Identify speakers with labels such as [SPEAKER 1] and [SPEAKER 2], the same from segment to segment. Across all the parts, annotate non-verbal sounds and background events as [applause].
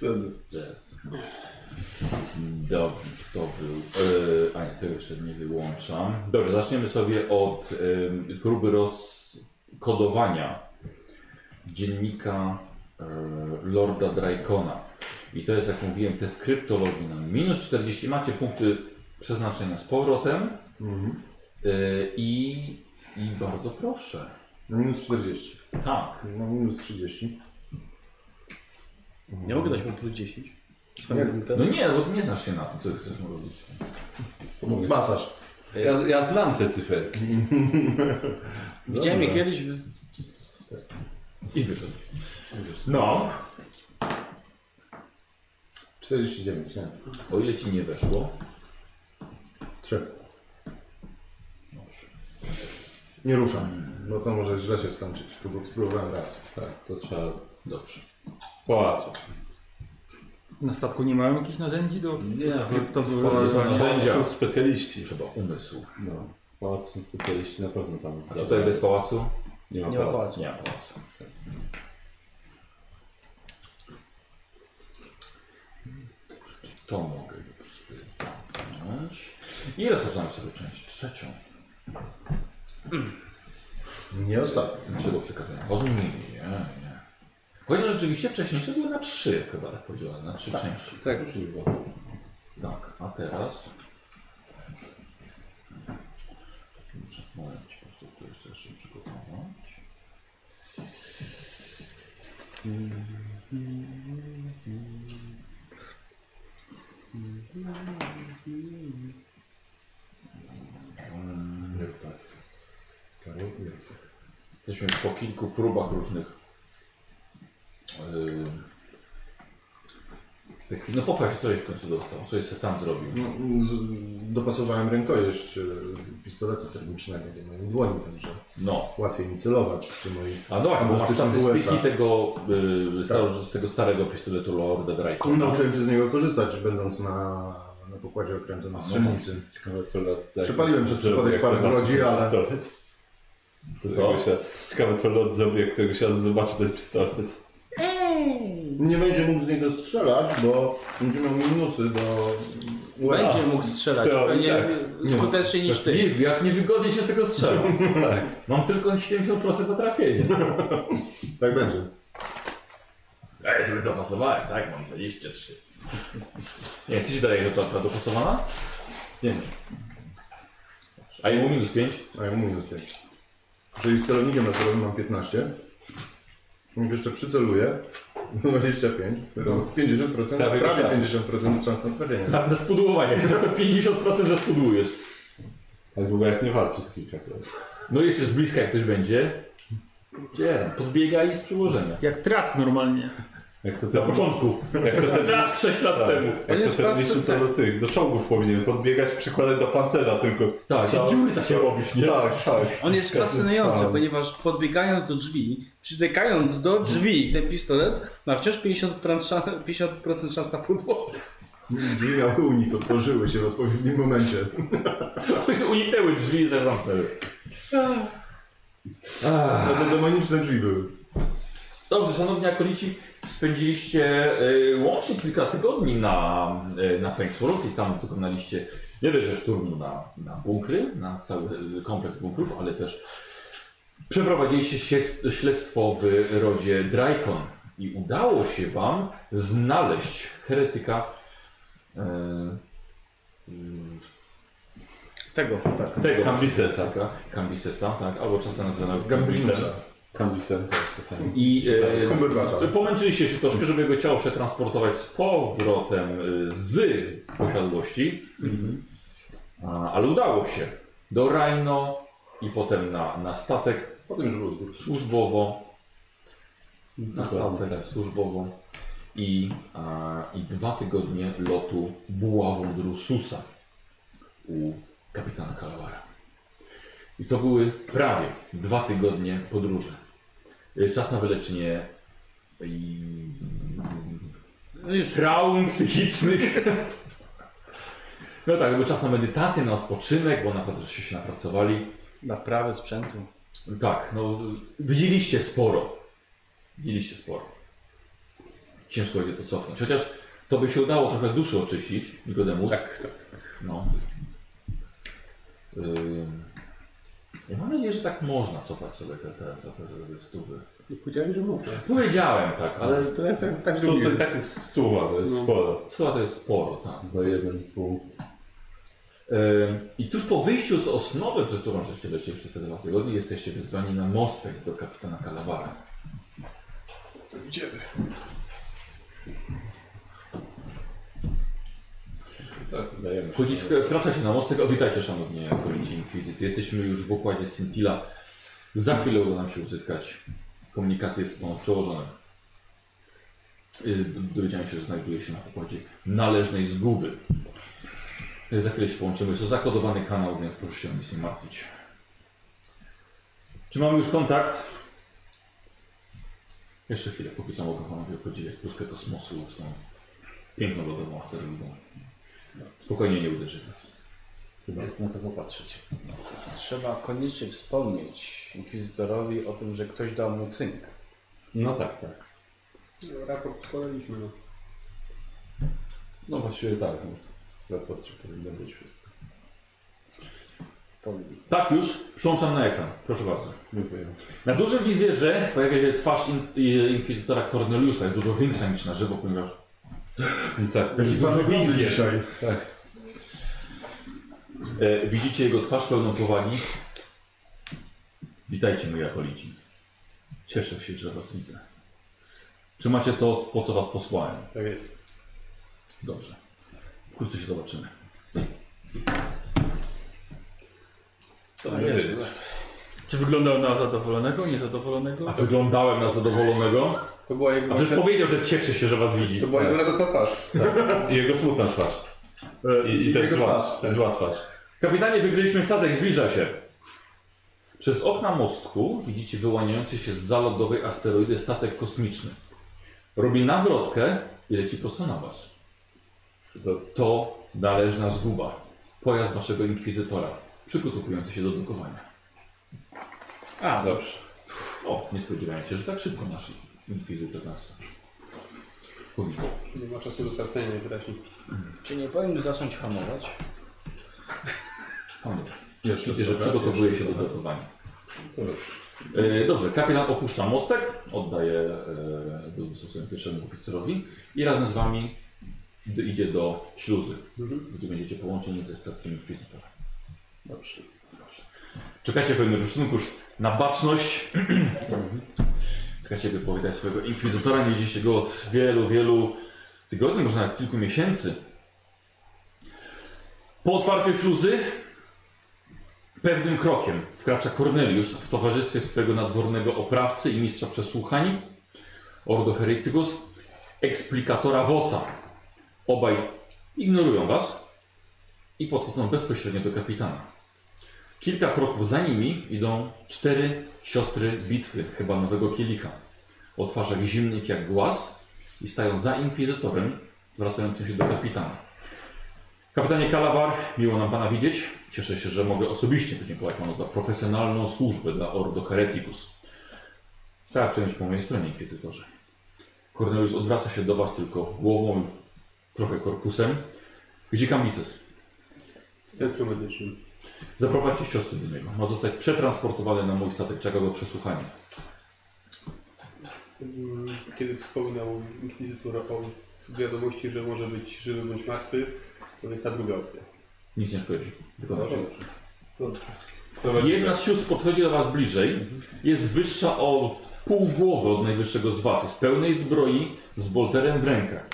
[SPEAKER 1] Ten.
[SPEAKER 2] Teraz. Dobrze, to był. E, a nie, tego jeszcze nie wyłączam. Dobrze, zaczniemy sobie od e, próby rozkodowania dziennika e, Lorda Dracona. I to jest, jak mówiłem, test kryptologii na minus 40. Macie punkty przeznaczenia z powrotem.
[SPEAKER 1] Mhm.
[SPEAKER 2] E, i, I bardzo proszę.
[SPEAKER 1] Na minus 40.
[SPEAKER 2] Tak.
[SPEAKER 1] Na minus 30.
[SPEAKER 3] Nie mogę dać mu plus 10.
[SPEAKER 1] Nie.
[SPEAKER 2] No nie, bo nie znasz się na tym, co chcesz mu robić.
[SPEAKER 1] Masaż.
[SPEAKER 4] Ja, ja znam te cyferki.
[SPEAKER 3] Widziałem je
[SPEAKER 1] Dobrze.
[SPEAKER 3] kiedyś. w-
[SPEAKER 2] I wyszedł. No.
[SPEAKER 1] 49, nie.
[SPEAKER 2] O ile ci nie weszło.
[SPEAKER 1] 3.
[SPEAKER 2] Dobrze.
[SPEAKER 1] Nie ruszam. Bo to może źle się skończyć. Spróbu- Spróbowałem raz.
[SPEAKER 4] Tak, to trzeba
[SPEAKER 2] Dobrze.
[SPEAKER 4] pałacu.
[SPEAKER 5] Na statku nie mają jakichś narzędzi do
[SPEAKER 4] Nie,
[SPEAKER 2] Są No, narzędzia.
[SPEAKER 4] są specjaliści.
[SPEAKER 2] Trzeba umysł.
[SPEAKER 4] No, w pałacu są specjaliści na pewno tam.
[SPEAKER 2] A tutaj bez pałacu?
[SPEAKER 4] nie ma
[SPEAKER 3] Nie ma
[SPEAKER 4] pałacu.
[SPEAKER 3] pałacu.
[SPEAKER 2] Nie ma pałacu. Dobrze, czyli To mogę już zamknąć. I rozpoczynamy sobie część trzecią.
[SPEAKER 1] Nie ostatni.
[SPEAKER 2] Znaczy do przekazania. Rozumiem, nie, nie, nie. Chociaż rzeczywiście wcześniejsze były na trzy, chyba tak powiedziałem, na trzy części.
[SPEAKER 4] Tak, już było.
[SPEAKER 2] Tak, a teraz. Muszę moment, po prostu to jeszcze jeszcze przygotować.
[SPEAKER 1] Nie rób tak. Karol, nie rób tak.
[SPEAKER 2] Jesteśmy po kilku próbach różnych. Yy, tych- no pochwal się, co żeś w końcu dostał, co jeszcze sam zrobił.
[SPEAKER 1] No, z- dopasowałem rękojeść e, pistoletu termicznego do mojej dłoni, także
[SPEAKER 2] No.
[SPEAKER 1] łatwiej mi celować przy moich
[SPEAKER 2] A no właśnie, bo masz
[SPEAKER 1] fantastycznych
[SPEAKER 2] statystyki
[SPEAKER 1] USA.
[SPEAKER 2] tego, yy, staro, z tego starego pistoletu Lorda Drake'a.
[SPEAKER 1] Nauczyłem się z niego korzystać, będąc na, na pokładzie okrętu
[SPEAKER 2] no
[SPEAKER 1] na strzelnicy.
[SPEAKER 4] Ciekawe co lot...
[SPEAKER 1] Przepaliłem przez przypadek
[SPEAKER 4] jak
[SPEAKER 1] parę
[SPEAKER 4] zobaczy
[SPEAKER 1] brodzi,
[SPEAKER 4] ten
[SPEAKER 1] ale-
[SPEAKER 4] Pistolet. To
[SPEAKER 2] Co?
[SPEAKER 4] co? Ciekawe co lot zrobi, jak któregoś razu zobaczy ten pistolet.
[SPEAKER 1] Nie będzie mógł z niego strzelać, bo będzie miał minusy do USA.
[SPEAKER 3] Będzie mógł strzelać.
[SPEAKER 4] w teorii
[SPEAKER 3] Pewnie
[SPEAKER 4] tak.
[SPEAKER 3] skuteczniej niż
[SPEAKER 2] Nie,
[SPEAKER 3] ty.
[SPEAKER 2] jak niewygodnie się z tego [laughs] strzela. Tak. Mam tylko 70% na trafienie.
[SPEAKER 1] Tak będzie.
[SPEAKER 2] A ja sobie dopasowałem, tak? Mam 23. Nie, co ci daje notatka dopasowana?
[SPEAKER 1] 5.
[SPEAKER 2] A jemu minus 5?
[SPEAKER 1] A ja mu minus 5. Czyli z celownikiem laserowym mam 15. Jak jeszcze przyceluję, 25, to 50%,
[SPEAKER 4] No. Prawie
[SPEAKER 1] prawie,
[SPEAKER 4] wygrałem.
[SPEAKER 1] 50% szans na trafienie.
[SPEAKER 2] Na, na spudłowanie, No to 50% że spudłujesz.
[SPEAKER 4] Tak długo jak nie walczy z kilka lat.
[SPEAKER 2] No jeszcze z bliska jak ktoś będzie. Gdzie? Podbiega i z przyłożenia.
[SPEAKER 5] Jak trask normalnie.
[SPEAKER 4] Jak to
[SPEAKER 2] Na
[SPEAKER 4] ten...
[SPEAKER 2] początku.
[SPEAKER 4] Jak to ten...
[SPEAKER 2] Teraz 6 lat
[SPEAKER 4] Tak,
[SPEAKER 2] [laughs] temu.
[SPEAKER 4] jak to
[SPEAKER 3] jest
[SPEAKER 4] ten
[SPEAKER 3] prosty,
[SPEAKER 4] niszczy, to do tych, do czołgów powinien podbiegać, przykładać do pancerza tylko.
[SPEAKER 2] Tak,
[SPEAKER 4] Strzał-
[SPEAKER 2] dziury takie
[SPEAKER 4] strzał-
[SPEAKER 2] robisz, nie?
[SPEAKER 4] Tak, tak.
[SPEAKER 3] On jest
[SPEAKER 4] Każdy
[SPEAKER 3] fascynujący,
[SPEAKER 4] strzał.
[SPEAKER 3] ponieważ podbiegając do drzwi, przytykając do drzwi ten pistolet, ma wciąż 50% szan- 50% szans na pudło.
[SPEAKER 1] Drzwi miały unik, otworzyły się w odpowiednim momencie.
[SPEAKER 2] [laughs] Uniknęły drzwi i zamknęły.
[SPEAKER 1] No to demoniczne drzwi były.
[SPEAKER 2] Dobrze, szanowni akolici, spędziliście y, łącznie kilka tygodni na, y, na Fenxworld i tam dokonaliście nie tylko szturmu na, na bunkry, na cały y, kompleks bunkrów, ale też przeprowadziliście się- śledztwo w rodzie Drykon i udało się wam znaleźć heretyka y,
[SPEAKER 3] Tego.
[SPEAKER 2] y, tego
[SPEAKER 4] Cambisesa.
[SPEAKER 2] heretyka, Cambisesa, tak, albo czasem nazywanego Cambisem.
[SPEAKER 1] Gambrinusa.
[SPEAKER 4] Kambisem tak, czasami.
[SPEAKER 2] I
[SPEAKER 1] Kumbybacza.
[SPEAKER 2] e, pomęczyliście się troszkę, żeby jego ciało przetransportować z powrotem e, z posiadłości. A, ale udało się. Do Rajno i potem na, na statek
[SPEAKER 1] Potem już było z góry.
[SPEAKER 2] służbowo. Na
[SPEAKER 4] Dokładnie
[SPEAKER 2] statek służbowo. I, a, I dwa tygodnie lotu buławą Drususa u kapitana Kalawara. I to były prawie dwa tygodnie podróży. Y, Czas na wyleczenie i
[SPEAKER 3] No już.
[SPEAKER 2] traum psychicznych. No tak, był czas na medytację, na odpoczynek, bo naprawdę żeście się napracowali.
[SPEAKER 3] Naprawę sprzętu.
[SPEAKER 2] Tak, no widzieliście sporo. Widzieliście sporo. ciężko będzie to cofnąć. Chociaż to by się udało trochę duszy oczyścić, Nikodemus.
[SPEAKER 3] Tak,
[SPEAKER 2] No. Ym, Ja mam nadzieję, że tak można cofać sobie te, te, te, te, te stówy.
[SPEAKER 5] Powiedziałeś, że mógł.
[SPEAKER 2] Powiedziałem tak, ale
[SPEAKER 5] To jest tak, tak
[SPEAKER 4] To, to i tak jest stuwa, to jest
[SPEAKER 5] No.
[SPEAKER 4] sporo.
[SPEAKER 2] stówa to jest sporo, tak.
[SPEAKER 1] Za jeden punkt.
[SPEAKER 2] Ym, I tuż po wyjściu z osnowy, przez którą żeście lecieli przez te dwa tygodnie, jesteście wezwani na mostek do kapitana Kalawara.
[SPEAKER 1] Idziemy.
[SPEAKER 4] Tak, dajemy.
[SPEAKER 2] Wchodzić, wkracza się na mostek. O, witajcie szanowni kolici inkwizycji. Jesteśmy już w układzie Scintilla. Za chwilę uda nam się uzyskać komunikację z panem przełożonym. Y, do- Dowiedziałem się, że znajduje się na układzie należnej zguby. Y, Za chwilę się połączymy. Jest to zakodowany kanał, więc proszę się o nic nie martwić. Czy mamy już kontakt? Jeszcze chwilę, póki co mogę panowie podziwiać pustkę kosmosu z tą piękną lodową asteroidą. Spokojnie nie uderzy was.
[SPEAKER 3] Chyba jest na co popatrzeć. Trzeba koniecznie wspomnieć inkwizytorowi o tym, że ktoś dał mu cynk.
[SPEAKER 4] No tak, tak.
[SPEAKER 5] Raport składaliśmy. No.
[SPEAKER 4] No właściwie tak. No. W raporcie powinno być wszystko.
[SPEAKER 3] Powinien.
[SPEAKER 2] Tak już, przyłączam na ekran. Proszę bardzo.
[SPEAKER 4] Dziękuję.
[SPEAKER 2] Na dużym wizjerze pojawia się twarz in, i- inkwizytora Corneliusa. Jest dużo większa niż na żywo, ponieważ
[SPEAKER 4] Tak,
[SPEAKER 1] Taki duży wizję dzisiaj.
[SPEAKER 2] e, widzicie jego twarz pełną powagi. Witajcie, moi akolici. Cieszę się, że was widzę. Czy macie to, po co was posłałem?
[SPEAKER 5] Tak jest.
[SPEAKER 2] Dobrze. Wkrótce się zobaczymy.
[SPEAKER 4] to jest.
[SPEAKER 5] Czy wyglądał na zadowolonego, niezadowolonego?
[SPEAKER 2] A wyglądałem na zadowolonego?
[SPEAKER 1] To była
[SPEAKER 2] A
[SPEAKER 1] jego,
[SPEAKER 2] przecież powiedział, że cieszy się, że was widzi. Tak.
[SPEAKER 1] to była jego radosna twarz.
[SPEAKER 4] I jego smutna twarz. I, i też
[SPEAKER 1] jego
[SPEAKER 4] zła, zła twarz.
[SPEAKER 2] Kapitanie, wygryliśmy statek, zbliża się. Przez okna mostku widzicie wyłaniający się z zalodowej asteroidy statek kosmiczny. Robi nawrotkę i leci prosto na was.
[SPEAKER 4] To
[SPEAKER 2] To należna zguba. Pojazd waszego inkwizytora, przygotowujący się do dokowania.
[SPEAKER 3] A,
[SPEAKER 4] dobrze.
[SPEAKER 2] O, nie spodziewałem się, że tak szybko nasz inkwizytor nas powitał.
[SPEAKER 5] Nie ma czasu do stracenia najwyraźniej.
[SPEAKER 3] czy nie powinien zacząć hamować?
[SPEAKER 2] Panie,
[SPEAKER 1] Jeszcze
[SPEAKER 2] widzicie, że
[SPEAKER 1] trochę,
[SPEAKER 2] przygotowuje
[SPEAKER 1] jeszcze
[SPEAKER 2] się do
[SPEAKER 1] trochę.
[SPEAKER 2] dokowania.
[SPEAKER 4] To dobrze.
[SPEAKER 2] E, Dobrze, kapitan opuszcza mostek, oddaje e, dowództwo swojemu pierwszemu oficerowi i razem z wami d- idzie do śluzy,
[SPEAKER 1] Mhm.
[SPEAKER 2] gdzie będziecie połączeni ze statkiem inkwizytora.
[SPEAKER 4] Dobrze.
[SPEAKER 2] Proszę. Czekacie pewnie uczynku już na baczność.
[SPEAKER 1] Mhm.
[SPEAKER 2] Czekacie, by powitać swojego inkwizytora. Nie widzieliście go od wielu, wielu tygodni, może nawet kilku miesięcy. Po otwarciu śluzy pewnym krokiem wkracza Cornelius w towarzystwie swojego nadwornego oprawcy i mistrza przesłuchań, Ordo Hereticus, eksplikatora Wosa. Obaj ignorują was i podchodzą bezpośrednio do kapitana. Kilka kroków za nimi idą cztery siostry bitwy, chyba nowego kielicha. O twarzach zimnych jak głaz i stają za inkwizytorem, zwracającym się do kapitana. Kapitanie Kalawar, miło nam Pana widzieć. Cieszę się, że mogę osobiście podziękować Panu za profesjonalną służbę dla Ordo Hereticus. Cała przyjąć po mojej stronie, inkwizytorze. Cornelius odwraca się do Was tylko głową, trochę korpusem. Gdzie Kamises?
[SPEAKER 5] W centrum medycznym.
[SPEAKER 2] Zaprowadźcie siostrę do niego. Ma zostać przetransportowany na mój statek. Czeka go przesłuchanie.
[SPEAKER 5] Mm, Kiedy wspominał inkwizytor o wiadomości, że może być żywy bądź martwy, to jest ta druga opcja.
[SPEAKER 2] Nic nie szkodzi. Wykonał się.
[SPEAKER 5] Dobrze.
[SPEAKER 2] Jedna z sióstr podchodzi do was bliżej. Jest wyższa o pół głowy od najwyższego z was. Jest w pełnej zbroi, z bolterem w rękach.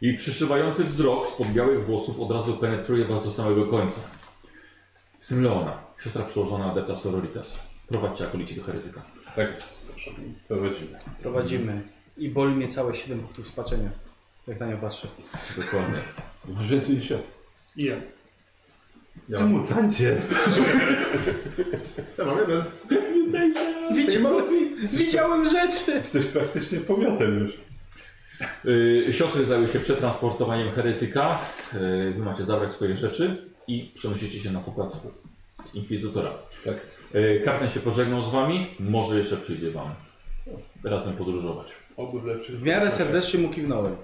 [SPEAKER 2] Jej przyszywający wzrok spod białych włosów od razu penetruje was do samego końca. Jestem Leona, siostra przełożona adepta Sororitas. Prowadźcie akolici do heretyka.
[SPEAKER 4] Tak, prowadzimy.
[SPEAKER 3] Prowadzimy. I boli mnie całe 7 punktów spaczenia. Jak na nią patrzę.
[SPEAKER 2] Dokładnie.
[SPEAKER 4] Masz więcej niż ja.
[SPEAKER 5] I ja.
[SPEAKER 1] Ja,
[SPEAKER 4] Ty mutancie!
[SPEAKER 1] ja mam jeden.
[SPEAKER 3] Widziałem rzeczy!
[SPEAKER 4] Jesteś praktycznie pomiotem już.
[SPEAKER 2] Yy, siostry zajęły się przetransportowaniem heretyka. Yy, wy macie zabrać swoje rzeczy i przenosicie się na pokład inkwizytora.
[SPEAKER 4] Tak jest.
[SPEAKER 2] E, Yy, kapitan się pożegnał z wami, może jeszcze przyjdzie wam razem podróżować.
[SPEAKER 5] Obu lepszych.
[SPEAKER 3] W miarę serdecznie mu kiwnąłem.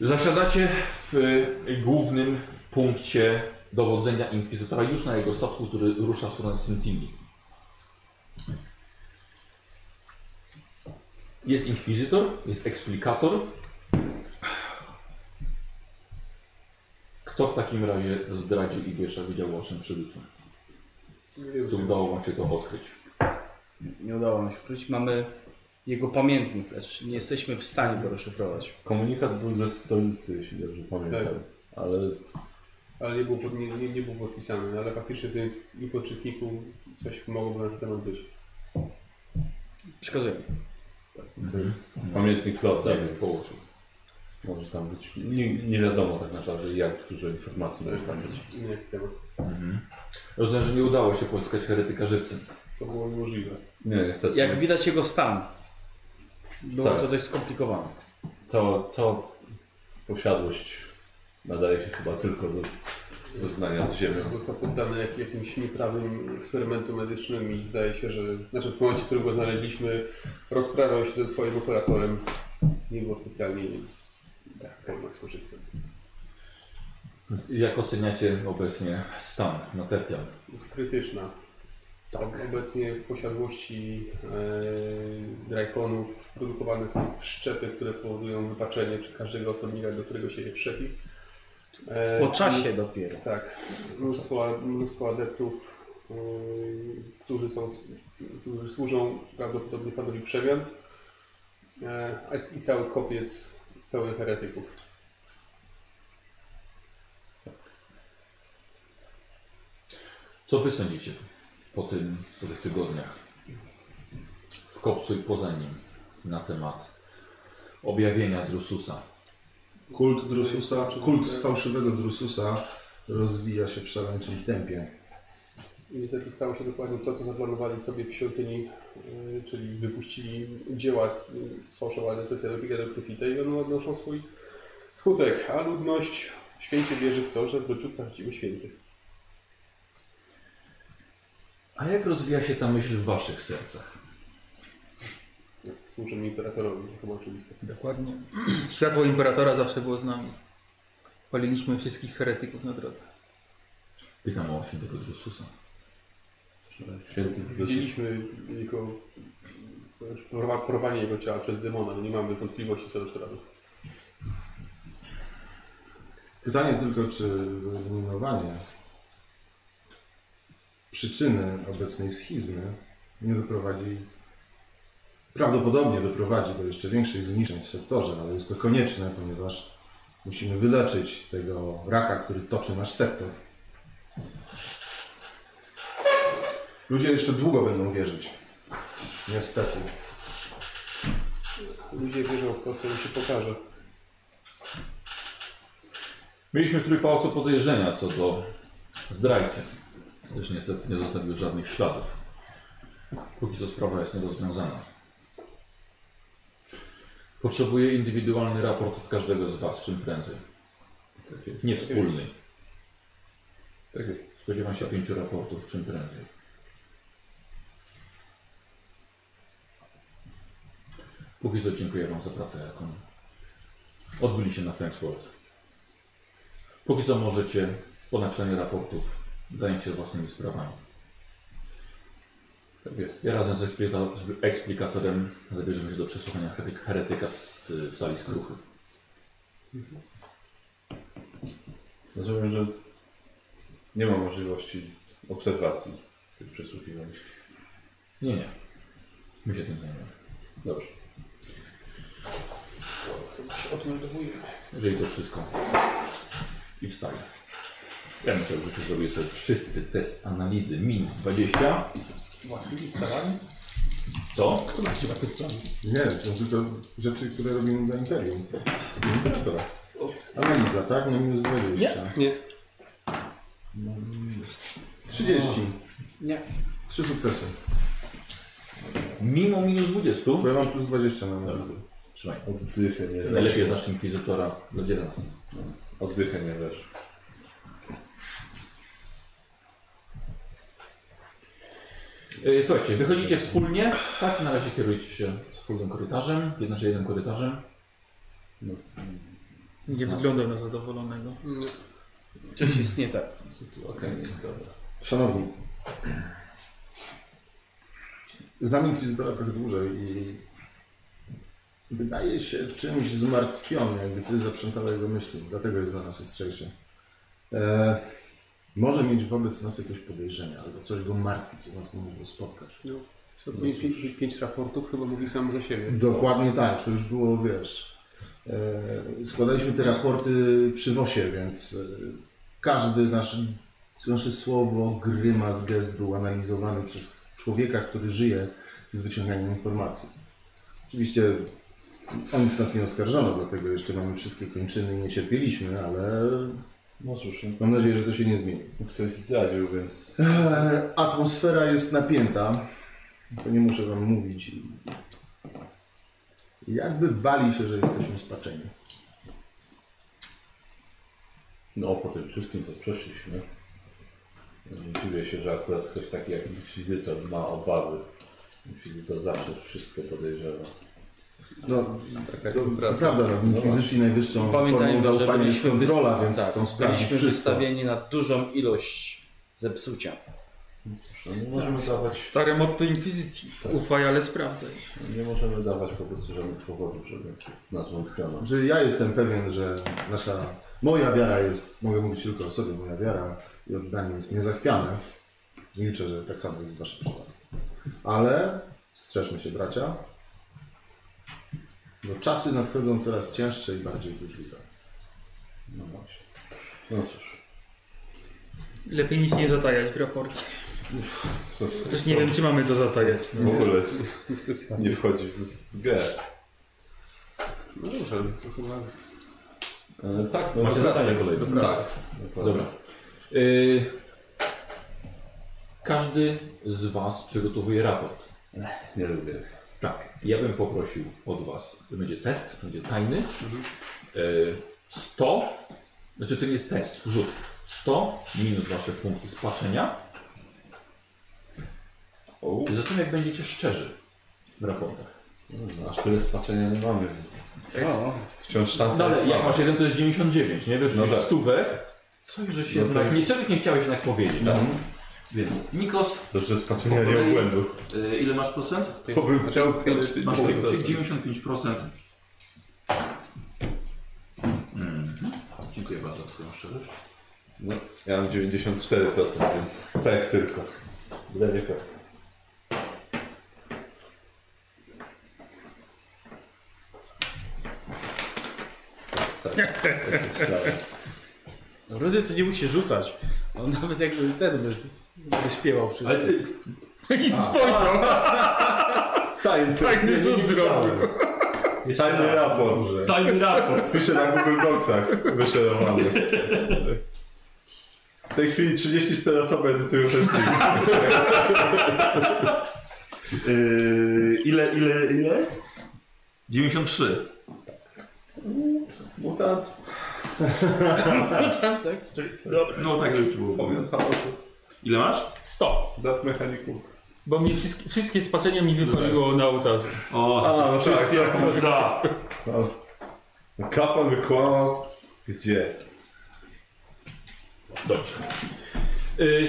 [SPEAKER 2] Zasiadacie w y, głównym punkcie dowodzenia inkwizytora już na jego statku, który rusza w stronę Syntini. Jest inkwizytor, jest eksplikator. Kto w takim razie zdradził i wiesza wydział o waszym przybyciu?
[SPEAKER 5] Nie wiem,
[SPEAKER 2] Czy udało wam się to odkryć?
[SPEAKER 3] Nie udało nam się ukryć. Mamy jego pamiętnik, lecz nie jesteśmy w stanie go rozszyfrować.
[SPEAKER 4] Komunikat był ze stolicy, jeśli dobrze pamiętam.
[SPEAKER 5] Tak.
[SPEAKER 4] Ale
[SPEAKER 5] Ale nie był, pod, nie, nie, nie był podpisany, ale faktycznie w tym infoczytniku coś mogłoby na ten temat być.
[SPEAKER 3] Przekazuję.
[SPEAKER 4] to jest pamiętnik flota,
[SPEAKER 2] Tak,
[SPEAKER 4] więc
[SPEAKER 2] położył.
[SPEAKER 4] może tam być. Nie, nie wiadomo tak naprawdę, jak dużo informacji może tam być.
[SPEAKER 5] Nie wiem, jak to ma.
[SPEAKER 2] Rozumiem, że nie udało się pozyskać heretyka żywcem.
[SPEAKER 5] to było niemożliwe.
[SPEAKER 4] Nie, niestety.
[SPEAKER 3] Jak widać jego stan. Było
[SPEAKER 4] Tak.
[SPEAKER 3] to dość skomplikowane.
[SPEAKER 4] cała, cała posiadłość nadaje się chyba tylko do zeznania z ziemią.
[SPEAKER 5] Został poddany jak, jakimś nieprawym eksperymentom medycznym i zdaje się, że znaczy w momencie, w którym go znaleźliśmy, rozprawiał się ze swoim operatorem. Nie było specjalnie tak, jak żywcem.
[SPEAKER 2] Więc Jak oceniacie obecnie stan na Tertian?
[SPEAKER 5] Jest krytyczna. Tak. Obecnie w posiadłości e, drajfonów produkowane są szczepy, które powodują wypaczenie przy każdego osobnika, do którego się je wszczepi. E,
[SPEAKER 3] Po czasie dopiero.
[SPEAKER 5] Tak, mnóstwo, mnóstwo adeptów, yy, którzy, są, którzy służą prawdopodobnie panowi przemian yy, a- i cały kopiec pełen heretyków.
[SPEAKER 2] Co wy sądzicie po, tym, po tych tygodniach w kopcu i poza nim na temat objawienia Drususa?
[SPEAKER 1] Kult Drususa, kult fałszywego Drususa rozwija się w szaleńczym tempie.
[SPEAKER 5] I niestety stało się dokładnie to, co zaplanowali sobie w świątyni, yy, czyli wypuścili dzieła z- yy, sfałszowane specjalnie do Kryfita i one odnoszą swój skutek, a ludność święcie wierzy w to, że wrócił prawdziwy święty.
[SPEAKER 2] A jak rozwija się ta myśl w waszych sercach?
[SPEAKER 5] Służymy No, imperatorowi, to chyba oczywiste.
[SPEAKER 6] Dokładnie. [clears throat] Światło imperatora zawsze było z nami. Paliliśmy wszystkich heretyków na drodze.
[SPEAKER 2] Pytam o świętego Drususa.
[SPEAKER 4] Tak, Święty dosyć
[SPEAKER 5] Widzieliśmy jego porwa- porwanie jego ciała przez demona, nie mamy wątpliwości co do sprawy.
[SPEAKER 1] Pytanie tylko, czy wyeliminowanie przyczyny obecnej schizmy nie doprowadzi, prawdopodobnie doprowadzi do jeszcze większych zniszczeń w sektorze, ale jest to konieczne, ponieważ musimy wyleczyć tego raka, który toczy nasz sektor. Ludzie jeszcze długo będą wierzyć. Niestety.
[SPEAKER 5] Ludzie wierzą w to, co im się pokaże.
[SPEAKER 2] Mieliśmy trójpałacu podejrzenia co do zdrajcy. Też niestety nie zostawił żadnych śladów. Póki co sprawa jest nierozwiązana. Potrzebuję indywidualny raport od każdego z Was, czym prędzej.
[SPEAKER 4] tak jest.
[SPEAKER 2] Nie wspólny.
[SPEAKER 4] Tak jest.
[SPEAKER 2] Spodziewam się pięciu raportów, czym prędzej. Póki co dziękuję Wam za pracę, jaką odbyliście na Frankfurt. Póki co możecie po napisaniu raportów zająć się własnymi sprawami.
[SPEAKER 4] Tak jest.
[SPEAKER 2] Ja razem z, eksplika- z eksplikatorem zabierzemy się do przesłuchania heretyk- heretyka w, s- w sali skruchy.
[SPEAKER 4] Rozumiem, że nie ma możliwości obserwacji tych przesłuchiwań.
[SPEAKER 2] Nie, nie. My się tym zajmiemy.
[SPEAKER 4] Dobrze.
[SPEAKER 5] Chyba się odmeldowujemy.
[SPEAKER 2] Jeżeli to wszystko. I wstaję. Ja bym chciał w życiu zrobić sobie wszyscy test analizy minus 20.
[SPEAKER 5] Własnymi starami?
[SPEAKER 2] Co?
[SPEAKER 1] Nie, to są tylko rzeczy, które robimy dla Imperium. Imperatora. Analiza, tak? Na minus No, 20.
[SPEAKER 3] Nie.
[SPEAKER 1] 30.
[SPEAKER 3] Nie.
[SPEAKER 1] Trzy sukcesy.
[SPEAKER 2] Mimo minus 20.
[SPEAKER 1] Bo ja mam plus 20 na analizę.
[SPEAKER 2] Trzymaj.
[SPEAKER 4] Oddychę nie leż.
[SPEAKER 2] Najlepiej znasz inkwizytora do 19.
[SPEAKER 4] Oddychę nie leż.
[SPEAKER 2] E, Słuchajcie, wychodzicie wspólnie, tak? Na razie kierujecie się wspólnym korytarzem, znaczy jednym korytarzem.
[SPEAKER 6] Nie wyglądał na zadowolonego.
[SPEAKER 3] Coś jest nie tak.
[SPEAKER 4] Sytuacja nie jest dobra.
[SPEAKER 1] Szanowni, znam Inkwizytora trochę dłużej i wydaje się czymś zmartwiony, jakby coś zaprzątało jego myśli, dlatego jest dla nas ostrzejszy. E, może mieć wobec nas jakieś podejrzenia, albo coś go martwi, co nas nie mogło spotkać.
[SPEAKER 5] No, co pięć, pięć, pięć raportów chyba mówi sam za siebie.
[SPEAKER 1] Dokładnie tak, to już było, wiesz. E, składaliśmy te raporty przy wosie, więc e, każdy nasz, nasze słowo, grymas, gest był analizowany przez człowieka, który żyje z wyciąganiem informacji. Oczywiście o nic nas nie oskarżono, dlatego jeszcze mamy wszystkie kończyny i nie cierpieliśmy, ale
[SPEAKER 4] No cóż,
[SPEAKER 1] mam nadzieję, że to się nie zmieni.
[SPEAKER 4] ktoś zdradził, więc
[SPEAKER 1] E, Atmosfera jest napięta. To nie muszę wam mówić. Jakby bali się, że jesteśmy spaczeni.
[SPEAKER 4] no po tym wszystkim, co przeszliśmy, dziwię się, że akurat ktoś taki jak inkwizytor ma obawy. Inkwizytor zawsze wszystko podejrzewa.
[SPEAKER 1] No,
[SPEAKER 5] Tak,
[SPEAKER 1] to,
[SPEAKER 5] jak
[SPEAKER 1] to
[SPEAKER 5] praca.
[SPEAKER 1] prawda, no, w Inkwizycji najwyższą formą
[SPEAKER 7] Pamiętajmy, że
[SPEAKER 1] zaufania jest
[SPEAKER 7] byliśmy,
[SPEAKER 1] kontrola,
[SPEAKER 7] wys-
[SPEAKER 1] więc
[SPEAKER 7] tak,
[SPEAKER 1] chcą sprawdzić
[SPEAKER 7] byliśmy
[SPEAKER 1] wszystko.
[SPEAKER 7] wystawieni na dużą ilość zepsucia.
[SPEAKER 4] No, nie, możemy dawać,
[SPEAKER 6] Stare motto inkwizycji. Ufaj, ale sprawdzaj.
[SPEAKER 4] nie możemy dawać po prostu żadnych powodów, żeby nas wątpiono.
[SPEAKER 1] Że ja jestem pewien, że nasza, moja wiara jest, mogę mówić tylko o sobie, moja wiara i oddanie jest niezachwiane. Liczę, że tak samo jest w waszym przypadku. Ale strzeżmy się, bracia, bo czasy nadchodzą coraz cięższe i bardziej burzliwe.
[SPEAKER 4] No właśnie. No cóż.
[SPEAKER 6] Lepiej nic nie zatajać w raporcie.
[SPEAKER 4] Co-
[SPEAKER 6] Chociaż nie wiem, czy mamy co zatajać. [laughs]
[SPEAKER 4] W ogóle
[SPEAKER 5] Specjalnie.
[SPEAKER 4] nie wchodzi w, w grę.
[SPEAKER 5] No dobrze, to chyba
[SPEAKER 4] E, tak, no
[SPEAKER 2] Macie
[SPEAKER 4] do pracy.
[SPEAKER 2] zadanie kolejne, do pracy.
[SPEAKER 4] Tak.
[SPEAKER 2] Dobra. Y, każdy z Was przygotowuje raport.
[SPEAKER 4] Nie lubię.
[SPEAKER 2] Tak, ja bym poprosił od Was, to będzie test, będzie tajny. Y, 100, znaczy to nie test, rzut. 100 minus Wasze punkty spaczenia.
[SPEAKER 4] O,
[SPEAKER 2] I Zobaczymy, jak będziecie szczerzy w raportach.
[SPEAKER 4] no, aż tyle spaczenia nie mamy. Wciąż szansa
[SPEAKER 2] No ale
[SPEAKER 4] jest
[SPEAKER 2] jak
[SPEAKER 4] mała.
[SPEAKER 2] masz jeden, to jest 99, nie? Wiesz,
[SPEAKER 4] No
[SPEAKER 2] no
[SPEAKER 4] tak.
[SPEAKER 2] stówę. Coś, że się
[SPEAKER 4] No to
[SPEAKER 2] jednak...
[SPEAKER 4] już-
[SPEAKER 2] Nie, czegoś nie chciałeś jednak powiedzieć.
[SPEAKER 4] Tak.
[SPEAKER 2] Więc Nikos,
[SPEAKER 4] Dobrze,
[SPEAKER 2] Po
[SPEAKER 4] spaczenia nie
[SPEAKER 2] kolei-
[SPEAKER 4] obłędu.
[SPEAKER 2] y, ile masz procent?
[SPEAKER 4] To bym chciał pięć-
[SPEAKER 2] Masz
[SPEAKER 4] pięć-
[SPEAKER 2] punkcik, 95%. Mm. Dziękuję bardzo za Twoją szczerość.
[SPEAKER 4] No, ja mam 94%, więc pech tylko. Byle nie pech. Tak, tak myślałem.
[SPEAKER 3] Rudy to nie musi rzucać. On nawet jakby ten by, by śpiewał wszystko.
[SPEAKER 4] Ale ty,
[SPEAKER 6] No I spojrzał.
[SPEAKER 4] tajny,
[SPEAKER 6] Tajny rzut zrobił.
[SPEAKER 4] tajny raport.
[SPEAKER 2] Tajny raport.
[SPEAKER 4] Piszę na Google Docsach wyszerowany. W tej chwili 34 osoby edytują ten film. Yy, ile, ile, ile?
[SPEAKER 2] 93.
[SPEAKER 4] Mutant.
[SPEAKER 3] [laughs] tak, tak?
[SPEAKER 2] No tak, żeby ci było.
[SPEAKER 4] Pomiot chaosu.
[SPEAKER 2] Ile masz? 100.
[SPEAKER 4] Dat mechaniku.
[SPEAKER 6] Bo mnie wszystkie, wszystkie spaczenia mi wypaliło na ołtarzu.
[SPEAKER 2] O,
[SPEAKER 4] A, no tak, tak.
[SPEAKER 2] za.
[SPEAKER 4] No, Kapłan wykłamał. Gdzie?
[SPEAKER 2] Dobrze. Y...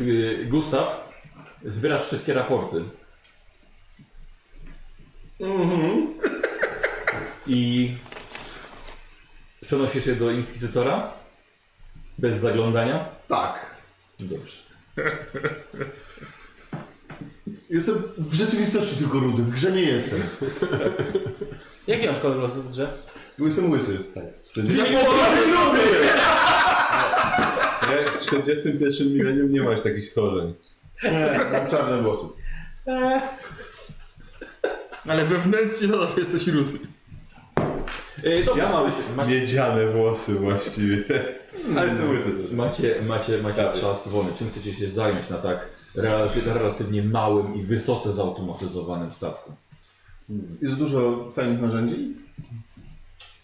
[SPEAKER 2] Y... Gustaw, zbierasz wszystkie raporty.
[SPEAKER 4] Mhm.
[SPEAKER 2] I przenosisz je do inkwizytora? Bez zaglądania?
[SPEAKER 1] Tak.
[SPEAKER 2] Dobrze.
[SPEAKER 1] Jestem w rzeczywistości tylko rudy, w grze nie jestem.
[SPEAKER 3] Jaki masz kolor losu w grze?
[SPEAKER 1] Łysym łysy.
[SPEAKER 4] Tak. 40... Nie, w 41 milenium nie masz takich stworzeń.
[SPEAKER 1] Nie, mam czarne włosy.
[SPEAKER 6] Ale wewnętrznie nadal jesteś rudy.
[SPEAKER 2] Y, dobra,
[SPEAKER 4] Ja mam
[SPEAKER 2] słuchajcie, macie,
[SPEAKER 4] miedziane włosy właściwie. Ale jestem łysy też.
[SPEAKER 2] macie, macie, macie
[SPEAKER 4] Tak.
[SPEAKER 2] czas wolny. Czym chcecie się zająć na tak relaty- relatywnie małym i wysoce zautomatyzowanym statku?
[SPEAKER 1] Jest dużo fajnych narzędzi.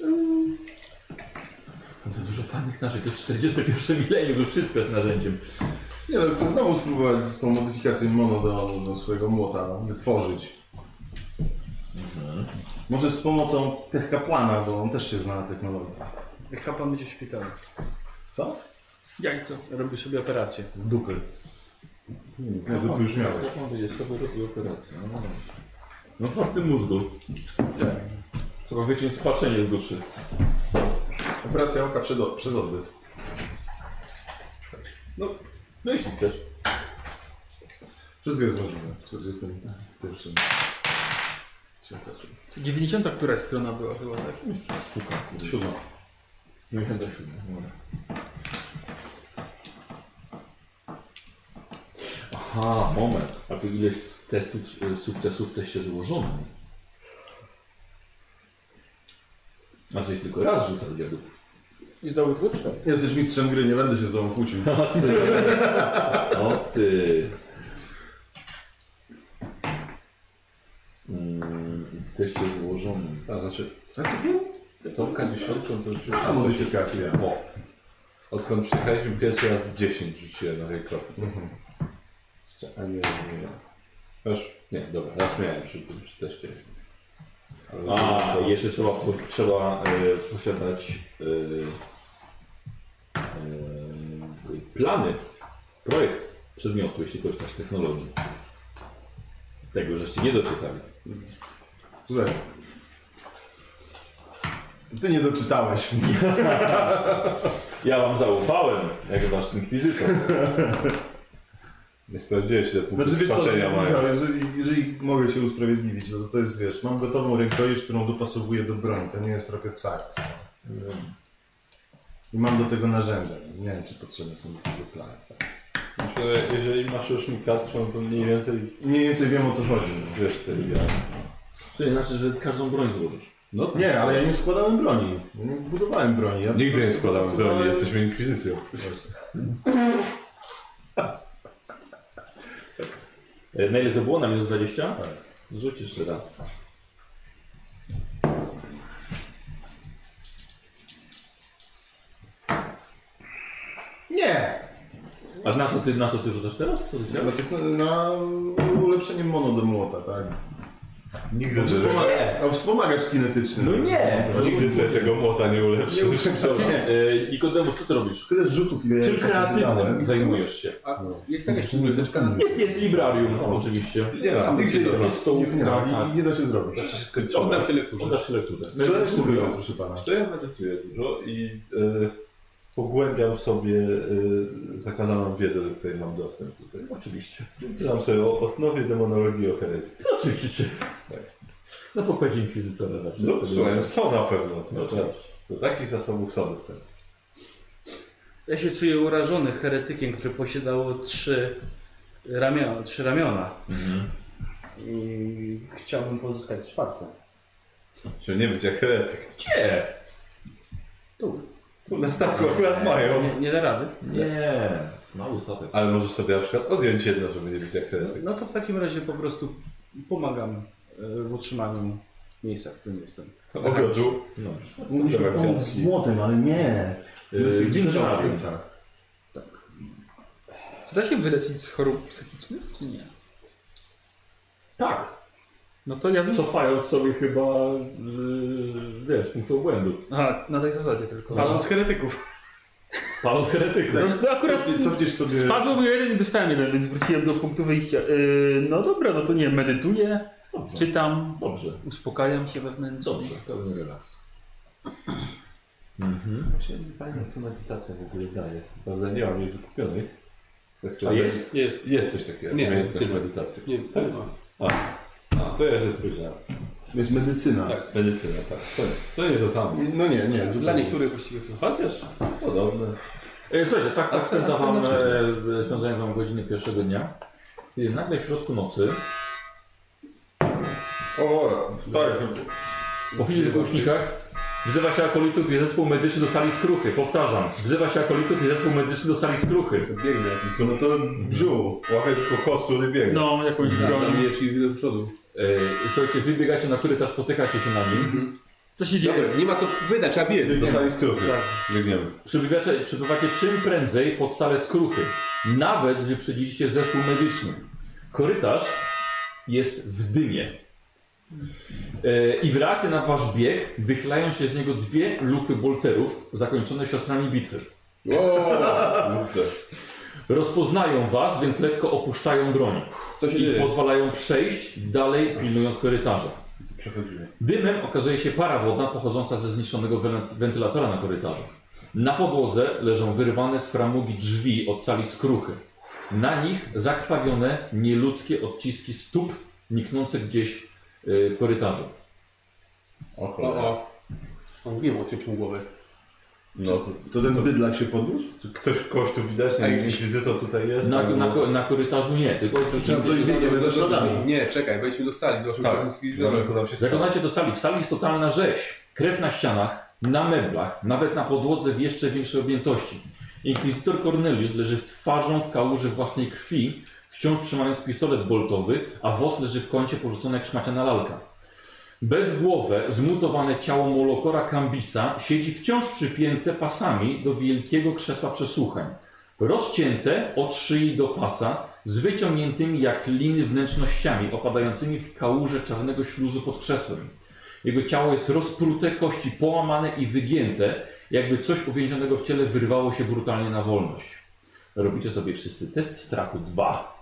[SPEAKER 2] No To dużo fajnych narzędzi. To jest 41 milenium, już wszystko jest narzędziem.
[SPEAKER 1] Nie no, chcę znowu spróbować z tą modyfikacją mono do, do swojego młota no, wytworzyć. Może z pomocą tych kapłana, bo on też się zna na technologii.
[SPEAKER 7] Jak kapan będzie w szpitalu.
[SPEAKER 1] Co?
[SPEAKER 6] Jajco.
[SPEAKER 7] Robi sobie operację.
[SPEAKER 1] Dupy.
[SPEAKER 2] No,
[SPEAKER 1] Ja dupy Hmm, No już miałeś.
[SPEAKER 2] Jak on będzie sobie robił operację? No dobra. No Tak. otwarty mózgu. Trzeba wyciąć spaczenie z duszy.
[SPEAKER 1] Operacja oka przed, przez odbyt.
[SPEAKER 2] No jeśli chcesz.
[SPEAKER 1] Wszystko jest możliwe w 41. Siasaczy.
[SPEAKER 6] 90, która strona była chyba tak?
[SPEAKER 2] Szukam. kurde.
[SPEAKER 1] Siódma.
[SPEAKER 2] 97. dobra. Aha, moment. A to ile z testów y, sukcesów w teście złożonym? A żeś Znaczy, tylko raz rzucał dziadu.
[SPEAKER 7] I znowu tak? kluczem.
[SPEAKER 1] Jesteś mistrzem gry, nie będę się z tobą kłócił.
[SPEAKER 2] O ty. Mm, W teście złożonym.
[SPEAKER 4] A znaczy,
[SPEAKER 1] A to było?
[SPEAKER 4] z tą K10 to już jest
[SPEAKER 1] A, modyfikacja.
[SPEAKER 4] Bo. Odkąd przyjechaliśmy pierwszy raz 10 rzuciłem na tej kostce.
[SPEAKER 1] Mhm.
[SPEAKER 4] Jeszcze- A nie, nie, nie. Aż, nie, dobra, raz miałem przy tym przy teście. Ale-
[SPEAKER 2] A,
[SPEAKER 4] to-
[SPEAKER 2] jeszcze trzeba, trzeba e, posiadać e, e, plany, projekt przedmiotu, jeśli korzystasz z technologii. Tego żeście nie doczytali.
[SPEAKER 1] Słuchaj. To Ty nie doczytałeś.
[SPEAKER 2] Ja wam zaufałem, jak wasz inkwizytor.
[SPEAKER 4] Nie sprawdziłeś ile punktów
[SPEAKER 1] Znaczy wiesz co,
[SPEAKER 4] spaczenia mają.
[SPEAKER 1] Michał, jeżeli, jeżeli mogę się usprawiedliwić, no to, to jest, wiesz, mam gotową rękojeść, którą dopasowuję do broni, to nie jest rocket science. no. I mam do tego narzędzia. Nie wiem, czy potrzebne są do tego plany. Tak.
[SPEAKER 4] Myślę, że jeżeli masz już mikacją, to mniej więcej
[SPEAKER 1] Mniej więcej wiem, o co chodzi. no.
[SPEAKER 4] wiesz co ja.
[SPEAKER 2] Czyli znaczy, że każdą broń złożysz.
[SPEAKER 4] No to
[SPEAKER 1] Nie, ale ja nie składałem broni. Ja Nie budowałem broni. Ja po
[SPEAKER 4] Nigdy nie
[SPEAKER 1] prostu
[SPEAKER 4] składam broni,
[SPEAKER 1] dopasowałem-
[SPEAKER 4] jesteśmy inkwizycją.
[SPEAKER 2] E, Na ile to było? Na minus 20? Tak. Rzuć jeszcze raz.
[SPEAKER 1] Nie!
[SPEAKER 2] A na co ty, na co ty rzucasz teraz? Co ty chciałeś?
[SPEAKER 1] Na, tych- na ulepszenie mono do młota, tak.
[SPEAKER 4] Nigdy
[SPEAKER 1] Wspoma- a wspomagacz kinetyczny.
[SPEAKER 7] No nie!
[SPEAKER 1] To-
[SPEAKER 4] Nigdy sobie tego młota nie ulepszysz.
[SPEAKER 2] Dobra, e, Nikodemus, co ty robisz?
[SPEAKER 1] Tyle rzutów, ile ja
[SPEAKER 2] Czym
[SPEAKER 1] już wydałem.
[SPEAKER 2] kreatywnym zajmujesz się?
[SPEAKER 3] A jest jakaś biblioteczka?
[SPEAKER 2] Jest, jest librarium, oczywiście.
[SPEAKER 4] Nie ma, nigdy nie ma.
[SPEAKER 2] Jest stołówka. tak.
[SPEAKER 1] Nie, nie, nie da się zrobić.
[SPEAKER 4] Znaczy się skończyło.
[SPEAKER 2] się lekturze. Oddam się lekturze.
[SPEAKER 1] Wczoraj jeszcze byłem, proszę pana.
[SPEAKER 4] Co ja medytuję dużo i e, pogłębiam sobie e, zakazaną wiedzę, do której mam dostęp tutaj.
[SPEAKER 2] Oczywiście.
[SPEAKER 4] Czytam sobie o osnowie demonologii i o herezji.
[SPEAKER 2] Oczywiście. No Na pokładzie inkwizytora zawsze
[SPEAKER 4] No
[SPEAKER 2] sobie-
[SPEAKER 4] słuchaj, są na pewno. znaczy,
[SPEAKER 2] No, oczywiście.
[SPEAKER 4] Do takich zasobów są dostępne.
[SPEAKER 3] Ja się czuję urażony heretykiem, który posiadało trzy ramiona. Trzy ramiona. Mhm.
[SPEAKER 7] I chciałbym pozyskać czwarte.
[SPEAKER 4] Żeby nie być jak heretyk.
[SPEAKER 2] Gdzie?
[SPEAKER 7] Tu.
[SPEAKER 4] Tu na stawku akurat
[SPEAKER 3] Nie,
[SPEAKER 4] mają.
[SPEAKER 3] nie da rady.
[SPEAKER 2] Nie, mały statek.
[SPEAKER 4] Ale możesz sobie na przykład odjąć jedno, żeby nie być jak heretyk.
[SPEAKER 7] No to w takim razie po prostu pomagam e, w utrzymaniu miejsca, w którym jestem.
[SPEAKER 4] Tak. Ogrodu.
[SPEAKER 2] Dobrze.
[SPEAKER 1] Mogliśmy
[SPEAKER 4] Dobra,
[SPEAKER 1] pomóc z młotem, ale nie.
[SPEAKER 2] Yy,
[SPEAKER 1] Bez
[SPEAKER 2] Winczarium.
[SPEAKER 6] Czy da się wyleczyć z chorób psychicznych, czy nie?
[SPEAKER 2] Tak,
[SPEAKER 6] No to ja bym...
[SPEAKER 2] cofając sobie chyba, yy, wiesz, punkty obłędu.
[SPEAKER 6] Aha, na tej zasadzie tylko.
[SPEAKER 7] Paląc heretyków.
[SPEAKER 2] Paląc heretyków.
[SPEAKER 6] No, to akurat
[SPEAKER 1] Cofnie- Cofniesz sobie...
[SPEAKER 6] spadło mi o jeden i dostałem jeden, więc wróciłem do punktu wyjścia. Yy, no dobra, no to nie, medytuję,
[SPEAKER 2] Dobrze.
[SPEAKER 6] czytam,
[SPEAKER 2] Dobrze.
[SPEAKER 6] uspokajam się wewnętrznie.
[SPEAKER 2] Dobrze, pełny relaks. Mhm.
[SPEAKER 4] Właśnie nie pamiętam, co medytacja w ogóle daje. Prawda, nie mam jej wykupionej. Tak
[SPEAKER 2] A
[SPEAKER 4] sobie-
[SPEAKER 2] jest?
[SPEAKER 5] Jest.
[SPEAKER 4] Jest coś takiego.
[SPEAKER 5] Nie,
[SPEAKER 4] umiejętność
[SPEAKER 5] nie.
[SPEAKER 4] medytacji.
[SPEAKER 5] Nie, tak. to nie ma.
[SPEAKER 4] A, to ja się spojrzałem.
[SPEAKER 1] To jest medycyna.
[SPEAKER 4] Tak, medycyna, tak. To nie to, nie to samo.
[SPEAKER 1] No nie, nie.
[SPEAKER 5] Dla
[SPEAKER 1] Zupełnie.
[SPEAKER 5] niektórych właściwie to.
[SPEAKER 4] Chociaż podobne.
[SPEAKER 2] E, Słuchajcie, tak, tak
[SPEAKER 4] A-
[SPEAKER 2] spędza wam, e,
[SPEAKER 4] alternatywy.
[SPEAKER 2] spędzają wam godziny pierwszego dnia. Jest nagle w środku nocy.
[SPEAKER 4] O, tak.
[SPEAKER 2] Po chwili w głośnikach wzywa się akolitów i zespół medyczny do sali skruchy. Powtarzam, wzywa się akolitów i zespół medyczny do sali skruchy.
[SPEAKER 4] Biegnę.
[SPEAKER 1] No to brzuch.
[SPEAKER 4] Łapać kokosu i biegnę.
[SPEAKER 6] No, jakąś broń.
[SPEAKER 5] Tam je, czyli widzę do przodu.
[SPEAKER 2] E, słuchajcie, wybiegacie na korytarz, spotykacie się na nim. Co się dzieje?
[SPEAKER 5] Dobra, nie ma co pytać, trzeba biec.
[SPEAKER 4] Do sali skruchy. Biegniemy.
[SPEAKER 2] Przybywacie, przybywacie czym prędzej pod salę skruchy, nawet gdy przedziliście zespół medyczny. Korytarz jest w dymie. E, I w reakcji na wasz bieg wychylają się z niego dwie lufy bolterów zakończone siostrami bitwy.
[SPEAKER 4] Kurde.
[SPEAKER 2] Rozpoznają was, więc lekko opuszczają broń
[SPEAKER 5] Co się
[SPEAKER 2] i
[SPEAKER 5] dzieje?
[SPEAKER 2] pozwalają przejść dalej, pilnując korytarza.
[SPEAKER 4] To Przechodzimy.
[SPEAKER 2] Dymem okazuje się para wodna pochodząca ze zniszczonego wen- wentylatora na korytarzu. Na podłodze leżą wyrwane z framugi drzwi od sali skruchy. Na nich zakrwawione, nieludzkie odciski stóp niknące gdzieś y, w korytarzu.
[SPEAKER 4] O
[SPEAKER 5] O,
[SPEAKER 4] cholera.
[SPEAKER 5] o. O, Mówiłem o tym mu głowę.
[SPEAKER 4] No to
[SPEAKER 1] To ten bydlak się podniósł?
[SPEAKER 4] to ktoś kogoś tu widać, nie? Jakiś wizytor tutaj jest. no,
[SPEAKER 2] Na,
[SPEAKER 4] albo-
[SPEAKER 2] na, ko- na korytarzu nie, tylko
[SPEAKER 1] Tam ktoś biegnie ze środami.
[SPEAKER 5] Nie, czekaj, wejdźmy do sali, zobaczmy
[SPEAKER 4] Tak.
[SPEAKER 5] co jest
[SPEAKER 4] Zobaczmy,
[SPEAKER 5] zlikwidowane.
[SPEAKER 4] co tam się stało.
[SPEAKER 2] Zaglądacie do sali. W sali jest totalna rzeź. Krew na ścianach, na meblach, nawet na podłodze w jeszcze większej objętości. Inkwizytor Cornelius leży w twarzą w kałuży własnej krwi, wciąż trzymając pistolet boltowy, a wos leży w kącie porzucony jak szmaciana lalka. Bezgłowe, zmutowane ciało Molokora Cambisa siedzi wciąż przypięte pasami do wielkiego krzesła przesłuchań. Rozcięte od szyi do pasa, z wyciągniętymi jak liny wnętrznościami opadającymi w kałuże czarnego śluzu pod krzesłem. Jego ciało jest rozprute, kości połamane i wygięte, jakby coś uwięzionego w ciele wyrwało się brutalnie na wolność. Robicie sobie wszyscy test strachu 2.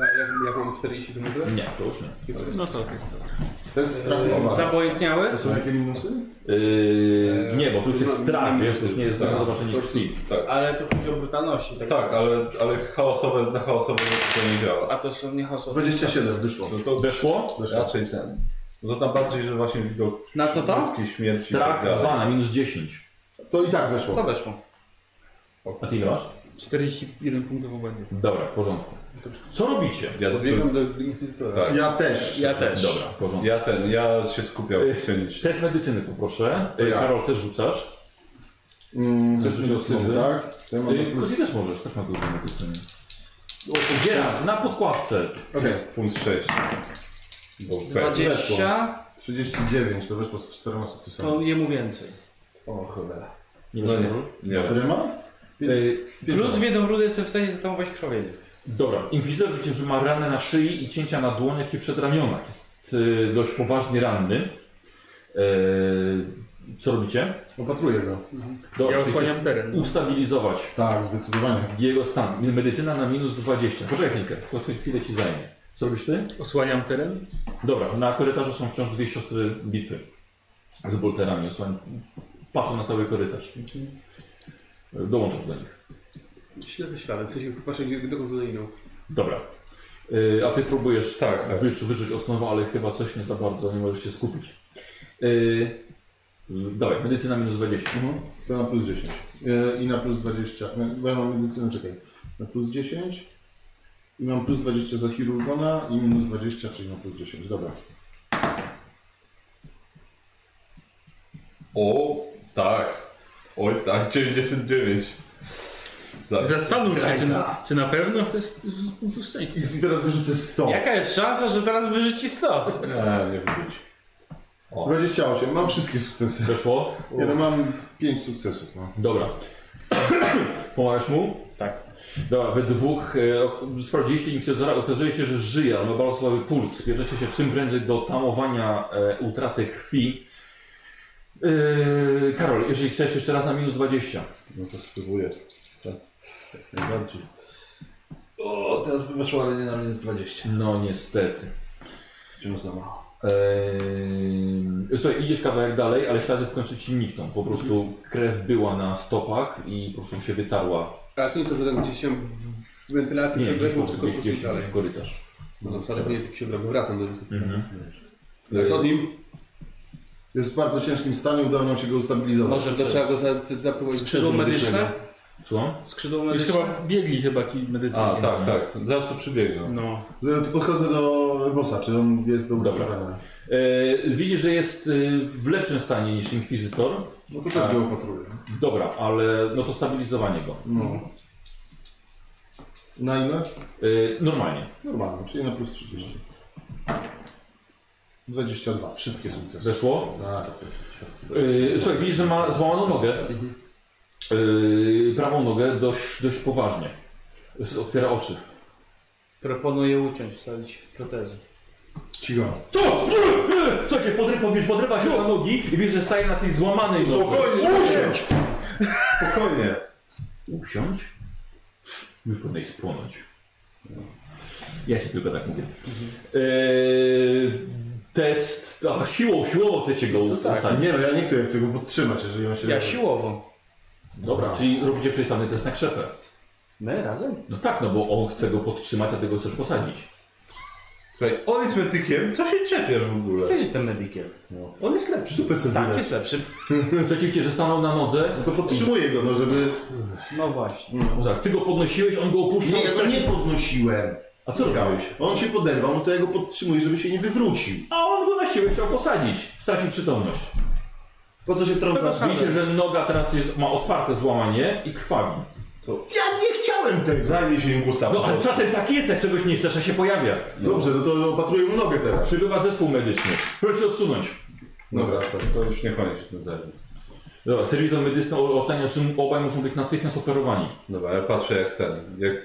[SPEAKER 5] A Jak, jak mam 40 to mogę?
[SPEAKER 2] Nie, to już nie.
[SPEAKER 6] No to tak.
[SPEAKER 1] To jest strachnowa.
[SPEAKER 3] Zapojętniałe?
[SPEAKER 1] To są jakie minusy?
[SPEAKER 2] Yy, nie, bo tu już jest
[SPEAKER 5] No,
[SPEAKER 2] strach,
[SPEAKER 5] no,
[SPEAKER 2] wiesz, to już nie jest
[SPEAKER 4] tak.
[SPEAKER 2] zobaczenie krwi.
[SPEAKER 7] Ale to chodzi o brutalności. Tak?
[SPEAKER 4] Tak, ale, ale chaosowe, na chaosowe to nie działa.
[SPEAKER 7] A to są nie chaosowe.
[SPEAKER 1] 27 wyszło.
[SPEAKER 4] No to
[SPEAKER 2] Weszło?
[SPEAKER 4] raczej ten. No to tam bardziej, że właśnie widok
[SPEAKER 3] Na co to?
[SPEAKER 4] ludzkiej śmierci
[SPEAKER 2] Strach
[SPEAKER 4] i tak
[SPEAKER 2] 2
[SPEAKER 4] dalej.
[SPEAKER 2] na minus 10.
[SPEAKER 1] To i tak
[SPEAKER 3] To
[SPEAKER 1] weszło.
[SPEAKER 3] weszło.
[SPEAKER 2] A ty ile masz?
[SPEAKER 6] 41 punktów obłędu.
[SPEAKER 2] Dobra, w porządku. Co robicie?
[SPEAKER 4] Ja,
[SPEAKER 5] Dobiegam do No, inkwizytora.
[SPEAKER 4] Tak.
[SPEAKER 1] Ja też.
[SPEAKER 7] Ja też.
[SPEAKER 2] Dobra, w porządku.
[SPEAKER 4] ja ten, ja się skupiam
[SPEAKER 2] Yy,
[SPEAKER 4] się nic.
[SPEAKER 2] Test medycyny poproszę.
[SPEAKER 1] To
[SPEAKER 2] Yy,
[SPEAKER 1] ja.
[SPEAKER 2] Karol, też rzucasz.
[SPEAKER 1] Mm, to jest minusy, tak? To ja mam
[SPEAKER 2] Yy,
[SPEAKER 1] na plus.
[SPEAKER 2] Kozi też możesz, też ma dużo medycyny. Dzieram, na podkładce.
[SPEAKER 1] Okej,
[SPEAKER 4] Punkt 6. Bo pe-
[SPEAKER 3] 20,
[SPEAKER 1] 39 to weszło z czterema sukcesami.
[SPEAKER 7] Tak.
[SPEAKER 3] to jemu więcej.
[SPEAKER 4] O cholera.
[SPEAKER 2] Nie
[SPEAKER 4] No
[SPEAKER 2] masz
[SPEAKER 4] nie.
[SPEAKER 2] Karol?
[SPEAKER 4] Nie.
[SPEAKER 1] Czterema?
[SPEAKER 2] Yy,
[SPEAKER 1] Pięcioma.
[SPEAKER 7] Plus w jedną rudę jestem w stanie zatamować krwawienie.
[SPEAKER 2] Dobra, Inkwizor widzicie, że ma ranę na szyi i cięcia na dłoniach i przedramionach. Jest yy, dość poważnie ranny. Yy, co robicie?
[SPEAKER 1] Opatruję go.
[SPEAKER 2] Dobra,
[SPEAKER 6] Ja
[SPEAKER 2] czyli chcesz
[SPEAKER 6] osłaniam teren.
[SPEAKER 2] ustabilizować
[SPEAKER 1] Tak, zdecydowanie.
[SPEAKER 2] jego stan. Medycyna na minus 20. Poczekaj chwilkę, to coś chwilę ci zajmie. Co robisz ty?
[SPEAKER 6] Osłaniam teren.
[SPEAKER 2] Dobra, na korytarzu są wciąż dwie siostry bitwy z bolterami. Osłan... Patrzą na cały korytarz. Dołączam do nich.
[SPEAKER 5] Śledzę ślady, w sensie patrzę gdzie, dokąd one idą.
[SPEAKER 2] Dobra. Yy, a ty próbujesz
[SPEAKER 4] Tak, tak.
[SPEAKER 2] Wyczu, wyczuć osnowę, ale chyba coś nie za bardzo, nie możesz się skupić. Yy, yy, dawaj, medycyna minus 20.
[SPEAKER 1] Mhm. To na plus 10. E, I na plus 20. No, Bo ja mam medycynę, czekaj. Na plus 10. I mam plus 20 za chirurgona i minus 20, czyli na plus 10. Dobra.
[SPEAKER 4] O, tak. Oj, tak, 99. Za-
[SPEAKER 6] Zastanów się, czy na, czy na pewno chcesz punktów szczęścia.
[SPEAKER 1] I i teraz wyrzucę 100.
[SPEAKER 7] Jaka jest szansa, że teraz wyrzuci 100?
[SPEAKER 4] A, nie wybić.
[SPEAKER 1] 28. Mam wszystkie sukcesy.
[SPEAKER 2] Weszło?
[SPEAKER 1] Ja no mam 5 sukcesów. No.
[SPEAKER 2] Dobra. [coughs] Pomagasz mu?
[SPEAKER 7] Tak.
[SPEAKER 2] Dobra, we dwóch e, ok- sprawdziliście inicjatora, okazuje się, że żyje, ale ma bardzo słaby puls. Bierzecie się czym prędzej do tamowania e, utraty krwi. E, Karol, jeżeli chcesz jeszcze raz na minus 20.
[SPEAKER 4] No to spróbuję. Tak. Jak najbardziej. O, teraz by weszło, ale nie na minus 20.
[SPEAKER 2] No niestety.
[SPEAKER 4] Wciąż za mało.
[SPEAKER 2] Eee, E, słuchaj, idziesz kawałek dalej, ale ślady w końcu ci nikną. Po prostu krew była na stopach i po prostu się wytarła.
[SPEAKER 5] A to nie to, że ten gdzieś się w- w wentylacji
[SPEAKER 2] Nie,
[SPEAKER 5] nie,
[SPEAKER 2] gdzieś po
[SPEAKER 5] przebrzegł,
[SPEAKER 2] prostu
[SPEAKER 5] tylko
[SPEAKER 2] gdzieś,
[SPEAKER 5] po
[SPEAKER 2] gdzieś,
[SPEAKER 5] prostu
[SPEAKER 2] gdzieś
[SPEAKER 5] dalej.
[SPEAKER 2] w korytarz.
[SPEAKER 5] No to wcale to nie jest jakiś obraz, bo wracam do niego.
[SPEAKER 2] Mhm.
[SPEAKER 5] A co z nim?
[SPEAKER 1] Jest w bardzo ciężkim stanie, udało nam się go ustabilizować.
[SPEAKER 5] Może to trzeba go za- za- zaprowadzić
[SPEAKER 2] Skrzydło
[SPEAKER 5] do medycznego.
[SPEAKER 7] medyczne?
[SPEAKER 2] Słucham?
[SPEAKER 7] Skrzydło
[SPEAKER 6] Już
[SPEAKER 7] medyczne?
[SPEAKER 6] chyba biegli chyba ci medycyni.
[SPEAKER 4] A, tak, tak. Zaraz tu przybiegną.
[SPEAKER 6] No.
[SPEAKER 1] Ty Podchodzę do Wosa, czy on jest do
[SPEAKER 2] Dobra.
[SPEAKER 1] uratowania.
[SPEAKER 2] Eee, widzisz, że jest e, w lepszym stanie niż Inkwizytor.
[SPEAKER 1] No to też go opatruję.
[SPEAKER 2] Dobra, ale no to stabilizowanie go.
[SPEAKER 1] No. Na ile?
[SPEAKER 2] Eee, normalnie.
[SPEAKER 1] Normalnie, czyli na plus 30. 22. Wszystkie sukcesy.
[SPEAKER 2] Zeszło?
[SPEAKER 1] Tak.
[SPEAKER 2] Yy, słuchaj, widzisz, że ma złamaną nogę. Yy, prawą nogę dość, dość poważnie. S- Otwiera oczy.
[SPEAKER 7] Proponuję uciąć, wsadzić protezy.
[SPEAKER 1] Cicho.
[SPEAKER 2] Co? E, Co się podrywa, wiesz, podrywa się na nogi i wiesz, że staje na tej złamanej nodze.
[SPEAKER 1] Usiądź!
[SPEAKER 4] Spokojnie.
[SPEAKER 2] Usiądź? Już powinieneś spłonąć. Ja się tylko tak mówię. Eee, test. Aha, siłą, siłowo chcecie go us-
[SPEAKER 1] Tak,
[SPEAKER 2] ustalić.
[SPEAKER 1] nie no, ja nie chcę, ja chcę go podtrzymać, jeżeli on się...
[SPEAKER 7] Ja siłowo.
[SPEAKER 2] Dobra, czyli robicie przystawny test na krzepę.
[SPEAKER 7] My razem?
[SPEAKER 2] No tak, no bo on chce go podtrzymać, a ty go chcesz posadzić.
[SPEAKER 4] Słuchaj, on jest medykiem, co się czepiasz w ogóle?
[SPEAKER 7] Też jestem medykiem.
[SPEAKER 4] No.
[SPEAKER 7] On jest lepszy.
[SPEAKER 1] Dupę sobie
[SPEAKER 7] Tak,
[SPEAKER 1] wyleć.
[SPEAKER 7] jest lepszy.
[SPEAKER 2] Słuchajcie, widzicie, że stanął na nodze.
[SPEAKER 1] No to podtrzymuję go, no żeby...
[SPEAKER 7] No właśnie.
[SPEAKER 2] No tak, ty go podnosiłeś, on go opuszczał.
[SPEAKER 1] ja go nie podnosiłem.
[SPEAKER 2] A co robiłeś?
[SPEAKER 1] On się poderwał, no to ja go podtrzymuję, żeby się nie wywrócił.
[SPEAKER 2] A on go na siłę chciał posadzić. Stracił przytomność.
[SPEAKER 1] Po co się wtrącasz?
[SPEAKER 2] Widzicie, że noga teraz jest, ma otwarte złamanie i krwawi.
[SPEAKER 1] Ja nie chciałem tego!
[SPEAKER 4] Tak, Zajmij się nim Gustaw.
[SPEAKER 2] No ale czasem tak jest, jak czegoś nie chcesz, a się pojawia.
[SPEAKER 1] Dobrze, no to opatruję mu nogę teraz.
[SPEAKER 2] Przybywa zespół medyczny. Proszę odsunąć.
[SPEAKER 1] Dobra, to...
[SPEAKER 4] to już nie koniec się tym zajmie.
[SPEAKER 2] Dobra, serwizor medyczny o- ocenia, że obaj muszą być natychmiast operowani.
[SPEAKER 4] Dobra, ja patrzę jak ten, jak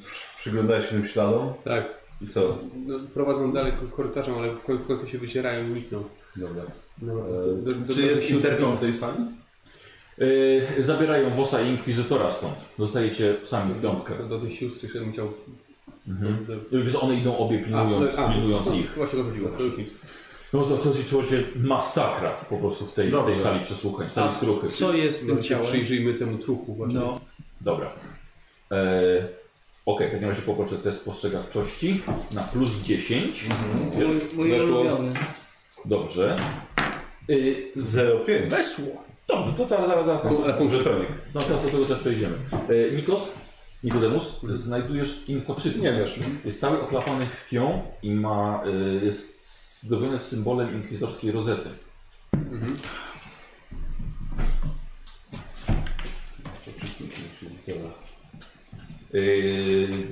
[SPEAKER 4] przy- przyglądałeś się tym śladom
[SPEAKER 5] Tak.
[SPEAKER 4] i co?
[SPEAKER 5] No, prowadzą dalej ko- korytarzem, ale w końcu, w końcu się wycierają i E, nikną.
[SPEAKER 4] Dobra.
[SPEAKER 5] No, Do- do- do-
[SPEAKER 1] Czy jest
[SPEAKER 5] do-
[SPEAKER 1] interkom w tej sali?
[SPEAKER 2] Yy, zabierają Wosa i Inkwizytora stąd. Zostajecie sami w piątkę.
[SPEAKER 5] do- Do tej sióstry, że musiał... Do- do-
[SPEAKER 2] Yy, Więc one idą obie pilnując,
[SPEAKER 5] A, ale- a,
[SPEAKER 2] pilnując
[SPEAKER 5] no,
[SPEAKER 2] ich.
[SPEAKER 5] Właśnie dochodziło, to już nic.
[SPEAKER 2] No to co zaczęło się masakra po prostu w tej, w tej
[SPEAKER 1] Dobrze.
[SPEAKER 2] sali przesłuchań, w sali skruchy.
[SPEAKER 7] Co jest z
[SPEAKER 5] No,
[SPEAKER 7] tym
[SPEAKER 5] się
[SPEAKER 7] ciałem?
[SPEAKER 5] przyjrzyjmy temu truchu właśnie.
[SPEAKER 7] No.
[SPEAKER 2] Dobra. Yy, Okej, w takim razie poproszę test spostrzegawczości na plus 10.
[SPEAKER 7] Mój, mój
[SPEAKER 2] Weszło.
[SPEAKER 7] ulubiony.
[SPEAKER 2] Dobrze. Yy,
[SPEAKER 4] 0,5.
[SPEAKER 2] weszło. Dobrze, to zaraz, zaraz, zaraz.
[SPEAKER 4] Na pół żetonik.
[SPEAKER 2] No to do tego też przejdziemy. E, Nikos, Nikodemus, znajdujesz infoczytnik.
[SPEAKER 1] Nie wiesz.
[SPEAKER 2] Jest cały oklapany krwią i ma, e, jest zdobiony symbolem inkwizytorskiej rozety.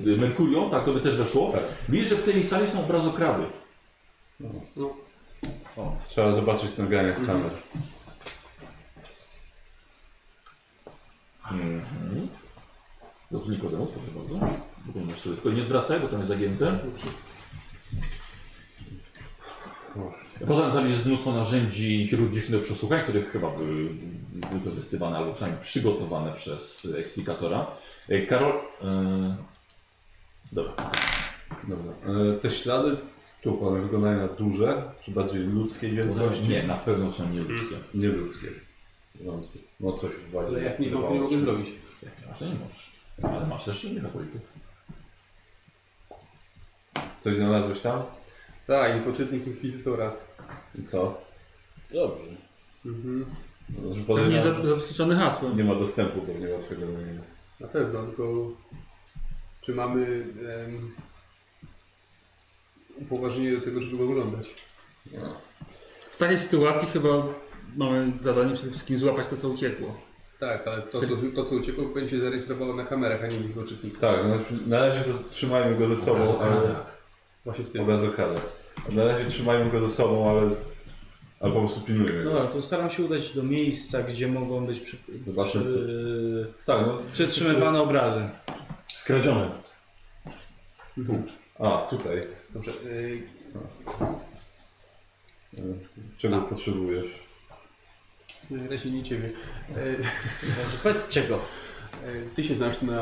[SPEAKER 2] E, Merkurią, tak, to by też weszło.
[SPEAKER 4] Tak.
[SPEAKER 2] Widzisz, że w tej sali są obrazokrady.
[SPEAKER 4] O, trzeba zobaczyć ten granie z kamer.
[SPEAKER 2] Mhm. Dobrze, Nikodemus, proszę bardzo. Wyglądasz sobie, tylko nie odwracaj, bo tam jest zagięte. Poza tym tam jest mnóstwo narzędzi chirurgicznych do przesłuchań, które chyba były wykorzystywane albo przynajmniej przygotowane przez eksplikatora. E, Karol... e, Dobra.
[SPEAKER 4] Dobra. E, Te ślady stóp, one wyglądają na duże, czy bardziej ludzkiej wielkości?
[SPEAKER 2] Nie, na pewno są nieludzkie.
[SPEAKER 4] Nie ludzkie. No, no coś w walce.
[SPEAKER 5] Ale jak nie mam, to nie mogę zrobić.
[SPEAKER 2] Masz, to nie możesz. Ale masz też innych akolitów.
[SPEAKER 4] Coś znalazłeś tam?
[SPEAKER 5] Tak, infoczytnik inkwizytora.
[SPEAKER 4] I co?
[SPEAKER 3] Dobrze.
[SPEAKER 4] No, że
[SPEAKER 6] Pewnie
[SPEAKER 4] podejrzewam,
[SPEAKER 6] za- zabezpieczony hasłem.
[SPEAKER 4] nie ma dostępu pewnie łatwego do niego.
[SPEAKER 5] Na pewno, tylko czy mamy em, upoważnienie do tego, żeby go oglądać?
[SPEAKER 6] W takiej sytuacji chyba mamy zadanie przede wszystkim złapać to, co uciekło.
[SPEAKER 5] Tak, ale to, co, to, co uciekło, będzie zarejestrowało na kamerach, a nie w ich oczytniku.
[SPEAKER 4] Tak, no, na razie to trzymajmy go ze sobą, ale...
[SPEAKER 2] Tak.
[SPEAKER 5] Właśnie w tym.
[SPEAKER 4] Obraz okada. Na razie trzymajmy go ze sobą, ale... Ale po prostu pilnujmy
[SPEAKER 5] No.
[SPEAKER 4] go.
[SPEAKER 7] Dobra, to staram się udać do miejsca, gdzie mogą być przy...
[SPEAKER 4] Zobaczmy, co-
[SPEAKER 7] przy...
[SPEAKER 4] Tak, no.
[SPEAKER 7] przetrzymywane obrazy.
[SPEAKER 1] Skradzione.
[SPEAKER 4] A, tutaj.
[SPEAKER 5] Dobrze. y,
[SPEAKER 4] Czego potrzebujesz?
[SPEAKER 5] na razie nie ciebie. Y,
[SPEAKER 7] Znaczy, Powiedzcie go.
[SPEAKER 5] y, ty się znasz na.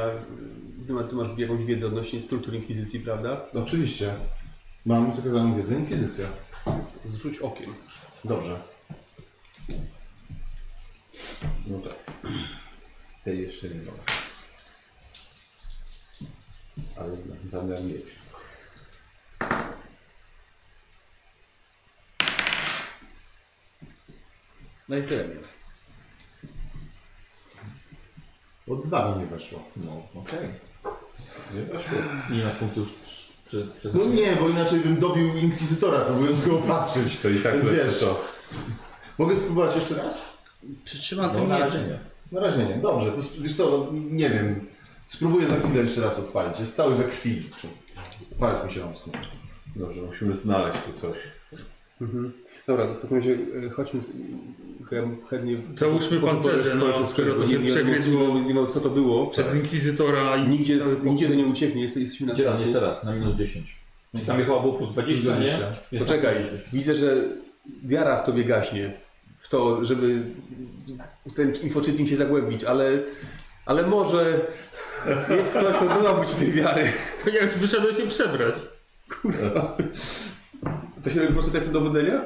[SPEAKER 5] Ty, ma, ty masz jakąś wiedzę odnośnie struktur inkwizycji, prawda?
[SPEAKER 1] Oczywiście. Mam zakazaną wiedzę inkwizycja.
[SPEAKER 5] Zrzuć okiem.
[SPEAKER 1] Dobrze.
[SPEAKER 4] No tak. Tej jeszcze nie mam. Ale mam zamiar mieć.
[SPEAKER 7] No i tyle.
[SPEAKER 1] O dwa mi nie weszło.
[SPEAKER 2] No, okej.
[SPEAKER 4] Nie weszło.
[SPEAKER 2] Nie masz punktu już przy, przy, przy,
[SPEAKER 1] No nie, bo inaczej bym dobił inkwizytora, próbując go opatrzyć.
[SPEAKER 4] To i tak
[SPEAKER 1] Więc
[SPEAKER 4] lepsze
[SPEAKER 1] wiesz.
[SPEAKER 4] to.
[SPEAKER 1] Mogę spróbować jeszcze raz?
[SPEAKER 7] Przytrzymam
[SPEAKER 2] No,
[SPEAKER 7] ten
[SPEAKER 2] na
[SPEAKER 7] miecz.
[SPEAKER 2] razie nie.
[SPEAKER 1] Na razie nie. Dobrze, to s- wiesz co, no, nie wiem. Spróbuję za chwilę jeszcze raz odpalić. Jest cały we krwi. Palec mi się rąsnął.
[SPEAKER 4] Dobrze, musimy znaleźć to coś.
[SPEAKER 5] Mhm. Dobra, to w takim razie e, chodźmy, z- ja chętnie...
[SPEAKER 6] Załóżmy pancerze, no, skoro to się przegryzło
[SPEAKER 5] Nie wiem, co to było.
[SPEAKER 6] przez Inkwizytora i
[SPEAKER 5] Nigdzie,
[SPEAKER 6] cały pokój.
[SPEAKER 5] nigdzie to nie ucieknie, jeste- jesteśmy na
[SPEAKER 2] Gdzie tam
[SPEAKER 5] strachu.
[SPEAKER 2] jeszcze raz? Na minus 10. Tam chyba było plus 20, nie? Jest tak. na
[SPEAKER 5] Poczekaj,
[SPEAKER 2] plus 10.
[SPEAKER 5] widzę, że wiara w tobie gaśnie. W to, żeby w ten infoczytnik się zagłębić, ale, ale może jest ktoś, kto dodał być tej wiary.
[SPEAKER 6] [laughs] Ja już wyszedłem się przebrać.
[SPEAKER 5] To się robi po prostu testem dowodzenia?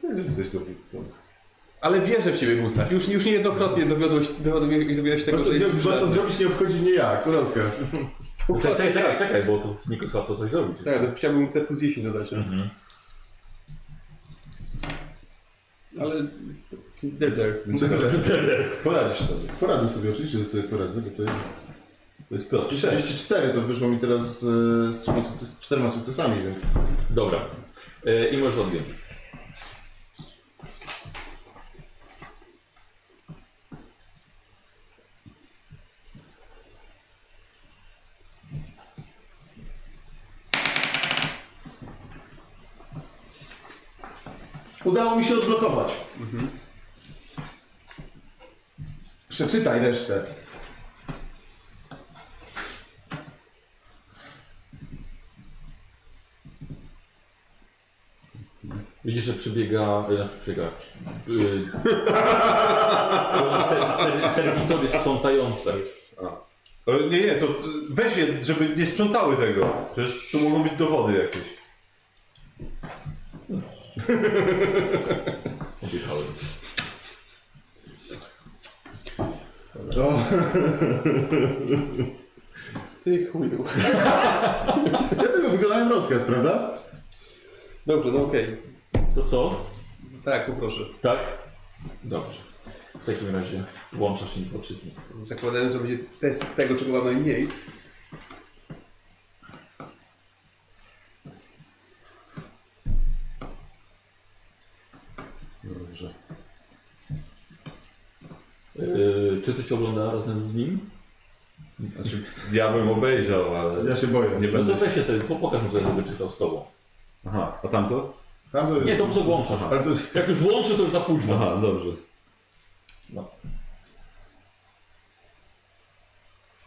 [SPEAKER 4] Ty też jesteś dowódcą.
[SPEAKER 5] Ale wierzę w ciebie, Gustaw. Już, już niejednokrotnie dowiodłeś, dowiodłeś, dowiodłeś tego, że jesteś
[SPEAKER 1] Was to zrobić nie obchodzi mnie jak, to rozkaz.
[SPEAKER 2] Czekaj, czekaj, czekaj, czekaj, bo to nie co coś zrobić.
[SPEAKER 5] Tak, no, chciałbym te plus 10 dodać.
[SPEAKER 2] Mhm.
[SPEAKER 5] Ale... Deter.
[SPEAKER 4] Poradzisz sobie.
[SPEAKER 1] Poradzę sobie, oczywiście, że sobie poradzę, bo to jest
[SPEAKER 4] To jest proste.
[SPEAKER 1] 34, to wyszło mi teraz e, z trzema sukces, czterema sukcesami, więc
[SPEAKER 2] Dobra. E, I możesz odjąć.
[SPEAKER 1] udało mi się odblokować.
[SPEAKER 2] Mhm.
[SPEAKER 1] Przeczytaj resztę.
[SPEAKER 2] Widzisz, że przybiega, e, znaczy przybiega, przy- y, ser, ser, serwitory sprzątające.
[SPEAKER 4] Ale nie, nie, to y, weź je, żeby nie sprzątały tego. Przecież tu mogą być dowody jakieś.
[SPEAKER 2] Odjechały.
[SPEAKER 5] Ty chuju.
[SPEAKER 1] Ja tylko wykonałem rozkaz, prawda?
[SPEAKER 5] Dobrze, no okej.
[SPEAKER 2] To co?
[SPEAKER 5] Tak, poproszę.
[SPEAKER 2] Tak? Dobrze. W takim razie włączasz infoczytnik.
[SPEAKER 5] Zakładając, że będzie test tego, czego mam najmniej.
[SPEAKER 4] Dobrze.
[SPEAKER 2] E, czy to się ogląda razem z nim?
[SPEAKER 4] Znaczy, ja bym obejrzał, ale
[SPEAKER 1] Ja się boję.
[SPEAKER 4] nie
[SPEAKER 2] No to
[SPEAKER 4] będę...
[SPEAKER 2] weź się sobie, po- pokaż mu sobie, żeby czytał z tobą.
[SPEAKER 4] Aha, a tamto?
[SPEAKER 1] Tam to jest...
[SPEAKER 2] Nie, to po co włączasz?
[SPEAKER 1] Ale to jest...
[SPEAKER 2] Jak już włączy, to już za późno.
[SPEAKER 4] Aha, dobrze.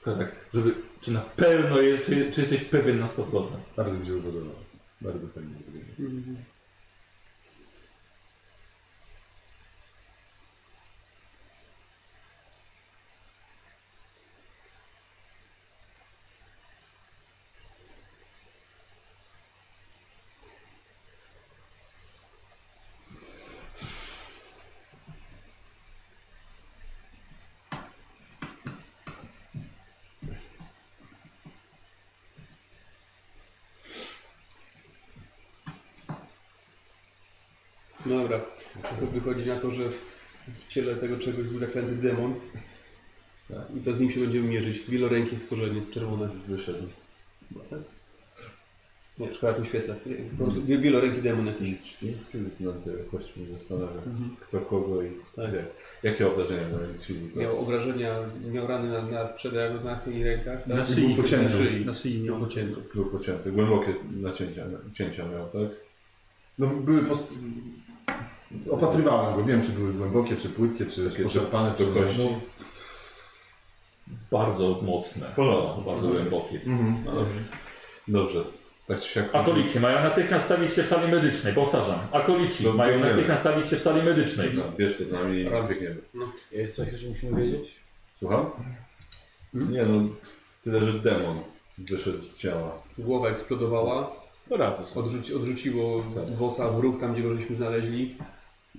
[SPEAKER 2] Tak, tak, żeby, czy na pewno, je, czy, czy jesteś pewien na 100%?
[SPEAKER 1] Bardzo mi się podobało. Bardzo fajnie zrobione.
[SPEAKER 5] No Dobra. Wychodzi na to, że w ciele tego czegoś był zaklęty demon. Tak, I to z nim się będziemy mierzyć. Wielorękie stworzenie, czerwone.
[SPEAKER 4] Wyszedł.
[SPEAKER 5] Nie, No tak. szkoda tym świetle. Po prostu wie- wieloręki demon jakiś.
[SPEAKER 4] Tak. Dźwięki wygnące jakoś mnie zastanawia, kto kogo i jak. Jakie obrażenia miał Inquisitor?
[SPEAKER 5] Miał obrażenia, miał rany na, na przedramionach i rękach.
[SPEAKER 6] Na
[SPEAKER 5] tak?
[SPEAKER 6] szyi.
[SPEAKER 5] I był pocięty. Na szyi.
[SPEAKER 6] Na szyi
[SPEAKER 5] Miał
[SPEAKER 6] miał.
[SPEAKER 5] pocięty.
[SPEAKER 4] Był pocięty, głębokie nacięcia cięcia miał, tak?
[SPEAKER 1] No były post... Opatrywałem go, wiem czy były głębokie, czy płytkie, czy
[SPEAKER 4] Takie
[SPEAKER 1] poszarpane, czy...
[SPEAKER 4] do kości.
[SPEAKER 1] No,
[SPEAKER 2] Bardzo mocne.
[SPEAKER 4] porządku.
[SPEAKER 2] Bardzo głębokie.
[SPEAKER 1] mhm.
[SPEAKER 4] No dobrze. Dobrze. Tak czy siak.
[SPEAKER 2] Akolici mają natychmiast stawić się w sali medycznej, powtarzam. Akolici
[SPEAKER 4] No,
[SPEAKER 2] mają
[SPEAKER 4] biegniemy.
[SPEAKER 2] natychmiast stawić się w sali medycznej.
[SPEAKER 4] No, bierz to z nami i biegniemy.
[SPEAKER 7] Jest coś, o czym musimy wiedzieć?
[SPEAKER 4] Słucham? Nie no, tyle, że demon wyszedł z ciała.
[SPEAKER 5] Głowa eksplodowała.
[SPEAKER 4] no,
[SPEAKER 7] Dobra, to są.
[SPEAKER 5] Odrzuci, odrzuciło
[SPEAKER 4] Tak.
[SPEAKER 5] wosa w róg, tam gdzie go żeśmy znaleźli.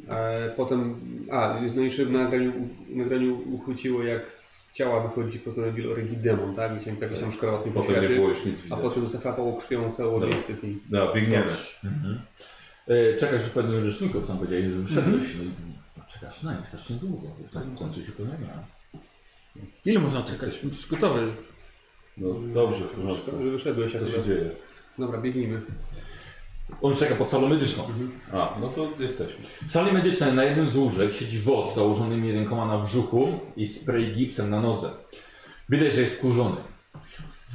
[SPEAKER 5] E, potem, a, no jeszcze na nagraniu, nagraniu uchwyciło jak z ciała wychodzi po stronę wieloręki demon, tak? Jakiś tam, jakiś tam szkarłatny
[SPEAKER 4] Potem nie
[SPEAKER 5] poświaczy,
[SPEAKER 4] było już nic
[SPEAKER 5] a
[SPEAKER 4] widać.
[SPEAKER 5] potem zachlapało krwią cały
[SPEAKER 4] Dobra.
[SPEAKER 5] obiektyw i
[SPEAKER 4] No, biegniemy.
[SPEAKER 2] Mhm. E, czekasz już w pewnym leczniku, bo sam powiedziałeś, że wyszedłeś.
[SPEAKER 4] Mhm.
[SPEAKER 2] No i no, czekasz na nich strasznie długo. Już tak w końcu się pojawia.
[SPEAKER 6] Ile można czekać? Już gotowy.
[SPEAKER 4] No dobrze, w porządku.
[SPEAKER 5] szkoda, że wyszedłeś.
[SPEAKER 4] Co się
[SPEAKER 5] akurat.
[SPEAKER 4] dzieje?
[SPEAKER 5] Dobra, biegnijmy.
[SPEAKER 2] On czeka pod salą medyczną.
[SPEAKER 4] A, no to jesteśmy.
[SPEAKER 2] W sali medycznej na jednym z łóżek siedzi wos z założonymi rękoma na brzuchu i spray gipsem na nodze. Widać, że jest kurzony.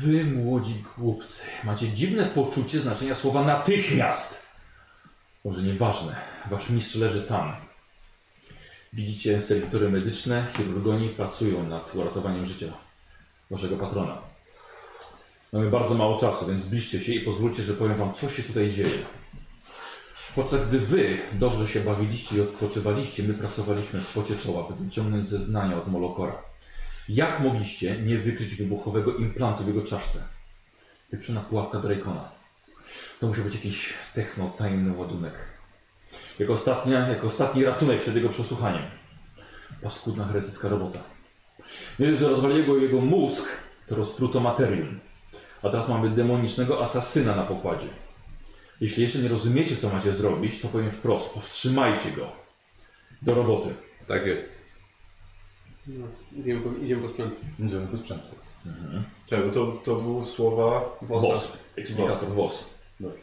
[SPEAKER 2] Wy, młodzi głupcy, macie dziwne poczucie znaczenia słowa natychmiast. Może nieważne, wasz mistrz leży tam. Widzicie, serwitory medyczne, chirurgoni pracują nad uratowaniem życia waszego patrona. Mamy bardzo mało czasu, więc zbliżcie się i pozwólcie, że powiem wam, co się tutaj dzieje. Podczas gdy wy dobrze się bawiliście i odpoczywaliście, my pracowaliśmy w pocie czoła, by wyciągnąć zeznania od Molokora. Jak mogliście nie wykryć wybuchowego implantu w jego czaszce? Pieprzona pułapka Drakona. To musiał być jakiś techno, tajny ładunek. Jako, ostatnia, jako ostatni ratunek przed jego przesłuchaniem. Paskudna heretycka robota. Nie dość, że rozwalił go jego mózg, to rozpruto materium. A teraz mamy demonicznego asasyna na pokładzie. Jeśli jeszcze nie rozumiecie, co macie zrobić, to powiem wprost, powstrzymajcie go. Do roboty.
[SPEAKER 4] Tak jest.
[SPEAKER 5] No, idziemy, po, idziemy po sprzęt.
[SPEAKER 1] Idziemy po sprzęt.
[SPEAKER 4] Czekaj, bo to, to były słowa...
[SPEAKER 2] WOS. Eksplikator WOS.
[SPEAKER 4] Dobrze.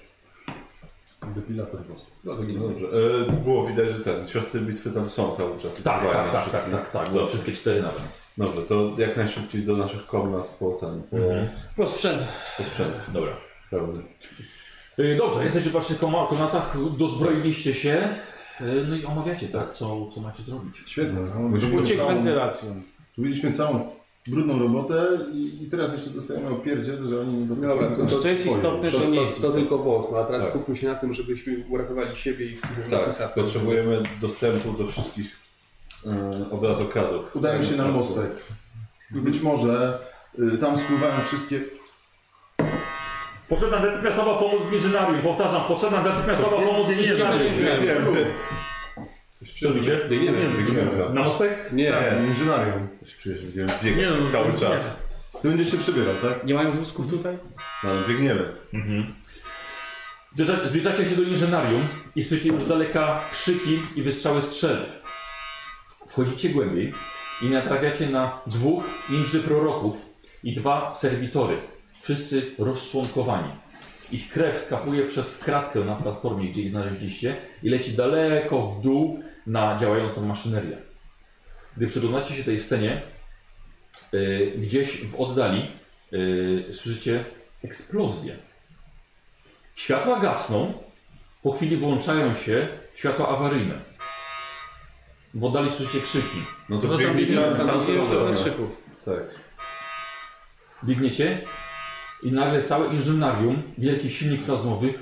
[SPEAKER 1] Depilator wozu.
[SPEAKER 5] No, to gino.
[SPEAKER 4] Dobrze. E, było widać, że ten, siostry bitwy tam są cały czas. i
[SPEAKER 2] Tak,
[SPEAKER 4] działają
[SPEAKER 2] tak, tak,
[SPEAKER 4] na
[SPEAKER 2] tak,
[SPEAKER 4] wszystkim.
[SPEAKER 2] tak, tak.
[SPEAKER 4] Dobrze.
[SPEAKER 2] Wszystkie cztery nawet.
[SPEAKER 4] Dobrze, to jak najszybciej do naszych komnat po ten, po,
[SPEAKER 2] Mhm.
[SPEAKER 3] Po sprzęt.
[SPEAKER 4] po sprzęt
[SPEAKER 2] Dobra.
[SPEAKER 4] pełny.
[SPEAKER 2] Y, Dobrze, jesteście w waszych koma- komnatach, dozbroiliście się, y, no i omawiacie, tak, co, co macie zrobić.
[SPEAKER 1] Świetne. No,
[SPEAKER 7] Uciek
[SPEAKER 1] robiliśmy całą,
[SPEAKER 7] wentylacją.
[SPEAKER 1] robiliśmy całą brudną robotę i, i teraz jeszcze dostajemy opierdziel, że oni nie potrafią
[SPEAKER 5] Dobra,
[SPEAKER 1] wykonać
[SPEAKER 5] to- to
[SPEAKER 7] jest
[SPEAKER 1] swojej.
[SPEAKER 7] istotne,
[SPEAKER 5] To,
[SPEAKER 7] że nie
[SPEAKER 5] to,
[SPEAKER 7] jest
[SPEAKER 5] to tylko włos, no, a teraz
[SPEAKER 4] Tak.
[SPEAKER 5] skupmy się na tym, żebyśmy uratowali siebie i wtórzyli na tym
[SPEAKER 4] Tak,
[SPEAKER 5] statku.
[SPEAKER 4] potrzebujemy dostępu do wszystkich e, obrazokradów.
[SPEAKER 1] Udają się na
[SPEAKER 4] statku.
[SPEAKER 1] mostek. Być może y, tam spływają wszystkie...
[SPEAKER 2] Potrzebna natychmiastowa pomoc w Mirzynarium, powtarzam, potrzebna natychmiastowa pomoc w Mirzynarium. Co robicie?
[SPEAKER 4] Biegniemy, biegniemy.
[SPEAKER 2] Na mostek?
[SPEAKER 5] Nie,
[SPEAKER 4] Nie,
[SPEAKER 1] Inżynarium.
[SPEAKER 4] to się czuję, że będziemy biegać
[SPEAKER 6] no,
[SPEAKER 4] cały czas.
[SPEAKER 1] Ty będziesz się przebierał, tak?
[SPEAKER 3] Nie mają wózków tutaj?
[SPEAKER 4] No, biegniemy.
[SPEAKER 2] Zbliża- Zbliżacie się do Inżynarium i słyszycie już z daleka krzyki i wystrzały strzelb. Wchodzicie głębiej i natrafiacie na dwóch Inży proroków i dwa serwitory, wszyscy rozczłonkowani. Ich krew skapuje przez kratkę na platformie, gdzie ich znaleźliście i leci daleko w dół na działającą maszynerię. Gdy przyglądacie się tej scenie, y, gdzieś w oddali y, słyszycie eksplozję. Światła gasną, po chwili włączają się światła awaryjne. W oddali słyszycie krzyki.
[SPEAKER 4] No to
[SPEAKER 6] No to tam
[SPEAKER 4] biegniemy
[SPEAKER 6] biegniemy,
[SPEAKER 4] tam,
[SPEAKER 6] tam
[SPEAKER 4] tam,
[SPEAKER 6] biegniemy w stronę
[SPEAKER 4] Tak.
[SPEAKER 2] Biegniecie i nagle całe inżynarium, wielki silnik plazmowy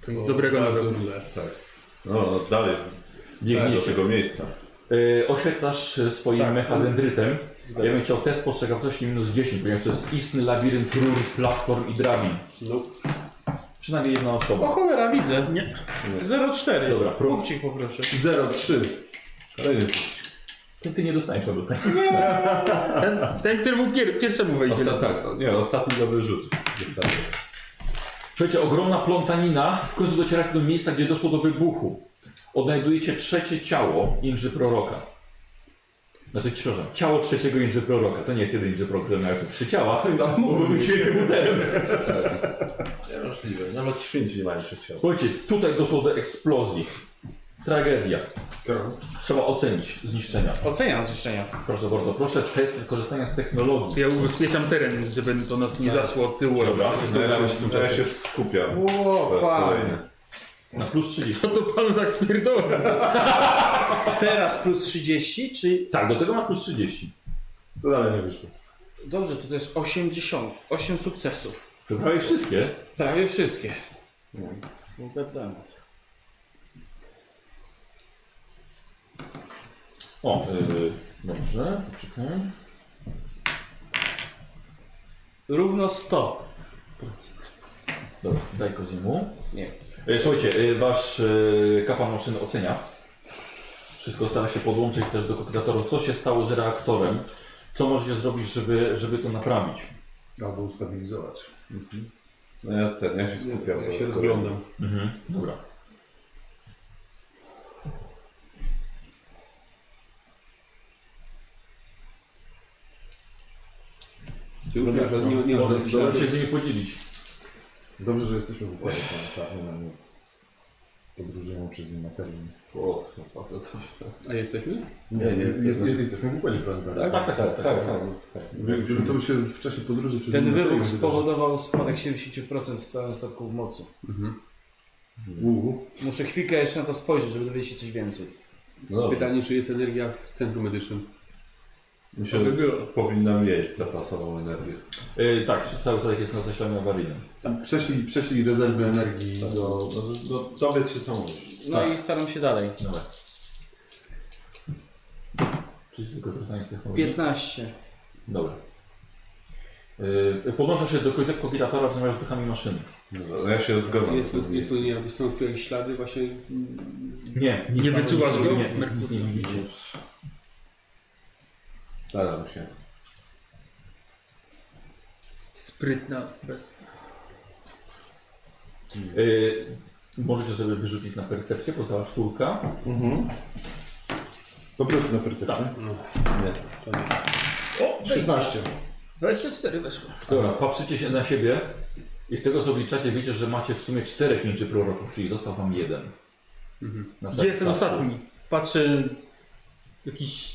[SPEAKER 6] To nic dobrego na to.
[SPEAKER 4] No, no dalej. Biegniemy do
[SPEAKER 2] biegniecie.
[SPEAKER 4] tego miejsca.
[SPEAKER 2] Yy, oświetlasz e, swoim mechadendrytem. Ja bym chciał test postrzegawczości minus 10, ponieważ to jest istny labirynt rur, platform i drabin.
[SPEAKER 5] no,
[SPEAKER 2] Przynajmniej jedna
[SPEAKER 3] O
[SPEAKER 2] osoba.
[SPEAKER 3] cholera, widzę. Nie. 0,4.
[SPEAKER 2] Dobra, prób.
[SPEAKER 3] Punkcik poproszę.
[SPEAKER 1] 0,3.
[SPEAKER 4] Kolejny
[SPEAKER 2] Ty, ty nie dostaniesz, a dostaniesz.
[SPEAKER 6] Ten, ten który był pier, pierwszemu wejdzie.
[SPEAKER 4] Osta- tak, no, nie, ostatni dobry rzut. Wystarczy.
[SPEAKER 2] Słuchajcie, ogromna plątanina. W końcu docieracie do miejsca, gdzie doszło do wybuchu. Odnajdujecie trzecie ciało Inży Proroka. Znaczy, przepraszam, ciało trzeciego Inży Proroka. To nie jest jeden Inży Prorok, który miał już trzy ciała. Byłby być świętym uterem.
[SPEAKER 4] Niemożliwe, nawet święci nie mają przeciwko.
[SPEAKER 2] Słuchajcie, tutaj doszło do eksplozji. Tragedia.
[SPEAKER 6] Tak.
[SPEAKER 1] Karol.
[SPEAKER 2] Trzeba ocenić zniszczenia.
[SPEAKER 3] Oceniam zniszczenia.
[SPEAKER 2] Proszę bardzo, proszę test korzystania z
[SPEAKER 6] To
[SPEAKER 2] technologii.
[SPEAKER 6] ja ubezpieczam teren, żeby to nas
[SPEAKER 4] Tak.
[SPEAKER 6] nie zaszło od tyłu.
[SPEAKER 2] Dobra,
[SPEAKER 4] no Ja się skupiam. Po raz
[SPEAKER 3] Łopa.
[SPEAKER 4] kolejny.
[SPEAKER 2] na plus 30.
[SPEAKER 6] Co to panu tak spierdolę?
[SPEAKER 3] Teraz plus 30, czy...
[SPEAKER 2] Tak, do tego masz plus 30.
[SPEAKER 1] To dalej nie wyszło.
[SPEAKER 3] Dobrze, to to jest 80. 8 sukcesów.
[SPEAKER 2] Wybrałeś wszystkie.
[SPEAKER 3] Prawie wszystkie. No, gadamy.
[SPEAKER 2] O, yy, dobrze, poczekaj.
[SPEAKER 3] Równo 100.
[SPEAKER 2] Dobra, daj Kozimu.
[SPEAKER 3] Nie.
[SPEAKER 2] E, Słuchajcie, e, wasz e, kapan maszyny ocenia. Wszystko stara się podłączyć też do kompilatorów. Co się stało z reaktorem? Co możecie zrobić, żeby, żeby to naprawić?
[SPEAKER 1] Albo ustabilizować.
[SPEAKER 4] No ja ten, ja się skupiam.
[SPEAKER 5] ja
[SPEAKER 4] po
[SPEAKER 5] się
[SPEAKER 4] raz
[SPEAKER 5] rozglądam.
[SPEAKER 2] Mhm, Dobra.
[SPEAKER 5] Ty już nie, nie, nie,
[SPEAKER 2] Dobra,
[SPEAKER 5] nie,
[SPEAKER 2] trzeba się z nimi podzielić.
[SPEAKER 1] Dobrze, że jesteśmy w układzie planetarnym, a nie w podróżują przez niematerię.
[SPEAKER 4] O, a co to?
[SPEAKER 5] A jesteśmy?
[SPEAKER 1] Nie, nie, jest, jest, jesteśmy w układzie planetarnym.
[SPEAKER 2] tak, tak, tak. tak, tak.
[SPEAKER 1] Gdyby gdyby to by się w czasie podróży przez
[SPEAKER 2] No
[SPEAKER 7] Ten
[SPEAKER 1] niematerię
[SPEAKER 7] wybuch
[SPEAKER 1] wydarzyło.
[SPEAKER 7] spowodował spadek 70% w całym statku w mocy.
[SPEAKER 1] Uuu.
[SPEAKER 7] Muszę chwilkę jeszcze na to spojrzeć, żeby dowiedzieć się coś więcej.
[SPEAKER 4] No dobra.
[SPEAKER 5] Pytanie, czy jest energia w centrum medycznym?
[SPEAKER 4] Myślę, że powinna mieć zapasową energię.
[SPEAKER 2] Y, tak, cały statek jest na zasilaniu awaryjnym.
[SPEAKER 1] Przeszli, przeszli rezerwy energii do...
[SPEAKER 4] No, no, dowiedz się co mówisz.
[SPEAKER 7] No
[SPEAKER 2] Tak.
[SPEAKER 7] i staram się dalej.
[SPEAKER 2] Dobra. Czy jest wykorzystanie technologii?
[SPEAKER 7] 15.
[SPEAKER 2] Dobra. Yy, podłącza się do kotek kokitatora, ponieważ duchami maszyny.
[SPEAKER 4] No, no, ja się zgadzam.
[SPEAKER 5] Jest tu, jest tu nie wiem, są tu jakieś ślady właśnie... mm,
[SPEAKER 2] Nie,
[SPEAKER 6] Nie wyczuwasz
[SPEAKER 2] nie,
[SPEAKER 6] go?
[SPEAKER 2] Nie, nic nie widzicie.
[SPEAKER 4] Staram się.
[SPEAKER 6] Sprytna bestia.
[SPEAKER 2] Yy, możecie sobie wyrzucić na percepcję, pozwala czwórka.
[SPEAKER 1] Po prostu na percepcję.
[SPEAKER 4] Nie.
[SPEAKER 1] 16.
[SPEAKER 6] 24 weszło.
[SPEAKER 2] Dobra, patrzycie się na siebie i z tego co obliczacie wiecie, że macie w sumie czterech inczy proroków, czyli został wam jeden. Na
[SPEAKER 6] Mhm. Gdzie jestem
[SPEAKER 4] tak,
[SPEAKER 2] statku.
[SPEAKER 6] ostatni? Patrzę jakiś...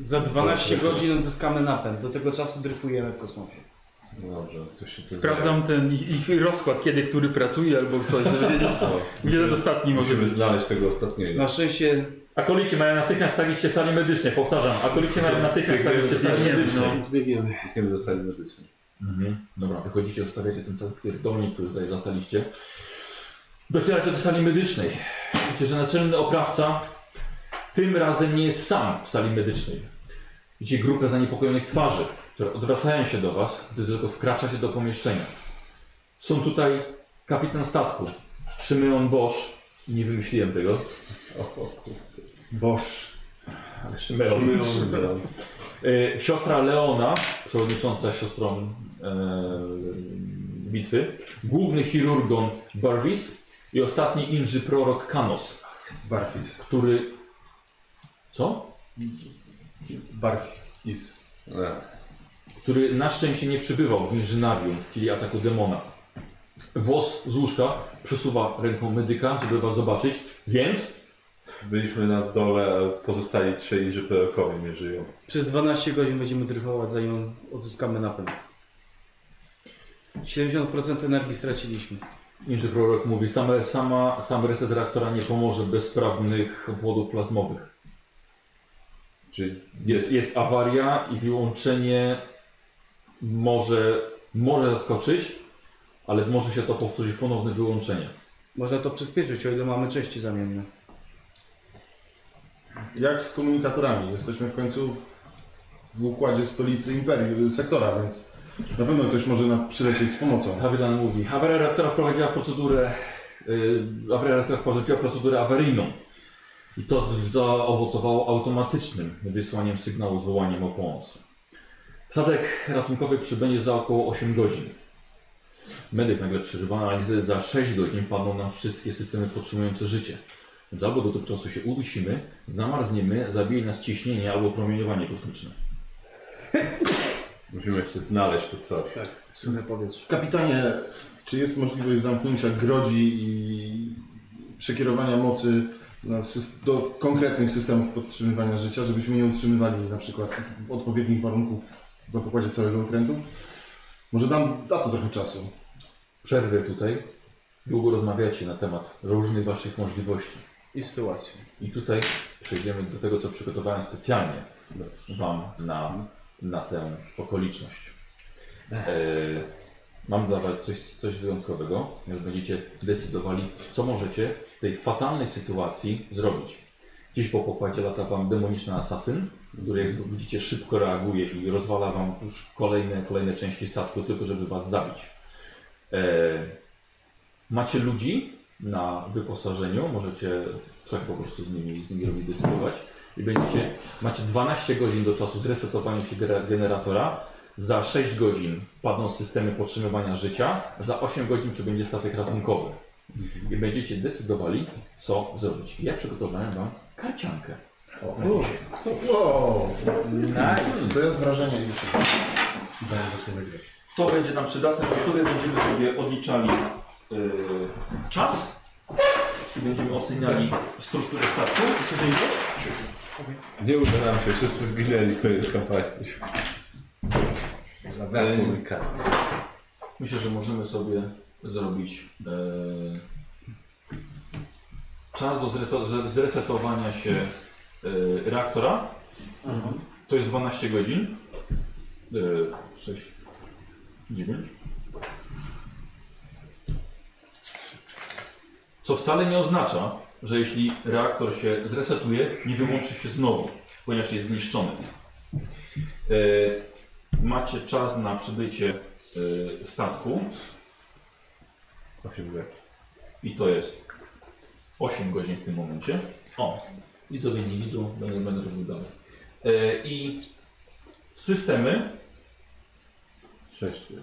[SPEAKER 7] Za 12 godzin odzyskamy napęd. Do tego czasu dryfujemy w kosmosie.
[SPEAKER 4] No dobrze, ktoś się tu
[SPEAKER 6] Sprawdzam ten ich, ich rozkład, kiedy który pracuje albo coś, żeby wiedzieć,
[SPEAKER 4] zna. No,
[SPEAKER 6] gdzie ten ostatni może
[SPEAKER 4] Musimy
[SPEAKER 6] być.
[SPEAKER 4] znaleźć tego ostatniego.
[SPEAKER 7] Na szczęście
[SPEAKER 2] Akolici mają natychmiast stawić się w sali medycznej, powtarzam. Akolici mają natychmiast stawić się w sali
[SPEAKER 6] Nie,
[SPEAKER 2] medycznej.
[SPEAKER 6] Tak, no.
[SPEAKER 5] Biegniemy.
[SPEAKER 4] Kiedy zostali medycznie.
[SPEAKER 2] Mhm. Dobra, wychodzicie, zostawiacie ten cały pierdolnik, który tutaj zastaliście. Docieracie do sali medycznej. Widzicie, że naczelny oprawca tym razem nie jest sam w sali medycznej. Widzicie grupę zaniepokojonych twarzy, które odwracają się do Was, gdy tylko wkracza się do pomieszczenia. Są tutaj kapitan statku, Szymeon Bosch. Nie wymyśliłem tego,
[SPEAKER 1] Bosz.
[SPEAKER 2] ale Szymeon. E, Siostra Leona, przewodnicząca siostrą e, bitwy, główny chirurgon Barwis i ostatni inży prorok Kanos,
[SPEAKER 1] Barfis.
[SPEAKER 2] który... Co?
[SPEAKER 1] Barfis.
[SPEAKER 4] Tak.
[SPEAKER 2] Który na szczęście nie przybywał w inżynarium w chwili ataku demona. Wos z łóżka przesuwa ręką medyka, żeby was zobaczyć, więc...
[SPEAKER 4] Byliśmy na dole, a pozostali trzej żypełkowie nie żyją.
[SPEAKER 7] przez 12 godzin będziemy dryfować, zanim odzyskamy napęd. 70% energii straciliśmy.
[SPEAKER 2] Inży prorok mówi, same, sama, sam reset reaktora nie pomoże bez sprawnych obwodów plazmowych.
[SPEAKER 4] Czyli
[SPEAKER 2] Jest, jest awaria i wyłączenie może, może zaskoczyć, ale może się to powtórzyć ponowne wyłączenie.
[SPEAKER 7] Można to przyspieszyć, o ile mamy części zamienne.
[SPEAKER 1] Jak z komunikatorami? Jesteśmy w końcu w, w układzie stolicy imperium, sektora, więc na pewno ktoś może nam przylecieć z pomocą.
[SPEAKER 2] Kapitan mówi, awaria reaktora wprowadziła procedurę, yy, awaria reaktora wprowadziła procedurę awaryjną. I to z- zaowocowało automatycznym wysłaniem sygnału z wołaniem o pomoc. Statek ratunkowy przybędzie za około 8 godzin. Medyk nagle przerywany, ale niestety za 6 godzin padną nam wszystkie systemy podtrzymujące życie. Więc albo do tego czasu się udusimy, zamarzniemy, zabije nas ciśnienie albo promieniowanie kosmiczne.
[SPEAKER 4] musimy jeszcze znaleźć to coś.
[SPEAKER 7] Suche powietrze.
[SPEAKER 1] Kapitanie, czy jest możliwość zamknięcia grodzi i przekierowania mocy na syst- do konkretnych systemów podtrzymywania życia, żebyśmy nie utrzymywali na przykład odpowiednich warunków na pokładzie całego okrętu? Może nam da to trochę czasu.
[SPEAKER 2] Przerwę tutaj. Długo rozmawiacie na temat różnych Waszych możliwości.
[SPEAKER 7] I sytuację.
[SPEAKER 2] I tutaj przejdziemy do tego, co przygotowałem specjalnie Wam na, na tę okoliczność. E, mam dla Was coś, coś wyjątkowego, jak będziecie decydowali, co możecie w tej fatalnej sytuacji zrobić. Dziś po pokładzie lata Wam demoniczny asasyn, który jak widzicie szybko reaguje i rozwala Wam już kolejne, kolejne części statku, tylko żeby Was zabić. E, macie ludzi na wyposażeniu, możecie co po prostu z nimi, z nimi robić, decydować. I będziecie, macie 12 godzin do czasu zresetowania się gera- generatora. Za 6 godzin padną systemy podtrzymywania życia, za 8 godzin przybędzie statek ratunkowy. I będziecie decydowali, co zrobić. Ja przygotowałem Wam karciankę. O, na dzisiaj.
[SPEAKER 1] Wow! Nice. To jest wrażenie. Zanim zaczniemy grać.
[SPEAKER 2] To będzie nam przydatne, bo sobie będziemy sobie odliczali y, czas i będziemy oceniali strukturę statku. I co będzie?
[SPEAKER 4] Nie uda nam się, wszyscy zginęli, koniec kampanii. Zabrakło mi kart.
[SPEAKER 2] Myślę, że możemy sobie zrobić e, czas do zreto- zre- zresetowania się e, reaktora. To jest 12 godzin. E, 6, 9. Co wcale nie oznacza, że jeśli reaktor się zresetuje, nie wyłączy się znowu, ponieważ jest zniszczony. E, macie czas na przybycie y, statku
[SPEAKER 4] 8 godzin.
[SPEAKER 2] i to jest 8 godzin w tym momencie. O, widzowie nie widzą, będę, będę robił dalej. Y, I systemy,
[SPEAKER 4] 6 godzin.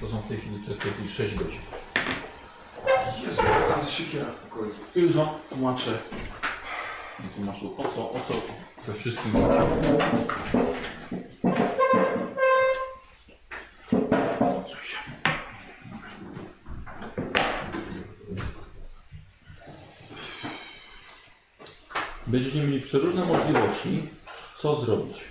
[SPEAKER 2] to są w tej chwili, to jest w tej chwili 6 godzin.
[SPEAKER 1] Jezu, tam jest siekiera w pokoju.
[SPEAKER 2] Już wam tłumaczę. No tu masz o co, o co we wszystkim chodzi. O co się. Będziecie mieli przeróżne możliwości, co zrobić.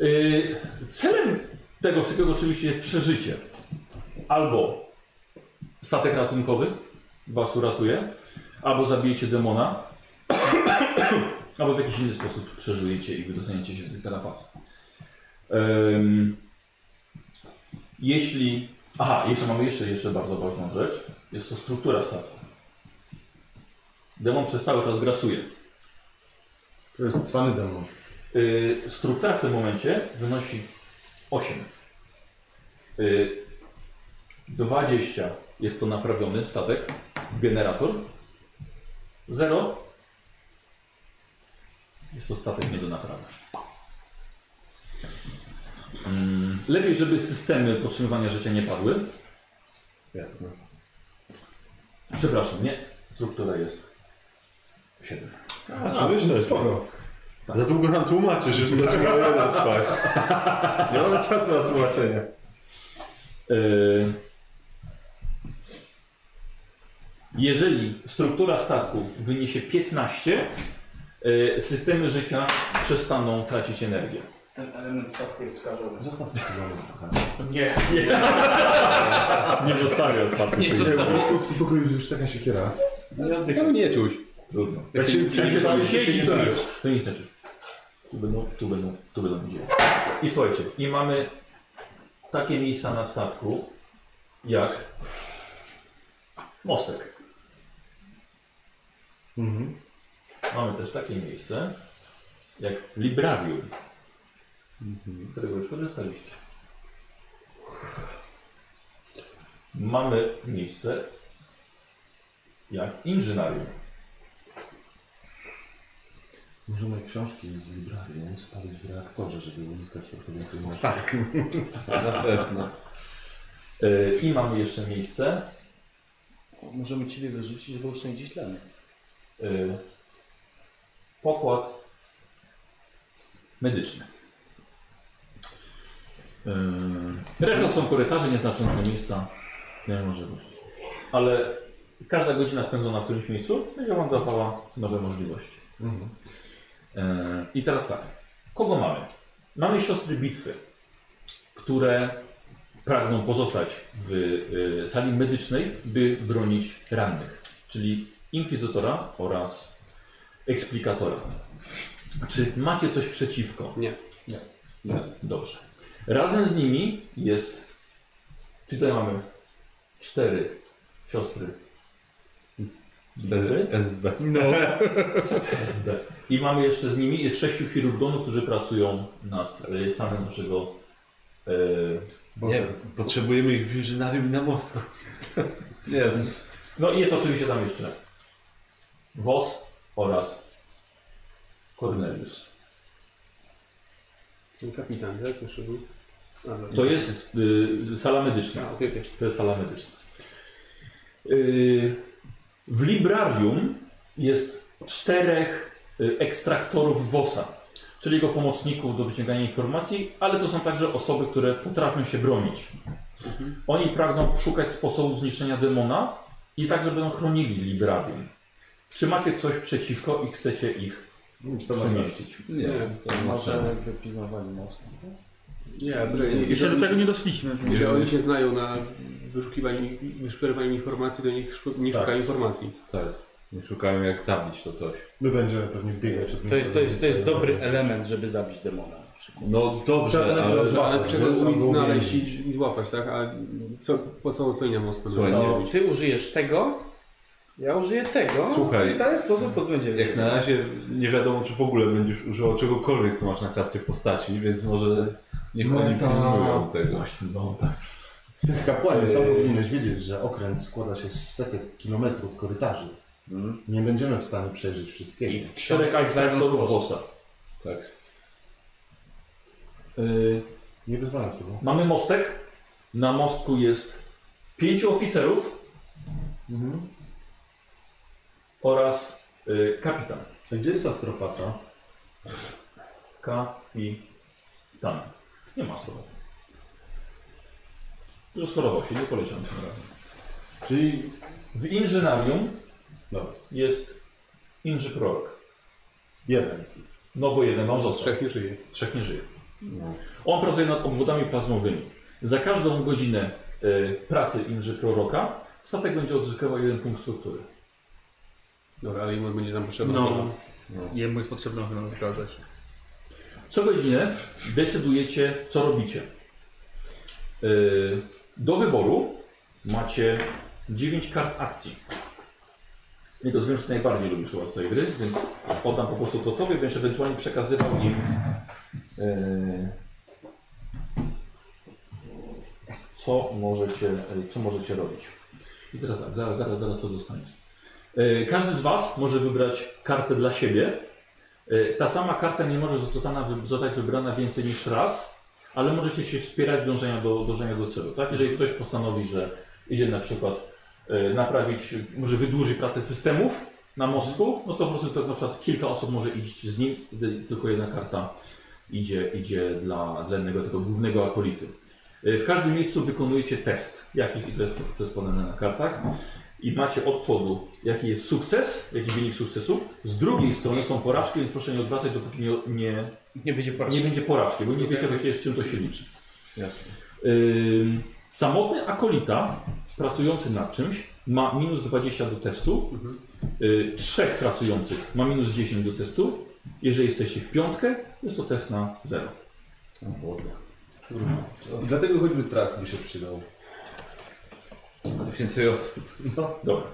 [SPEAKER 2] Yy, celem tego wszystkiego oczywiście jest przeżycie. Albo statek ratunkowy was uratuje, albo zabijecie demona, albo w jakiś inny sposób przeżyjecie i wydostaniecie się z tych telepatów. Em, jeśli... Aha, jeszcze mamy jeszcze, jeszcze bardzo ważną rzecz. Jest to struktura statku. Demon przez cały czas grasuje.
[SPEAKER 1] To jest cwany demon.
[SPEAKER 2] Y, struktura w tym momencie wynosi 8. Y, 20 jest to naprawiony statek, generator. 0 jest to statek nie do naprawy. Mm, Lepiej, żeby systemy podtrzymywania rzeczy nie padły.
[SPEAKER 4] Jasne.
[SPEAKER 2] Przepraszam, nie. Struktura jest 7.
[SPEAKER 1] A,
[SPEAKER 4] myślę, że-
[SPEAKER 1] spoko.
[SPEAKER 4] Za długo nam tłumaczysz, już nie możemy jeden spać. Nie mamy czasu na tłumaczenie.
[SPEAKER 2] Y, Jeżeli struktura statku wyniesie 15, y, systemy życia przestaną tracić energię.
[SPEAKER 7] Ten element statku jest skażony.
[SPEAKER 1] Zostaw to trochę.
[SPEAKER 7] Nie.
[SPEAKER 2] Nie zostawię otwartych.
[SPEAKER 6] Nie,
[SPEAKER 1] Nie, po
[SPEAKER 6] zostaw.
[SPEAKER 1] prostu w tym pokoju jest już taka siekiera.
[SPEAKER 4] No nie czuć.
[SPEAKER 2] Trudno.
[SPEAKER 1] Jak się
[SPEAKER 2] Znaczy, Przecież tu
[SPEAKER 1] przyjrzałeś, to się tak.
[SPEAKER 2] siedzi,
[SPEAKER 1] nie
[SPEAKER 2] to
[SPEAKER 1] znasz.
[SPEAKER 2] nic. To nic znaczy. Tu będą, tu będą, tu będą ludzie. I słuchajcie, i mamy takie miejsca na statku, jak mostek.
[SPEAKER 1] Mhm.
[SPEAKER 2] Mamy też takie miejsce, jak librarium, z którego już korzystaliście. Mamy miejsce jak inżynarium.
[SPEAKER 1] Możemy książki z librarium spalić w reaktorze, żeby uzyskać trochę więcej mocy. Tak.
[SPEAKER 4] Na pewno.
[SPEAKER 2] Yy, I mamy jeszcze miejsce.
[SPEAKER 3] Możemy ciebie wyrzucić, bo oszczędzić dla mnie.
[SPEAKER 2] y, pokład medyczny. Yy, Reszta są korytarze, nieznaczące miejsca, nie ma możliwości. Ale każda godzina spędzona w którymś miejscu będzie Wam dawała nowe możliwości.
[SPEAKER 1] Mhm.
[SPEAKER 2] Yy, I teraz tak, kogo mamy? Mamy siostry bitwy, które pragną pozostać w y, sali medycznej, by bronić rannych, czyli inkwizytora oraz eksplikatora. Czy macie coś przeciwko?
[SPEAKER 5] Nie.
[SPEAKER 2] Nie. Dobrze. Razem z nimi jest. Czyli tutaj mamy cztery siostry. Bitwy.
[SPEAKER 4] SB.
[SPEAKER 2] SD. I mamy jeszcze z nimi jest sześciu chirurgonów, którzy pracują nad y, stanem naszego y,
[SPEAKER 4] Nie, potrzebujemy ich w inżynarium i na mostku. [laughs] Nie,
[SPEAKER 2] No i jest oczywiście tam jeszcze Wos oraz Cornelius.
[SPEAKER 5] Ten kapitan, tak? Jeszcze był? A, dobra.
[SPEAKER 2] To jest y, sala medyczna.
[SPEAKER 5] A, okej, okej.
[SPEAKER 2] To jest sala medyczna. Y, w librarium jest czterech y, ekstraktorów Wosa, czyli jego pomocników do wyciągania informacji, ale to są także osoby, które potrafią się bronić.
[SPEAKER 1] Mhm.
[SPEAKER 2] Oni pragną szukać sposobu zniszczenia demona i także będą chronili Librarium. Czy macie coś przeciwko i chcecie ich
[SPEAKER 1] To ma sens.
[SPEAKER 2] przemieścić?
[SPEAKER 4] Nie, to nie ma sensu.
[SPEAKER 7] Może wypilnowali most.
[SPEAKER 5] Nie, nie,
[SPEAKER 6] Jeszcze do tego nie doszliśmy.
[SPEAKER 5] Jeżeli oni się znają na wyszukiwaniu, wyszukiwaniu informacji, to niech szko- nie
[SPEAKER 1] Tak.
[SPEAKER 5] szukają informacji.
[SPEAKER 4] Tak. Nie szukają jak zabić to coś.
[SPEAKER 1] My będziemy pewnie biegać od
[SPEAKER 7] To
[SPEAKER 1] miejsca
[SPEAKER 7] jest,
[SPEAKER 1] do
[SPEAKER 7] to, jest, to jest
[SPEAKER 1] miejsca.
[SPEAKER 7] dobry element, żeby zabić demona. na przykład.
[SPEAKER 4] No
[SPEAKER 1] Trzeba
[SPEAKER 4] dobrze,
[SPEAKER 1] najpierw
[SPEAKER 4] ale...
[SPEAKER 1] rozwa-
[SPEAKER 5] Ale
[SPEAKER 1] Tak,
[SPEAKER 5] czego
[SPEAKER 1] żeby
[SPEAKER 5] umieć
[SPEAKER 1] albo
[SPEAKER 5] znaleźć i,
[SPEAKER 1] uwięzić.
[SPEAKER 5] i złapać, tak? A co, po co, co innego
[SPEAKER 4] Słuchaj,
[SPEAKER 5] spróbować
[SPEAKER 4] nie
[SPEAKER 7] To
[SPEAKER 5] robić?
[SPEAKER 7] ty użyjesz tego, ja użyję tego.
[SPEAKER 4] Słuchaj.
[SPEAKER 7] I w ten sposób pozbędziemy
[SPEAKER 4] Jak
[SPEAKER 7] się.
[SPEAKER 4] na razie nie wiadomo, czy w ogóle będziesz używał czegokolwiek, co masz na karcie postaci, więc może niech oni
[SPEAKER 1] Meta.
[SPEAKER 4] pilnują tego.
[SPEAKER 2] No tak. Właśnie, no tak.
[SPEAKER 1] Ty, Kapłanie, sam powinieneś wiedzieć, że okręt składa się z setek kilometrów korytarzy. Nie będziemy w stanie przejrzeć
[SPEAKER 7] I
[SPEAKER 1] wszystkiego.
[SPEAKER 7] w
[SPEAKER 2] Szereg
[SPEAKER 7] książkach znajdą
[SPEAKER 2] akceptorów
[SPEAKER 7] sposób.
[SPEAKER 2] WOSa.
[SPEAKER 4] Tak.
[SPEAKER 2] Y,
[SPEAKER 1] Nie wyzwalam w tobą.
[SPEAKER 2] Mamy mostek. Na mostku jest pięciu oficerów
[SPEAKER 1] Mhm.
[SPEAKER 2] oraz y, kapitan.
[SPEAKER 1] A Gdzie jest Astropata?
[SPEAKER 2] Kapitan. Nie ma słowa. Rozchorował się, nie poleciałem tym razem.
[SPEAKER 1] Czyli...
[SPEAKER 2] W inżynarium
[SPEAKER 1] Dobra.
[SPEAKER 2] jest inży prorok.
[SPEAKER 1] Jeden.
[SPEAKER 2] No bo jeden wam został.
[SPEAKER 5] Trzech nie żyje.
[SPEAKER 2] Trzech nie żyje. On pracuje nad obwodami plazmowymi. Za każdą godzinę y, pracy inży proroka statek będzie odzyskiwał jeden punkt struktury.
[SPEAKER 5] Dobra, ale im będzie nam potrzebna.
[SPEAKER 6] No.
[SPEAKER 5] ochrona.
[SPEAKER 6] Jemu jest potrzebna ochrona, zgadza się.
[SPEAKER 2] Co godzinę decydujecie, co robicie. Yy, Do wyboru macie 9 kart akcji. Nie to zwiąż najbardziej lubisz chyba z tej gry, więc oddam po prostu to tobie, będziesz ewentualnie przekazywał im yy, co możecie, yy, co możecie robić. I teraz tak, zaraz, zaraz, zaraz to dostaniesz. Yy, Każdy z Was może wybrać kartę dla siebie. E, Ta sama karta nie może zostana, wy- zostać wybrana więcej niż raz, ale możecie się wspierać w dążeniu do, dążenia do celu. Tak? Jeżeli ktoś postanowi, że idzie na przykład e, naprawić, może wydłuży pracę systemów na mostku, no to po prostu to na przykład kilka osób może iść z nim, gdy tylko jedna karta idzie, idzie dla, dla jednego tego głównego akolity. E, W każdym miejscu wykonujecie test, jaki i to jest, to jest podane na kartach. I macie od przodu, jaki jest sukces, jaki wynik sukcesu. Z drugiej strony są porażki, więc proszę nie odwracać, dopóki nie, nie,
[SPEAKER 7] Nie będzie porażki.
[SPEAKER 2] nie będzie porażki, bo nie wiecie właściwie z czym to się liczy.
[SPEAKER 4] Jasne.
[SPEAKER 2] Ym, samotny akolita pracujący nad czymś ma minus 20 do testu.
[SPEAKER 4] Mhm.
[SPEAKER 2] Y, trzech pracujących ma minus 10 do testu. Jeżeli jesteście w piątkę, jest to test na 0.
[SPEAKER 1] Dlatego choćby Trask mi się przydał.
[SPEAKER 4] Więcej osób.
[SPEAKER 2] Dobra.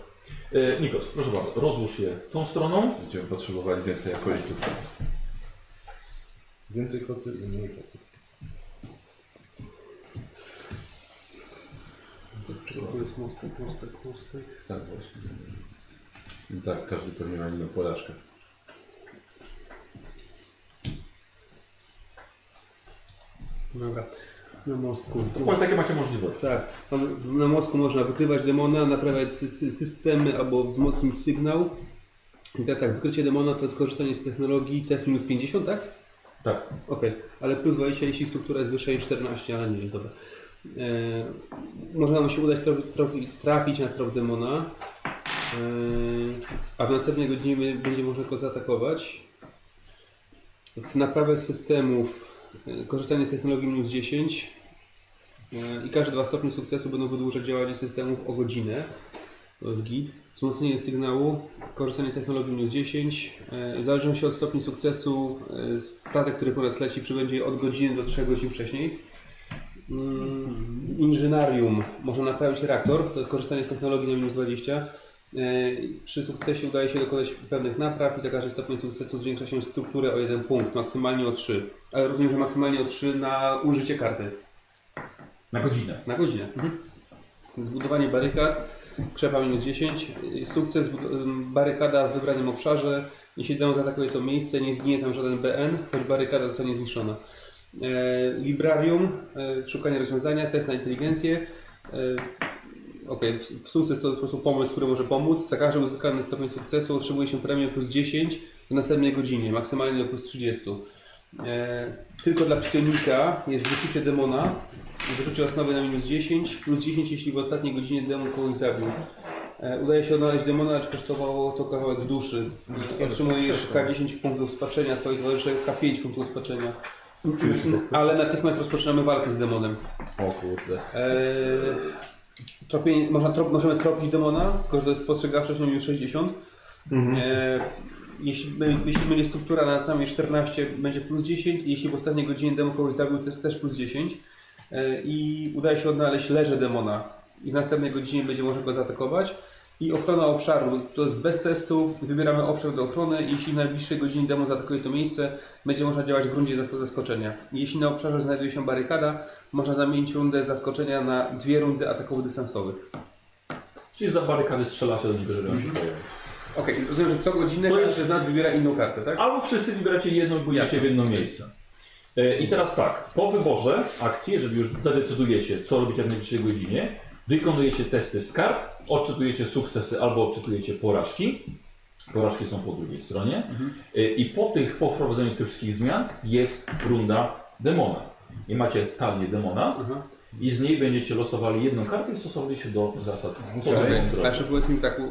[SPEAKER 2] Y, Nikos, proszę bardzo, rozłóż je tą stroną.
[SPEAKER 4] Będziemy potrzebowali więcej akolitów.
[SPEAKER 1] Więcej kocy i mniej kocy.
[SPEAKER 5] Czego tu jest mostek, mostek, mostek.
[SPEAKER 4] Tak właśnie. No tak, każdy pewnie ma inną porażkę.
[SPEAKER 5] Dobra. Na mostku.
[SPEAKER 2] Dokładnie takie macie możliwości.
[SPEAKER 5] Tak. Mam- Na mostku można wykrywać demona, naprawiać sy- sy- systemy albo wzmocnić sygnał. I teraz tak, wykrycie demona to jest korzystanie z technologii test minus 50, tak?
[SPEAKER 2] Tak.
[SPEAKER 5] Okej, ale plus 20, jeśli struktura jest wyższa niż 14, ale nie jest dobra. E, może nam się udać traf, traf, trafić na trop demona, e, a w następnej godzinie będzie można go zaatakować. W naprawę systemów e, korzystanie z technologii minus 10 e, i każde dwa stopnie sukcesu będą wydłużać działanie systemów o godzinę. To jest git. Wzmocnienie sygnału, korzystanie z technologii minus 10. E, W zależności od stopni sukcesu, e, statek, który po nas leci, przybędzie od godziny do 3 godzin wcześniej. Mm, Inżynarium. Można naprawić reaktor, to jest korzystanie z technologii na minus 20. E, Przy sukcesie udaje się dokonać pewnych napraw i za każdy stopień sukcesu zwiększa się strukturę o jeden punkt, maksymalnie o 3. Ale rozumiem, że maksymalnie o 3 na użycie karty.
[SPEAKER 2] Na godzinę.
[SPEAKER 5] Na godzinę. Mhm. Zbudowanie barykad, krzepa minus 10. y, Sukces, bud- ym, barykada w wybranym obszarze. Jeśli dom zaatakuje to miejsce, nie zginie tam żaden BN, choć barykada zostanie zniszczona. E, librarium, e, szukanie rozwiązania, test na inteligencję. E, Okej, w- w sukces to po prostu pomysł, który może pomóc. Za każdy uzyskany stopień sukcesu otrzymuje się premię plus 10 w następnej godzinie, maksymalnie do plus 30. E, tylko dla psionika jest wyczucie demona. Wyczucie osnowy na minus 10, plus 10 jeśli w ostatniej godzinie demon kogoś zabił. E, udaje się odnaleźć demona, lecz kosztowało to kawałek duszy. Otrzymujesz K10 punktów spaczenia, twoi towarzysze K5 punktów spaczenia. Ale natychmiast rozpoczynamy walkę z demonem.
[SPEAKER 4] O kurde.
[SPEAKER 5] Eee, tropienie, można, trop, możemy tropić demona, tylko że to jest spostrzegawczość na minus 60. Eee, jeśli, by- jeśli będzie struktura na samej 14, będzie plus 10. Jeśli w ostatniej godzinie demon kogoś zabił, też, też plus 10. Eee, I udaje się odnaleźć leże demona. I w następnej godzinie będzie można go zaatakować. I ochrona obszaru, to jest bez testu, wybieramy obszar do ochrony i jeśli w najbliższej godzinie demon zaatakuje to miejsce, będzie można działać w rundzie zasko- zaskoczenia. Jeśli na obszarze znajduje się barykada, można zamienić rundę zaskoczenia na dwie rundy ataków dystansowych.
[SPEAKER 2] Czyli za barykady strzelacie do niego, żeby
[SPEAKER 5] Mhm.
[SPEAKER 2] on się pojawił.
[SPEAKER 5] Okej, rozumiem, że co godzinę
[SPEAKER 2] To
[SPEAKER 5] każdy
[SPEAKER 2] jest-
[SPEAKER 5] z nas wybiera inną kartę, tak?
[SPEAKER 2] Albo wszyscy wybieracie jedną i pójdziecie w jedno miejsce. E, I teraz tak, po wyborze akcji, jeżeli już zadecydujecie, co robicie w najbliższej godzinie, wykonujecie testy z kart, odczytujecie sukcesy albo odczytujecie porażki. Porażki są po drugiej stronie.
[SPEAKER 5] Mhm.
[SPEAKER 2] E, I po tych, po wprowadzeniu tych wszystkich zmian jest runda demona. I macie talię demona
[SPEAKER 5] Mhm.
[SPEAKER 2] i z niej będziecie losowali jedną kartę i stosowali się do zasad. Co
[SPEAKER 5] Okej.
[SPEAKER 2] demon zrobi.
[SPEAKER 5] Znaczy powiedz mi tak, y,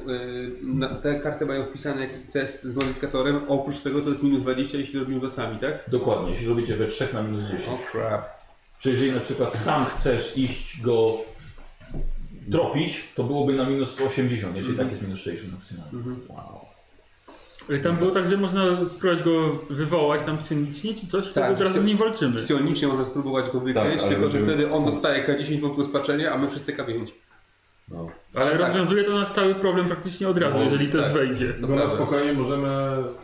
[SPEAKER 5] na, te karty mają wpisany jakiś test z modyfikatorem, oprócz tego to jest minus 20, jeśli robimy go sami, tak?
[SPEAKER 2] Dokładnie, jeśli robicie we 3 na minus 10.
[SPEAKER 5] crap.
[SPEAKER 2] Czy jeżeli na przykład sam chcesz iść go tropić, to byłoby na minus 80, jeśli tak jest minus 60 maksymalnie.
[SPEAKER 6] Ale tam było tak, że można spróbować go wywołać tam psionicznie czy coś,
[SPEAKER 5] Tak,
[SPEAKER 6] tak, teraz
[SPEAKER 5] psio-
[SPEAKER 6] z nim walczymy.
[SPEAKER 5] Psionicznie można spróbować go wykryć,
[SPEAKER 4] Tak, ale
[SPEAKER 5] tylko że
[SPEAKER 4] będziemy-
[SPEAKER 5] wtedy on dostaje K10 punktów spaczenia, a my wszyscy K5.
[SPEAKER 4] No.
[SPEAKER 6] Ale rozwiązuje to nasz cały problem praktycznie od razu, jeżeli test wejdzie.
[SPEAKER 5] To
[SPEAKER 1] Bo na
[SPEAKER 5] prawda.
[SPEAKER 1] spokojnie możemy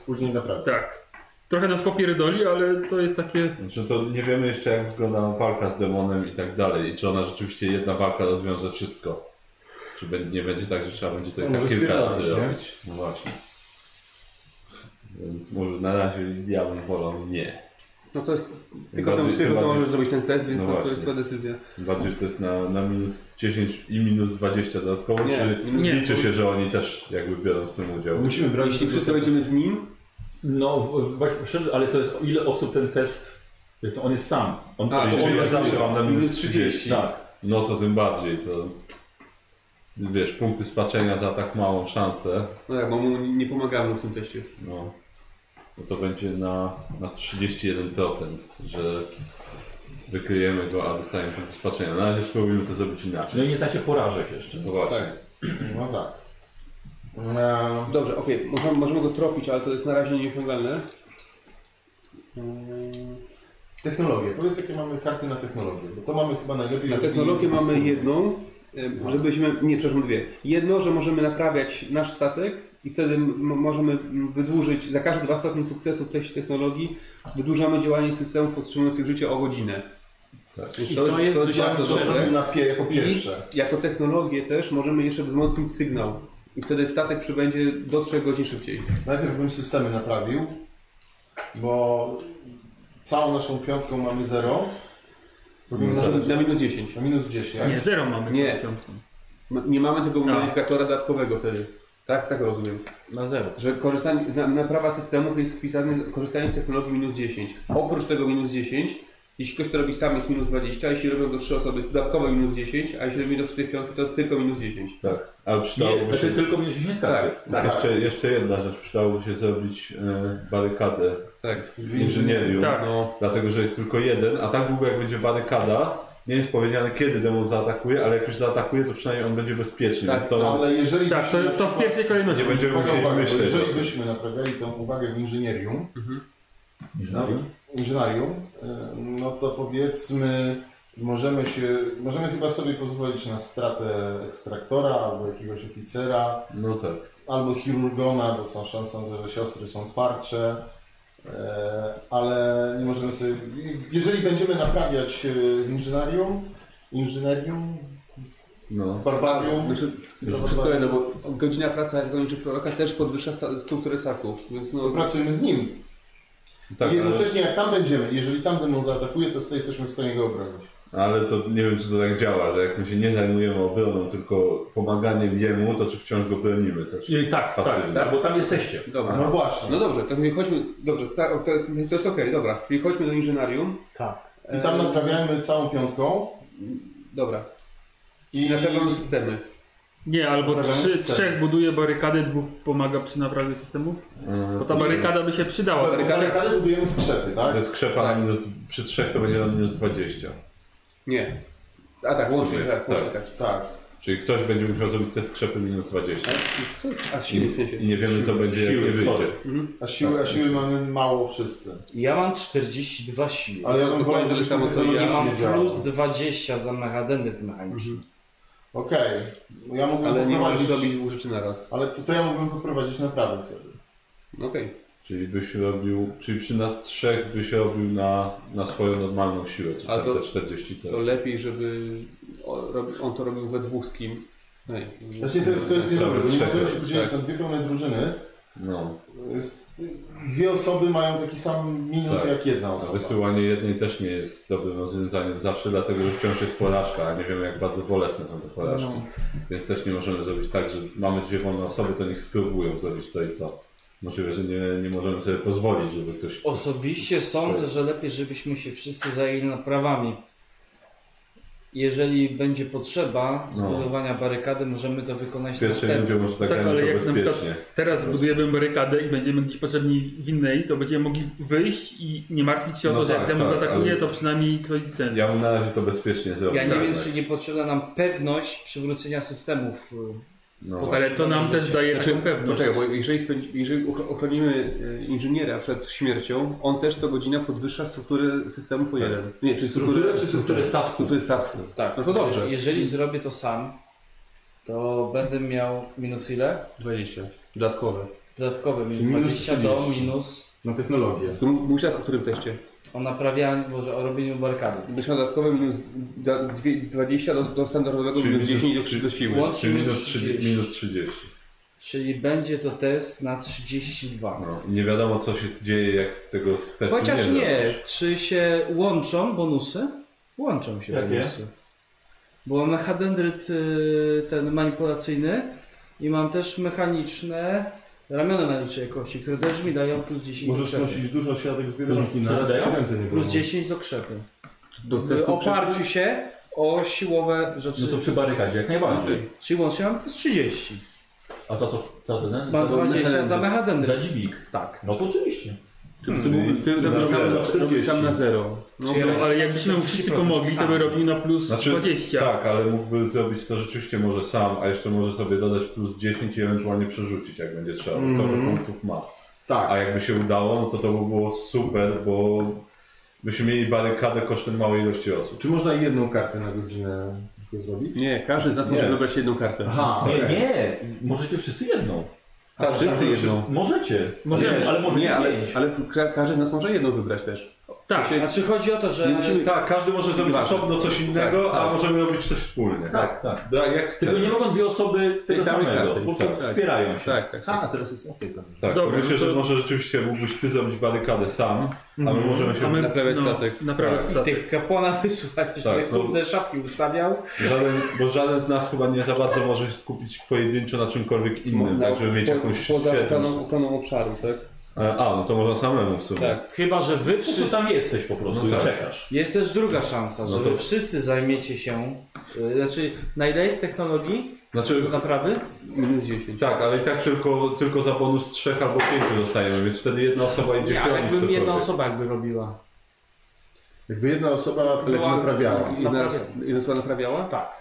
[SPEAKER 1] później naprawić.
[SPEAKER 6] Tak. Trochę nas popierdoli, ale to jest takie...
[SPEAKER 4] Znaczy to nie wiemy jeszcze jak wygląda walka z demonem i tak dalej. I czy ona rzeczywiście jedna walka rozwiąże wszystko. Czy bę- nie będzie tak, że trzeba będzie to i
[SPEAKER 1] No,
[SPEAKER 4] tak
[SPEAKER 1] może
[SPEAKER 4] kilka
[SPEAKER 1] spierdalać,
[SPEAKER 4] razy
[SPEAKER 1] nie?
[SPEAKER 4] robić. No właśnie. Więc może na razie ja bym wolał nie.
[SPEAKER 5] No to jest, tylko
[SPEAKER 4] Bardziej-
[SPEAKER 5] to, tylko
[SPEAKER 4] tym
[SPEAKER 5] to
[SPEAKER 4] bardziej-
[SPEAKER 5] możesz zrobić ten test, więc
[SPEAKER 4] No
[SPEAKER 5] no to
[SPEAKER 4] właśnie.
[SPEAKER 5] jest twoja decyzja.
[SPEAKER 4] Tym Bardziej że to jest na, na minus 10 i minus 20 dodatkowo,
[SPEAKER 5] Nie,
[SPEAKER 4] czy
[SPEAKER 6] nie.
[SPEAKER 4] liczy się, że oni też jakby biorą w tym udział.
[SPEAKER 1] Musimy brać
[SPEAKER 5] Jeśli wszyscy będziemy z nim,
[SPEAKER 2] No w- w- właśnie szczerze, ale to jest o ile osób ten test, to on jest sam. On,
[SPEAKER 4] A,
[SPEAKER 2] on,
[SPEAKER 4] czyli
[SPEAKER 2] on
[SPEAKER 4] ja
[SPEAKER 2] jest
[SPEAKER 4] zawsze mam na minus 30.
[SPEAKER 2] Tak.
[SPEAKER 4] No to tym bardziej, to wiesz, punkty spaczenia za tak małą szansę,
[SPEAKER 5] no tak, bo mu nie pomagamy mu w tym teście.
[SPEAKER 4] no, no to będzie na, na 31%, że wykryjemy go, a dostajemy punkty spaczenia. Na razie spróbujmy to zrobić
[SPEAKER 2] No
[SPEAKER 4] inaczej.
[SPEAKER 2] i nie znacie porażek jeszcze.
[SPEAKER 4] No właśnie.
[SPEAKER 5] Tak.
[SPEAKER 1] No tak. No,
[SPEAKER 5] Dobrze, okej, możemy, możemy go tropić, ale to jest na razie nieosiągalne. Mm,
[SPEAKER 1] technologie. Powiedz, jakie mamy karty na technologię, bo to mamy chyba najlepiej.
[SPEAKER 5] Na
[SPEAKER 1] rozwinięte
[SPEAKER 5] technologię mamy
[SPEAKER 1] dyskusje.
[SPEAKER 5] jedną, em, żebyśmy, nie, przepraszam, dwie. Jedno, że możemy naprawiać nasz statek i wtedy m- możemy mm, wydłużyć, za każde dwa stopnie sukcesu w teście technologii wydłużamy działanie systemów podtrzymujących życie o godzinę.
[SPEAKER 4] Tak.
[SPEAKER 5] Więc
[SPEAKER 7] I to jest
[SPEAKER 1] To
[SPEAKER 5] bardzo
[SPEAKER 1] co
[SPEAKER 5] dobre.
[SPEAKER 1] zrobił na pie jako pierwsze.
[SPEAKER 5] I jako technologię też możemy jeszcze wzmocnić sygnał. I wtedy statek przybędzie do 3 godzin szybciej.
[SPEAKER 1] Najpierw bym systemy naprawił, bo całą naszą piątką mamy 0. Robimy
[SPEAKER 5] Na,
[SPEAKER 1] na,
[SPEAKER 5] na minus 10.
[SPEAKER 1] na minus 10.
[SPEAKER 6] Nie, zero mamy.
[SPEAKER 5] Nie.
[SPEAKER 6] całą piątką.
[SPEAKER 5] M- Nie mamy tego
[SPEAKER 6] A.
[SPEAKER 5] modyfikatora dodatkowego wtedy. Tak, tak rozumiem.
[SPEAKER 7] Na zero.
[SPEAKER 5] Że korzystanie, na, naprawa systemów jest wpisane korzystanie z technologii minus 10. Oprócz tego minus 10, jeśli ktoś to robi sam jest minus 20, a jeśli robią to 3 osoby jest dodatkowe minus 10, a jeśli robi to wszyscy piątki to jest tylko minus 10.
[SPEAKER 4] tak. Ale
[SPEAKER 2] Nie,
[SPEAKER 4] przydałoby się,
[SPEAKER 2] znaczy tylko minus 10 skarby.
[SPEAKER 5] Tak,
[SPEAKER 4] jest jeszcze, jeszcze jedna rzecz, przydałoby się zrobić e, barykadę
[SPEAKER 5] tak.
[SPEAKER 4] w inżynierium.
[SPEAKER 6] Tak.
[SPEAKER 5] No,
[SPEAKER 4] Dlatego, że jest tylko jeden, a tak długo jak będzie barykada, nie jest powiedziane kiedy demon zaatakuje, ale jak już zaatakuje, to przynajmniej on będzie bezpieczny.
[SPEAKER 5] Tak,
[SPEAKER 4] więc to,
[SPEAKER 1] Ale jeżeli
[SPEAKER 6] Tak,
[SPEAKER 1] byśmy
[SPEAKER 6] to,
[SPEAKER 1] na
[SPEAKER 6] to w
[SPEAKER 1] przykład-
[SPEAKER 6] pierwszej kolejności.
[SPEAKER 4] Nie będziemy
[SPEAKER 1] Uwaga,
[SPEAKER 4] musieli
[SPEAKER 1] uwaga, bo
[SPEAKER 4] myśleć.
[SPEAKER 1] Jeżeli byśmy naprawiali tę uwagę w inżynierium, no, inżynierium, y, no to powiedzmy, możemy się, możemy chyba sobie pozwolić na stratę ekstraktora albo jakiegoś oficera,
[SPEAKER 4] No tak.
[SPEAKER 1] albo chirurgona, bo są szanse, że siostry są twardsze, e, ale nie możemy sobie. Jeżeli będziemy naprawiać e, inżynerium, inżynerium,
[SPEAKER 4] No.
[SPEAKER 1] barbarium,
[SPEAKER 5] znaczy, to wszystko jedno, bo godzina pracy elektronicznej proroka też podwyższa sta- strukturę sarków, więc no...
[SPEAKER 1] to pracujemy z nim.
[SPEAKER 4] tak
[SPEAKER 1] I
[SPEAKER 4] ale,
[SPEAKER 1] jednocześnie jak tam będziemy, jeżeli tam demon zaatakuje, to jesteśmy w stanie go obronić.
[SPEAKER 4] Ale to nie wiem, czy to tak działa, że jak my się nie zajmujemy obroną, tylko pomaganiem jemu, to czy wciąż go bronimy też?
[SPEAKER 2] I tak, tak,
[SPEAKER 4] Pasywnie.
[SPEAKER 2] tak, bo tam jesteście.
[SPEAKER 5] Dobra.
[SPEAKER 1] No właśnie.
[SPEAKER 5] No dobrze, to my chodźmy, dobrze, ta, o, to, to jest okej, dobra, czyli chodźmy do inżynarium.
[SPEAKER 7] Tak.
[SPEAKER 1] I tam
[SPEAKER 5] E,
[SPEAKER 1] naprawiamy całą piątką
[SPEAKER 5] Dobra,
[SPEAKER 1] i
[SPEAKER 5] i naprawiamy systemy.
[SPEAKER 6] Nie, albo
[SPEAKER 1] Naprawiamy
[SPEAKER 6] trzy,
[SPEAKER 1] system.
[SPEAKER 6] trzech buduje barykady, dwóch pomaga przy naprawie systemów.
[SPEAKER 4] Mhm.
[SPEAKER 6] Bo ta barykada by się przydała.
[SPEAKER 1] Bo barykady budujemy skrzepy, tak?
[SPEAKER 4] To jest krzepa na minus, przy trzech to będzie na minus 20.
[SPEAKER 5] Nie. A tak, łącznie,
[SPEAKER 4] sumie,
[SPEAKER 5] tak, łącznie, tak.
[SPEAKER 1] Tak.
[SPEAKER 4] Czyli ktoś będzie musiał zrobić te skrzepy minus 20.
[SPEAKER 5] Co jest? tak. A z
[SPEAKER 4] I,
[SPEAKER 5] siły w sensie.
[SPEAKER 4] I nie wiemy, co będzie, jak
[SPEAKER 2] Siły,
[SPEAKER 4] nie wyjdzie.
[SPEAKER 2] sorry.
[SPEAKER 1] A siły, a siły mamy mało wszyscy.
[SPEAKER 7] Ja mam 42 siły.
[SPEAKER 1] Ale ja bym
[SPEAKER 5] Dokładnie
[SPEAKER 1] wolał,
[SPEAKER 5] tyle
[SPEAKER 1] żebyśmy
[SPEAKER 5] samo, co
[SPEAKER 1] tego
[SPEAKER 5] ja.
[SPEAKER 7] I
[SPEAKER 1] nic
[SPEAKER 7] mam
[SPEAKER 1] nie działo.
[SPEAKER 7] plus 20 za mechadenet mechaniczny.
[SPEAKER 1] Okej. Ja mógłbym
[SPEAKER 5] Ale nie możesz
[SPEAKER 1] poprowadzić...
[SPEAKER 5] robić dwóch rzeczy na raz.
[SPEAKER 1] Ale to, to ja mógłbym poprowadzić naprawy wtedy.
[SPEAKER 5] No Okej.
[SPEAKER 4] Czyli byś robił, czyli przy na trzech byś robił na, na swoją normalną siłę, czyli
[SPEAKER 5] A
[SPEAKER 4] tam
[SPEAKER 5] to-
[SPEAKER 4] te 40
[SPEAKER 5] To
[SPEAKER 4] cel.
[SPEAKER 5] lepiej, żeby on, robi- on to robił we dwóch z kim. No nie, nie.
[SPEAKER 1] Właśnie to jest, to jest
[SPEAKER 4] Dobra,
[SPEAKER 1] niedobre, bo nie
[SPEAKER 4] trzech
[SPEAKER 1] możemy się
[SPEAKER 4] razy,
[SPEAKER 1] podzielić
[SPEAKER 5] tak.
[SPEAKER 1] na dwie pełne drużyny.
[SPEAKER 4] No.
[SPEAKER 1] Jest, dwie osoby mają taki sam minus
[SPEAKER 4] Tak.
[SPEAKER 1] jak jedna
[SPEAKER 4] A
[SPEAKER 1] osoba.
[SPEAKER 4] wysyłanie jednej też nie jest dobrym rozwiązaniem zawsze, dlatego że wciąż jest porażka, a nie wiemy jak bardzo bolesne są te porażki.
[SPEAKER 7] No.
[SPEAKER 4] Więc też nie możemy zrobić tak, że mamy dwie wolne osoby, to niech spróbują zrobić to i to. Możliwe, że nie, nie możemy sobie pozwolić, żeby ktoś...
[SPEAKER 7] Osobiście sądzę, że lepiej, żebyśmy się wszyscy zajęli naprawami. Jeżeli będzie potrzeba
[SPEAKER 4] No.
[SPEAKER 7] zbudowania barykady, możemy to wykonać
[SPEAKER 4] Pierwsze
[SPEAKER 7] następnie.
[SPEAKER 4] ludzie może
[SPEAKER 6] Tak,
[SPEAKER 4] zagrają
[SPEAKER 6] ale
[SPEAKER 4] to
[SPEAKER 6] jak na przykład-
[SPEAKER 4] bezpiecznie.
[SPEAKER 6] Teraz zbudujemy barykadę i będziemy gdzieś potrzebni w innej, to będziemy mogli wyjść i nie martwić się o to,
[SPEAKER 4] No
[SPEAKER 6] że jak
[SPEAKER 4] tak, tak,
[SPEAKER 6] temu zaatakuje,
[SPEAKER 4] ale-
[SPEAKER 6] to przynajmniej ktoś ten.
[SPEAKER 4] Ja bym na razie to bezpiecznie zrobił.
[SPEAKER 7] Ja nie
[SPEAKER 4] tak,
[SPEAKER 7] wiem,
[SPEAKER 4] tak.
[SPEAKER 7] czy nie potrzebna nam pewność przywrócenia systemów. y,
[SPEAKER 4] No,
[SPEAKER 7] po-
[SPEAKER 6] Ale to nam też daje
[SPEAKER 1] Znaczy,
[SPEAKER 6] taką pewność.
[SPEAKER 5] Poczekaj, bo jeżeli, spędzi, jeżeli uch- ochronimy e, inżyniera przed śmiercią, on też co godzina podwyższa strukturę systemów o jeden. Nie, czy strukturę, czy strukturę statku. Strukturę statku. Tak, no to dobrze.
[SPEAKER 7] Jeżeli zrobię to sam, to będę miał minus ile?
[SPEAKER 5] 20. Dodatkowe.
[SPEAKER 7] Dodatkowe minus,
[SPEAKER 1] Czyli minus
[SPEAKER 7] 20 do
[SPEAKER 1] 30.
[SPEAKER 7] minus
[SPEAKER 1] Na technologię.
[SPEAKER 5] To m- Mówisz raz o którym teście?
[SPEAKER 7] o naprawianiu, może o robieniu barykady.
[SPEAKER 5] Będziesz miał dodatkowe minus da- dwie- 20 do, do standardowego
[SPEAKER 4] Czyli
[SPEAKER 5] minus
[SPEAKER 4] minus-
[SPEAKER 5] 10 do, krzy- do siły.
[SPEAKER 7] Łącznie
[SPEAKER 4] Czyli minus
[SPEAKER 7] minus
[SPEAKER 4] 30.
[SPEAKER 7] 30.
[SPEAKER 4] Minus 30.
[SPEAKER 7] Czyli będzie to test na 32.
[SPEAKER 4] No. I nie wiadomo, co się dzieje, jak tego testu
[SPEAKER 7] Chociaż
[SPEAKER 4] nie,
[SPEAKER 7] nie,
[SPEAKER 4] zrobisz.
[SPEAKER 7] czy się łączą bonusy? Łączą się
[SPEAKER 2] Jakie?
[SPEAKER 7] bonusy. Bo mam mechadendryt y, ten manipulacyjny i mam też mechaniczne ramiona najlepszej jakości, które też mi dają plus 10
[SPEAKER 1] Możesz
[SPEAKER 7] do krzepy.
[SPEAKER 1] nosić dużo siatek z biedronki
[SPEAKER 2] Co
[SPEAKER 1] na raz,
[SPEAKER 2] dają?
[SPEAKER 1] jak się ręce nie
[SPEAKER 7] Plus
[SPEAKER 1] bolą.
[SPEAKER 7] 10 do krzepy.
[SPEAKER 5] Do
[SPEAKER 7] W
[SPEAKER 5] testu
[SPEAKER 7] oparciu się o siłowe rzeczy.
[SPEAKER 2] No to przy barykadzie jak najbardziej.
[SPEAKER 7] Czyli łącznie mam plus 30.
[SPEAKER 2] A za to, za No to, za,
[SPEAKER 7] Mam
[SPEAKER 2] za,
[SPEAKER 7] 20 za
[SPEAKER 2] za
[SPEAKER 7] mechadendryt.
[SPEAKER 2] dźwig.
[SPEAKER 7] Tak.
[SPEAKER 2] No to oczywiście.
[SPEAKER 5] Ty, mógłby- ty robisz sam,
[SPEAKER 1] zero.
[SPEAKER 5] robisz sam na zero. No,
[SPEAKER 7] Czy ja-
[SPEAKER 6] Ale jakbyśmy mu wszyscy
[SPEAKER 1] Znaczy,
[SPEAKER 7] 30%
[SPEAKER 6] pomogli, to by
[SPEAKER 7] sam.
[SPEAKER 1] tak.
[SPEAKER 6] robił na plus
[SPEAKER 4] Znaczy,
[SPEAKER 6] 20.
[SPEAKER 4] Tak, ale mógłby zrobić to rzeczywiście może sam, a jeszcze może sobie dodać plus 10 i ewentualnie przerzucić, jak będzie trzeba, bo to, że
[SPEAKER 1] Mhm.
[SPEAKER 4] punktów ma. A
[SPEAKER 1] Tak.
[SPEAKER 4] jakby się udało, no to to by było super, bo byśmy mieli barykadę kosztem małej ilości osób.
[SPEAKER 1] Czy można jedną kartę na godzinę tylko zrobić?
[SPEAKER 5] nie, każdy z nas może
[SPEAKER 4] Nie.
[SPEAKER 5] wybrać jedną kartę.
[SPEAKER 1] Aha,
[SPEAKER 2] Nie,
[SPEAKER 1] okej.
[SPEAKER 2] nie, możecie wszyscy jedną.
[SPEAKER 5] Tak, wszyscy jedną.
[SPEAKER 2] Możecie.
[SPEAKER 6] Możemy,
[SPEAKER 2] ale możecie
[SPEAKER 5] nie, ale,
[SPEAKER 2] pięć.
[SPEAKER 5] ale ka- każdy z nas może jedną wybrać też.
[SPEAKER 6] Tak.
[SPEAKER 5] Się-
[SPEAKER 7] Znaczy chodzi o to, że
[SPEAKER 5] Nie musimy-
[SPEAKER 4] Tak, każdy może zrobić
[SPEAKER 5] Ważne.
[SPEAKER 4] osobno coś innego,
[SPEAKER 5] Tak, tak.
[SPEAKER 4] a możemy robić coś wspólnie.
[SPEAKER 2] Tak, tak.
[SPEAKER 4] Tak, jak chcesz.
[SPEAKER 2] Tylko nie mogą dwie osoby tego
[SPEAKER 5] samej
[SPEAKER 2] samego.
[SPEAKER 5] karty.
[SPEAKER 2] Po prostu
[SPEAKER 5] Tak, tak.
[SPEAKER 2] wspierają się.
[SPEAKER 5] Tak, tak.
[SPEAKER 1] A, teraz jest okej. dobra.
[SPEAKER 4] Tak,
[SPEAKER 6] Dobra,
[SPEAKER 4] to myślę,
[SPEAKER 6] no to-
[SPEAKER 4] że może rzeczywiście mógłbyś ty zrobić barykadę sam, a
[SPEAKER 5] Mhm.
[SPEAKER 4] my możemy się...
[SPEAKER 6] A my- no,
[SPEAKER 5] Naprawiać statek.
[SPEAKER 6] Naprawiać
[SPEAKER 7] I
[SPEAKER 6] statek.
[SPEAKER 7] tych kapłana wysłać,
[SPEAKER 4] Tak,
[SPEAKER 7] żeby
[SPEAKER 4] no.
[SPEAKER 7] kurde szafki ustawiał.
[SPEAKER 4] Żaden, bo żaden z nas chyba nie za bardzo może się skupić pojedynczo na czymkolwiek innym,
[SPEAKER 5] Na-
[SPEAKER 4] tak żeby mieć
[SPEAKER 5] No, po-
[SPEAKER 4] jakąś
[SPEAKER 5] Poza
[SPEAKER 4] świetność.
[SPEAKER 5] ochroną, ochroną obszaru, tak?
[SPEAKER 4] A, no to można samemu w sumie.
[SPEAKER 5] Tak.
[SPEAKER 7] Chyba, że wy
[SPEAKER 2] Po prostu
[SPEAKER 7] wszyscy...
[SPEAKER 2] tam jesteś po prostu
[SPEAKER 4] No
[SPEAKER 2] i
[SPEAKER 4] tak.
[SPEAKER 2] czekasz.
[SPEAKER 7] Jest też druga szansa, że
[SPEAKER 4] No
[SPEAKER 7] wy
[SPEAKER 4] to-
[SPEAKER 7] wszyscy zajmiecie się... y, Znaczy, na ile jest technologii
[SPEAKER 4] Znaczy,
[SPEAKER 7] naprawy?
[SPEAKER 5] Minus 10.
[SPEAKER 4] tak, ale i tak tylko, tylko za bonus trzech albo pięciu dostajemy, więc wtedy jedna osoba idzie
[SPEAKER 7] Ja,
[SPEAKER 4] chronić
[SPEAKER 7] jakbym
[SPEAKER 4] cokolwiek.
[SPEAKER 7] jedna osoba jakby robiła.
[SPEAKER 1] Jakby jedna osoba
[SPEAKER 5] Ale-
[SPEAKER 1] naprawiała.
[SPEAKER 5] Jedna,
[SPEAKER 7] Naprawiała.
[SPEAKER 5] jedna osoba naprawiała? Tak.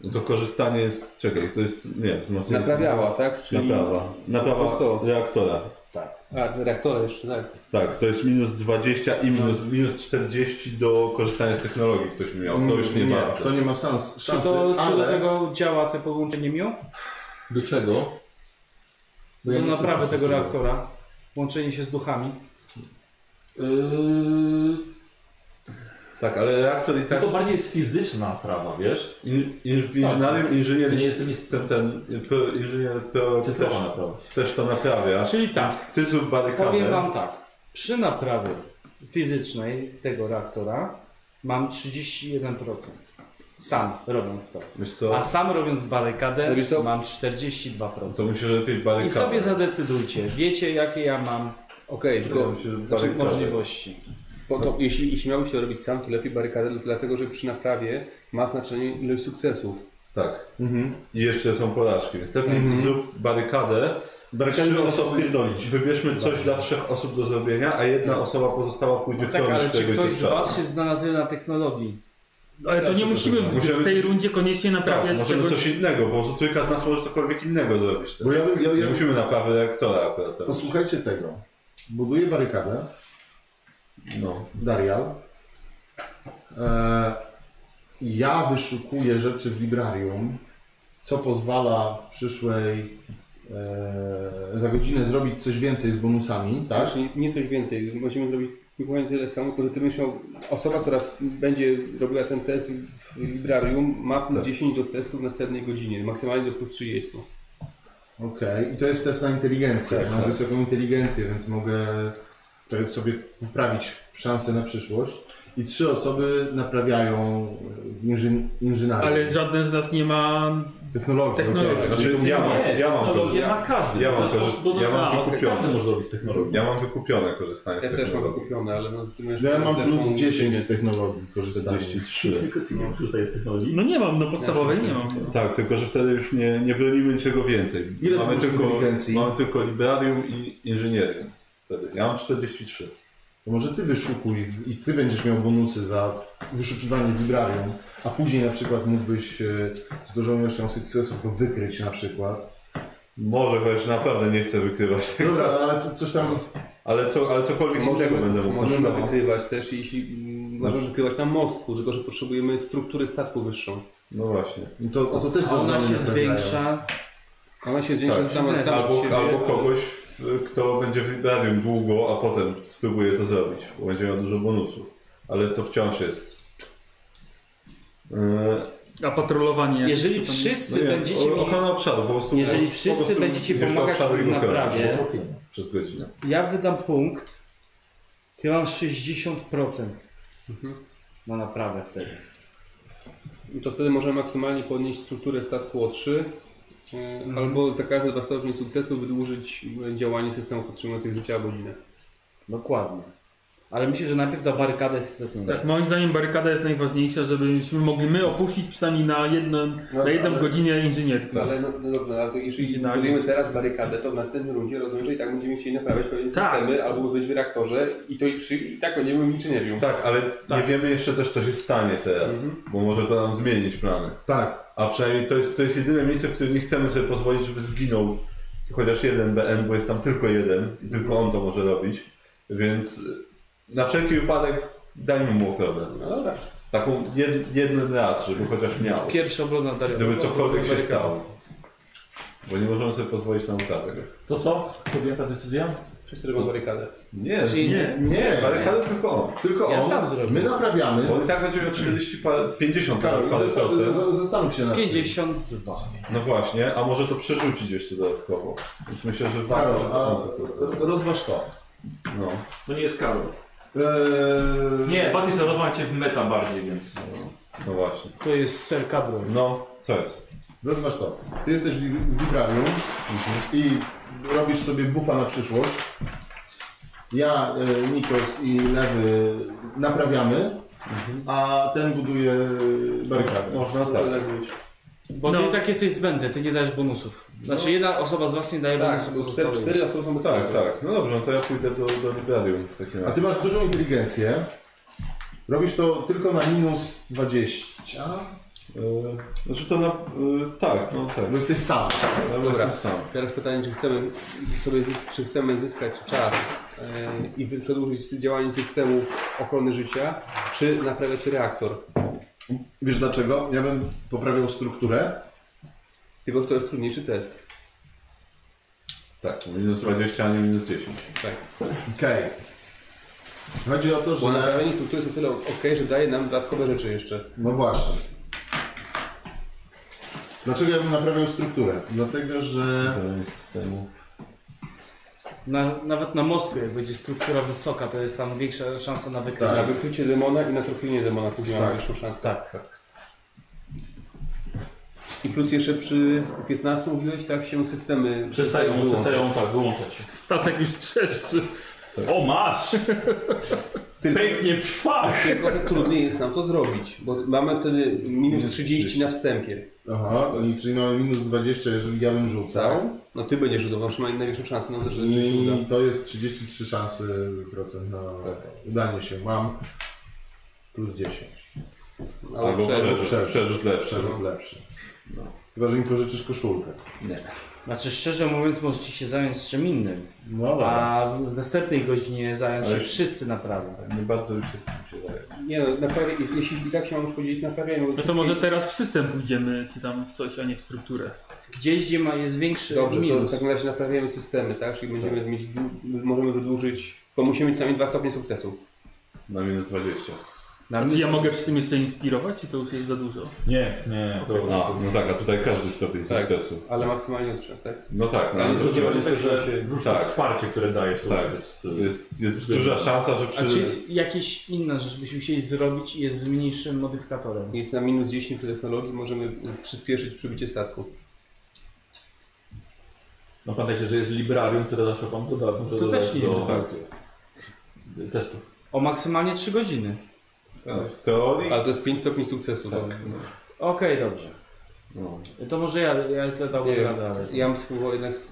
[SPEAKER 4] No to korzystanie z... czekaj, to jest... nie, wzmocnienie...
[SPEAKER 5] Naprawiała, tak? Czyli...
[SPEAKER 4] Naprawa. Naprawa
[SPEAKER 5] To jest to.
[SPEAKER 4] reaktora.
[SPEAKER 5] A, reaktora jeszcze, tak.
[SPEAKER 4] Tak, to jest minus 20 i minus,
[SPEAKER 5] No.
[SPEAKER 4] minus 40 do korzystania z technologii ktoś miał. To już nie, ma.
[SPEAKER 1] to nie ma sens,
[SPEAKER 7] Czy,
[SPEAKER 1] szansy,
[SPEAKER 7] to, czy do
[SPEAKER 1] ale...
[SPEAKER 7] tego działa to połączenie MIO?
[SPEAKER 2] Do czego? Bo
[SPEAKER 7] Do
[SPEAKER 2] nie
[SPEAKER 7] naprawy
[SPEAKER 2] słucham
[SPEAKER 7] No, tego
[SPEAKER 2] wszystkiego.
[SPEAKER 7] reaktora. Łączenie się z duchami.
[SPEAKER 2] Yy,
[SPEAKER 4] Tak, ale reaktor i
[SPEAKER 2] no
[SPEAKER 4] tak...
[SPEAKER 2] to bardziej jest fizyczna prawa, wiesz?
[SPEAKER 4] In, in, w inżynierium inżynier...
[SPEAKER 2] Tak. To nie jest, to nie jest
[SPEAKER 4] Ten, ten pro, inżynier pro też,
[SPEAKER 2] cyfrowa naprawa.
[SPEAKER 4] też to naprawia.
[SPEAKER 7] Czyli tak,
[SPEAKER 4] Więc Ty zrób barykadę.
[SPEAKER 7] powiem wam tak. Przy naprawie fizycznej tego reaktora Mam 31%. Sam robiąc to.
[SPEAKER 4] Wiesz co?
[SPEAKER 7] A sam robiąc barykadę
[SPEAKER 5] Robisz co?
[SPEAKER 7] mam 42%.
[SPEAKER 4] Co musisz lepiej
[SPEAKER 7] I
[SPEAKER 4] barykadę?
[SPEAKER 7] sobie zadecydujcie, wiecie jakie ja mam
[SPEAKER 5] Okej, tylko
[SPEAKER 4] Myślę, że
[SPEAKER 7] znaczy,
[SPEAKER 4] barykadę.
[SPEAKER 7] możliwości.
[SPEAKER 5] po to, jeśli, jeśli miałbyś to robić sam, to lepiej barykadę, dlatego że przy naprawie ma znaczenie ilość sukcesów.
[SPEAKER 4] Tak. I jeszcze są porażki, więc lepiej zrób barykadę.
[SPEAKER 1] Barykady
[SPEAKER 4] Trzy
[SPEAKER 1] będą
[SPEAKER 4] osoby-
[SPEAKER 1] nas pierdolić.
[SPEAKER 4] Wybierzmy coś dla trzech osób do zrobienia, a jedna osoba pozostała pójdzie
[SPEAKER 7] Tak, ale
[SPEAKER 4] chronić
[SPEAKER 7] czy
[SPEAKER 4] któregoś
[SPEAKER 7] ktoś z
[SPEAKER 4] strzału.
[SPEAKER 7] Was się zna na tyle na technologii?
[SPEAKER 6] Ale to nie musimy w, w
[SPEAKER 4] Musimy-
[SPEAKER 6] tej rundzie koniecznie
[SPEAKER 4] Tak,
[SPEAKER 6] naprawiać
[SPEAKER 4] możemy
[SPEAKER 6] czegoś.
[SPEAKER 4] coś innego, bo może trójka z nas może cokolwiek innego zrobić.
[SPEAKER 1] Bo
[SPEAKER 4] Też.
[SPEAKER 1] ja bym, ja,
[SPEAKER 4] Nie
[SPEAKER 1] ja,
[SPEAKER 4] musimy naprawy reaktora akurat. robić.
[SPEAKER 1] posłuchajcie tego. Buduję barykadę,
[SPEAKER 4] No.
[SPEAKER 1] Darial. E, ja wyszukuję rzeczy w librarium, co pozwala w przyszłej e, za godzinę zrobić coś więcej z bonusami, tak?
[SPEAKER 5] Znaczy, nie- nie coś więcej. Musimy zrobić dokładnie tyle samo, tylko że ty będziesz miał, osoba, która ws- będzie robiła ten test w librarium, ma plus
[SPEAKER 4] Tak.
[SPEAKER 5] 10 do testu w następnej godzinie, maksymalnie do plus 30.
[SPEAKER 1] Okej, i to jest test na inteligencję.
[SPEAKER 6] Tak,
[SPEAKER 1] Mam wysoką inteligencję, więc mogę to sobie poprawić szanse na przyszłość. I trzy osoby naprawiają e, inżyn- inżynierię.
[SPEAKER 6] Ale żadne z nas nie ma.
[SPEAKER 1] technologię.
[SPEAKER 6] technologię.
[SPEAKER 1] tak.
[SPEAKER 4] Znaczy, ja mam,
[SPEAKER 2] Nie,
[SPEAKER 4] ja mam
[SPEAKER 2] technologię
[SPEAKER 4] korzyst-
[SPEAKER 2] ma każdy.
[SPEAKER 4] ja
[SPEAKER 2] To
[SPEAKER 4] mam
[SPEAKER 2] jest po
[SPEAKER 4] korzyst-
[SPEAKER 2] prostu do-
[SPEAKER 4] ja mam
[SPEAKER 2] a, okej,
[SPEAKER 4] wykupione.
[SPEAKER 2] Każdy może robić technologię.
[SPEAKER 4] Ja mam wykupione korzystanie z
[SPEAKER 5] Ja też mam
[SPEAKER 4] technologii.
[SPEAKER 5] wykupione, ale no, ty masz
[SPEAKER 1] Ja mam
[SPEAKER 5] lepszą
[SPEAKER 1] plus 10 z
[SPEAKER 5] inteligencję.
[SPEAKER 1] technologii korzystania.
[SPEAKER 4] 43.
[SPEAKER 2] ty nie korzystasz z technologii.
[SPEAKER 6] No nie mam, no podstawowej nie mam.
[SPEAKER 4] [laughs] Tak, tylko że wtedy już nie, nie bronimy niczego więcej.
[SPEAKER 1] Ile ty
[SPEAKER 4] mamy,
[SPEAKER 1] masz
[SPEAKER 4] tylko,
[SPEAKER 1] inteligencji?
[SPEAKER 4] mamy tylko librarium i inżynierię. Wtedy. Ja mam 43.
[SPEAKER 1] To może ty wyszukuj w- i ty będziesz miał bonusy za wyszukiwanie w librarium, a później na przykład mógłbyś e, z dużą ilością sukcesów go wykryć na przykład.
[SPEAKER 4] Może, chociaż naprawdę nie chcę wykrywać [laughs] tego.
[SPEAKER 1] Dobra, no ale to coś tam
[SPEAKER 4] Ale, co, ale cokolwiek innego
[SPEAKER 5] Możemy,
[SPEAKER 4] będę mógł.
[SPEAKER 5] możemy
[SPEAKER 4] No.
[SPEAKER 5] wykrywać też, jeśli mm, możemy
[SPEAKER 4] Dobrze.
[SPEAKER 5] wykrywać na mostku, tylko że potrzebujemy struktury statku wyższą.
[SPEAKER 4] No właśnie.
[SPEAKER 1] to, o no, to też
[SPEAKER 7] A ona
[SPEAKER 1] zadanie
[SPEAKER 7] się
[SPEAKER 1] naprawiają.
[SPEAKER 7] zwiększa.
[SPEAKER 5] Ona się zwiększa
[SPEAKER 4] Tak.
[SPEAKER 5] sama, sama z siebie.
[SPEAKER 4] Albo, albo kogoś, w- kto będzie w librarium długo, a potem spróbuje to zrobić, bo będzie miał dużo bonusów. Ale to wciąż jest. Yy,
[SPEAKER 6] A patrolowanie. jakieś
[SPEAKER 7] Jeżeli
[SPEAKER 6] to tam-
[SPEAKER 4] No
[SPEAKER 7] wszyscy
[SPEAKER 4] nie,
[SPEAKER 7] będziecie
[SPEAKER 4] o-
[SPEAKER 7] mieli
[SPEAKER 4] ochrona obszaru, po prostu.
[SPEAKER 7] Jeżeli
[SPEAKER 4] po
[SPEAKER 7] wszyscy
[SPEAKER 4] prostu
[SPEAKER 7] będziecie
[SPEAKER 4] idziesz do
[SPEAKER 7] pomagać
[SPEAKER 4] obszaru i
[SPEAKER 7] w
[SPEAKER 4] go chronisz
[SPEAKER 7] naprawie.
[SPEAKER 4] Przez godzinę.
[SPEAKER 7] Ja wydam punkt. Ja mam 60% na naprawę wtedy.
[SPEAKER 5] I To wtedy możemy maksymalnie podnieść strukturę statku o 3, y, albo za każde dwa stopnie sukcesu wydłużyć y, działanie systemów podtrzymujących życie o godzinę.
[SPEAKER 7] Dokładnie. Ale myślę, że najpierw ta barykada jest istotniejsza.
[SPEAKER 6] Tak, moim zdaniem barykada jest najważniejsza, żebyśmy mogli my opuścić przynajmniej na jedną,
[SPEAKER 5] No,
[SPEAKER 6] na jedną
[SPEAKER 5] ale-
[SPEAKER 6] godzinę inżynierki.
[SPEAKER 5] Ale no, no dobrze, ale to jeżeli
[SPEAKER 6] Idzie na
[SPEAKER 5] budujemy teraz barykadę, to w następnym rundzie rozumiem, że i tak będziemy chcieli naprawiać pewne
[SPEAKER 6] Tak.
[SPEAKER 5] systemy, albo być w reaktorze i to i, przy, i tak będziemy w inżynierium.
[SPEAKER 4] Tak, ale nie wiemy jeszcze też, co się stanie teraz, bo może to nam zmienić plany.
[SPEAKER 1] Tak,
[SPEAKER 4] A przynajmniej to jest, to jest jedyne miejsce, w którym nie chcemy sobie pozwolić, żeby zginął chociaż jeden BN, bo jest tam tylko jeden i tylko on to może robić. Więc y, na wszelki wypadek dajmy mu ochronę.
[SPEAKER 1] No
[SPEAKER 4] no.
[SPEAKER 5] Dobra.
[SPEAKER 4] Taką jed, jeden raz, żeby chociaż miał.
[SPEAKER 7] Pierwsza obrona Daria.
[SPEAKER 4] Gdyby cokolwiek się stało. Bo nie możemy sobie pozwolić na utratę.
[SPEAKER 2] To co? Podjęta decyzja?
[SPEAKER 5] Wszyscy robią barykadę.
[SPEAKER 4] Nie,
[SPEAKER 7] Nie.
[SPEAKER 1] nie,
[SPEAKER 4] barykady tylko on.
[SPEAKER 1] tylko
[SPEAKER 7] Ja
[SPEAKER 1] on,
[SPEAKER 7] sam zrobię.
[SPEAKER 1] my naprawiamy.
[SPEAKER 4] Bo on i tak będzie miał 40, pa- 50
[SPEAKER 1] Karol,
[SPEAKER 4] parę
[SPEAKER 1] zasta-
[SPEAKER 4] procent.
[SPEAKER 1] za- zastanów się na tym.
[SPEAKER 7] 52.
[SPEAKER 4] No właśnie, a może to przerzucić jeszcze dodatkowo. Więc myślę, że warto,
[SPEAKER 1] Karol,
[SPEAKER 4] że
[SPEAKER 1] a,
[SPEAKER 4] to on to
[SPEAKER 1] to-
[SPEAKER 4] próbuje.
[SPEAKER 1] to rozważ to.
[SPEAKER 4] No.
[SPEAKER 2] To nie jest Karol.
[SPEAKER 1] Eee,
[SPEAKER 2] Nie, bardziej zarobiłem cię w meta bardziej, więc...
[SPEAKER 4] No właśnie.
[SPEAKER 7] To jest ser kadro.
[SPEAKER 4] No, co jest?
[SPEAKER 1] Rozważ to. Ty jesteś w lib- w librarium i robisz sobie bufa na przyszłość. Ja, e, Nikos i Lewy naprawiamy, a ten buduje barykadę.
[SPEAKER 4] Można
[SPEAKER 5] To
[SPEAKER 4] tak.
[SPEAKER 5] tak być.
[SPEAKER 7] Bo
[SPEAKER 6] No.
[SPEAKER 7] ty i tak jesteś zbędny, ty nie dajesz bonusów. Znaczy jedna osoba z was nie daje
[SPEAKER 5] Tak,
[SPEAKER 7] bonusów.
[SPEAKER 5] bo
[SPEAKER 7] pozostałe
[SPEAKER 5] cztery, cztery osoby są bez
[SPEAKER 4] Tak,
[SPEAKER 5] sensu.
[SPEAKER 4] tak. No dobrze, no to ja pójdę do, do Librarium w takim
[SPEAKER 1] A
[SPEAKER 4] razie.
[SPEAKER 1] ty masz dużą inteligencję. Robisz to tylko na minus 20,
[SPEAKER 4] Yy, Znaczy to na... Yy, tak, no tak.
[SPEAKER 1] bo jesteś sam.
[SPEAKER 4] Ja
[SPEAKER 5] Dobra.
[SPEAKER 4] jestem sam.
[SPEAKER 5] Teraz pytanie, czy chcemy sobie zys- czy chcemy zyskać czas e, i wy- przedłużyć działanie systemów ochrony życia, czy naprawiać reaktor.
[SPEAKER 1] Wiesz dlaczego? Ja bym poprawiał strukturę.
[SPEAKER 5] Tylko, że to jest trudniejszy test.
[SPEAKER 4] Tak, minus 20, a nie minus 10.
[SPEAKER 1] Okej. Chodzi o to,
[SPEAKER 5] Bo
[SPEAKER 1] że...
[SPEAKER 5] naprawienie struktury jest o tyle ok, że daje nam dodatkowe rzeczy jeszcze.
[SPEAKER 1] No właśnie. Dlaczego ja bym naprawiał strukturę? Dlatego, że
[SPEAKER 4] Zadanie systemów.
[SPEAKER 7] Na, nawet na mostku, jak będzie struktura wysoka, to jest tam większa szansa na wykrycie.
[SPEAKER 5] Na wykrycie demona i na tropienie demona później mamy większą szansę.
[SPEAKER 7] Tak.
[SPEAKER 5] I plus jeszcze przy 15 mówiłeś, tak się systemy
[SPEAKER 2] Przestają,
[SPEAKER 5] wyłączać.
[SPEAKER 2] przestają tak wyłączać.
[SPEAKER 6] Statek już trzeszczy.
[SPEAKER 2] O masz!
[SPEAKER 5] Tylko-
[SPEAKER 2] Pęknie w szwach!
[SPEAKER 5] Tylko że trudniej jest nam to zrobić, bo mamy wtedy minus 30 na wstępie.
[SPEAKER 1] Aha, i czyli mamy minus 20, jeżeli ja bym rzucał.
[SPEAKER 5] No ty będziesz zobacz, ma największą szansę na to, że rzeczywiście uda.
[SPEAKER 1] I to jest 33 szansy procent na udanie się. Mam plus 10.
[SPEAKER 4] Albo przerzut,
[SPEAKER 1] przerzut.
[SPEAKER 4] przerzut, lepszy.
[SPEAKER 1] Przerzut lepszy. Chyba, że mi pożyczysz koszulkę.
[SPEAKER 5] Tak.
[SPEAKER 7] Znaczy, szczerze mówiąc, możecie się zająć czym innym.
[SPEAKER 1] No dobra.
[SPEAKER 7] A w w następnej godzinie zająć się
[SPEAKER 4] Ale-
[SPEAKER 7] wszyscy naprawdę.
[SPEAKER 4] Tak, Nie bardzo już się z tym się daje.
[SPEAKER 5] Nie no, naprawia, jeśli- jeśli i tak się mam podzielić, naprawiajmy. bo
[SPEAKER 6] No to
[SPEAKER 5] wszystkie-
[SPEAKER 6] może teraz w system pójdziemy, czy tam w coś, a nie w strukturę.
[SPEAKER 7] Gdzieś, gdzie ma, jest większy
[SPEAKER 5] Dobrze, to tak w
[SPEAKER 7] minus.
[SPEAKER 5] takim razie naprawiamy systemy, tak? Czyli będziemy mieć, dłu- możemy wydłużyć, bo musimy mieć sami dwa stopnie sukcesu.
[SPEAKER 4] Na minus 20.
[SPEAKER 5] No
[SPEAKER 6] A czy ja mogę przy tym jeszcze inspirować, czy to już jest za dużo?
[SPEAKER 2] Nie, nie, to...
[SPEAKER 4] A, no tak, a tutaj każdy stopień
[SPEAKER 5] Tak.
[SPEAKER 4] sukcesu.
[SPEAKER 5] Ale maksymalnie trzy, tak?
[SPEAKER 4] No tak, no,
[SPEAKER 5] Ale
[SPEAKER 4] ale
[SPEAKER 5] to
[SPEAKER 4] to,
[SPEAKER 5] działa-
[SPEAKER 2] Chodzi o to, że wróć to
[SPEAKER 4] Tak.
[SPEAKER 2] wsparcie, które dajesz, to
[SPEAKER 4] Tak.
[SPEAKER 2] już jest... y,
[SPEAKER 4] to jest, jest duża szansa, że
[SPEAKER 7] A czy
[SPEAKER 4] przy...
[SPEAKER 7] jest jakaś inna rzecz, byśmy chcieli zrobić i jest z mniejszym modyfikatorem?
[SPEAKER 5] Jest na minus 10 przy technologii, możemy y, przyspieszyć przybycie statku.
[SPEAKER 2] No pamiętajcie, że jest librarium, które zawsze wam doda, może
[SPEAKER 7] To też
[SPEAKER 2] dodać
[SPEAKER 7] nie jest
[SPEAKER 2] do
[SPEAKER 4] Tak.
[SPEAKER 2] testów.
[SPEAKER 7] O maksymalnie 3 godziny.
[SPEAKER 4] No, W teorii...
[SPEAKER 5] Ale to jest 5 stopni sukcesu.
[SPEAKER 4] Tak.
[SPEAKER 5] no.
[SPEAKER 7] Okej, dobrze.
[SPEAKER 4] No.
[SPEAKER 7] To może ja, ja tyle
[SPEAKER 5] Nie,
[SPEAKER 7] dałbym radę, ale...
[SPEAKER 5] ja bym spróbował jednak z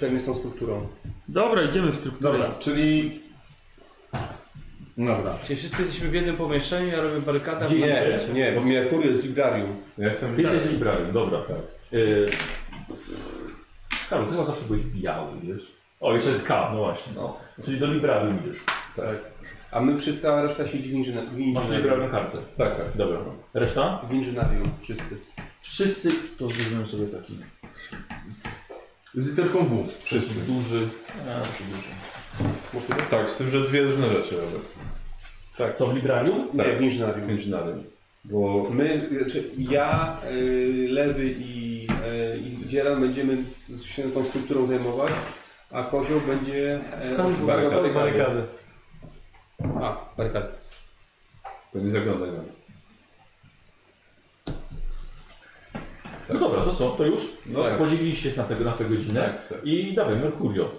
[SPEAKER 5] pewną strukturą.
[SPEAKER 6] Dobra, idziemy w strukturę.
[SPEAKER 1] Dobra, czyli... Dobra.
[SPEAKER 7] Czyli wszyscy jesteśmy w jednym pomieszczeniu, ja robię barykadę.
[SPEAKER 2] Gdzie
[SPEAKER 7] a-
[SPEAKER 2] nie?
[SPEAKER 5] Nie, bo mnie pur jest w librarium.
[SPEAKER 4] Ja jestem...
[SPEAKER 2] Ty jesteś librarium, dobra.
[SPEAKER 4] Tak.
[SPEAKER 2] Y... Karol, ty chyba zawsze byłeś biały, wiesz? O, jeszcze jest K, no właśnie.
[SPEAKER 4] No.
[SPEAKER 2] Czyli do librarium idziesz.
[SPEAKER 5] Tak. A my wszyscy, cała reszta siedzi w inżynier-
[SPEAKER 2] Masz
[SPEAKER 5] w inżynierium.
[SPEAKER 2] librarium kartę.
[SPEAKER 4] Tak, tak.
[SPEAKER 2] Dobra. Reszta?
[SPEAKER 5] W inżynierium wszyscy.
[SPEAKER 2] Wszyscy to zrobimy sobie taki
[SPEAKER 1] Z literką W. Wszyscy.
[SPEAKER 2] duży... A, taki duży.
[SPEAKER 4] Tak, z tym, że dwie różne rzeczy robię.
[SPEAKER 2] Co, w librarium?
[SPEAKER 5] Nie,
[SPEAKER 4] Tak.
[SPEAKER 5] w inżynierium.
[SPEAKER 4] Pięć na dym. Bo...
[SPEAKER 5] My, znaczy ja, y, Lewy i, y, i Dzieran będziemy z- z- się tą strukturą zajmować, a Kozioł będzie... y,
[SPEAKER 7] Sam
[SPEAKER 5] ustawiał
[SPEAKER 4] barykady.
[SPEAKER 5] barykady. A, barykady.
[SPEAKER 4] To nie zaglądaj na mnie. Tak.
[SPEAKER 2] No dobra, to co? To już?
[SPEAKER 4] No tak.
[SPEAKER 2] Podzieliliście się na, tego, na tę godzinę
[SPEAKER 4] Tak, tak.
[SPEAKER 2] i dawaj, Mercurio.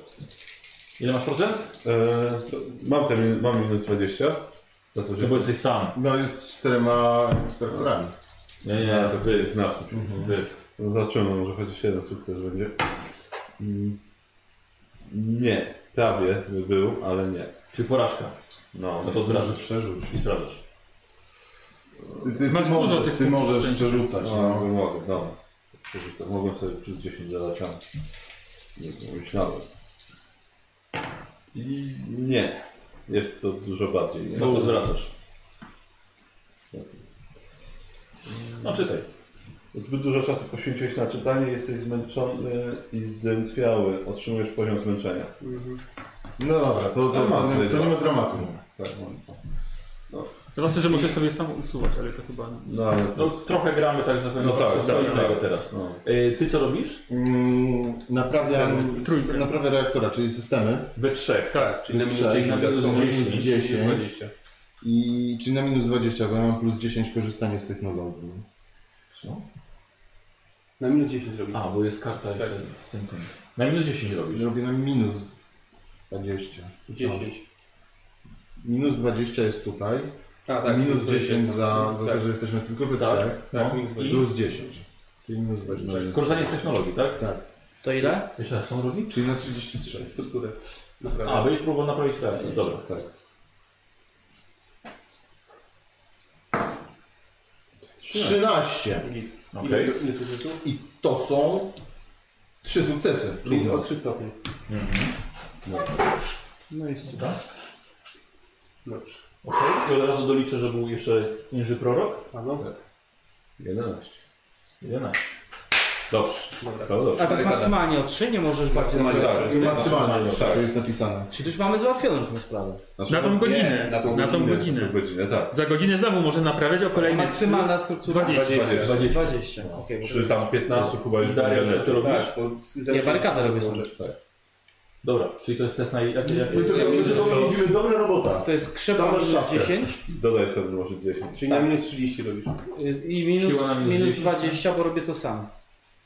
[SPEAKER 2] Ile masz procent?
[SPEAKER 4] Eee, to mam, te, min- mam minus 20. Za to,
[SPEAKER 2] No
[SPEAKER 4] że...
[SPEAKER 2] bo jesteś sam.
[SPEAKER 1] No jest z czterema strukturami.
[SPEAKER 2] Nie, nie, to
[SPEAKER 4] To jest nasz.
[SPEAKER 2] wy.
[SPEAKER 4] No zobaczymy, może chociaż jeden sukces będzie. Mm. Nie, prawie by był, ale nie.
[SPEAKER 2] Czy porażka?
[SPEAKER 4] No,
[SPEAKER 2] No to zwracasz
[SPEAKER 1] Przerzuć.
[SPEAKER 2] i sprawdzasz.
[SPEAKER 1] Ty, ty,
[SPEAKER 6] Masz
[SPEAKER 1] ty
[SPEAKER 6] dużo
[SPEAKER 1] możesz,
[SPEAKER 6] tych
[SPEAKER 1] ty
[SPEAKER 6] punktów
[SPEAKER 1] możesz
[SPEAKER 6] szczęścia.
[SPEAKER 1] przerzucać.
[SPEAKER 4] no,
[SPEAKER 1] No.
[SPEAKER 4] no. mogę, dobra. Przerzucę. Mogłem sobie plus 10 dodać tam. Nie myślałem. I nie. Jest to dużo bardziej. Nie.
[SPEAKER 2] No to zwracasz. No czytaj.
[SPEAKER 4] Zbyt dużo czasu poświęciłeś na czytanie, jesteś zmęczony i zdrętwiały. Otrzymujesz poziom zmęczenia.
[SPEAKER 1] no dobra, to, to, to,
[SPEAKER 4] Dramat,
[SPEAKER 1] nie,
[SPEAKER 5] no.
[SPEAKER 1] to nie ma
[SPEAKER 4] dramat.
[SPEAKER 1] dramatu.
[SPEAKER 4] Tak, mam.
[SPEAKER 6] Zwłaszcza, że możesz sobie sam usuwać, ale to chyba...
[SPEAKER 4] No ale
[SPEAKER 2] No
[SPEAKER 4] co?
[SPEAKER 2] trochę gramy tak, że na pewno
[SPEAKER 4] No tak,
[SPEAKER 2] co, co
[SPEAKER 4] tak,
[SPEAKER 2] innego
[SPEAKER 4] tak.
[SPEAKER 2] teraz.
[SPEAKER 4] No.
[SPEAKER 2] Y, ty co robisz?
[SPEAKER 1] Mm, naprawiam,
[SPEAKER 6] trójkę.
[SPEAKER 1] naprawiam reaktora, czyli systemy.
[SPEAKER 2] We trzech.
[SPEAKER 5] Tak, czyli na minus
[SPEAKER 1] Trzeba
[SPEAKER 5] 10,
[SPEAKER 1] na
[SPEAKER 5] dodatkowo
[SPEAKER 2] minus
[SPEAKER 5] minus
[SPEAKER 1] 10.
[SPEAKER 5] 20.
[SPEAKER 1] I czyli na minus 20, bo ja mam plus 10 korzystanie z technologii.
[SPEAKER 2] Co?
[SPEAKER 5] Na minus 10 zrobimy.
[SPEAKER 2] A, bo jest karta jeszcze w tym tym. Na minus 10 robisz.
[SPEAKER 1] Robię na minus 20.
[SPEAKER 5] 10.
[SPEAKER 1] Minus 20 jest tutaj.
[SPEAKER 5] A,
[SPEAKER 1] A minus 10 za, za
[SPEAKER 5] tak,
[SPEAKER 1] to, że jesteśmy tylko we
[SPEAKER 2] Tak.
[SPEAKER 1] trzech.
[SPEAKER 5] Tak,
[SPEAKER 2] No.
[SPEAKER 5] minus No 20.
[SPEAKER 1] Plus 10. Czyli minus 20.
[SPEAKER 2] Korzystanie z technologii, tak?
[SPEAKER 1] Tak.
[SPEAKER 7] To ile?
[SPEAKER 2] Jeszcze raz, są robić?
[SPEAKER 1] Czyli na 33.
[SPEAKER 5] Strukturę.
[SPEAKER 2] A,
[SPEAKER 5] Naprawdę.
[SPEAKER 2] będziesz próbował naprawić kartę. Dobra.
[SPEAKER 4] Tak.
[SPEAKER 5] Trzymaj.
[SPEAKER 1] 13.
[SPEAKER 5] Git. Ile,
[SPEAKER 2] Okej.
[SPEAKER 5] ile sukcesu?
[SPEAKER 1] I to są trzy sukcesy.
[SPEAKER 5] Czyli o 3 stopnie.
[SPEAKER 7] No i super.
[SPEAKER 5] Dobrze.
[SPEAKER 2] Okej. I od razu doliczę, że był jeszcze inży prorok.
[SPEAKER 5] A no,
[SPEAKER 4] 11.
[SPEAKER 2] 11.
[SPEAKER 4] Dobrze.
[SPEAKER 5] dobra.
[SPEAKER 4] To dobrze.
[SPEAKER 7] A to jest maksymalnie o 3, nie możesz bardziej
[SPEAKER 5] Maksymalnie.
[SPEAKER 7] nawet.
[SPEAKER 1] I maksymalnie tak. to jest napisane.
[SPEAKER 7] Czyli już mamy załatwioną tę sprawę.
[SPEAKER 4] Znaczy,
[SPEAKER 6] Na tą godzinę.
[SPEAKER 5] Nie, na tą
[SPEAKER 6] na tą
[SPEAKER 4] godzinę.
[SPEAKER 6] godzinę.
[SPEAKER 4] godzinę, tak.
[SPEAKER 6] Za godzinę znowu może naprawiać o kolejne...
[SPEAKER 7] Maksymalna struktura
[SPEAKER 6] 20.
[SPEAKER 7] 20. 20. Okej, bo
[SPEAKER 4] Przy tam 15 chyba już
[SPEAKER 2] Daria,
[SPEAKER 4] będzie
[SPEAKER 2] co ty
[SPEAKER 4] lepiej.
[SPEAKER 2] robisz?
[SPEAKER 5] Tak, bo z-
[SPEAKER 7] Ja barykadę robię sobie.
[SPEAKER 4] Tak.
[SPEAKER 2] Dobra, czyli to jest test na... Jak, jak,
[SPEAKER 1] My tylko, my tylko mówimy, dobra robota.
[SPEAKER 7] To jest krzepa
[SPEAKER 1] Tam tak. masz
[SPEAKER 7] minus
[SPEAKER 1] szafkę.
[SPEAKER 7] 10
[SPEAKER 4] Dodaj sobie może 10.
[SPEAKER 5] Czyli na minus 30 robisz.
[SPEAKER 7] y, i
[SPEAKER 2] Siła na
[SPEAKER 7] minus,
[SPEAKER 2] minus
[SPEAKER 7] minus
[SPEAKER 2] 10,
[SPEAKER 7] 20, bo robię to sam.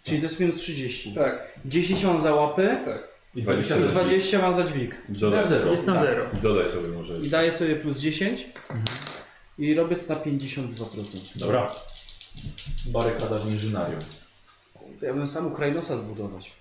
[SPEAKER 7] Czyli to jest minus 30.
[SPEAKER 5] Tak,
[SPEAKER 7] 10 mam za łapy,
[SPEAKER 5] tak.
[SPEAKER 2] I 20
[SPEAKER 4] Za
[SPEAKER 7] i
[SPEAKER 4] dźwig.
[SPEAKER 7] 20 mam za dźwig.
[SPEAKER 4] Dodaj,
[SPEAKER 2] Na zero.
[SPEAKER 6] Jest na zero.
[SPEAKER 4] dodaj sobie może.
[SPEAKER 7] I daję sobie plus 10 i robię to na 52%.
[SPEAKER 2] Dobra. Barykada w inżynarium.
[SPEAKER 7] Ja bym sam Ukrainosa zbudować.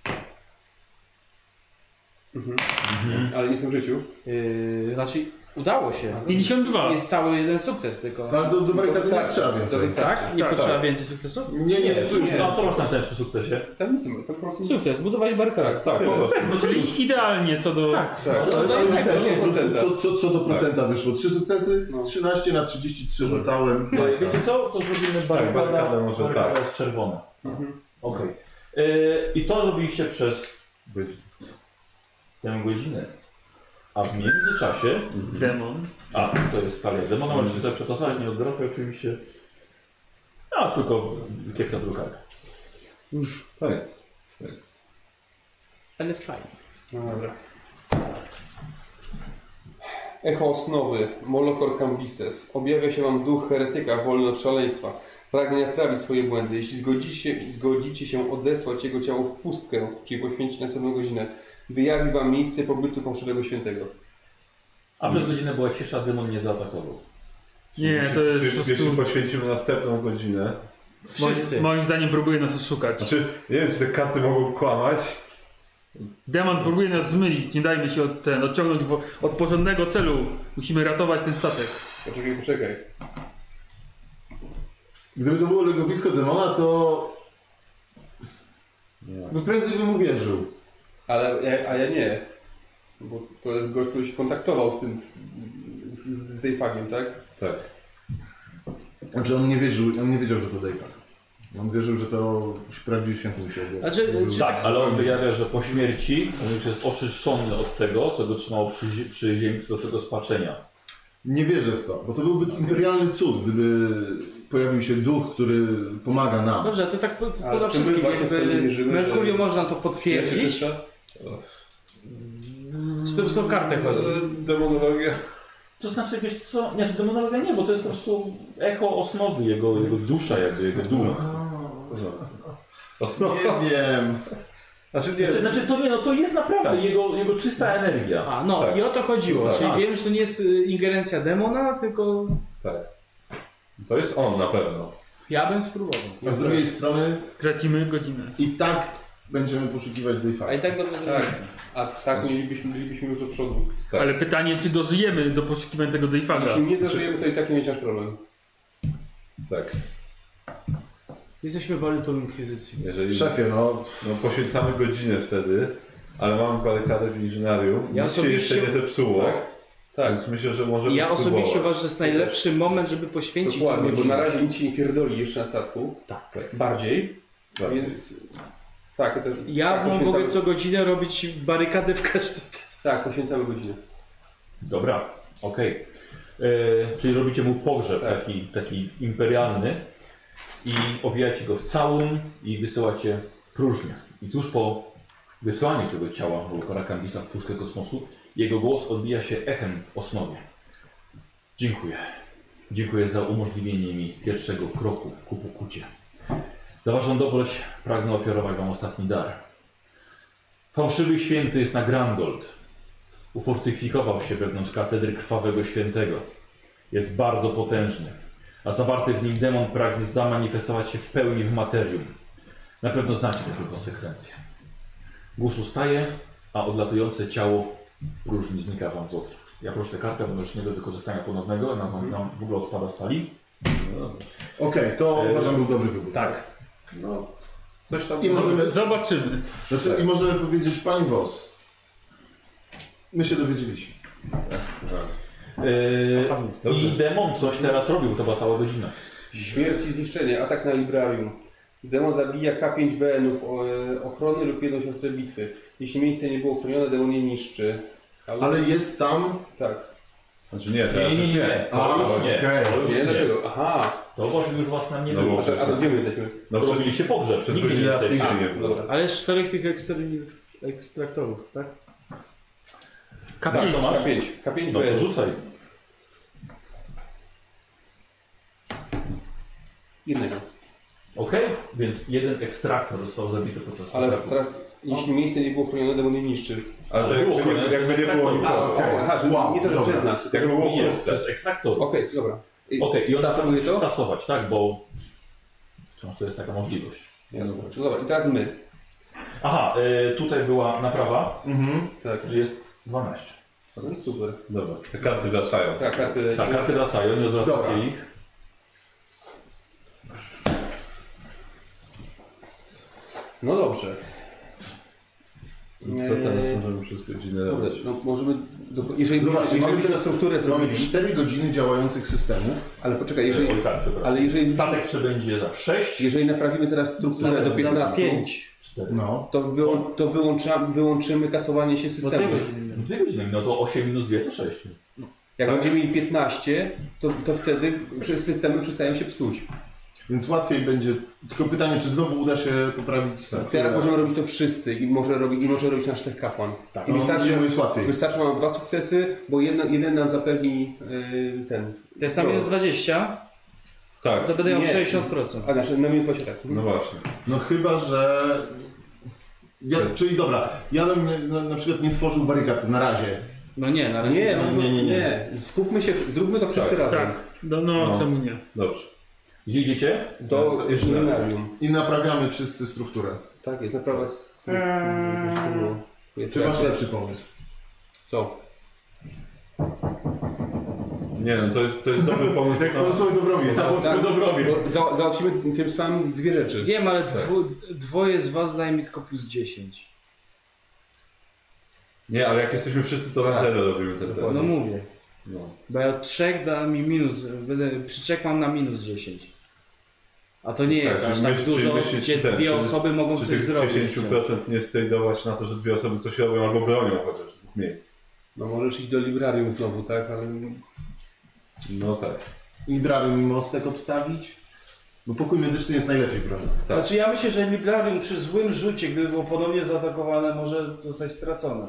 [SPEAKER 5] Ale nie w tym życiu.
[SPEAKER 7] Yy, znaczy, udało się.
[SPEAKER 6] 52.
[SPEAKER 7] Jest cały jeden sukces tylko.
[SPEAKER 1] No, Ale do, do barykady nie
[SPEAKER 5] wystarczy.
[SPEAKER 1] trzeba
[SPEAKER 5] To
[SPEAKER 1] więcej.
[SPEAKER 7] Tak? Nie potrzeba więcej sukcesów?
[SPEAKER 1] Nie, nie,
[SPEAKER 2] Nie,
[SPEAKER 1] nie.
[SPEAKER 2] nie. A co masz napisane przy sukcesie?
[SPEAKER 5] Tam nic, nie ma, to po prostu...
[SPEAKER 7] Sukces, budować barykady.
[SPEAKER 4] Tak, po prostu.
[SPEAKER 6] No, czyli idealnie co do...
[SPEAKER 5] Tak,
[SPEAKER 1] No,
[SPEAKER 7] Co daje
[SPEAKER 1] Ale
[SPEAKER 7] najpierw?
[SPEAKER 1] też po prostu,
[SPEAKER 5] procenta.
[SPEAKER 1] co, co, co do procenta
[SPEAKER 7] Tak.
[SPEAKER 1] wyszło? Trzy sukcesy,
[SPEAKER 5] No.
[SPEAKER 1] 13 na 33 rzucałem.
[SPEAKER 2] No, i wiecie co? To zrobimy barykada.
[SPEAKER 4] Tak, barykada może,
[SPEAKER 2] barykada
[SPEAKER 4] tak.
[SPEAKER 2] jest czerwona.
[SPEAKER 5] Mhm.
[SPEAKER 2] Okej. Y, I to zrobiliście przez
[SPEAKER 4] Być.
[SPEAKER 2] tę godzinę. A w międzyczasie...
[SPEAKER 6] Demon.
[SPEAKER 2] A, to jest talia demona, możecie sobie przetasować, nie odgropię oczywiście. A, tylko piękna drukarka.
[SPEAKER 4] To jest. To jest.
[SPEAKER 7] Ale fajnie.
[SPEAKER 5] No dobra. Echo osnowy, Molokor Cambises. Objawia się wam duch heretyka, wolny od szaleństwa. Pragnie naprawić swoje błędy. Jeśli zgodzicie, zgodzicie się odesłać jego ciało w pustkę, czyli poświęcić następną godzinę, wyjawi wam miejsce pobytu fałszywego świętego.
[SPEAKER 2] A przez godzinę była cisza, demon nie zaatakował.
[SPEAKER 6] Nie, to jest po
[SPEAKER 4] Jeśli- Jeśli
[SPEAKER 6] prostu...
[SPEAKER 4] poświęcimy następną godzinę.
[SPEAKER 7] Wszyscy.
[SPEAKER 6] Moim, moim zdaniem próbuje nas oszukać.
[SPEAKER 4] Znaczy, nie wiem, czy te karty mogą kłamać.
[SPEAKER 6] Demon próbuje nas zmylić, nie dajmy się od ten, odciągnąć wo- od porządnego celu. Musimy ratować ten statek.
[SPEAKER 5] Poczekaj, poczekaj.
[SPEAKER 1] Gdyby to było legowisko demona, to... No prędzej bym uwierzył.
[SPEAKER 5] Ale ja, a ja nie. Bo to jest gość, który się kontaktował z tym, z, z Dayfagiem, tak?
[SPEAKER 4] Tak.
[SPEAKER 1] Znaczy on nie wierzył, on nie wiedział, że to Dave'a. On wierzył, że to prawdziwy święty musiał być.
[SPEAKER 7] Znaczy,
[SPEAKER 1] Był-
[SPEAKER 7] czy-
[SPEAKER 2] Tak, ale on wyjawia, że po śmierci on już jest oczyszczony od tego, co go trzymało przy, zie- przy ziemi, przy do tego spaczenia.
[SPEAKER 1] Nie wierzę w to, bo to byłby imperialny cud, gdyby pojawił się duch, który pomaga nam.
[SPEAKER 7] Dobrze, to tak po,
[SPEAKER 5] Ale
[SPEAKER 7] poza
[SPEAKER 5] czy my
[SPEAKER 7] wszystkim.
[SPEAKER 5] właśnie w to nie
[SPEAKER 7] Jakby
[SPEAKER 5] wierzymy, że-
[SPEAKER 7] Merkurio można to
[SPEAKER 5] Śmierć
[SPEAKER 7] potwierdzić.
[SPEAKER 5] czyszcza?
[SPEAKER 7] Czy to są karty
[SPEAKER 5] No,
[SPEAKER 7] chodzi?
[SPEAKER 4] Demonologia.
[SPEAKER 2] To znaczy, wiesz co, nie, że demonologia nie, bo to jest po prostu echo osnowy, jego, jego dusza jakby, jego duch.
[SPEAKER 1] [laughs]
[SPEAKER 4] Osnowa.
[SPEAKER 1] Nie wiem.
[SPEAKER 4] Znaczy, nie.
[SPEAKER 2] Znaczy, znaczy to nie, no to jest naprawdę jego, jego czysta energia.
[SPEAKER 7] A, no
[SPEAKER 4] Tak.
[SPEAKER 7] i o to chodziło.
[SPEAKER 4] Tak.
[SPEAKER 7] Czyli wiem, że to nie jest y, ingerencja demona, tylko
[SPEAKER 4] Tak. To jest on na pewno.
[SPEAKER 7] ja bym spróbował.
[SPEAKER 1] A z drugiej strony
[SPEAKER 6] Tracimy godzinę.
[SPEAKER 1] i tak będziemy poszukiwać
[SPEAKER 5] A
[SPEAKER 1] Dave'a.
[SPEAKER 5] i tak dobrze tak. A tak mielibyśmy, mielibyśmy już do przodu.
[SPEAKER 4] Tak.
[SPEAKER 6] Ale pytanie, czy dożyjemy do poszukiwania tego Dayfaga?
[SPEAKER 5] Jeśli nie dożyjemy, to i tak nie będzie aż problem.
[SPEAKER 4] Tak.
[SPEAKER 7] Jesteśmy walutą inkwizycji.
[SPEAKER 4] Jeżeli
[SPEAKER 1] Szefie, no,
[SPEAKER 4] no, poświęcamy godzinę wtedy, ale mamy barykadę w inżynarium,
[SPEAKER 7] Ja
[SPEAKER 4] nic się
[SPEAKER 7] osobiście-
[SPEAKER 4] jeszcze nie zepsuło.
[SPEAKER 5] Tak.
[SPEAKER 4] Tak, więc myślę, że
[SPEAKER 7] I
[SPEAKER 4] możemy
[SPEAKER 7] ja
[SPEAKER 4] spróbować.
[SPEAKER 7] osobiście uważam, że jest najlepszy moment, żeby poświęcić
[SPEAKER 5] Dokładnie,
[SPEAKER 7] tą
[SPEAKER 5] bo na
[SPEAKER 7] godzinę.
[SPEAKER 5] razie nic się nie pierdoli jeszcze na statku.
[SPEAKER 7] Tak.
[SPEAKER 5] Bardziej.
[SPEAKER 4] Bardzo.
[SPEAKER 5] Więc tak, ja też,
[SPEAKER 7] Ja
[SPEAKER 5] tak,
[SPEAKER 7] mam w
[SPEAKER 5] poświęcamy,
[SPEAKER 7] ogóle co godzinę robić barykadę w każdym.
[SPEAKER 5] tak, poświęcamy godzinę.
[SPEAKER 2] Dobra, okej. E, Czyli robicie mu pogrzeb
[SPEAKER 5] Tak.
[SPEAKER 2] taki, taki imperialny i owijacie go w całun i wysyłacie w próżnię. I tuż po wysłaniu tego ciała Wolkora Kambisa w pustkę kosmosu, jego głos odbija się echem w osnowie. Dziękuję. Dziękuję za umożliwienie mi pierwszego kroku ku pokucie. Za waszą dobroć pragnę ofiarować wam ostatni dar. Fałszywy święty jest na Grangold ufortyfikował się wewnątrz katedry krwawego świętego. Jest bardzo potężny, a zawarty w nim demon pragnie zamanifestować się w pełni w materium. Na pewno znacie takie konsekwencje. Głos ustaje, a odlatujące ciało w próżni znika wam z oczu. Ja proszę tę kartę, bo już nie do wykorzystania ponownego, ona wam nam w ogóle odpada stali.
[SPEAKER 1] okej, to
[SPEAKER 2] E,
[SPEAKER 1] uważam był dobry wybór.
[SPEAKER 2] Tak.
[SPEAKER 4] No, coś tam...
[SPEAKER 1] I możemy,
[SPEAKER 6] Zobaczymy.
[SPEAKER 1] znaczy, i możemy powiedzieć, pani Wos, my się dowiedzieliśmy.
[SPEAKER 2] Yy, I demon coś teraz robił, to była cała godzina.
[SPEAKER 5] Śmierć i zniszczenie, atak na Librarium. Demon zabija K5 BN-ów e, ochrony lub jedną siostrę bitwy. Jeśli miejsce nie było chronione, demon je niszczy.
[SPEAKER 1] Ale jest tam...
[SPEAKER 5] Tak.
[SPEAKER 4] Znaczy nie,
[SPEAKER 2] Nie,
[SPEAKER 4] teraz
[SPEAKER 2] nie, nie, nie.
[SPEAKER 1] A,
[SPEAKER 2] To już nie.
[SPEAKER 1] okej.
[SPEAKER 2] To już
[SPEAKER 5] Nie,
[SPEAKER 2] nie.
[SPEAKER 5] dlaczego? Aha.
[SPEAKER 2] To właśnie już was nam nie
[SPEAKER 4] No
[SPEAKER 2] było.
[SPEAKER 4] bo-
[SPEAKER 5] A to, a to gdzie my jesteśmy?
[SPEAKER 4] No przez,
[SPEAKER 2] Robiliście pogrzeb,
[SPEAKER 4] przez
[SPEAKER 2] nigdzie nie
[SPEAKER 4] godzinę nas
[SPEAKER 2] jesteście.
[SPEAKER 4] nigdy nie było.
[SPEAKER 5] Dobra.
[SPEAKER 7] Ale z czterech tych ekstraktorów, tak?
[SPEAKER 5] Tak,
[SPEAKER 2] K5.
[SPEAKER 5] co masz? K5. K5
[SPEAKER 2] No to
[SPEAKER 5] BR.
[SPEAKER 2] rzucaj.
[SPEAKER 5] Jednego.
[SPEAKER 2] Okej, więc jeden ekstraktor został zabity podczas
[SPEAKER 5] Ale
[SPEAKER 2] ataku.
[SPEAKER 5] teraz, jeśli miejsce nie było chronione, demon je niszczy.
[SPEAKER 4] Ale to
[SPEAKER 2] Ale było tak
[SPEAKER 4] jakby,
[SPEAKER 2] chronione
[SPEAKER 4] nie- jakby nie
[SPEAKER 2] przez
[SPEAKER 4] było
[SPEAKER 2] traktat.
[SPEAKER 4] nikogo.
[SPEAKER 1] okej.
[SPEAKER 5] Aha, że
[SPEAKER 1] Wow,
[SPEAKER 5] nie to, że
[SPEAKER 1] dobra.
[SPEAKER 5] przez nas.
[SPEAKER 4] tak. Jakby było
[SPEAKER 2] Tak, Nie,
[SPEAKER 4] puste.
[SPEAKER 2] przez ekstraktorów.
[SPEAKER 5] Okej, dobra. I-
[SPEAKER 2] Okej, i on teraz
[SPEAKER 5] Tasuje
[SPEAKER 2] musi
[SPEAKER 5] to?
[SPEAKER 2] tasować, tak, bo wciąż to jest taka możliwość.
[SPEAKER 5] Jasne. No dobra, i teraz my.
[SPEAKER 2] Aha, y, tutaj była naprawa,
[SPEAKER 1] Mhm.
[SPEAKER 5] Tak.
[SPEAKER 2] jest 12.
[SPEAKER 5] No to jest super.
[SPEAKER 4] Dobra, te karty wracają.
[SPEAKER 5] Tak, karty
[SPEAKER 4] Znaczy-
[SPEAKER 2] Tak,
[SPEAKER 5] leci.
[SPEAKER 2] karty wracają, nie
[SPEAKER 1] Dobra.
[SPEAKER 2] odwracacie ich.
[SPEAKER 5] No dobrze. E,
[SPEAKER 4] Co teraz możemy przez godzinę
[SPEAKER 5] Dobra,
[SPEAKER 4] robić?
[SPEAKER 5] no możemy... Do, jeżeli
[SPEAKER 1] Zobaczcie,
[SPEAKER 5] jeżeli
[SPEAKER 1] mamy teraz
[SPEAKER 5] strukturę
[SPEAKER 1] Mamy
[SPEAKER 5] zrobili...
[SPEAKER 1] 4 godziny działających systemów.
[SPEAKER 5] Ale poczekaj, jeżeli,
[SPEAKER 2] Oj, tak, przepraszam.
[SPEAKER 5] ale jeżeli-
[SPEAKER 2] Statek przebędzie za 6,
[SPEAKER 5] jeżeli naprawimy teraz strukturę do 15,
[SPEAKER 7] 5.
[SPEAKER 2] 4,
[SPEAKER 1] No.
[SPEAKER 5] to, wyłą, to wyłącza, wyłączymy kasowanie się
[SPEAKER 7] No tego
[SPEAKER 5] systemu.
[SPEAKER 7] się nie wiem.
[SPEAKER 2] dwie godziny, no to 8 minus 2 to 6.
[SPEAKER 5] Jak
[SPEAKER 1] Tak.
[SPEAKER 5] będziemy mieli 15, to, to wtedy przez systemy przestają się psuć.
[SPEAKER 1] Więc łatwiej będzie. Tylko pytanie, czy znowu uda się poprawić stan.
[SPEAKER 5] Tak, Teraz możemy robić to wszyscy i może, robi, i może robić nasz tech kapłan. I
[SPEAKER 1] No,
[SPEAKER 5] wystarczy,
[SPEAKER 1] jemu jest łatwiej.
[SPEAKER 5] wystarczy nam dwa sukcesy, bo jedna, jeden nam zapewni yy, ten.
[SPEAKER 7] To jest na minus 20,
[SPEAKER 4] Tak,
[SPEAKER 7] No to będę miał
[SPEAKER 5] Nie.
[SPEAKER 7] 60%.
[SPEAKER 5] A znaczy, no minus właśnie tak.
[SPEAKER 4] no właśnie.
[SPEAKER 1] No chyba, że. Ja, czyli dobra, ja bym nie- na, na przykład nie tworzył barykad na razie.
[SPEAKER 7] No nie, na razie.
[SPEAKER 5] Nie, no,
[SPEAKER 1] Nie,
[SPEAKER 5] nie,
[SPEAKER 1] nie,
[SPEAKER 5] nie,
[SPEAKER 1] nie.
[SPEAKER 5] Skupmy się, zróbmy to wszyscy razem.
[SPEAKER 6] Tak. No, no,
[SPEAKER 4] No.
[SPEAKER 6] czemu nie?
[SPEAKER 4] Dobrze.
[SPEAKER 2] Gdzie idziecie?
[SPEAKER 5] Do
[SPEAKER 4] Tak, jeszcze
[SPEAKER 5] gimnarium.
[SPEAKER 1] I naprawiamy wszyscy strukturę.
[SPEAKER 5] Tak, jest naprawa z.
[SPEAKER 7] Eee.
[SPEAKER 5] to było. Jest
[SPEAKER 1] Czy masz
[SPEAKER 5] tak.
[SPEAKER 1] lepszy pomysł?
[SPEAKER 5] Co?
[SPEAKER 4] Nie no, to jest, to jest dobry pomysł.
[SPEAKER 1] Jak pan sobie to robi?
[SPEAKER 2] Tak,
[SPEAKER 5] tak.
[SPEAKER 2] dobrowie.
[SPEAKER 5] Bo za, załatwimy tym samym dwie rzeczy.
[SPEAKER 7] Wiem,
[SPEAKER 4] Tak.
[SPEAKER 7] ale dwu, dwoje z was daje mi tylko plus 10.
[SPEAKER 4] Nie, ale jak jesteśmy wszyscy, to na zero robimy ten test.
[SPEAKER 7] No mówię.
[SPEAKER 4] No.
[SPEAKER 7] Bo ja od 3 da mi minus, będę, przy 3 mam na minus 10. A to nie
[SPEAKER 4] Tak,
[SPEAKER 7] jest aż
[SPEAKER 4] czyli
[SPEAKER 7] tak
[SPEAKER 4] myśl-
[SPEAKER 7] dużo,
[SPEAKER 4] czyli myślisz,
[SPEAKER 7] gdzie
[SPEAKER 4] ten,
[SPEAKER 7] dwie
[SPEAKER 4] czy-
[SPEAKER 7] osoby mogą
[SPEAKER 4] Czy
[SPEAKER 7] coś
[SPEAKER 4] tych
[SPEAKER 7] zrobić. no.
[SPEAKER 4] 10% nie stejdować na to, że dwie osoby coś robią albo bronią chociaż dwóch miejsc?
[SPEAKER 5] No możesz iść do librarium znowu, tak? Ale
[SPEAKER 4] No tak.
[SPEAKER 1] Librarium i mostek obstawić? Bo pokój medyczny jest najlepiej broniony.
[SPEAKER 4] Tak.
[SPEAKER 7] Znaczy ja myślę, że Librarium przy złym rzucie, gdyby było ponownie zaatakowane, może zostać stracone.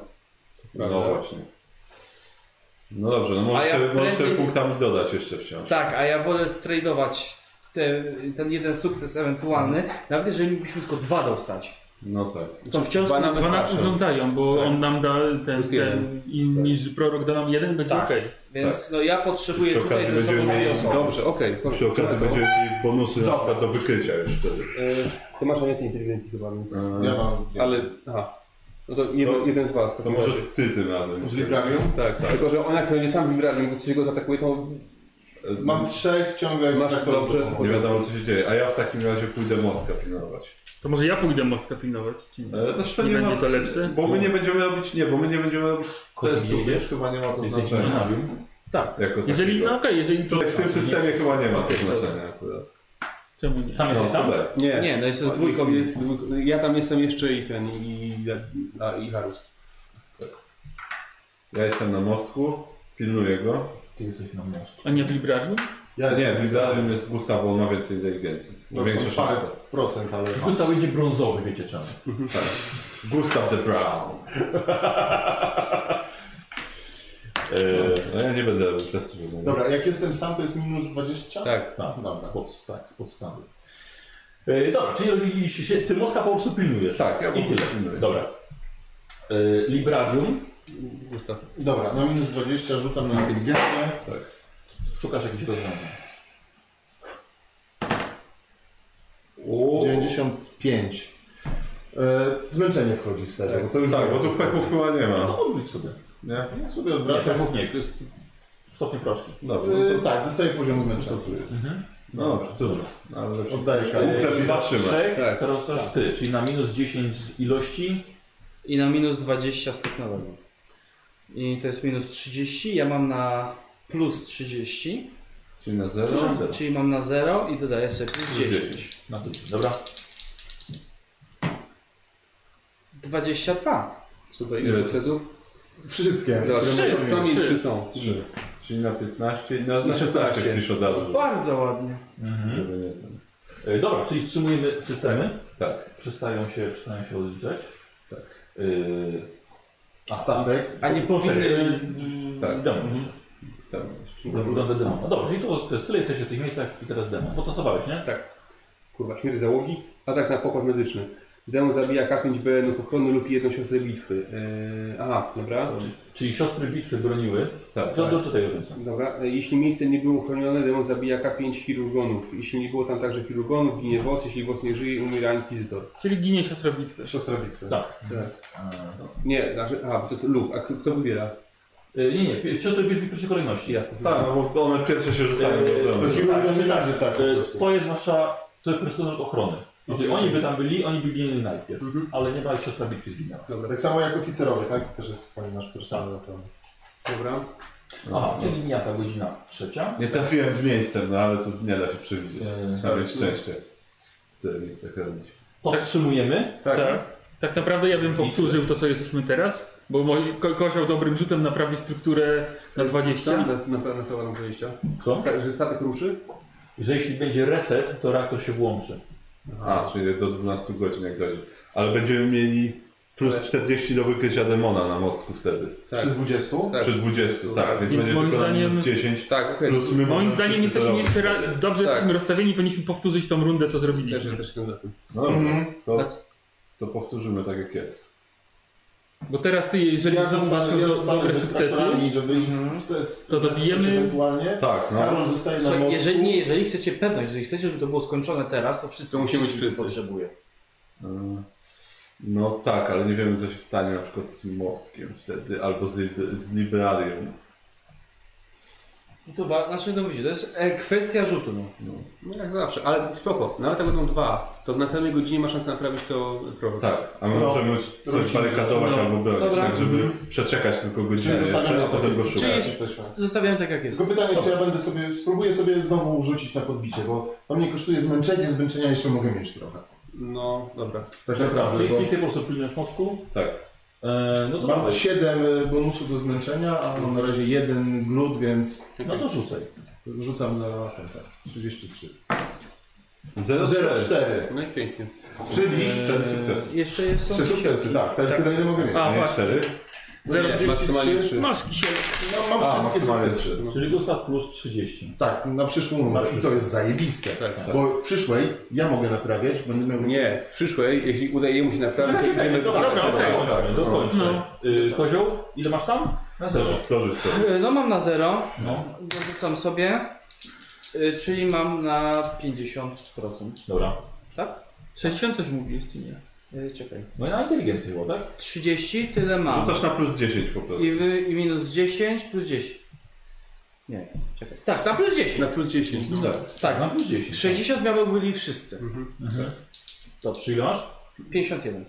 [SPEAKER 4] No
[SPEAKER 5] Prawda.
[SPEAKER 4] właśnie. No dobrze, no
[SPEAKER 7] A
[SPEAKER 4] możesz,
[SPEAKER 7] ja
[SPEAKER 4] sobie- możesz sobie
[SPEAKER 7] prędzej-
[SPEAKER 4] punktami dodać jeszcze wciąż.
[SPEAKER 7] Tak, a ja wolę stradować te, ten jeden sukces ewentualny, nawet jeżeli byśmy tylko dwa dostać.
[SPEAKER 4] No tak.
[SPEAKER 7] To wciąż
[SPEAKER 5] Dwa
[SPEAKER 7] są
[SPEAKER 5] na
[SPEAKER 6] Dwa
[SPEAKER 4] znaczy,
[SPEAKER 6] nas
[SPEAKER 5] wystarczy.
[SPEAKER 6] urządzają, bo
[SPEAKER 4] Tak.
[SPEAKER 6] on nam da ten,
[SPEAKER 5] Plus
[SPEAKER 6] ten
[SPEAKER 5] jeden.
[SPEAKER 6] i, niż prorok da nam jeden, będzie
[SPEAKER 2] Tak.
[SPEAKER 6] okej.
[SPEAKER 7] Więc no ja potrzebuję
[SPEAKER 4] Przy
[SPEAKER 7] tutaj
[SPEAKER 4] okazji
[SPEAKER 7] ze sobą
[SPEAKER 4] będziemy
[SPEAKER 7] dwie
[SPEAKER 4] mieli-
[SPEAKER 7] osoby.
[SPEAKER 5] Dobrze, okej.
[SPEAKER 4] Przy okazji będziemy mieli bonusy na przykład do wykrycia już wtedy.
[SPEAKER 5] E, Ty masz więcej inteligencji chyba, więc...
[SPEAKER 1] Ja mam więcej.
[SPEAKER 5] Ale, aha. No to jeden,
[SPEAKER 4] To-
[SPEAKER 5] jeden z was. w
[SPEAKER 4] To
[SPEAKER 5] takim
[SPEAKER 4] może
[SPEAKER 5] razie.
[SPEAKER 4] ty tym razem.
[SPEAKER 1] W librarium?
[SPEAKER 5] Tak, Tylko, że on jak będzie sam w librarium, bo coś go zaatakuje, to...
[SPEAKER 1] Mam trzech ciągle
[SPEAKER 5] Masz
[SPEAKER 1] ekstraktorów.
[SPEAKER 5] dobrze.
[SPEAKER 4] Nie wiadomo co się dzieje, a ja w takim razie pójdę mostka pilnować.
[SPEAKER 6] To może ja pójdę mostka pilnować? Ci...
[SPEAKER 4] E, Znaczy to
[SPEAKER 6] Nie
[SPEAKER 4] nie, ma,
[SPEAKER 6] będzie to lepsze?
[SPEAKER 4] Bo my nie będziemy robić, nie, bo my nie będziemy robić
[SPEAKER 2] Kocie
[SPEAKER 4] testów,
[SPEAKER 2] jedziesz?
[SPEAKER 4] więc chyba nie ma to
[SPEAKER 2] Jesteś w
[SPEAKER 4] znaczenia.
[SPEAKER 2] gimnazjum.
[SPEAKER 4] Jako
[SPEAKER 6] Jeżeli,
[SPEAKER 4] takiego.
[SPEAKER 6] no okej, jeżeli to...
[SPEAKER 4] Tutaj w tym systemie chyba nie ma to znaczenia akurat.
[SPEAKER 6] Czemu nie?
[SPEAKER 2] Sam jesteś
[SPEAKER 4] No,
[SPEAKER 2] tam?
[SPEAKER 4] tak.
[SPEAKER 7] Nie, no jestem z
[SPEAKER 5] Jest-
[SPEAKER 7] dwójką.
[SPEAKER 5] Jest, z dwójką. ja tam jestem jeszcze i ten, i, a, i Harus.
[SPEAKER 4] Ja jestem na mostku, pilnuję go.
[SPEAKER 2] Ty jesteś na mostku.
[SPEAKER 6] A nie w librarium?
[SPEAKER 1] Ja
[SPEAKER 4] Nie,
[SPEAKER 1] jestem
[SPEAKER 4] w Librarium jest Gustaw, bo on ma więcej inteligencji. Ma
[SPEAKER 1] No,
[SPEAKER 4] większe
[SPEAKER 1] to parę
[SPEAKER 4] szanse.
[SPEAKER 1] procent, ale.
[SPEAKER 2] Gustaw będzie brązowy, wiecie czemu.
[SPEAKER 4] Gustaw the Brown.
[SPEAKER 2] E,
[SPEAKER 4] No ja nie będę robił testów. żadnego.
[SPEAKER 1] Dobra, jak jestem sam, to jest minus 20?
[SPEAKER 5] Tak.
[SPEAKER 2] Tak,
[SPEAKER 4] No
[SPEAKER 1] Dobra.
[SPEAKER 2] z pod, tak, z podstawy. E, dobra, czyli rozdzieliliście się, ty mostka po prostu pilnujesz.
[SPEAKER 4] Tak, ja po
[SPEAKER 2] I
[SPEAKER 4] prostu
[SPEAKER 2] tyle.
[SPEAKER 4] pilnuję.
[SPEAKER 2] Dobra. E, librarium,
[SPEAKER 5] Gustaw.
[SPEAKER 1] Dobra, na minus 20 rzucam na inteligencję.
[SPEAKER 4] Tak.
[SPEAKER 2] szukasz jakichś rozwiązań.
[SPEAKER 4] O,
[SPEAKER 1] 95. E, zmęczenie wchodzi z tego, bo to już
[SPEAKER 4] tak,
[SPEAKER 1] było.
[SPEAKER 4] bo cukpeków chyba nie
[SPEAKER 2] No
[SPEAKER 4] ma.
[SPEAKER 2] to odwróć sobie.
[SPEAKER 4] Nie?
[SPEAKER 1] Ja sobie
[SPEAKER 2] Nie,
[SPEAKER 4] No,
[SPEAKER 1] odwracam.
[SPEAKER 2] czerwów nie, to jest stopnie proszki.
[SPEAKER 4] Dobrze, no
[SPEAKER 1] E,
[SPEAKER 4] to
[SPEAKER 1] tak, dostaję poziom
[SPEAKER 4] co
[SPEAKER 1] zmęczenia.
[SPEAKER 4] tu jest? No dobrze, trudno. Ale lepsze.
[SPEAKER 1] Oddaję kartę.
[SPEAKER 4] Lepiej
[SPEAKER 2] Za
[SPEAKER 4] zatrzymać.
[SPEAKER 2] trzech,
[SPEAKER 5] Tak.
[SPEAKER 2] teraz coś ty, czyli na minus 10 z ilości.
[SPEAKER 7] I na minus 20 z technologii. I to jest minus 30, ja mam na plus 30,
[SPEAKER 4] Czyli na zero?
[SPEAKER 7] czyli mam na 0 i dodaję sobie plus 10.
[SPEAKER 4] 10.
[SPEAKER 2] Na tydzień, dobra?
[SPEAKER 7] 22.
[SPEAKER 5] Super, ile
[SPEAKER 4] Ile?
[SPEAKER 5] sukcesów?
[SPEAKER 1] Wszystkie.
[SPEAKER 5] Dobra,
[SPEAKER 1] które
[SPEAKER 5] trzy,
[SPEAKER 1] możemy
[SPEAKER 5] co mi
[SPEAKER 1] mieć.
[SPEAKER 5] trzy są.
[SPEAKER 4] Trzy. Czyli na 15 i na, na
[SPEAKER 5] Na
[SPEAKER 4] 16
[SPEAKER 5] 16.
[SPEAKER 4] wpisz od razu. żeby-
[SPEAKER 7] Bardzo ładnie.
[SPEAKER 4] żeby nie ten.
[SPEAKER 2] E, Dobra, czyli wstrzymujemy systemy.
[SPEAKER 4] Tak,
[SPEAKER 2] Przestają się, przestają się odliczać.
[SPEAKER 4] tak.
[SPEAKER 2] Yy,
[SPEAKER 1] A statek?
[SPEAKER 2] E, A nie powinny...
[SPEAKER 4] Tak.
[SPEAKER 2] mm, Demon jeszcze.
[SPEAKER 4] Tam.
[SPEAKER 2] Wygląda demona. Dobrze, i to, to jest tyle, jesteś o tych miejscach i teraz demon. Bo to stosowałeś, nie?
[SPEAKER 5] Kurwa, śmierć załogi, atak na pokład medyczny. Demon zabija K5 BN-ów ochronny no, lub jedną siostrę bitwy. Eee, aha, dobra.
[SPEAKER 2] Czyli siostry bitwy broniły.
[SPEAKER 4] Tak,
[SPEAKER 2] To
[SPEAKER 4] tak.
[SPEAKER 2] doczytaj do końca.
[SPEAKER 5] Dobra, e, jeśli miejsce nie było uchronione, demon zabija K5 chirurgonów. Jeśli nie było tam także chirurgonów, ginie wos. Jeśli wos nie żyje, umiera inkwizytor.
[SPEAKER 6] Czyli ginie siostra bitwy.
[SPEAKER 1] Siostra bitwy.
[SPEAKER 2] Tak.
[SPEAKER 5] Tak.
[SPEAKER 2] A, dobra.
[SPEAKER 5] Nie, znaczy, aha, bo to jest lub. A kto, kto wybiera?
[SPEAKER 2] Y, Nie, nie, pi- siostry bitwy w pierwszej kolejności, E, jasne.
[SPEAKER 4] Tak, no bo to one pierwsze się rzucają do domu.
[SPEAKER 1] To chirurgia nie będzie tak po
[SPEAKER 2] Y,
[SPEAKER 1] prostu.
[SPEAKER 2] To jest wasza, to jest personel ochrony. Jeżeli oni by tam byli, oni by ginęli najpierw, ale nie ma ich siostra bitwy zginęła.
[SPEAKER 1] Dobra, tak samo jak oficerowie, tak? Też jest pani nasz personel ochrony.
[SPEAKER 5] Dobra.
[SPEAKER 2] Aha, czyli mija ta godzina trzecia.
[SPEAKER 4] Nie trafiłem z miejscem, no ale to Tak. nie tak, no. da się przewidzieć.
[SPEAKER 2] Eee,
[SPEAKER 4] Trzeba mieć szczęście. Tyle miejsce chronić.
[SPEAKER 2] Powstrzymujemy.
[SPEAKER 5] Tak.
[SPEAKER 6] Tak naprawdę ja bym powtórzył to, co jesteśmy teraz, bo moi- ko kozioł dobrym rzutem naprawi strukturę na 20.
[SPEAKER 5] Tam na, na, na, na towarem 20.
[SPEAKER 2] Co?
[SPEAKER 5] Sta- Że statek ruszy?
[SPEAKER 2] Że jeśli będzie reset, to reaktor się włączy.
[SPEAKER 4] A, czyli do 12 godzin jak razie. Ale będziemy mieli plus 40 do wykrycia demona na mostku wtedy.
[SPEAKER 5] Tak.
[SPEAKER 1] Przy 20?
[SPEAKER 5] Tak.
[SPEAKER 4] Przy 20, tak, więc,
[SPEAKER 6] Więc
[SPEAKER 4] będzie
[SPEAKER 6] moim
[SPEAKER 4] tylko na minus
[SPEAKER 6] zdaniem-
[SPEAKER 4] 10.
[SPEAKER 5] Tak, okej.
[SPEAKER 4] Plus my
[SPEAKER 6] Moim
[SPEAKER 4] możemy
[SPEAKER 6] zdaniem
[SPEAKER 4] wszyscy
[SPEAKER 6] jesteśmy
[SPEAKER 4] zrobić.
[SPEAKER 6] jeszcze ra- dobrze
[SPEAKER 5] Tak.
[SPEAKER 6] z tym rozstawieni, powinniśmy powtórzyć tą rundę, co
[SPEAKER 5] Też,
[SPEAKER 6] zrobiliśmy.
[SPEAKER 5] też jestem za tym.
[SPEAKER 4] No dobrze,
[SPEAKER 1] Mhm.
[SPEAKER 5] Tak.
[SPEAKER 4] to, to powtórzymy tak jak jest.
[SPEAKER 6] Bo teraz ty, jeżeli
[SPEAKER 1] Ja
[SPEAKER 6] masz
[SPEAKER 1] zostanę, ja
[SPEAKER 6] do-
[SPEAKER 1] zostanę
[SPEAKER 6] dobre
[SPEAKER 1] ze
[SPEAKER 6] sukcesy,
[SPEAKER 1] traktorami, żeby ich wse-
[SPEAKER 6] To dobijemy-
[SPEAKER 1] wesprzeć ewentualnie.
[SPEAKER 4] Tak, no.
[SPEAKER 1] Karol zostaje na
[SPEAKER 7] Słuchaj,
[SPEAKER 1] mostku.
[SPEAKER 7] jeżeli, nie, jeżeli chcecie pewność, jeżeli chcecie, żeby to było skończone teraz, to wszyscy
[SPEAKER 5] To musi być
[SPEAKER 7] wszystkich
[SPEAKER 5] wszyscy.
[SPEAKER 7] potrzebuje.
[SPEAKER 4] E, No tak, ale nie wiemy co się stanie na przykład z mostkiem wtedy, albo z, Lib- z Liberarium.
[SPEAKER 7] I to wa- znaczy, no widzicie, to jest e, kwestia rzutu. No.
[SPEAKER 5] No jak zawsze, ale spoko. Nawet jak będą dwa, to w następnej godzinie masz szansę naprawić to problem.
[SPEAKER 4] Tak, a my
[SPEAKER 1] No,
[SPEAKER 4] możemy coś
[SPEAKER 1] wrócimy,
[SPEAKER 4] barykadować
[SPEAKER 1] no.
[SPEAKER 4] albo bronić,
[SPEAKER 7] Dobra.
[SPEAKER 4] tak żeby przeczekać tylko godzinę
[SPEAKER 1] Czyli zostawiamy
[SPEAKER 4] jeszcze, a
[SPEAKER 1] na
[SPEAKER 4] potem go
[SPEAKER 1] takim,
[SPEAKER 4] szukać.
[SPEAKER 1] czyli
[SPEAKER 7] jest-
[SPEAKER 1] jesteśmy.
[SPEAKER 7] Zostawiam tak, jak jest.
[SPEAKER 1] Tylko pytanie, czy ja będę sobie, spróbuję sobie znowu rzucić na podbicie, bo to mnie kosztuje zmęczenie, zmęczenia jeszcze mogę mieć trochę.
[SPEAKER 5] No, dobra.
[SPEAKER 1] Tak naprawdę,
[SPEAKER 2] Czyli,
[SPEAKER 1] bo
[SPEAKER 2] czyli ty po prostu pilnujesz mostku.
[SPEAKER 4] Tak.
[SPEAKER 2] E, no to
[SPEAKER 1] mam
[SPEAKER 2] dawaj.
[SPEAKER 1] 7 bonusów do zmęczenia, a mam na razie jeden glut, więc
[SPEAKER 2] No to rzucaj.
[SPEAKER 1] rzucam za ten, ten 33.
[SPEAKER 4] 0,4.
[SPEAKER 1] 0,4,
[SPEAKER 5] No i pięknie.
[SPEAKER 1] czyli
[SPEAKER 4] Ten sukces.
[SPEAKER 7] Jeszcze jest są
[SPEAKER 1] trzy sukcesy, tak, tak, tyle ile mogę mieć.
[SPEAKER 6] A,
[SPEAKER 4] A nie
[SPEAKER 6] właśnie.
[SPEAKER 4] 4?
[SPEAKER 6] zero.
[SPEAKER 5] Maksymalnie
[SPEAKER 1] 33,
[SPEAKER 5] trzy.
[SPEAKER 6] Masz kisiel.
[SPEAKER 1] no, mam
[SPEAKER 4] A,
[SPEAKER 1] wszystkie
[SPEAKER 4] maksymalnie
[SPEAKER 1] sukcesy.
[SPEAKER 4] trzy.
[SPEAKER 2] Czyli Gustaw plus 30.
[SPEAKER 1] Tak, na przyszłą numer. I to jest zajebiste. Bo w przyszłej ja mogę naprawiać, będę miał
[SPEAKER 5] Nie, w przyszłej, jeśli udaje mu się naprawić, to będziemy
[SPEAKER 2] Dobra,
[SPEAKER 5] tak, no.
[SPEAKER 2] dobra,
[SPEAKER 5] tak,
[SPEAKER 2] okej,
[SPEAKER 5] tak.
[SPEAKER 2] kończmy, dokończę. Y, Kozioł, ile masz tam? Na zero.
[SPEAKER 4] To rzuć sobie.
[SPEAKER 7] E, No mam na 0,
[SPEAKER 2] No.
[SPEAKER 7] dorzucam sobie, e, czyli mam na 50%.
[SPEAKER 2] Dobra.
[SPEAKER 6] 60 coś mówiłeś, czy nie?
[SPEAKER 7] E, Czekaj.
[SPEAKER 2] No i na inteligencję było, tak?
[SPEAKER 7] 30 tyle mam.
[SPEAKER 4] Rzucasz na plus 10 po prostu.
[SPEAKER 7] I, wy, I minus 10 plus 10. Nie, czekaj. Tak, na plus 10.
[SPEAKER 5] Na plus 10. No.
[SPEAKER 4] Tak.
[SPEAKER 2] Tak, na plus 10.
[SPEAKER 7] 60 miały byli wszyscy.
[SPEAKER 2] Mhm. Dobrze, czyli ile masz?
[SPEAKER 7] 51.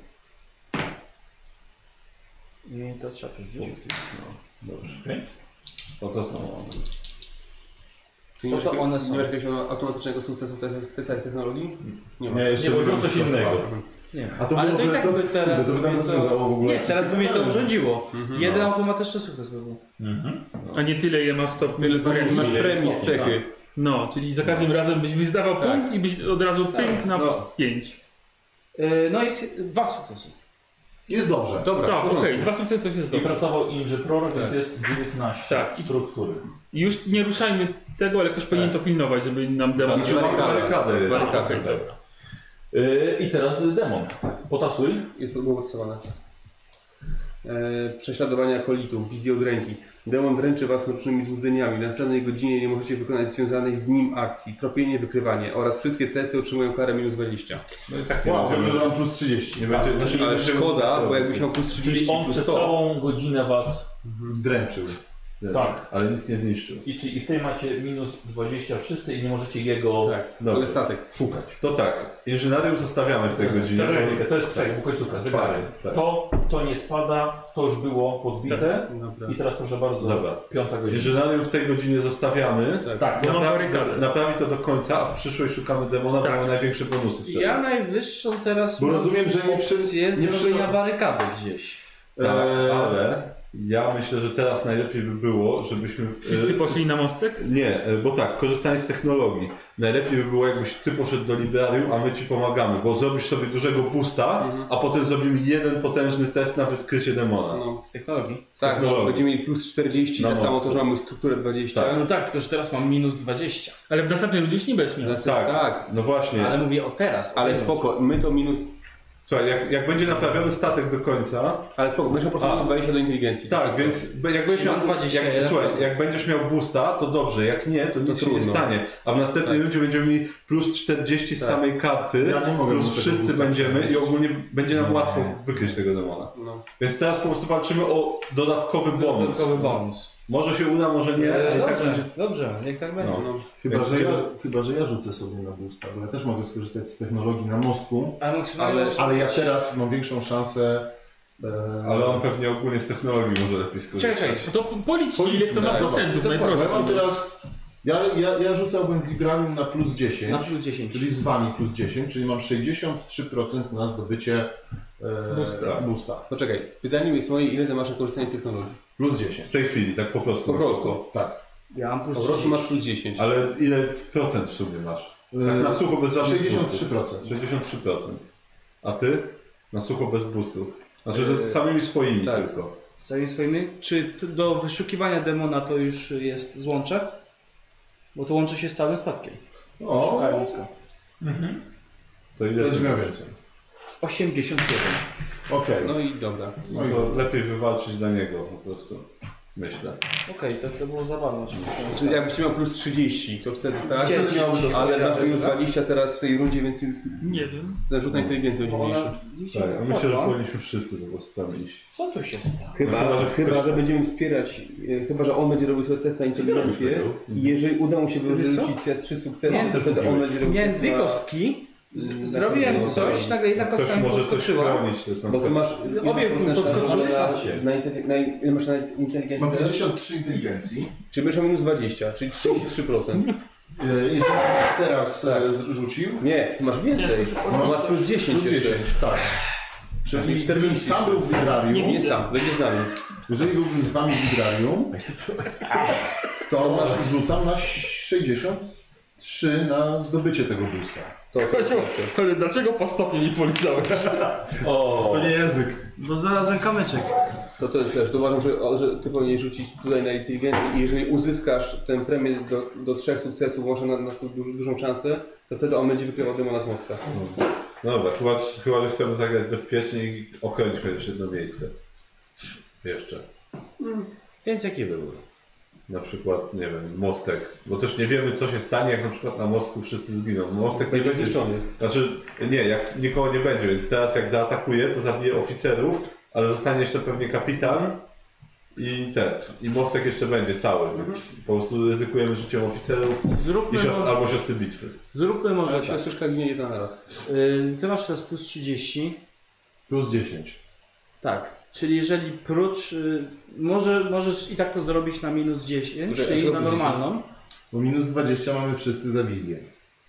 [SPEAKER 7] I to trzeba przerzucić.
[SPEAKER 4] Dobrze.
[SPEAKER 2] Okej.
[SPEAKER 4] No to samo.
[SPEAKER 5] Nie
[SPEAKER 7] No
[SPEAKER 5] masz
[SPEAKER 7] to
[SPEAKER 5] jakiego-
[SPEAKER 7] one są.
[SPEAKER 5] Nie masz jakiegoś automatycznego sukcesu w te- w testach technologii? Nie
[SPEAKER 1] Nie,
[SPEAKER 5] masz.
[SPEAKER 1] jeszcze
[SPEAKER 2] Nie, bo
[SPEAKER 1] byłem
[SPEAKER 2] coś
[SPEAKER 1] mistrzostwa.
[SPEAKER 2] innego.
[SPEAKER 7] Nie.
[SPEAKER 1] A to
[SPEAKER 7] Ale
[SPEAKER 1] byłoby,
[SPEAKER 7] to i tak
[SPEAKER 1] to,
[SPEAKER 7] by teraz
[SPEAKER 1] to by nam
[SPEAKER 7] by to-
[SPEAKER 1] rozwiązało w ogóle.
[SPEAKER 7] Nie, teraz by mnie to urządziło. Jeden automatyczny sukces by był.
[SPEAKER 2] Mhm.
[SPEAKER 6] A nie tyle, ile masz stopni.
[SPEAKER 5] Tyle
[SPEAKER 6] premii.
[SPEAKER 5] masz premii z cechy.
[SPEAKER 6] No, czyli za każdym razem byś wyzdawał
[SPEAKER 5] Tak.
[SPEAKER 6] punkt i byś od razu pink na
[SPEAKER 5] No.
[SPEAKER 6] 5.
[SPEAKER 7] E, No jest dwa sukcesy.
[SPEAKER 1] Jest dobrze.
[SPEAKER 5] Dobra,
[SPEAKER 6] Tak,
[SPEAKER 5] w
[SPEAKER 6] okej,
[SPEAKER 5] porządku.
[SPEAKER 6] dwa sukcesy to się
[SPEAKER 2] I
[SPEAKER 6] zdobyło.
[SPEAKER 2] pracował Inży Prorok, więc jest 19
[SPEAKER 6] Tak.
[SPEAKER 2] struktury.
[SPEAKER 6] I Już nie ruszajmy tego, ale ktoś
[SPEAKER 5] Tak.
[SPEAKER 6] powinien to pilnować, żeby nam demon...
[SPEAKER 4] Tak,
[SPEAKER 5] Znaczy,
[SPEAKER 4] czyli mamy
[SPEAKER 5] barykada.
[SPEAKER 4] barykadę.
[SPEAKER 5] Jest barykada.
[SPEAKER 4] Tak, tak.
[SPEAKER 2] Y, I teraz demon. Potasuj.
[SPEAKER 5] Jest było podsumowane. E, prześladowania kolitów, wizje od ręki. Demon dręczy was mrocznymi złudzeniami. Na następnej godzinie nie możecie wykonać związanych z nim akcji. Tropienie, wykrywanie oraz wszystkie testy otrzymują karę minus 20.
[SPEAKER 4] No i tak nie
[SPEAKER 1] Wow, dobrze, że
[SPEAKER 4] będziemy.
[SPEAKER 1] mam plus 30.
[SPEAKER 4] Nie będzie, znaczy, nie
[SPEAKER 5] Ale
[SPEAKER 4] będziemy-
[SPEAKER 5] szkoda, bo jakbyś miał plus
[SPEAKER 2] Czyli
[SPEAKER 5] 30
[SPEAKER 2] on
[SPEAKER 5] plus
[SPEAKER 2] przez
[SPEAKER 5] 100.
[SPEAKER 2] całą godzinę was.
[SPEAKER 1] Dręczył.
[SPEAKER 2] Tak.
[SPEAKER 4] Ale nic nie zniszczył.
[SPEAKER 2] I, czy, I w tej macie minus 20 wszyscy i nie możecie jego
[SPEAKER 5] Tak,
[SPEAKER 4] Dobra.
[SPEAKER 5] ale statek.
[SPEAKER 2] szukać.
[SPEAKER 4] To tak, inżynerium zostawiamy w tej godzinie.
[SPEAKER 2] Teoretykę, to jest czekaj, bo końcówka zegary.
[SPEAKER 4] tak.
[SPEAKER 2] To, to nie spada, to już było podbite.
[SPEAKER 5] Dobra.
[SPEAKER 2] I teraz proszę bardzo,
[SPEAKER 4] tak. Dobra.
[SPEAKER 2] piąta godzina.
[SPEAKER 4] Inżynerium w tej godzinie zostawiamy.
[SPEAKER 1] Tak,
[SPEAKER 6] Ja mam
[SPEAKER 4] Naprawi-
[SPEAKER 6] barykadę.
[SPEAKER 4] Naprawi to do końca, a w przyszłej szukamy demona, bo
[SPEAKER 6] Tak.
[SPEAKER 4] mamy największe bonusy wtedy.
[SPEAKER 7] Ja najwyższą teraz
[SPEAKER 1] Bo
[SPEAKER 7] mam
[SPEAKER 1] rozumiem, że nie przy-
[SPEAKER 7] opcję
[SPEAKER 1] nie przy-
[SPEAKER 7] zrobienia barykady gdzieś.
[SPEAKER 4] Tak,
[SPEAKER 1] Eee,
[SPEAKER 4] ale Ja myślę, że teraz najlepiej by było, żebyśmy... e,
[SPEAKER 6] Wszyscy poszli na mostek?
[SPEAKER 4] Nie, e, bo tak, korzystanie z technologii. Najlepiej by było, jakbyś ty poszedł do librarium, a my ci pomagamy, bo zrobisz sobie dużego pusta, a potem zrobimy jeden potężny test na wykrycie demona.
[SPEAKER 5] No,
[SPEAKER 7] Z technologii.
[SPEAKER 5] tak, no,
[SPEAKER 4] technologii.
[SPEAKER 5] będziemy mieli plus 40
[SPEAKER 4] Na
[SPEAKER 5] za samo
[SPEAKER 4] mocno.
[SPEAKER 5] to, że mamy strukturę 20.
[SPEAKER 4] Tak.
[SPEAKER 7] No tak, tylko że teraz mam minus 20.
[SPEAKER 6] Ale w następnej rundzie już nie będziesz miał.
[SPEAKER 5] Zasyp-
[SPEAKER 4] Tak,
[SPEAKER 5] tak.
[SPEAKER 4] no właśnie.
[SPEAKER 7] Ale mówię o teraz. o
[SPEAKER 5] Ale
[SPEAKER 7] teraz.
[SPEAKER 5] spoko, my to minus.
[SPEAKER 4] Słuchaj, jak, jak będzie naprawiony statek do końca,
[SPEAKER 5] Ale spoko, będziesz
[SPEAKER 4] A.
[SPEAKER 5] po minus 20 do inteligencji.
[SPEAKER 4] tak, więc be- jak będziesz,
[SPEAKER 7] Czyli
[SPEAKER 4] miał,
[SPEAKER 7] mam 21%.
[SPEAKER 4] jak, słuchaj, jak będziesz miał boosta, to dobrze, jak nie, to nic się nie
[SPEAKER 5] trudno.
[SPEAKER 4] stanie. A w następnej
[SPEAKER 7] Tak.
[SPEAKER 4] rundzie będziemy mieli plus 40 z
[SPEAKER 5] Tak.
[SPEAKER 4] samej karty,
[SPEAKER 1] Ja nie mogę mu
[SPEAKER 4] plus
[SPEAKER 1] tego
[SPEAKER 4] wszyscy
[SPEAKER 1] boosta
[SPEAKER 4] będziemy i
[SPEAKER 1] przenieść.
[SPEAKER 4] ogólnie będzie nam łatwo wykryć tego demona.
[SPEAKER 5] No.
[SPEAKER 4] Więc teraz po prostu walczymy o dodatkowy bonus.
[SPEAKER 7] Dodatkowy bonus.
[SPEAKER 4] Może się uda, może nie, ale
[SPEAKER 7] E,
[SPEAKER 4] i tak
[SPEAKER 7] dobrze,
[SPEAKER 4] będzie.
[SPEAKER 7] dobrze, niech tak będzie.
[SPEAKER 4] No.
[SPEAKER 5] No.
[SPEAKER 1] Chyba,
[SPEAKER 4] Jak
[SPEAKER 1] że ja,
[SPEAKER 4] kiedy-
[SPEAKER 1] chyba, że ja rzucę sobie na boosta, bo ja też mogę skorzystać z technologii na mostku,
[SPEAKER 7] Ale maksymalnie
[SPEAKER 5] Ale-
[SPEAKER 7] można-
[SPEAKER 1] ale ja teraz mam większą szansę. E,
[SPEAKER 4] Ale on pewnie ogólnie z technologii może lepiej skorzystać.
[SPEAKER 7] Czekaj, czekaj.
[SPEAKER 6] To policz, ile to ma
[SPEAKER 1] Policz, zobacz.
[SPEAKER 6] procentów
[SPEAKER 1] Bo ja
[SPEAKER 6] najprościej.
[SPEAKER 1] mam teraz. Ja, ja, ja rzucałbym w Librarium na plus 10,
[SPEAKER 7] Na plus 10.
[SPEAKER 1] czyli z wami plus 10, czyli mam 63% na zdobycie e,
[SPEAKER 4] Boosta.
[SPEAKER 1] boosta.
[SPEAKER 5] no czekaj, pytanie jest moje, ile ty masz na korzystanie z technologii?
[SPEAKER 1] Plus
[SPEAKER 4] W
[SPEAKER 1] 10.
[SPEAKER 4] tej chwili, tak po prostu.
[SPEAKER 5] Po
[SPEAKER 4] na
[SPEAKER 5] prostu.
[SPEAKER 4] sucho.
[SPEAKER 1] Tak.
[SPEAKER 7] Ja mam plus
[SPEAKER 5] Po prostu
[SPEAKER 7] 30.
[SPEAKER 5] masz plus 10.
[SPEAKER 4] Ale ile w procent w sumie masz? Tak
[SPEAKER 1] E,
[SPEAKER 4] na sucho bez żadnych boostów.
[SPEAKER 1] 63%.
[SPEAKER 4] 63%. A ty? Na sucho bez boostów. Znaczy, że z samymi swoimi
[SPEAKER 5] tak.
[SPEAKER 4] tylko.
[SPEAKER 7] Z samymi swoimi. Czy t- do wyszukiwania demona to już jest złącze? Bo to łączy się z całym statkiem.
[SPEAKER 1] O,
[SPEAKER 7] Szukając go.
[SPEAKER 4] To ile
[SPEAKER 1] będzie
[SPEAKER 4] ty
[SPEAKER 1] miał
[SPEAKER 4] masz?
[SPEAKER 1] więcej.
[SPEAKER 7] 81.
[SPEAKER 1] Okej.
[SPEAKER 5] No i dobra.
[SPEAKER 4] No to lepiej wywalczyć dla niego po prostu. Myślę.
[SPEAKER 7] Okej, to, to było zabawne. oczywiście.
[SPEAKER 5] Czyli Jakbyś miał plus 30, to wtedy tak.
[SPEAKER 1] Wtedy miałby dosyć.
[SPEAKER 5] Ale masz
[SPEAKER 7] tak?
[SPEAKER 5] minus 20 teraz w tej rundzie, więc już
[SPEAKER 6] Nie, z...
[SPEAKER 5] zarzut na inteligencję będzie mniejszy.
[SPEAKER 7] No. Ona- widzicie,
[SPEAKER 4] Tak, ja myślę, że
[SPEAKER 7] dobra.
[SPEAKER 4] powinniśmy wszyscy po prostu tam iść.
[SPEAKER 7] Co tu się stało?
[SPEAKER 4] No chyba,
[SPEAKER 5] Chyba,
[SPEAKER 4] że
[SPEAKER 5] chyba,
[SPEAKER 4] ktoś-
[SPEAKER 5] że będziemy wspierać, e, chyba, że on będzie robił sobie test na
[SPEAKER 4] robisz,
[SPEAKER 5] inteligencję
[SPEAKER 4] Mateusz?
[SPEAKER 5] i jeżeli uda mu się
[SPEAKER 7] Wiesz
[SPEAKER 5] wyrzucić
[SPEAKER 7] co?
[SPEAKER 5] te trzy sukcesy,
[SPEAKER 7] Nie,
[SPEAKER 5] to
[SPEAKER 4] też
[SPEAKER 5] wtedy on
[SPEAKER 4] mówiłeś.
[SPEAKER 5] będzie robił
[SPEAKER 7] Miałem
[SPEAKER 5] test
[SPEAKER 7] dwie
[SPEAKER 5] na-
[SPEAKER 7] kostki,
[SPEAKER 5] na-
[SPEAKER 7] z, zrobiłem
[SPEAKER 5] na-
[SPEAKER 7] coś, nagle jedna kostka
[SPEAKER 4] Ktoś
[SPEAKER 7] mi
[SPEAKER 4] może coś
[SPEAKER 7] podskoczyła.
[SPEAKER 4] chronić. też na
[SPEAKER 5] Bo ty
[SPEAKER 4] przykład.
[SPEAKER 5] masz...
[SPEAKER 7] Obie podskoczyły.
[SPEAKER 5] na, na, inteli- na, ile masz na inteligencję
[SPEAKER 1] Mam
[SPEAKER 5] teraz?
[SPEAKER 1] 53 inteligencji.
[SPEAKER 5] Czyli będziesz miał minus 20, czyli 33%.
[SPEAKER 1] E, Jeżeli teraz e, zrzucił,
[SPEAKER 5] Nie, ty masz więcej.
[SPEAKER 1] No.
[SPEAKER 5] Masz plus 10
[SPEAKER 1] plus
[SPEAKER 5] jeszcze.
[SPEAKER 1] 10, tak. Czyli
[SPEAKER 5] 40.
[SPEAKER 1] gdybym sam był w Librarium,
[SPEAKER 5] Nie sam, będzie z nami.
[SPEAKER 1] jeżeli byłbym z wami w Librarium,
[SPEAKER 2] [laughs]
[SPEAKER 1] to masz, rzucam na 63 na zdobycie tego boosta.
[SPEAKER 5] To, to jest
[SPEAKER 6] Kozioł,
[SPEAKER 5] lepsze.
[SPEAKER 6] ale dlaczego po stopie mi polizałeś?
[SPEAKER 2] O,
[SPEAKER 1] nie język.
[SPEAKER 8] Bo znalazłem kamyczek.
[SPEAKER 5] No To, to jest lepsze. To uważam, że, o, że ty powinieneś rzucić tutaj na inteligencję i jeżeli uzyskasz ten premię do, do trzech sukcesów, może na, na dużą, dużą szansę, to wtedy on będzie wykrywał demona z mostka.
[SPEAKER 4] No dobra, chyba, chyba, że chcemy zagrać bezpiecznie i ochronić chociaż jedno miejsce. Jeszcze.
[SPEAKER 7] Więc jakie były?
[SPEAKER 4] Na przykład, nie wiem, mostek. Bo też nie wiemy, co się stanie, jak na przykład na mostku wszyscy zginą. Mostek nie
[SPEAKER 5] Będzie
[SPEAKER 4] będzie...
[SPEAKER 5] zniszczony.
[SPEAKER 4] Znaczy, nie, jak nikogo nie będzie, więc teraz jak zaatakuje, to zabije oficerów, ale zostanie jeszcze pewnie kapitan i ten. I mostek jeszcze będzie cały.
[SPEAKER 1] Mhm.
[SPEAKER 4] więc Po prostu ryzykujemy życiem oficerów i
[SPEAKER 7] Zróbmy,
[SPEAKER 1] no.
[SPEAKER 4] siostr,
[SPEAKER 7] mo-
[SPEAKER 4] albo siostry bitwy.
[SPEAKER 7] zróbmy może
[SPEAKER 5] Może
[SPEAKER 7] tak.
[SPEAKER 5] siostrzyszka ginie jedna na raz.
[SPEAKER 7] Y, Ty masz teraz plus 30.
[SPEAKER 1] Plus 10.
[SPEAKER 7] Tak, czyli jeżeli prócz, y, może, możesz i tak to zrobić na minus 10,
[SPEAKER 5] Czekaj, a
[SPEAKER 7] czyli na
[SPEAKER 5] czego plus
[SPEAKER 7] normalną.
[SPEAKER 1] Bo minus 20 mamy wszyscy za wizję.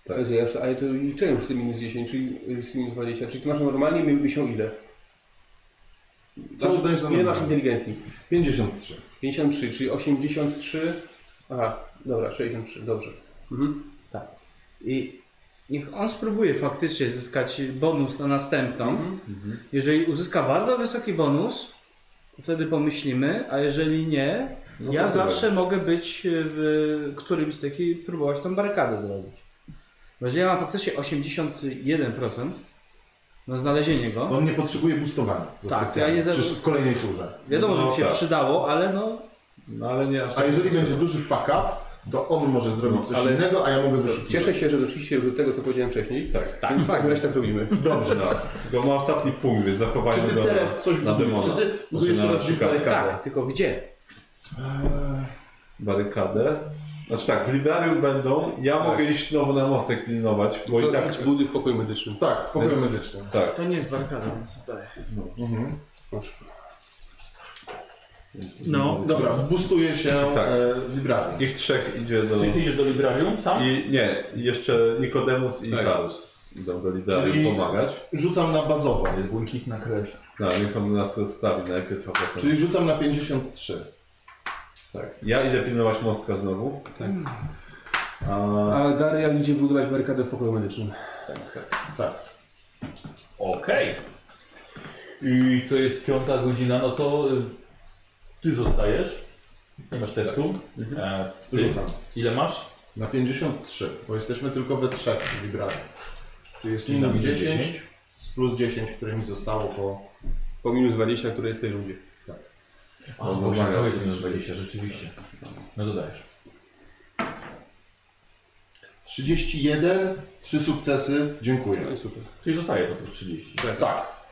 [SPEAKER 5] Tak. Jezu, ja już, a ja to liczyłem już z tym minus 10, czyli y, z minus 20. Czyli ty masz normalnie, miałby się ile?
[SPEAKER 1] Co
[SPEAKER 5] Masz-
[SPEAKER 1] uznajesz za
[SPEAKER 5] Ile Znaczy, masz
[SPEAKER 1] normalne?
[SPEAKER 5] inteligencji?
[SPEAKER 1] 53.
[SPEAKER 5] 53, czyli 83. Aha, dobra, 63, dobrze. Mhm.
[SPEAKER 7] I niech on spróbuje faktycznie zyskać bonus na następną.
[SPEAKER 4] Mhm.
[SPEAKER 7] Jeżeli uzyska bardzo wysoki bonus, to wtedy pomyślimy, a jeżeli nie,
[SPEAKER 4] No
[SPEAKER 7] ja
[SPEAKER 4] to tyle.
[SPEAKER 7] zawsze mogę być w którymś z tych i próbować tą barykadę zrobić. Bo Jeżeli ja mam faktycznie 81% na znalezienie go,
[SPEAKER 1] On nie potrzebuje boostowania. Za
[SPEAKER 7] Tak,
[SPEAKER 1] specjalnie.
[SPEAKER 7] ja nie za-
[SPEAKER 1] Przecież w kolejnej turze.
[SPEAKER 7] wiadomo, że
[SPEAKER 4] No
[SPEAKER 7] mi się
[SPEAKER 4] tak.
[SPEAKER 7] przydało, ale no
[SPEAKER 4] No ale nie aż
[SPEAKER 1] A jeżeli będzie duży fuck up, to on może zrobić coś
[SPEAKER 5] ale-
[SPEAKER 1] innego, a ja mogę wyszukiwać.
[SPEAKER 5] Cieszę się, że doszliście już do tego, co powiedziałem wcześniej.
[SPEAKER 4] Tak.
[SPEAKER 5] Tak, więc w takim razie tak robimy.
[SPEAKER 1] Dobrze.
[SPEAKER 4] No, bo ma ostatni punkt, więc
[SPEAKER 1] Czy
[SPEAKER 4] zachowajmy
[SPEAKER 1] ty
[SPEAKER 4] go
[SPEAKER 1] teraz coś
[SPEAKER 4] na demona.
[SPEAKER 1] budujesz? Czy ty budujesz
[SPEAKER 4] Znaczy na
[SPEAKER 1] teraz gdzieś
[SPEAKER 4] szukanie.
[SPEAKER 1] barykadę?
[SPEAKER 7] tak, tylko gdzie?
[SPEAKER 4] barykadę. Znaczy tak, w Liberum będą, ja
[SPEAKER 1] Tak.
[SPEAKER 4] mogę iść znowu na mostek pilnować, bo i tak...
[SPEAKER 5] budy w pokoju medycznym.
[SPEAKER 1] Tak, w pokoju medycznym.
[SPEAKER 4] Tak,
[SPEAKER 8] To nie jest barykada, więc oddaję.
[SPEAKER 4] Mhm.
[SPEAKER 6] No.
[SPEAKER 1] Dobra, boostuje się
[SPEAKER 4] Tak.
[SPEAKER 1] e, Librarium.
[SPEAKER 4] ich trzech idzie do...
[SPEAKER 2] czyli ty idziesz do librarium sam?
[SPEAKER 4] I nie, jeszcze Nikodemus i
[SPEAKER 5] Tak.
[SPEAKER 4] Harus. idą do lidera im
[SPEAKER 1] Czyli-
[SPEAKER 4] pomagać.
[SPEAKER 1] Rzucam na bazowo.
[SPEAKER 2] Błękitna krew.
[SPEAKER 4] No, niech on nas zostawi najpierw, a potem...
[SPEAKER 1] Czyli rzucam na 53.
[SPEAKER 4] Tak. Ja idę pilnować mostka znowu. Tak. A...
[SPEAKER 5] A Darial idzie budować barykadę w pokoju medycznym.
[SPEAKER 1] Tak.
[SPEAKER 2] Okej. I to jest piąta godzina, no to y, ty zostajesz. Nie masz testu.
[SPEAKER 4] Tak. Mhm.
[SPEAKER 2] E, ty-
[SPEAKER 1] Rzucam.
[SPEAKER 2] Ile masz?
[SPEAKER 1] Na 53, bo jesteśmy tylko we trzech wybranych. Czyli jest minus
[SPEAKER 2] Minus
[SPEAKER 1] 10,
[SPEAKER 2] 10.
[SPEAKER 1] z plus 10, które mi zostało po...
[SPEAKER 5] Po minus 20, które jest w tej rundzie.
[SPEAKER 2] A,
[SPEAKER 4] No,
[SPEAKER 2] no,
[SPEAKER 4] normalnie,
[SPEAKER 2] to
[SPEAKER 4] to
[SPEAKER 2] jest minus
[SPEAKER 4] jest-
[SPEAKER 2] 20, rzeczywiście. No dodajesz.
[SPEAKER 1] 31, trzy sukcesy, dziękuję.
[SPEAKER 5] No i super.
[SPEAKER 2] Czyli zostaje to plus 30.
[SPEAKER 1] Tak.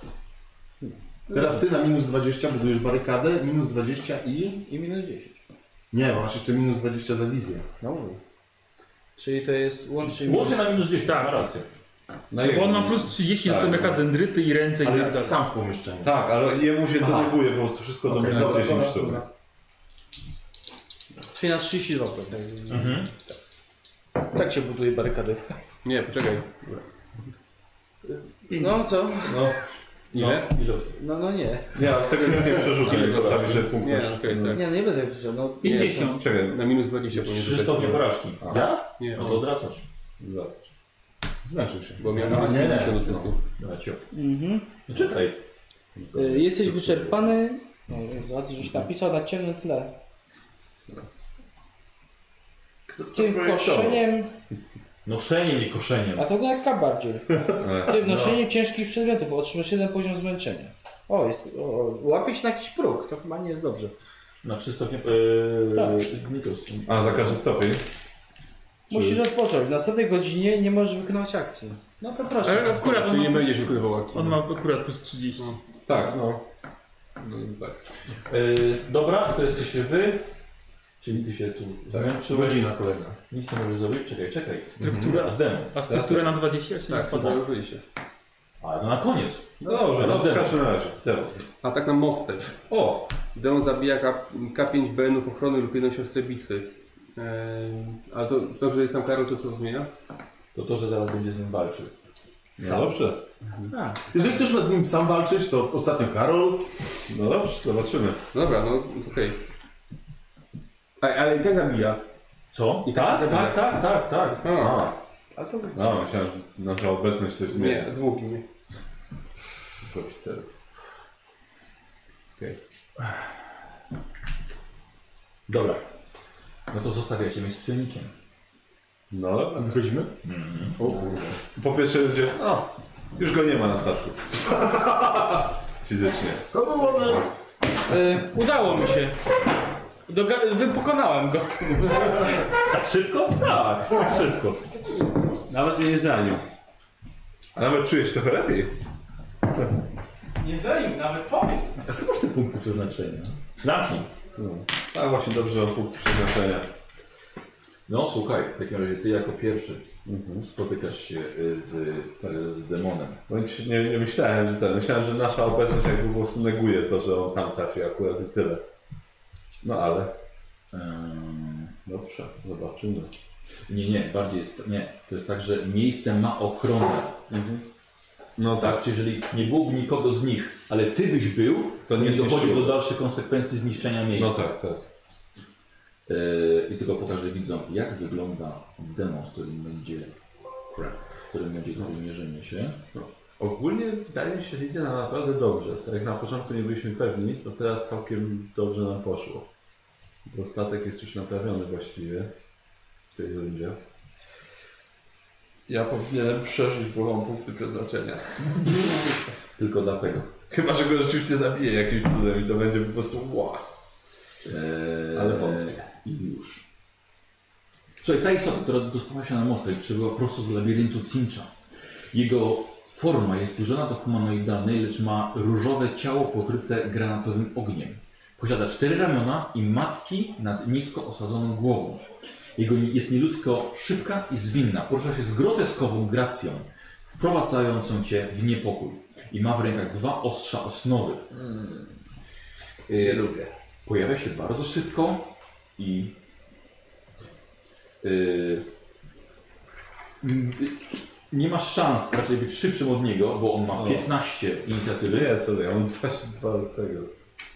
[SPEAKER 1] Teraz ty na minus 20 budujesz barykadę, minus 20 i...
[SPEAKER 7] I minus 10.
[SPEAKER 1] Nie, bo masz jeszcze minus 20 za wizję. No
[SPEAKER 7] Czyli to jest łącznie minus...
[SPEAKER 2] Łącznie na minus 10, tak, ma rację.
[SPEAKER 4] No
[SPEAKER 6] Bo on ma plus 30 za te mechadendryty i
[SPEAKER 1] Ale
[SPEAKER 6] ręce i tak
[SPEAKER 1] jest
[SPEAKER 6] dalej.
[SPEAKER 1] sam w pomieszczeniu.
[SPEAKER 4] Tak, ale jemu się
[SPEAKER 1] Aha.
[SPEAKER 4] doleguje po prostu wszystko do
[SPEAKER 1] Okej,
[SPEAKER 4] minus 10 w sumie.
[SPEAKER 7] Czyli na 32 pewnie. Tak się buduje barykady.
[SPEAKER 5] Nie, poczekaj.
[SPEAKER 7] No co?
[SPEAKER 4] No,
[SPEAKER 5] Ile?
[SPEAKER 2] Ile?
[SPEAKER 7] No, no nie.
[SPEAKER 4] ja tego już nie przerzucę, jak zostawię sobie punkt.
[SPEAKER 5] Nie, okej, tak.
[SPEAKER 7] Nie, no nie będę krzyczał. No,
[SPEAKER 6] 50.
[SPEAKER 4] Czekaj,
[SPEAKER 5] Na minus 20 powinien
[SPEAKER 2] 3
[SPEAKER 5] rzucać.
[SPEAKER 2] stopnie porażki.
[SPEAKER 1] Ja?
[SPEAKER 5] Nie,
[SPEAKER 2] No to odwracasz.
[SPEAKER 4] wracasz.
[SPEAKER 1] Zmęczył się.
[SPEAKER 5] bo miałem
[SPEAKER 1] No,
[SPEAKER 5] minus
[SPEAKER 1] nie,
[SPEAKER 5] 50 do
[SPEAKER 1] no.
[SPEAKER 5] testu.
[SPEAKER 2] Dobra, cio.
[SPEAKER 7] Mhm.
[SPEAKER 2] Czytaj.
[SPEAKER 7] Y, Jesteś wyczerpany. No, więc zobaczcie, żeś napisał na ciemnym tle. Tym koszeniem,
[SPEAKER 2] Noszeniem i koszeniem.
[SPEAKER 7] a to lekka bardziej.
[SPEAKER 4] E,
[SPEAKER 7] Tym noszeniem ciężkich przedmiotów otrzymasz jeden poziom zmęczenia. O, jest, o, o, łapie się na jakiś próg, to chyba nie jest dobrze.
[SPEAKER 2] Na 3 stopnie... Yy,
[SPEAKER 7] Tak.
[SPEAKER 2] Nikos.
[SPEAKER 4] A, za każdy stopień?
[SPEAKER 7] Musisz odpocząć, w następnej godzinie nie możesz wykonać akcji. No to proszę.
[SPEAKER 6] Ale akurat
[SPEAKER 5] Ty
[SPEAKER 6] on
[SPEAKER 5] nie
[SPEAKER 6] ma,
[SPEAKER 5] będziesz wykonywał akcji.
[SPEAKER 6] on ma akurat plus 30.
[SPEAKER 4] Tak, no.
[SPEAKER 5] No, tak.
[SPEAKER 2] Yy, dobra, to jesteście wy. Czyli ty się tu zmęczyłeś.
[SPEAKER 1] Godzina kolejna.
[SPEAKER 2] Nic nie możesz zrobić. Czekaj, czekaj. Struktura z demo.
[SPEAKER 6] A struktura na 28
[SPEAKER 5] Tak,
[SPEAKER 6] tak,
[SPEAKER 5] są
[SPEAKER 6] spada.
[SPEAKER 5] dwa wyjście.
[SPEAKER 2] Ale to na koniec.
[SPEAKER 4] No dobrze, no w każdym razie. Demon.
[SPEAKER 5] Atak na mostek.
[SPEAKER 4] O!
[SPEAKER 5] Demon zabija K- K5 BN-ów ochrony lub jedną siostrę bitwy. Eee, ale to, to, że jest tam Karol, to co to zmienia?
[SPEAKER 2] To to, że zaraz będzie z nim walczył.
[SPEAKER 4] No dobrze.
[SPEAKER 1] Jeżeli ktoś ma z nim sam walczyć, to ostatnio Karol.
[SPEAKER 4] No dobrze, zobaczymy.
[SPEAKER 5] No dobra, no okej. Okay. Ale i tak zabija.
[SPEAKER 2] Co? tak, tak, tak, tak, tak.
[SPEAKER 5] A,
[SPEAKER 4] A,
[SPEAKER 5] a to
[SPEAKER 4] no myślałem, że nasza obecność coś
[SPEAKER 5] nie,
[SPEAKER 4] zmienia.
[SPEAKER 5] dwóch nie.
[SPEAKER 4] Nie. Oficerów. Okej.
[SPEAKER 2] Dobra. No to zostawiacie mnie z psionikiem.
[SPEAKER 4] No dobra.
[SPEAKER 1] Wychodzimy? O kurde.
[SPEAKER 4] Po pierwsze ludzie, o, już go nie ma na statku. [laughs] Fizycznie.
[SPEAKER 1] To było na...
[SPEAKER 7] Y, udało mi się. Doga- wypokonałem go.
[SPEAKER 2] Tak szybko? Tak, tak szybko.
[SPEAKER 4] Nawet mnie nie zranił. A nawet czuję się trochę lepiej.
[SPEAKER 7] Nie zanim, nawet pomógł.
[SPEAKER 2] A skąd masz te punkty przeznaczenia? Zamknij.
[SPEAKER 4] No. A właśnie dobrze o punkt przeznaczenia.
[SPEAKER 2] No słuchaj, w takim razie ty jako pierwszy
[SPEAKER 4] Mhm.
[SPEAKER 2] spotykasz się y, z, y, z demonem.
[SPEAKER 4] Bo nic Nie, nie myślałem, że ten. Myślałem, że nasza obecność jakby po prostu neguje to, że on tam trafi akurat i tyle. No ale
[SPEAKER 2] Ym,
[SPEAKER 4] dobrze, zobaczymy.
[SPEAKER 2] Nie, nie, bardziej jest. Nie, to jest tak, że miejsce ma ochronę.
[SPEAKER 4] No
[SPEAKER 2] Tak,
[SPEAKER 4] tak,
[SPEAKER 2] czyli jeżeli nie byłoby nikogo z nich, ale ty byś był, to
[SPEAKER 4] To nie
[SPEAKER 2] nie dochodzi do
[SPEAKER 4] zniszczyłoby.
[SPEAKER 2] dalszych konsekwencji zniszczenia
[SPEAKER 4] no
[SPEAKER 2] miejsca.
[SPEAKER 4] tak, tak.
[SPEAKER 2] Yy, I tylko pokażę widzom, jak wygląda demon, z którym będzie, z którym będzie
[SPEAKER 4] No.
[SPEAKER 2] tutaj mierzenie się.
[SPEAKER 4] Ogólnie wydaje mi się, że idzie nam naprawdę dobrze. Tak jak na początku nie byliśmy pewni, to teraz całkiem dobrze nam poszło. Bo statek jest już naprawiony właściwie w tej rundzie. Ja powinienem przeżyć, bo mam punkty przeznaczenia. [laughs]
[SPEAKER 2] Tylko dlatego.
[SPEAKER 4] Chyba, że go rzeczywiście zabiję jakimś cudem i to będzie po prostu ła.
[SPEAKER 2] Eee,
[SPEAKER 4] Ale wątpię.
[SPEAKER 2] I już. Słuchaj, ta istota, która dostała się na mostek, przybyła prosto z labiryntu Cincha. Jego forma jest zbliżona do humanoidalnej, lecz ma różowe ciało pokryte granatowym ogniem. Posiada cztery ramiona i macki nad nisko osadzoną głową. Jego ni- jest nieludzko szybka i zwinna. Porusza się z groteskową gracją, wprowadzającą cię w niepokój. I ma w rękach dwa ostrza osnowy. Nie lubię. Pojawia się bardzo szybko i yy, mm, y, nie masz szans raczej być szybszym od niego, bo on ma
[SPEAKER 4] O.
[SPEAKER 2] 15 inicjatywy.
[SPEAKER 4] Nie, co ty, ja mam 22 do tego.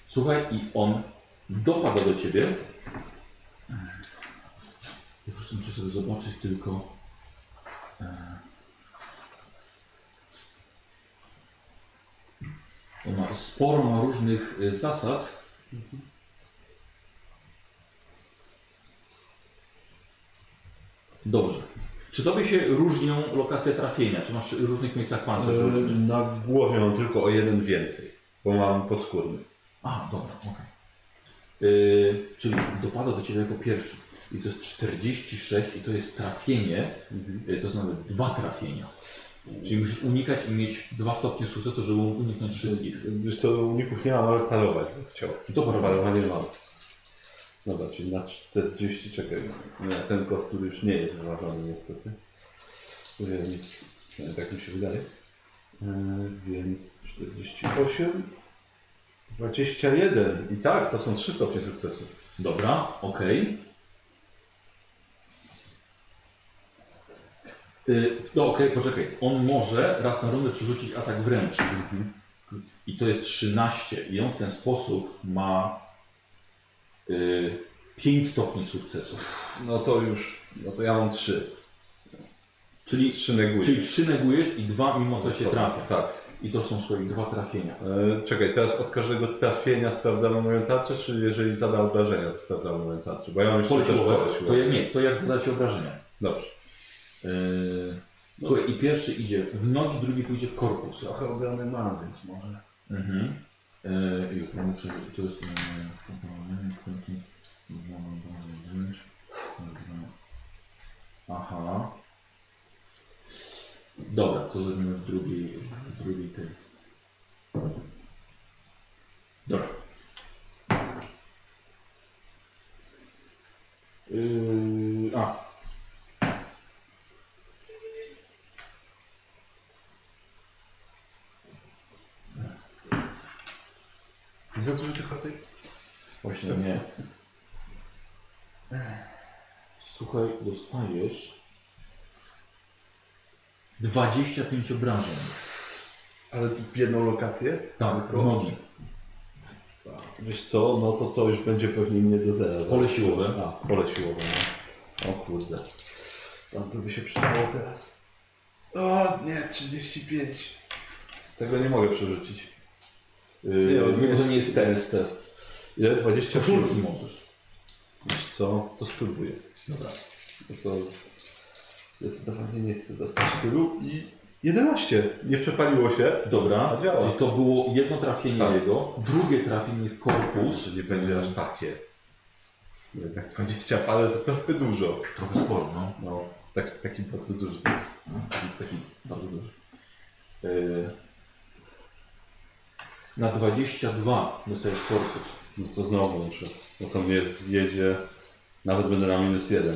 [SPEAKER 2] Słuchaj, i on dopada do ciebie. Już muszę sobie zobaczyć tylko. e, On ma sporo ma różnych e, zasad. Dobrze. Czy tobie się różnią lokacje trafienia? Czy masz w różnych miejscach pancerz?
[SPEAKER 4] Yy,
[SPEAKER 2] różny?
[SPEAKER 4] Na głowie mam tylko o jeden więcej, bo mam poskórny.
[SPEAKER 2] A, dobra, okej. Yy, czyli dopada do ciebie jako pierwszy. I to jest 46 i to jest trafienie, yy, to znaczy dwa trafienia. Czyli musisz unikać i mieć dwa stopnie sukcesu, żeby uniknąć wszystkich.
[SPEAKER 4] Wiesz co, no, uników nie mam, ale parować bym chciał.
[SPEAKER 2] Dobra.
[SPEAKER 4] Parowanie mam. Dobra, czyli na 40, czekaj. Nie, ten kostur już nie jest wyważony niestety. Więc, nie, tak mi się wydaje. Yy, więc 48, 21. I tak, to są 3 stopnie sukcesu.
[SPEAKER 2] Dobra, okej. Yy, no okej, poczekaj. On może raz na rundę przerzucić atak wręcz. I to jest 13. I on w ten sposób ma yy, 5 stopni sukcesu.
[SPEAKER 4] No to już, no to ja mam 3.
[SPEAKER 2] Czyli,
[SPEAKER 4] 3 neguję.
[SPEAKER 2] czyli trzy negujesz i dwa mimo to cię trafia.
[SPEAKER 4] Tak.
[SPEAKER 2] I to są swoje dwa trafienia.
[SPEAKER 4] E, Czekaj, teraz od każdego trafienia sprawdzamy moją tarczę, czy jeżeli zada obrażenia, to sprawdzamy moją tarczę? Bo ja mam jeszcze
[SPEAKER 2] Pole
[SPEAKER 4] też
[SPEAKER 2] siłowe.
[SPEAKER 4] pole
[SPEAKER 2] To
[SPEAKER 4] siłowe.
[SPEAKER 2] jak nie, to jak dodacie obrażenia.
[SPEAKER 4] Dobrze.
[SPEAKER 2] Yy, słuchaj, i pierwszy idzie w nogi, drugi pójdzie w korpus.
[SPEAKER 4] Trochę obrony mam, więc może.
[SPEAKER 2] Mhm. E, już mam muszę, to jest... e, proponowanie, kroki, wolno, wolno, wręcz, dobra. Aha. Dobra, to zrobimy w drugiej, w drugiej tej. Dobra. Yy, a.
[SPEAKER 4] Nie za dużo tych kostek?
[SPEAKER 2] Właśnie nie. Słuchaj, dostajesz 25 obrażeń.
[SPEAKER 4] Ale tu w jedną lokację?
[SPEAKER 2] Tak, w nogi.
[SPEAKER 4] Wiesz co, no to to już będzie pewnie mnie do zera.
[SPEAKER 2] Pole siłowe.
[SPEAKER 4] A, pole siłowe, no. O kurde. Bardzo by się przydało teraz. O nie, 35. Tego nie mogę przerzucić.
[SPEAKER 2] Yy, nie, bo to nie jest test.
[SPEAKER 4] test. Ile? 20
[SPEAKER 2] Koszulki możesz.
[SPEAKER 4] Wiesz co, to spróbuję.
[SPEAKER 2] Dobra.
[SPEAKER 4] No to zdecydowanie nie chcę dostać tylu i 11. Nie przepaliło się.
[SPEAKER 2] Dobra,
[SPEAKER 4] A działa.
[SPEAKER 2] czyli to było jedno trafienie
[SPEAKER 4] Tak.
[SPEAKER 2] jego, drugie trafienie w korpus.
[SPEAKER 4] nie będzie aż takie. No Jednak 20 ale to trochę dużo.
[SPEAKER 2] Trochę sporo, no.
[SPEAKER 4] No, taki, taki bardzo duży.
[SPEAKER 2] Taki, taki bardzo duży. Yy, na 22 dostajesz korpus.
[SPEAKER 4] No to znowu muszę. No to mnie zjedzie. Nawet będę na minus jeden.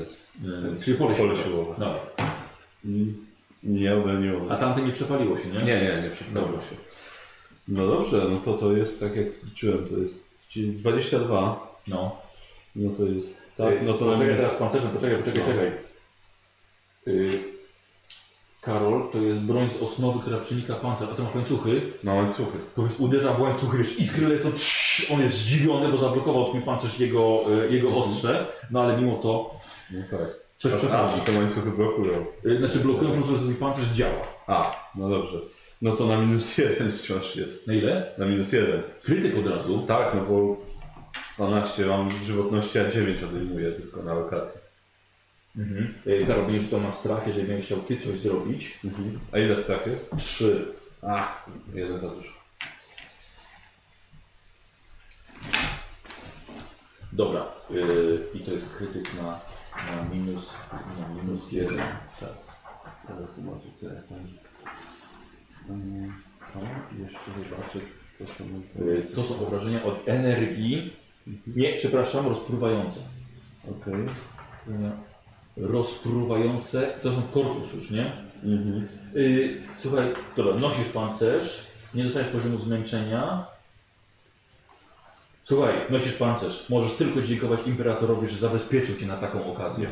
[SPEAKER 2] Yy, czyli pole
[SPEAKER 4] Pole
[SPEAKER 2] siłowe.
[SPEAKER 4] siłowe.
[SPEAKER 2] Dobra.
[SPEAKER 4] I nie obroniło.
[SPEAKER 2] A tamte nie przepaliło się, nie?
[SPEAKER 4] Nie, nie, nie przepaliło
[SPEAKER 2] Dobra.
[SPEAKER 4] się. No dobrze, no to to jest tak jak liczyłem, to jest czyli 22.
[SPEAKER 2] No.
[SPEAKER 4] No to jest. Tak,
[SPEAKER 2] Ej,
[SPEAKER 4] no to na
[SPEAKER 2] poczekaj
[SPEAKER 4] minus
[SPEAKER 2] teraz pancerzem, poczekaj, poczekaj,
[SPEAKER 4] No.
[SPEAKER 2] czekaj. Y, Karol, to jest broń z osnowy, która przenika pancerz, a ty masz łańcuchy,
[SPEAKER 4] Na łańcuchy.
[SPEAKER 2] to wiesz, uderza w łańcuchy, wiesz, iskry lecą, trz, on jest zdziwiony, bo zablokował twój pancerz jego, y, jego ostrze, no ale mimo to
[SPEAKER 4] No tak.
[SPEAKER 2] coś
[SPEAKER 4] A,
[SPEAKER 2] przechodzi.
[SPEAKER 4] że te łańcuchy blokują.
[SPEAKER 2] Y, Znaczy blokują po prostu, że twój pancerz działa.
[SPEAKER 4] A, no dobrze. No to na minus [laughs] jeden wciąż jest.
[SPEAKER 2] Na ile?
[SPEAKER 4] Na minus jeden.
[SPEAKER 2] Krytyk od razu.
[SPEAKER 4] Tak, no bo 12 mam żywotności, a 9 odejmuję tylko na lokacji.
[SPEAKER 2] Mhm. Y, Karol, będziesz to ma strach, jeżeli będziesz chciał ty coś zrobić.
[SPEAKER 4] A ile strach jest?
[SPEAKER 2] Trzy.
[SPEAKER 4] Mhm. A, to jeden za dużo.
[SPEAKER 2] Dobra, y, i to jest krytyk na, na minus, na minus jeden. E,
[SPEAKER 4] Tak. Teraz zobaczę co ja tam... Mm, To jeszcze zobaczę, to są...
[SPEAKER 2] Y, To są obrażenia od energii. Nie, przepraszam, rozpruwające.
[SPEAKER 4] Okej.
[SPEAKER 2] Rozpruwające. To są w korpus już, nie?
[SPEAKER 4] Mhm.
[SPEAKER 2] Y, słuchaj, dobra, nosisz pancerz, nie dostajesz poziomu zmęczenia. Słuchaj, nosisz pancerz. Możesz tylko dziękować imperatorowi, że
[SPEAKER 4] Mhm.
[SPEAKER 2] zabezpieczył cię na taką okazję.
[SPEAKER 4] e,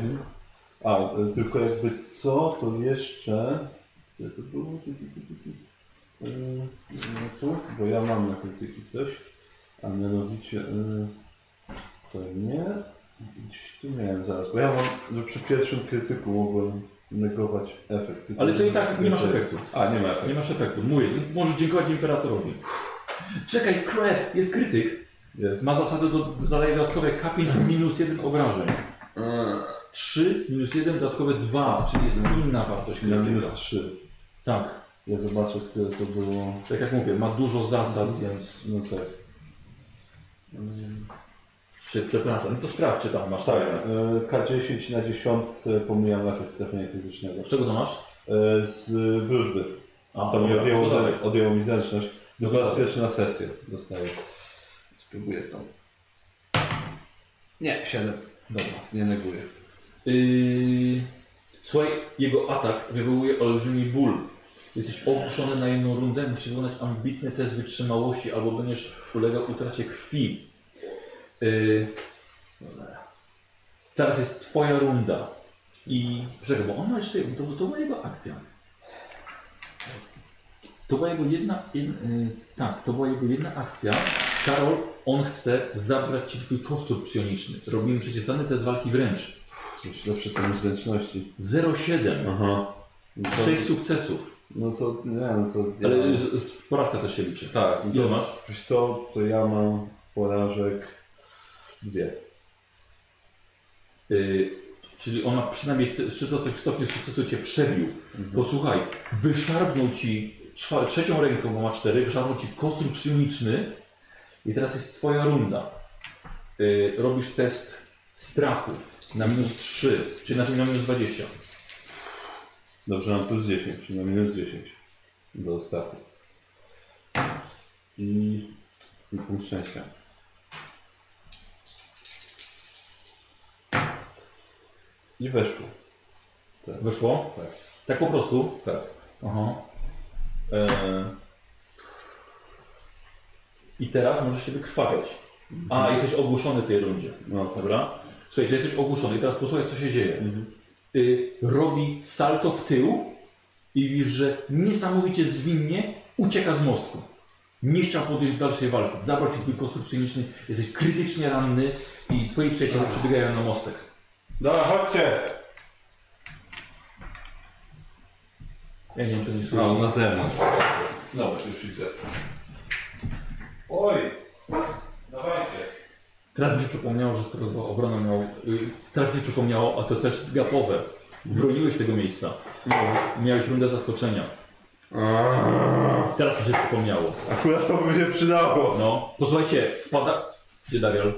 [SPEAKER 4] A, y, tylko jakby co, to jeszcze... Gdzie to było? Tu, tu, tu, tu, tu. Yy, No tu, bo ja mam narkotyki coś, a mianowicie yy, to nie. Gdzieś tu miałem zaraz, bo ja mam, że przy pierwszym krytyku mogłem negować efekt.
[SPEAKER 2] Ale to i tak nie masz efektu.
[SPEAKER 4] A, nie ma
[SPEAKER 2] Nie
[SPEAKER 4] efektu.
[SPEAKER 2] masz efektu. Mówię, ty możesz dziękować imperatorowi. Czekaj, crap, jest krytyk.
[SPEAKER 4] Jest.
[SPEAKER 2] Ma zasadę do zadaje dodatkowe
[SPEAKER 4] Mhm.
[SPEAKER 2] K5 minus 1 obrażeń.
[SPEAKER 4] E.
[SPEAKER 2] 3 minus 1 dodatkowe 2, czyli jest inna wartość
[SPEAKER 4] Na
[SPEAKER 2] krytyka.
[SPEAKER 4] minus 3.
[SPEAKER 2] Tak,
[SPEAKER 4] Ja zobaczę, które to było.
[SPEAKER 2] tak jak mówię, ma dużo zasad, więc
[SPEAKER 4] No tak.
[SPEAKER 2] Czy, przepraszam, no to sprawdź, czy tam masz.
[SPEAKER 4] Tak, e, K10 na 10 pomijam efekt trafienia krytycznego.
[SPEAKER 2] Z czego to masz?
[SPEAKER 4] E, Z wróżby.
[SPEAKER 2] A,
[SPEAKER 4] To mi
[SPEAKER 2] dobra,
[SPEAKER 4] odjęło,
[SPEAKER 2] no dobra.
[SPEAKER 4] zre- odjęło mi zręczność. No po raz
[SPEAKER 2] dobra.
[SPEAKER 4] pierwszy na sesję dostaję. Spróbuję to. Nie, 7. Dobra, nie neguję.
[SPEAKER 2] Yy... Słuchaj, jego atak wywołuje olbrzymi ból. Jesteś ogłuszony na jedną rundę, musisz wykonać ambitny test wytrzymałości, albo będziesz ulegał utracie krwi. Yy... dobra. Teraz jest twoja runda. I czekaj, bo on ma jeszcze, to, to była jego akcja. To była jego jedna, jed, yy, tak, to była jego jedna akcja. Karol, on chce zabrać ci twój kostur psioniczny. Robimy przeciwstawny test walki wręcz.
[SPEAKER 4] Myślę przy tym zręczności.
[SPEAKER 2] 0,7.
[SPEAKER 4] Aha. No to,
[SPEAKER 2] 6 sukcesów.
[SPEAKER 4] no to nie, no to. Ja
[SPEAKER 2] Ale
[SPEAKER 4] mam,
[SPEAKER 2] z- z- porażka też się liczy.
[SPEAKER 4] tak, no
[SPEAKER 2] Ile
[SPEAKER 4] to,
[SPEAKER 2] masz?
[SPEAKER 4] wiesz co, to ja mam porażek dwie.
[SPEAKER 2] Y, czyli ona przynajmniej te- z 300 stopni sukcesu cię przebił.
[SPEAKER 4] Mhm.
[SPEAKER 2] Posłuchaj, wyszarpnął ci czwa, trzecią ręką, bo ma cztery, wyszarpnął ci kostrób psioniczny i teraz jest twoja runda. Y, robisz test strachu na minus 3, czyli na, na minus 20.
[SPEAKER 4] Dobrze, mam plus 10, czyli mam minus 10 do ostatniej. I, i punkt szczęścia. I weszło.
[SPEAKER 2] Wyszło?
[SPEAKER 4] Tak.
[SPEAKER 2] Tak po prostu?
[SPEAKER 4] Tak.
[SPEAKER 2] Aha. E... I teraz możesz się wykrwawiać.
[SPEAKER 4] Mhm.
[SPEAKER 2] A, jesteś ogłuszony w tej rundzie.
[SPEAKER 4] No tak.
[SPEAKER 2] Dobra? Słuchajcie, jesteś ogłuszony i teraz posłuchaj, co się dzieje.
[SPEAKER 4] Mhm.
[SPEAKER 2] Y, robi salto w tył i widzisz, że niesamowicie zwinnie ucieka z mostku. Nie chciał podejść do dalszej walki. Zabrał ci twój kostrób psychiczny, jesteś krytycznie ranny i twoi przyjaciele przybiegają na mostek.
[SPEAKER 4] Dobra, chodźcie!
[SPEAKER 2] Ja nie wiem, czy oni słyszą.
[SPEAKER 4] No, na zewnątrz. Dobra, już idę. Oj! Dawajcie!
[SPEAKER 2] Teraz się przypomniało, że skoro była obrona miał. y, Teraz się przypomniało, a to też gapowe. Broniłeś tego miejsca. Miałeś rundę zaskoczenia. Teraz mi się przypomniało.
[SPEAKER 4] Akurat to by się przydało.
[SPEAKER 2] No. Posłuchajcie, wpada. Gdzie Darial?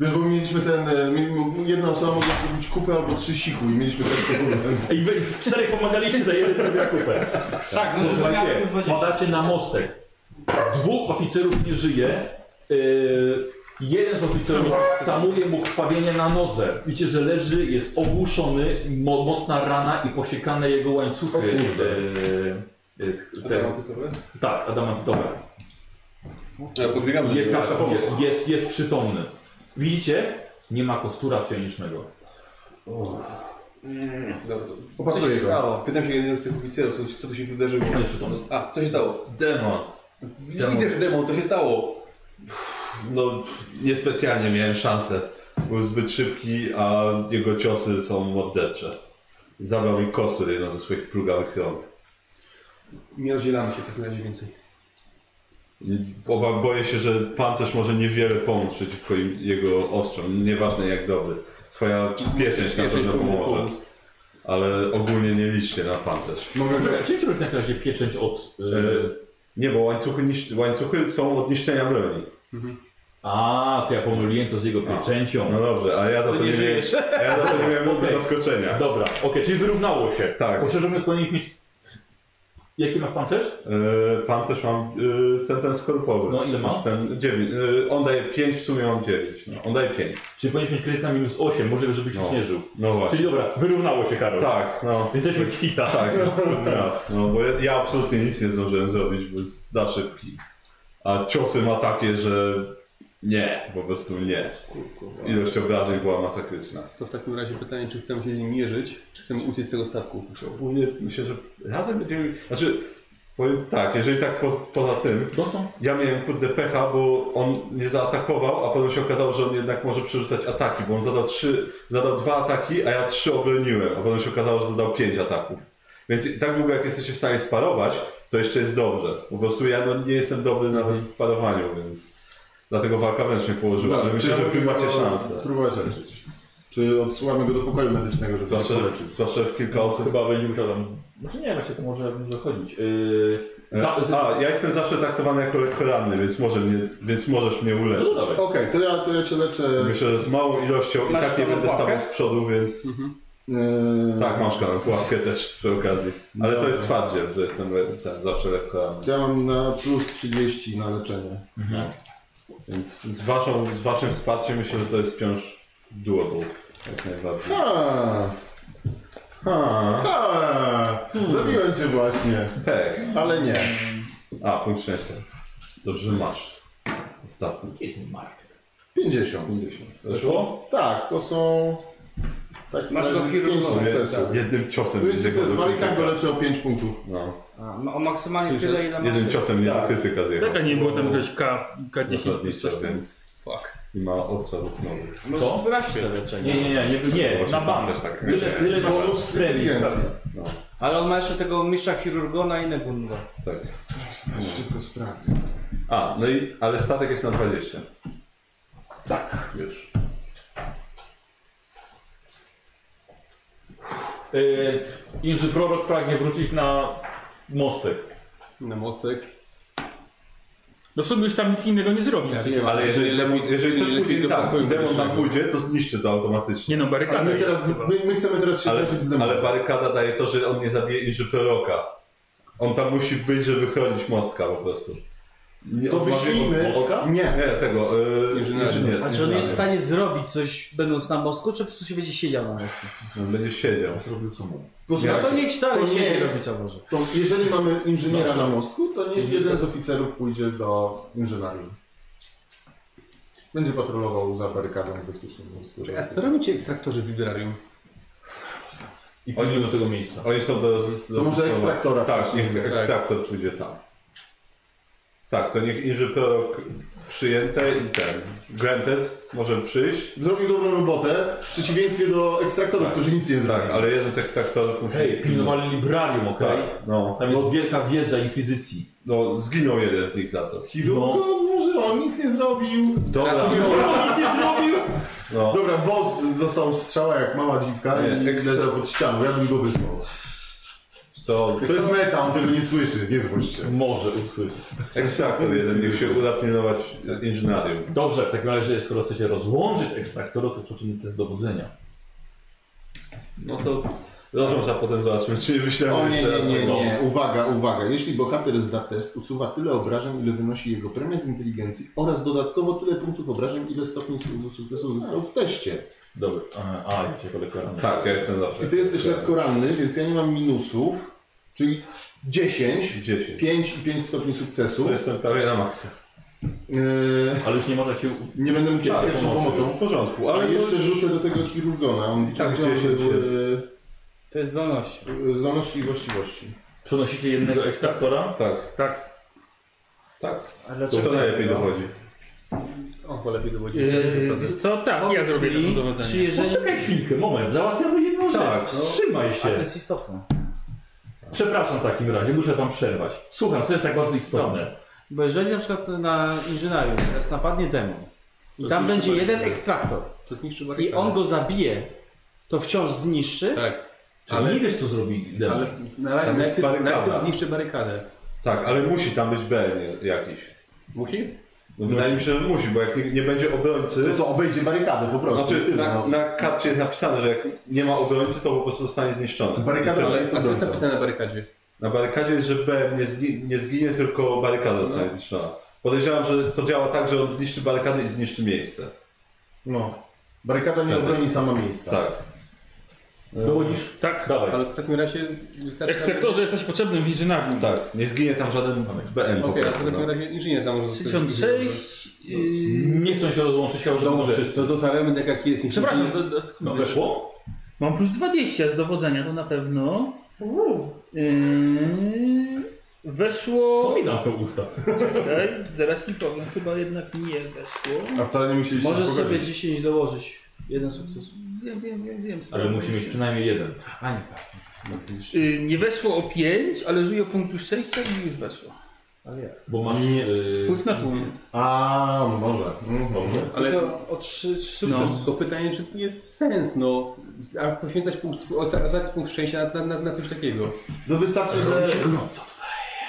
[SPEAKER 1] Wiesz, bo mieliśmy ten, e, mieli- m- jedna osoba mogła zrobić kupę albo trzy siku i mieliśmy ten problem.
[SPEAKER 2] Ej, wy w czterech pomagaliście, to jeden zrobił kupę. Tak, posłuchajcie, wpadacie na mostek. Dwóch oficerów nie żyje. Yy, jeden z oficerów tamuje mu krwawienie na nodze. Widzicie, że leży, jest ogłuszony, mo mocna rana i posiekane jego łańcuchy. Yy, yy, te,
[SPEAKER 5] Autorowe?
[SPEAKER 2] tak, adamantytowe.
[SPEAKER 5] Ja podbiegam do
[SPEAKER 2] Je,
[SPEAKER 5] niego.
[SPEAKER 2] tak, jest, jest, jest przytomny. Widzicie? Nie ma kostura psionicznego.
[SPEAKER 5] Dobra, to
[SPEAKER 1] Opatruję go.
[SPEAKER 5] Pytam się jednego z tych oficerów, co, co tu się wydarzyło.
[SPEAKER 2] On jest przytomny.
[SPEAKER 5] A, co się stało?
[SPEAKER 4] Demon.
[SPEAKER 5] Widzę, że demon, co się stało?
[SPEAKER 4] No, niespecjalnie miałem szansę. Był zbyt szybki, a jego ciosy są mordercze. Zabrał mi kostur jedną ze swoich plugawych rąk.
[SPEAKER 5] Nie rozdzielamy się w takim razie więcej.
[SPEAKER 4] Oba boję się, że pancerz może niewiele pomóc przeciwko im- jego ostrzom. Nieważne jak dobry. Twoja pieczęć na pewno pomoże. Ale ogólnie nie liczcie na pancerz.
[SPEAKER 1] Mogę go...
[SPEAKER 2] Czekaj, Czy robisz na razie pieczęć od... Yy,
[SPEAKER 4] Yy, Nie, bo łańcuchy, niszczy, łańcuchy są od niszczenia broni.
[SPEAKER 2] A, to ja pomyliłem to z jego pieczęcią.
[SPEAKER 4] No dobrze, ale ja za to, nie, miałem, a ja za to nie miałem okay.
[SPEAKER 2] Okej.
[SPEAKER 4] zaskoczenia.
[SPEAKER 2] Dobra, okej, czyli wyrównało się.
[SPEAKER 4] Tak.
[SPEAKER 2] Bo szczerze mówiąc powinniśmy mieć... Jaki masz pancerz?
[SPEAKER 4] Yy, pancerz mam yy, ten, ten skorupowy.
[SPEAKER 2] No, ile ma?
[SPEAKER 4] Ten, dziewięć. Yy, on daje 5, w sumie mam 9. No, on daje 5.
[SPEAKER 2] Czyli powinniśmy mieć kredyt na minus 8, możliwe, żebyś już
[SPEAKER 4] No.
[SPEAKER 2] nie żył.
[SPEAKER 4] No właśnie.
[SPEAKER 2] Czyli dobra, wyrównało się, Karol.
[SPEAKER 4] Tak, no.
[SPEAKER 2] Jesteśmy kwita.
[SPEAKER 4] Tak, no, no bo ja, ja absolutnie nic nie zdążyłem zrobić, bo jest za szybki. A ciosy ma takie, że Nie, po prostu nie.
[SPEAKER 5] Kurku. no.
[SPEAKER 4] Ilość obrażeń była masakryczna.
[SPEAKER 5] To w takim razie pytanie, czy chcemy się z nim mierzyć, czy chcemy uciec z tego statku.
[SPEAKER 4] Ogólnie myślę, że razem będziemy... Znaczy, powiem tak, jeżeli tak po, poza tym,
[SPEAKER 2] No to
[SPEAKER 4] ja miałem kurde pecha, bo on nie zaatakował, a potem się okazało, że on jednak może przerzucać ataki, bo on zadał trzy, zadał dwa ataki, a ja trzy obroniłem, a potem się okazało, że zadał pięć ataków. Więc tak długo jak jesteście w stanie sparować, to jeszcze jest dobrze. Po prostu ja no, nie jestem dobry nawet w parowaniu, więc dlatego walka wręcz mnie
[SPEAKER 1] No,
[SPEAKER 4] położyła, ale myślę, że wy macie szansę.
[SPEAKER 1] Próbować leczyć. Czy odsyłamy go do pokoju medycznego, żeby
[SPEAKER 4] Zwłaszcza,
[SPEAKER 1] go
[SPEAKER 4] że-
[SPEAKER 1] leczyć?
[SPEAKER 4] zwłaszcza w kilka osób
[SPEAKER 2] chyba będzie musiał tam... Może nie, właśnie to może, może chodzić. Yy, ta,
[SPEAKER 4] E, A, ja jestem zawsze traktowany jako lekko ranny, więc, może mnie, więc możesz mnie
[SPEAKER 2] no to
[SPEAKER 4] uleczyć.
[SPEAKER 2] dawaj.
[SPEAKER 1] Okej, to, ja, to ja cię leczę.
[SPEAKER 4] Myślę, że z małą ilością i
[SPEAKER 7] Masz
[SPEAKER 4] tak nie będę
[SPEAKER 7] łapkę?
[SPEAKER 4] stawał z przodu, więc...
[SPEAKER 1] Eee,
[SPEAKER 4] Tak, masz kanał, łaskę też przy okazji. Ale to jest twardziel, że jestem le- ten, zawsze lekko ranny.
[SPEAKER 1] Ja mam na plus 30 na leczenie.
[SPEAKER 4] Więc z, waszą, z waszym wsparciem myślę, że to jest wciąż doable. Jak najbardziej.
[SPEAKER 1] A,
[SPEAKER 4] Ha,
[SPEAKER 1] a,
[SPEAKER 4] Hmm.
[SPEAKER 1] Zabiłem cię właśnie,
[SPEAKER 4] pech.
[SPEAKER 1] ale nie.
[SPEAKER 4] A, punkt szczęścia. Dobrze, że masz. Ostatni.
[SPEAKER 2] Jest mi marker.
[SPEAKER 1] 50.
[SPEAKER 4] 50.
[SPEAKER 2] Weszło?
[SPEAKER 1] Tak, to są. Tak,
[SPEAKER 7] Masz
[SPEAKER 1] razie
[SPEAKER 7] go chirurgowe,
[SPEAKER 1] pięć sukcesów.
[SPEAKER 4] Jednym ciosem.
[SPEAKER 1] To jest
[SPEAKER 4] będzie
[SPEAKER 1] sukces,
[SPEAKER 4] go
[SPEAKER 1] ale i
[SPEAKER 4] krytyka.
[SPEAKER 1] tak go leczę o 5 punktów.
[SPEAKER 4] No.
[SPEAKER 7] A, no, o maksymalnie
[SPEAKER 5] Czyli,
[SPEAKER 7] tyle, ile masz.
[SPEAKER 4] Jednym ciosem mnie
[SPEAKER 1] Tak.
[SPEAKER 4] krytyka zjechał.
[SPEAKER 6] Taka nie było tam jakiegoś K, K10
[SPEAKER 4] zasadniczo,
[SPEAKER 6] coś tam.
[SPEAKER 4] więc i ma ostrza zasnowy.
[SPEAKER 2] Co?
[SPEAKER 7] Brać tyle leczenia.
[SPEAKER 2] Nie, nie, nie, nie, nie na bank.
[SPEAKER 4] Coś tak- takiego.
[SPEAKER 2] Tyle, tyle masz
[SPEAKER 1] Bonus
[SPEAKER 2] premii.
[SPEAKER 1] inteligencji.
[SPEAKER 7] Ale on ma jeszcze tego mistrza chirurgona i Negunda.
[SPEAKER 4] Tak.
[SPEAKER 1] Weź Szybko sprawdzę.
[SPEAKER 4] A, no i, ale statek jest na 20. Tak. Już.
[SPEAKER 2] Yy, Inży prorok pragnie wrócić na mostek.
[SPEAKER 5] Na mostek.
[SPEAKER 6] No w sumie już tam nic innego nie zrobił. przecież.
[SPEAKER 4] Ale jeżeli, demon, jeżeli coś
[SPEAKER 5] lepiej
[SPEAKER 4] pójdzie
[SPEAKER 5] do
[SPEAKER 4] tak,
[SPEAKER 5] pokoju
[SPEAKER 4] demon tam
[SPEAKER 5] medycznego.
[SPEAKER 4] pójdzie, to zniszczy to
[SPEAKER 6] Nie
[SPEAKER 4] automatycznie.
[SPEAKER 6] no, barykada.
[SPEAKER 1] Ale my
[SPEAKER 6] jest
[SPEAKER 1] teraz,
[SPEAKER 6] chyba.
[SPEAKER 1] my, my chcemy teraz się
[SPEAKER 4] Tak. Ale,
[SPEAKER 1] leczyć z demonem.
[SPEAKER 4] ale barykada daje to, że on nie zabije inży proroka. On tam musi być, żeby chronić mostka po prostu. Nie,
[SPEAKER 1] To
[SPEAKER 4] on ma wielką-
[SPEAKER 1] wyślijmy.
[SPEAKER 2] Mostka?
[SPEAKER 1] Nie.
[SPEAKER 4] Nie, tego, yy,
[SPEAKER 5] Inżyniera.
[SPEAKER 4] inżynier.
[SPEAKER 7] A czy Znaczy on jest w
[SPEAKER 4] inżyniera.
[SPEAKER 7] stanie zrobić coś, będąc na mostku, czy po prostu się będzie siedział na mostku?
[SPEAKER 4] On będzie siedział.
[SPEAKER 2] Zrobił co mu.
[SPEAKER 7] No to
[SPEAKER 1] Posłuchajcie,
[SPEAKER 7] niech dalej
[SPEAKER 1] to nie-
[SPEAKER 7] siedzi robi co może.
[SPEAKER 1] to jeżeli mamy inżyniera na mostku, to niech jeden z oficerów pójdzie do inżynierii. Będzie patrolował za barykadą bezpiecznym mostu.
[SPEAKER 4] tak.
[SPEAKER 5] A co robią ci ekstraktorzy w librarium?
[SPEAKER 2] I pójdziemy do tego miejsca.
[SPEAKER 4] Oni są do... z- do
[SPEAKER 1] To może ekstraktora
[SPEAKER 4] Tak,
[SPEAKER 1] przyszli,
[SPEAKER 4] niech
[SPEAKER 1] tak.
[SPEAKER 4] ekstraktor pójdzie tam. Tak, to niech Inży Prorok przyjęte i ten. Granted, może przyjść.
[SPEAKER 1] Zrobił dobrą robotę, w przeciwieństwie do ekstraktorów, którzy nic nie zrobili.
[SPEAKER 4] Tak, ale jeden z ekstraktorów musi...
[SPEAKER 2] Hej, pilnowali librarium, okej?
[SPEAKER 4] Tak, no.
[SPEAKER 2] Tam jest wielka wiedza inkwizycji.
[SPEAKER 4] No, zginął jeden z nich za to.
[SPEAKER 1] Chirurgon, no, może on nic nie zrobił.
[SPEAKER 4] Dobra,
[SPEAKER 2] Nic nie zrobił!
[SPEAKER 4] no.
[SPEAKER 1] Dobra, woz dostał strzała jak mała dziwka
[SPEAKER 4] Nie,
[SPEAKER 1] i
[SPEAKER 4] ekstra-
[SPEAKER 1] leżał pod ścianą, ja bym go wysłał.
[SPEAKER 4] To
[SPEAKER 1] To jest meta, on tego nie słyszy, nie złość się.
[SPEAKER 2] Może usłyszeć.
[SPEAKER 4] ekstraktor jeden, niech się uda pilnować inżynarium.
[SPEAKER 2] Dobrze, w takim razie, skoro chce się rozłączyć ekstraktora, to poczyni test dowodzenia.
[SPEAKER 4] No to... Rozumiem, a potem zobaczymy, czy nie wyślemy
[SPEAKER 1] O nie,
[SPEAKER 4] jeszcze
[SPEAKER 1] nie,
[SPEAKER 4] raz
[SPEAKER 1] nie,
[SPEAKER 4] tego.
[SPEAKER 1] nie, uwaga, uwaga. Jeśli bohater zda test, usuwa tyle obrażeń, ile wynosi jego premia z inteligencji oraz dodatkowo tyle punktów obrażeń, ile stopni su- sukcesu uzyskał w teście.
[SPEAKER 2] Dobra, a, a ja cię kolekcja rano.
[SPEAKER 4] Tak, ja jestem zawsze.
[SPEAKER 1] I ty jesteś lekko ranny, więc ja nie mam minusów, czyli 10,
[SPEAKER 4] 10.
[SPEAKER 1] 5 i 5 stopni sukcesu.
[SPEAKER 4] Tu jestem prawie na maksa.
[SPEAKER 1] Yy,
[SPEAKER 2] Ale już nie można cię...
[SPEAKER 1] nie będę mógł cię
[SPEAKER 2] Tak,
[SPEAKER 1] pierwszą
[SPEAKER 2] pomocy.
[SPEAKER 1] pomocą.
[SPEAKER 4] W porządku, ale
[SPEAKER 1] Ale
[SPEAKER 4] to
[SPEAKER 1] jeszcze
[SPEAKER 4] już-
[SPEAKER 1] wrzucę do tego chirurgona. On
[SPEAKER 4] tak,
[SPEAKER 1] liczył działy,
[SPEAKER 4] 10 jest.
[SPEAKER 7] To jest zdolność.
[SPEAKER 1] yy, zdolności i właściwości.
[SPEAKER 2] Przenosicie jednego ekstraktora?
[SPEAKER 4] Tak,
[SPEAKER 6] Tak.
[SPEAKER 4] tak.
[SPEAKER 7] A
[SPEAKER 4] To
[SPEAKER 7] dlaczego?
[SPEAKER 4] kto najlepiej dowodzi?
[SPEAKER 5] O, bo lepiej dowodzi.
[SPEAKER 6] Yy, wiesz co? Tak, ja
[SPEAKER 7] Powiedz
[SPEAKER 6] zrobię
[SPEAKER 7] mi,
[SPEAKER 6] to dowodzenie.
[SPEAKER 7] Czy jeżeli...
[SPEAKER 2] Poczekaj chwilkę, moment, załatwiamy jedną rzecz.
[SPEAKER 4] Tak, no.
[SPEAKER 2] Wstrzymaj
[SPEAKER 7] A to
[SPEAKER 2] się.
[SPEAKER 7] jest istotne.
[SPEAKER 2] Przepraszam w takim razie, muszę wam przerwać. Słucham, co jest tak bardzo istotne.
[SPEAKER 7] Bo jeżeli na przykład na inżynierium teraz napadnie demon i tam
[SPEAKER 5] jest
[SPEAKER 7] będzie
[SPEAKER 5] super.
[SPEAKER 7] jeden ekstraktor
[SPEAKER 5] To zniszczy
[SPEAKER 7] i
[SPEAKER 5] barykadę.
[SPEAKER 7] on go zabije, to wciąż zniszczy.
[SPEAKER 5] Tak.
[SPEAKER 2] Czyli
[SPEAKER 5] Ale-
[SPEAKER 2] nie wiesz, co zrobili demon.
[SPEAKER 5] Ale na razie
[SPEAKER 4] Tam jest
[SPEAKER 5] najpierw,
[SPEAKER 4] barykada.
[SPEAKER 5] najpierw zniszczy barykadę.
[SPEAKER 4] Tak, ale musi tam być B nie- jakiś.
[SPEAKER 5] Musi?
[SPEAKER 4] No, wydaje mi się, że musi, bo jak nie, nie będzie obrońcy...
[SPEAKER 1] To co, obejdzie barykadę po prostu. i
[SPEAKER 4] Znaczy,
[SPEAKER 1] tyle,
[SPEAKER 4] na,
[SPEAKER 1] no.
[SPEAKER 4] na karcie jest napisane, że jak nie ma obrońcy, to po prostu zostanie zniszczony.
[SPEAKER 1] Barykada
[SPEAKER 5] Ale,
[SPEAKER 1] ale jest
[SPEAKER 5] a co jest
[SPEAKER 1] obrońcą.
[SPEAKER 5] napisane na barykadzie?
[SPEAKER 4] Na barykadzie jest, że B nie, zgi, nie zginie, tylko barykada zostanie zniszczona. Podejrzewam, że to działa tak, że on zniszczy barykadę i zniszczy miejsce.
[SPEAKER 1] No. Barykada nie
[SPEAKER 4] Tak.
[SPEAKER 1] obroni sama miejsca.
[SPEAKER 4] Tak.
[SPEAKER 2] Dowodzisz? Tak. Dawaj.
[SPEAKER 5] Ale to w takim razie wystarczy...
[SPEAKER 6] Ekstraktorze jesteś potrzebny w inżynarii.
[SPEAKER 2] Tak.
[SPEAKER 4] Tak, nie tak. zginie tam żaden BN. po
[SPEAKER 5] Okej, a to
[SPEAKER 4] prostu,
[SPEAKER 5] w takim
[SPEAKER 4] no.
[SPEAKER 5] razie inżynier tam może zostać.
[SPEAKER 6] 66
[SPEAKER 5] Yy,
[SPEAKER 2] Nie chcą się rozłączyć, chyba że będą
[SPEAKER 5] Dobrze,
[SPEAKER 2] wszyscy.
[SPEAKER 5] to zostawiamy tak jak jest.
[SPEAKER 6] Przepraszam, do, do
[SPEAKER 2] No
[SPEAKER 6] sekundy.
[SPEAKER 2] weszło?
[SPEAKER 6] Mam plus 20 z dowodzenia, to na pewno. Yy,
[SPEAKER 2] To
[SPEAKER 6] weszło.
[SPEAKER 2] mi zamknął usta.
[SPEAKER 6] Czekaj, zaraz mi powiem, chyba jednak nie weszło.
[SPEAKER 1] A wcale nie musieliście
[SPEAKER 7] Możesz
[SPEAKER 1] się
[SPEAKER 7] sobie
[SPEAKER 1] pogodzić.
[SPEAKER 7] 10 dołożyć. Jeden sukces.
[SPEAKER 6] Wiem, wiem, wiem, wiem.
[SPEAKER 2] Ale musi mieć przynajmniej jeden. A nie tak.
[SPEAKER 6] Yy, nie weszło o 5, ale żyje o punktu szczęścia i już weszło.
[SPEAKER 2] Bo masz... Yy,
[SPEAKER 6] Wpływ na tłum.
[SPEAKER 1] A, może. Mhm.
[SPEAKER 5] Ale
[SPEAKER 7] Tylko o 3
[SPEAKER 5] no.
[SPEAKER 7] sukces.
[SPEAKER 5] to pytanie, czy to jest sens, no, a poświęcać punkt, osta- ostatni punkt szczęścia na, na, na coś takiego.
[SPEAKER 1] To wystarczy, że...
[SPEAKER 2] gorąco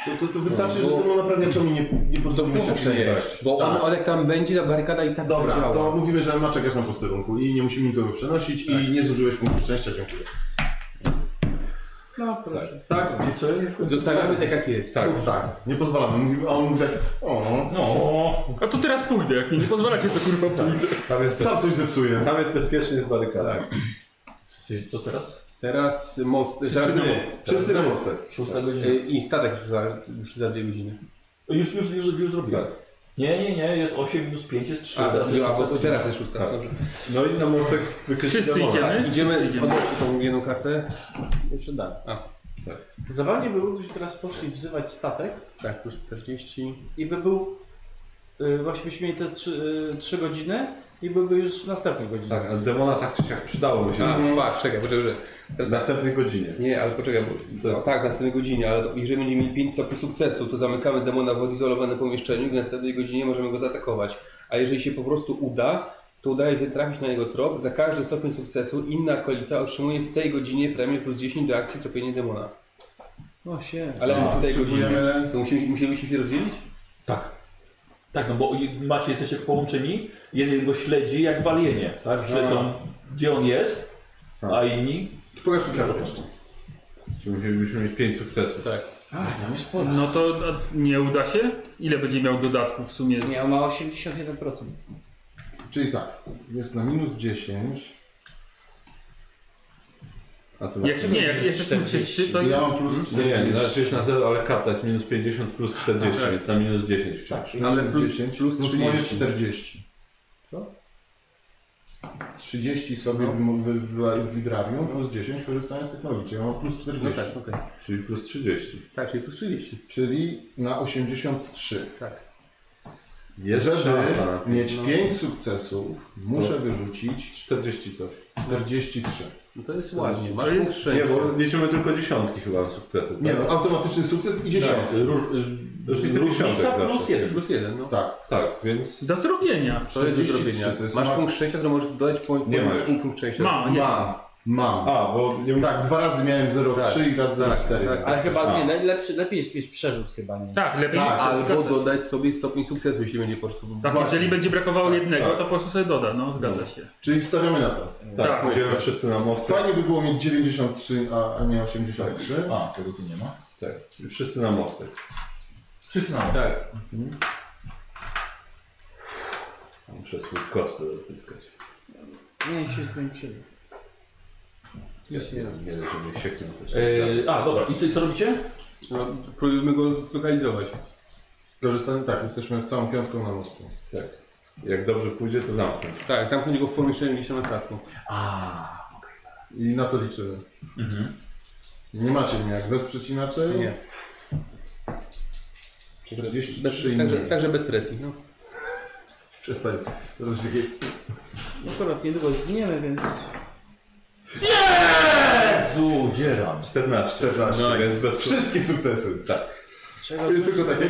[SPEAKER 1] To, to, to wystarczy, że
[SPEAKER 5] bo-
[SPEAKER 1] temu naprawiaczowi nie, nie pozwolimy się przejeść.
[SPEAKER 5] Bo on,
[SPEAKER 1] Tak.
[SPEAKER 5] on jak tam będzie, ta barykada i tak
[SPEAKER 1] Dobra,
[SPEAKER 5] zadziała.
[SPEAKER 1] to mówimy, że ma czekać na posterunku i nie musimy nikogo przenosić i nie zużyłeś punktu szczęścia, dziękuję.
[SPEAKER 7] No proszę.
[SPEAKER 1] Tak, gdzie co jest?
[SPEAKER 5] Zostawiamy tak jak jest, tak.
[SPEAKER 1] Tak, tak, nie pozwalamy. Mówimy, a on mówi tak, o,
[SPEAKER 2] No. Tak.
[SPEAKER 6] A to teraz pójdę, jak mi nie pozwalacie, to kurwa pójdę.
[SPEAKER 4] Tam jest,
[SPEAKER 1] sam coś zepsuje.
[SPEAKER 4] tam jest bezpiecznie z barykadą.
[SPEAKER 2] Co teraz?
[SPEAKER 5] Teraz most, teraz
[SPEAKER 1] Wszyscy,
[SPEAKER 5] most.
[SPEAKER 1] wszyscy na mostek.
[SPEAKER 2] Szósta godzina.
[SPEAKER 5] Y, I statek za, już za dwie godziny.
[SPEAKER 2] Już, już, już, już zrobiłem. Nie, nie, nie, jest 8 minus 5 jest 3.
[SPEAKER 5] A, no,
[SPEAKER 2] teraz jest
[SPEAKER 5] a,
[SPEAKER 2] szósta
[SPEAKER 5] bo
[SPEAKER 2] godzina.
[SPEAKER 5] teraz jest szósta,
[SPEAKER 4] Tak.
[SPEAKER 5] dobrze.
[SPEAKER 4] No i na mostek wykreślić
[SPEAKER 6] Wszyscy idziemy?
[SPEAKER 5] Idziemy,
[SPEAKER 6] Wszyscy idziemy.
[SPEAKER 5] odnosi tą jedną kartę.
[SPEAKER 7] Jeszcze dalej.
[SPEAKER 5] A,
[SPEAKER 7] Zabawnie by było, gdybyśmy teraz poszli wzywać statek
[SPEAKER 5] tak, plus 40.
[SPEAKER 7] i by był... Y, właśnie byśmy mieli te 3, y, trzy godziny i byłby już następna godzina.
[SPEAKER 4] Tak, ale demona tak czy siak przydało mu się.
[SPEAKER 5] A, fakt, czekaj, poczekaj, że
[SPEAKER 4] W następnej godzinie.
[SPEAKER 5] Nie, ale poczekaj, bo to jest... tak, na następnej godzinie, ale to, jeżeli będziemy mieli 5 stopni sukcesu, to zamykamy demona w odizolowanym pomieszczeniu i w następnej godzinie możemy go zaatakować. A jeżeli się po prostu uda, to udaje się trafić na jego trop. Za każdy stopień sukcesu inna kolita otrzymuje w tej godzinie premię plus 10 do akcji tropienie demona.
[SPEAKER 7] No się.
[SPEAKER 5] Ale
[SPEAKER 1] Czyli
[SPEAKER 5] w tej godzinie.
[SPEAKER 1] potrzebujemy-
[SPEAKER 5] To musimy, musielibyśmy się rozdzielić?
[SPEAKER 2] Tak, no bo i- macie, jesteście połączeni, jeden go śledzi jak walienie, tak? Śledzą, gdzie on jest, a inni...
[SPEAKER 1] Pokaż mi kartę jeszcze.
[SPEAKER 4] Czyli musielibyśmy mieć 5 sukcesów.
[SPEAKER 5] Tak.
[SPEAKER 6] No to a, nie uda się? Ile będzie miał dodatków w sumie?
[SPEAKER 7] Nie, on ma 81%.
[SPEAKER 1] Czyli tak, jest na minus 10,
[SPEAKER 4] A tu
[SPEAKER 6] Jak, nie, jak jesteśmy wszyscy, to
[SPEAKER 1] ja
[SPEAKER 6] jest...
[SPEAKER 1] mam plus
[SPEAKER 4] Nie, nie, znaczy jest
[SPEAKER 1] 40.
[SPEAKER 4] na 0, ale karta jest minus 50 plus 40, więc na minus 10 wciąż.
[SPEAKER 1] Ale
[SPEAKER 5] No, plus-
[SPEAKER 1] plus 10,
[SPEAKER 5] plus
[SPEAKER 1] plus moje
[SPEAKER 5] 30.
[SPEAKER 1] 40.
[SPEAKER 5] Co? No.
[SPEAKER 1] 30 sobie w, w, w, w librarium, plus 10 korzystając z technologii, czyli ja mam plus 40.
[SPEAKER 5] No tak, okej.
[SPEAKER 4] Czyli plus 30.
[SPEAKER 5] Tak, czyli plus 30.
[SPEAKER 1] Czyli na 83.
[SPEAKER 5] Tak.
[SPEAKER 4] Jest
[SPEAKER 1] Żeby
[SPEAKER 4] szansa na pięć.
[SPEAKER 5] no.
[SPEAKER 1] mieć 5 sukcesów, muszę wyrzucić
[SPEAKER 4] 40 coś.
[SPEAKER 1] 43.
[SPEAKER 5] No to jest ładnie. Masz
[SPEAKER 6] To jest-
[SPEAKER 5] punkt
[SPEAKER 4] Nie,
[SPEAKER 5] szczęścia.
[SPEAKER 4] bo liczymy tylko dziesiątki chyba na sukcesy. Tak?
[SPEAKER 1] Nie no, automatyczny sukces i 10.
[SPEAKER 2] Tak, róż, y,
[SPEAKER 4] Różnica
[SPEAKER 2] różnica
[SPEAKER 4] dziesiątek
[SPEAKER 2] plus
[SPEAKER 4] zawsze.
[SPEAKER 2] jeden.
[SPEAKER 5] Plus 1, no.
[SPEAKER 1] Tak.
[SPEAKER 4] Tak, więc
[SPEAKER 6] Do zrobienia.
[SPEAKER 5] To jest
[SPEAKER 1] 43,
[SPEAKER 5] zrobienia.
[SPEAKER 1] to jest
[SPEAKER 5] Masz
[SPEAKER 1] maks.
[SPEAKER 5] punkt szczęścia, który możesz dodać po, po
[SPEAKER 4] Nie ma już.
[SPEAKER 5] punkt, punkt szczęścia.
[SPEAKER 6] Ma, nie.
[SPEAKER 1] Mam, mam.
[SPEAKER 4] A, bo nie tak.
[SPEAKER 1] Tak, dwa razy miałem 0,3 i raz 0,4.
[SPEAKER 5] tak,
[SPEAKER 7] Ale chyba
[SPEAKER 4] A.
[SPEAKER 7] nie, najlepszy, lepiej jest mieć przerzut chyba nie.
[SPEAKER 6] Tak, lepiej.
[SPEAKER 1] Tak,
[SPEAKER 5] Albo
[SPEAKER 6] Zgadza się.
[SPEAKER 5] dodać sobie stopień sukcesu, jeśli będzie po prostu.
[SPEAKER 6] Tak,
[SPEAKER 5] Właśnie.
[SPEAKER 6] jeżeli będzie brakowało jednego,
[SPEAKER 4] tak.
[SPEAKER 6] to po prostu sobie doda, no zgadza się.
[SPEAKER 1] Czyli stawiamy na to.
[SPEAKER 4] tak,
[SPEAKER 6] tak.
[SPEAKER 4] idziemy wszyscy na mostek.
[SPEAKER 1] Fajnie by było mieć 93, a, a nie 83.
[SPEAKER 2] A, tego tu nie ma.
[SPEAKER 4] Tak, wszyscy na mostek.
[SPEAKER 2] Wszyscy na
[SPEAKER 5] Tak.
[SPEAKER 4] Muszę swój koszt odzyskać.
[SPEAKER 7] Nie, się zmęczyli.
[SPEAKER 4] Jest jeden, jeden, żeby mnie sieknął też.
[SPEAKER 2] Yy, a, dobra, i co, i co robicie?
[SPEAKER 5] No, próbujemy go zlokalizować.
[SPEAKER 1] Korzystamy, tak, jesteśmy całą piątką na mostku.
[SPEAKER 4] Tak. Jak dobrze pójdzie, to zamknąć.
[SPEAKER 5] Tak, zamknąć go w pomieszczeniu gdzieś tam na statku.
[SPEAKER 2] A,
[SPEAKER 1] I na to liczymy. Mhm. Nie macie mnie jak wesprzeć inaczej?
[SPEAKER 5] Nie.
[SPEAKER 1] 43
[SPEAKER 5] Bez, tak,
[SPEAKER 1] i
[SPEAKER 5] także,
[SPEAKER 1] mniej.
[SPEAKER 5] także bez presji. No.
[SPEAKER 1] Przestań. To jest takie...
[SPEAKER 7] Akurat niedługo zginiemy, więc...
[SPEAKER 2] Jezu, dzieram.
[SPEAKER 4] 14.
[SPEAKER 1] 14.
[SPEAKER 4] No, więc bez
[SPEAKER 1] Wszystkie sukcesy.
[SPEAKER 4] Tak.
[SPEAKER 1] To jest tylko takie...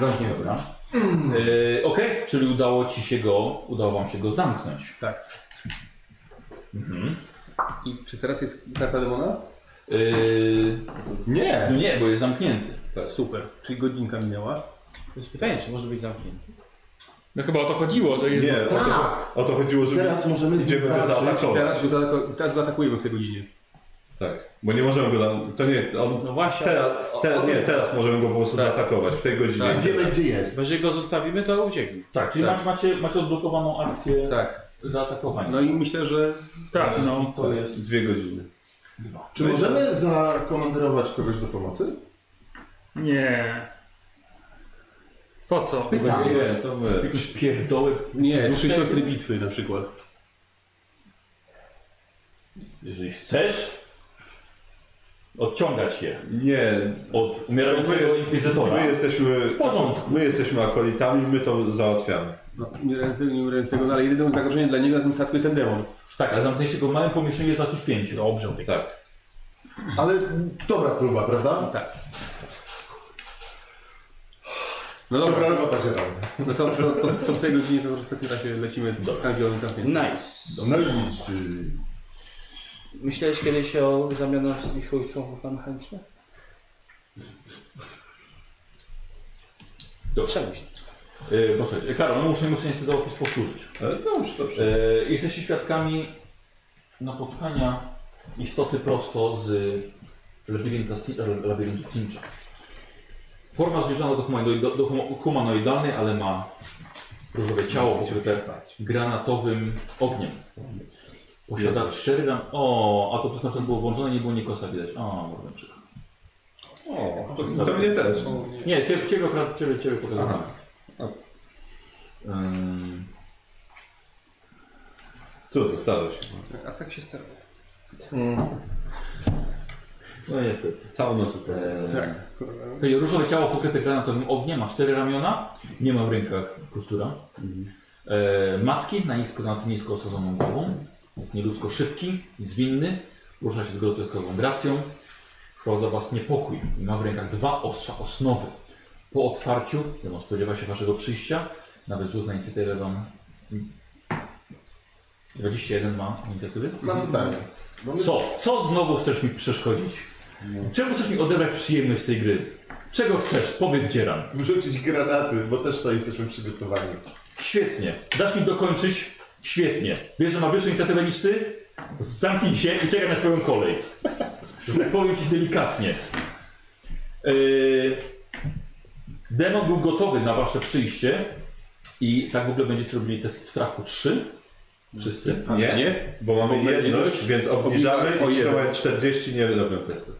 [SPEAKER 1] Zamknij to.
[SPEAKER 2] Dobra. Yy, Okej, czyli udało ci się go, udało wam się go zamknąć.
[SPEAKER 5] I czy teraz jest karta demona?
[SPEAKER 2] Yy, no
[SPEAKER 1] Nie!
[SPEAKER 2] nie, bo jest zamknięty.
[SPEAKER 5] Super. Czyli godzinka minęła.
[SPEAKER 7] To jest pytanie, czy może być zamknięty.
[SPEAKER 6] No chyba o to chodziło, że jest...
[SPEAKER 4] Nie, o to, o to chodziło, żeby
[SPEAKER 1] Teraz możemy z nim
[SPEAKER 4] idziemy go
[SPEAKER 1] walczyć.
[SPEAKER 4] zaatakować.
[SPEAKER 5] Teraz go, zaataku- teraz go atakujemy w tej godzinie.
[SPEAKER 4] Tak, bo nie możemy go tam, to nie jest, on,
[SPEAKER 7] No właśnie.
[SPEAKER 4] teraz, te, nie, teraz możemy go po
[SPEAKER 2] Tak.
[SPEAKER 4] prostu zaatakować, w tej godzinie.
[SPEAKER 1] Wiemy gdzie jest.
[SPEAKER 7] Bo jeżeli go zostawimy, to ucieknie.
[SPEAKER 2] Tak, czyli
[SPEAKER 5] tak.
[SPEAKER 2] macie- macie, macie odblokowaną akcję
[SPEAKER 5] Tak.
[SPEAKER 2] zaatakowania.
[SPEAKER 5] No i myślę, że
[SPEAKER 6] Tak, no.
[SPEAKER 2] to jest
[SPEAKER 4] Dwie godziny.
[SPEAKER 2] dwa.
[SPEAKER 1] Czy możemy zakomanderować kogoś do pomocy?
[SPEAKER 6] Nie. Po co?
[SPEAKER 2] Tak.
[SPEAKER 1] Pytam.
[SPEAKER 4] Nie, to my.
[SPEAKER 2] Jakieś pierdoły.
[SPEAKER 5] Nie, trzy siostry bitwy na przykład.
[SPEAKER 2] Jeżeli chcesz odciągać je
[SPEAKER 4] Nie,
[SPEAKER 2] od
[SPEAKER 4] to my,
[SPEAKER 2] umierającego
[SPEAKER 4] jest,
[SPEAKER 2] inkwizytora.
[SPEAKER 4] my jesteśmy...
[SPEAKER 2] W porządku.
[SPEAKER 4] My jesteśmy akolitami, my to załatwiamy.
[SPEAKER 5] No, umierającego, nie umierającego, no ale jedynym zagrożeniem dla niego na tym statku jest ten demon.
[SPEAKER 2] Tak, ale zamknęliście go w małym pomieszczeniu 2 coś 5. Dobrze.
[SPEAKER 4] Tak.
[SPEAKER 1] Ale dobra próba, prawda? Tak.
[SPEAKER 5] No
[SPEAKER 1] Dobra
[SPEAKER 5] dobra,
[SPEAKER 1] robota się robi.
[SPEAKER 5] no to, to, to, to w tej godzinie to w takim razie lecimy tam, gdzie on jest zamknięty.
[SPEAKER 3] Nice.
[SPEAKER 1] No i czy-
[SPEAKER 3] Myślałeś kiedyś o zamianach wszystkich swoich członków na mechaniczne?
[SPEAKER 2] Dobrze.
[SPEAKER 3] Przemyśl.
[SPEAKER 2] Yy, posłuchajcie, Karol, muszę, muszę niestety opis powtórzyć.
[SPEAKER 4] Ale dobrze, dobrze.
[SPEAKER 2] E, jesteście świadkami napotkania istoty prosto z labirynta, Ci- labiryntu Cincha. Forma zbliżona do, humanoid, do hum- humanoidalnej, ale ma różowe ciało pokryte granatowym ogniem. Posiada cztery ran... O, a to przez na przykład było włączone, nie było nikosa widać. O, może przykro.
[SPEAKER 5] No
[SPEAKER 4] O, to, to mnie też.
[SPEAKER 2] Nie, ty, ciebie akurat, ciebie, ciebie pokazywałem.
[SPEAKER 4] Aha.
[SPEAKER 2] Ym,
[SPEAKER 4] Trudno, stało się.
[SPEAKER 5] A tak się stało.
[SPEAKER 2] no niestety.
[SPEAKER 4] Całą noc upewniam.
[SPEAKER 5] Tak, kurwa.
[SPEAKER 2] Czyli różowe ciało pokryte granatowym ogniem, ma cztery ramiona, nie ma w rękach kostura. E, macki na nisko, nad nisko osadzoną głową. Jest nieludzko szybki, zwinny, rusza się z grotekową gracją. Wprowadza was niepokój i ma w rękach dwa ostrza osnowy. Po otwarciu, demon spodziewa się waszego przyjścia, nawet rzut na inicjatywę wam... 21 ma inicjatywy?
[SPEAKER 1] Mam pytanie. Bo my-
[SPEAKER 2] Co? Co znowu chcesz mi przeszkodzić? Czemu chcesz mi odebrać przyjemność z tej gry? Czego chcesz? Powiedz Dzieran.
[SPEAKER 1] Wrzucić granaty, bo też to jesteśmy przygotowani.
[SPEAKER 2] Świetnie. Dasz mi dokończyć? Świetnie. Wiesz, że ma wyższą inicjatywę niż ty? To zamknij się i czekaj na swoją kolej. Że tak powiem ci delikatnie. Yy... Demon był gotowy na wasze przyjście i tak w ogóle będziecie robili test strachu 3. Wszyscy.
[SPEAKER 4] Nie,
[SPEAKER 5] nie?
[SPEAKER 4] bo mamy
[SPEAKER 5] Bo
[SPEAKER 4] jedność,
[SPEAKER 5] jedność,
[SPEAKER 4] więc
[SPEAKER 5] obniżamy
[SPEAKER 4] obniżamy
[SPEAKER 5] o
[SPEAKER 4] i
[SPEAKER 5] jeden.
[SPEAKER 4] całe 40 nie robią testu.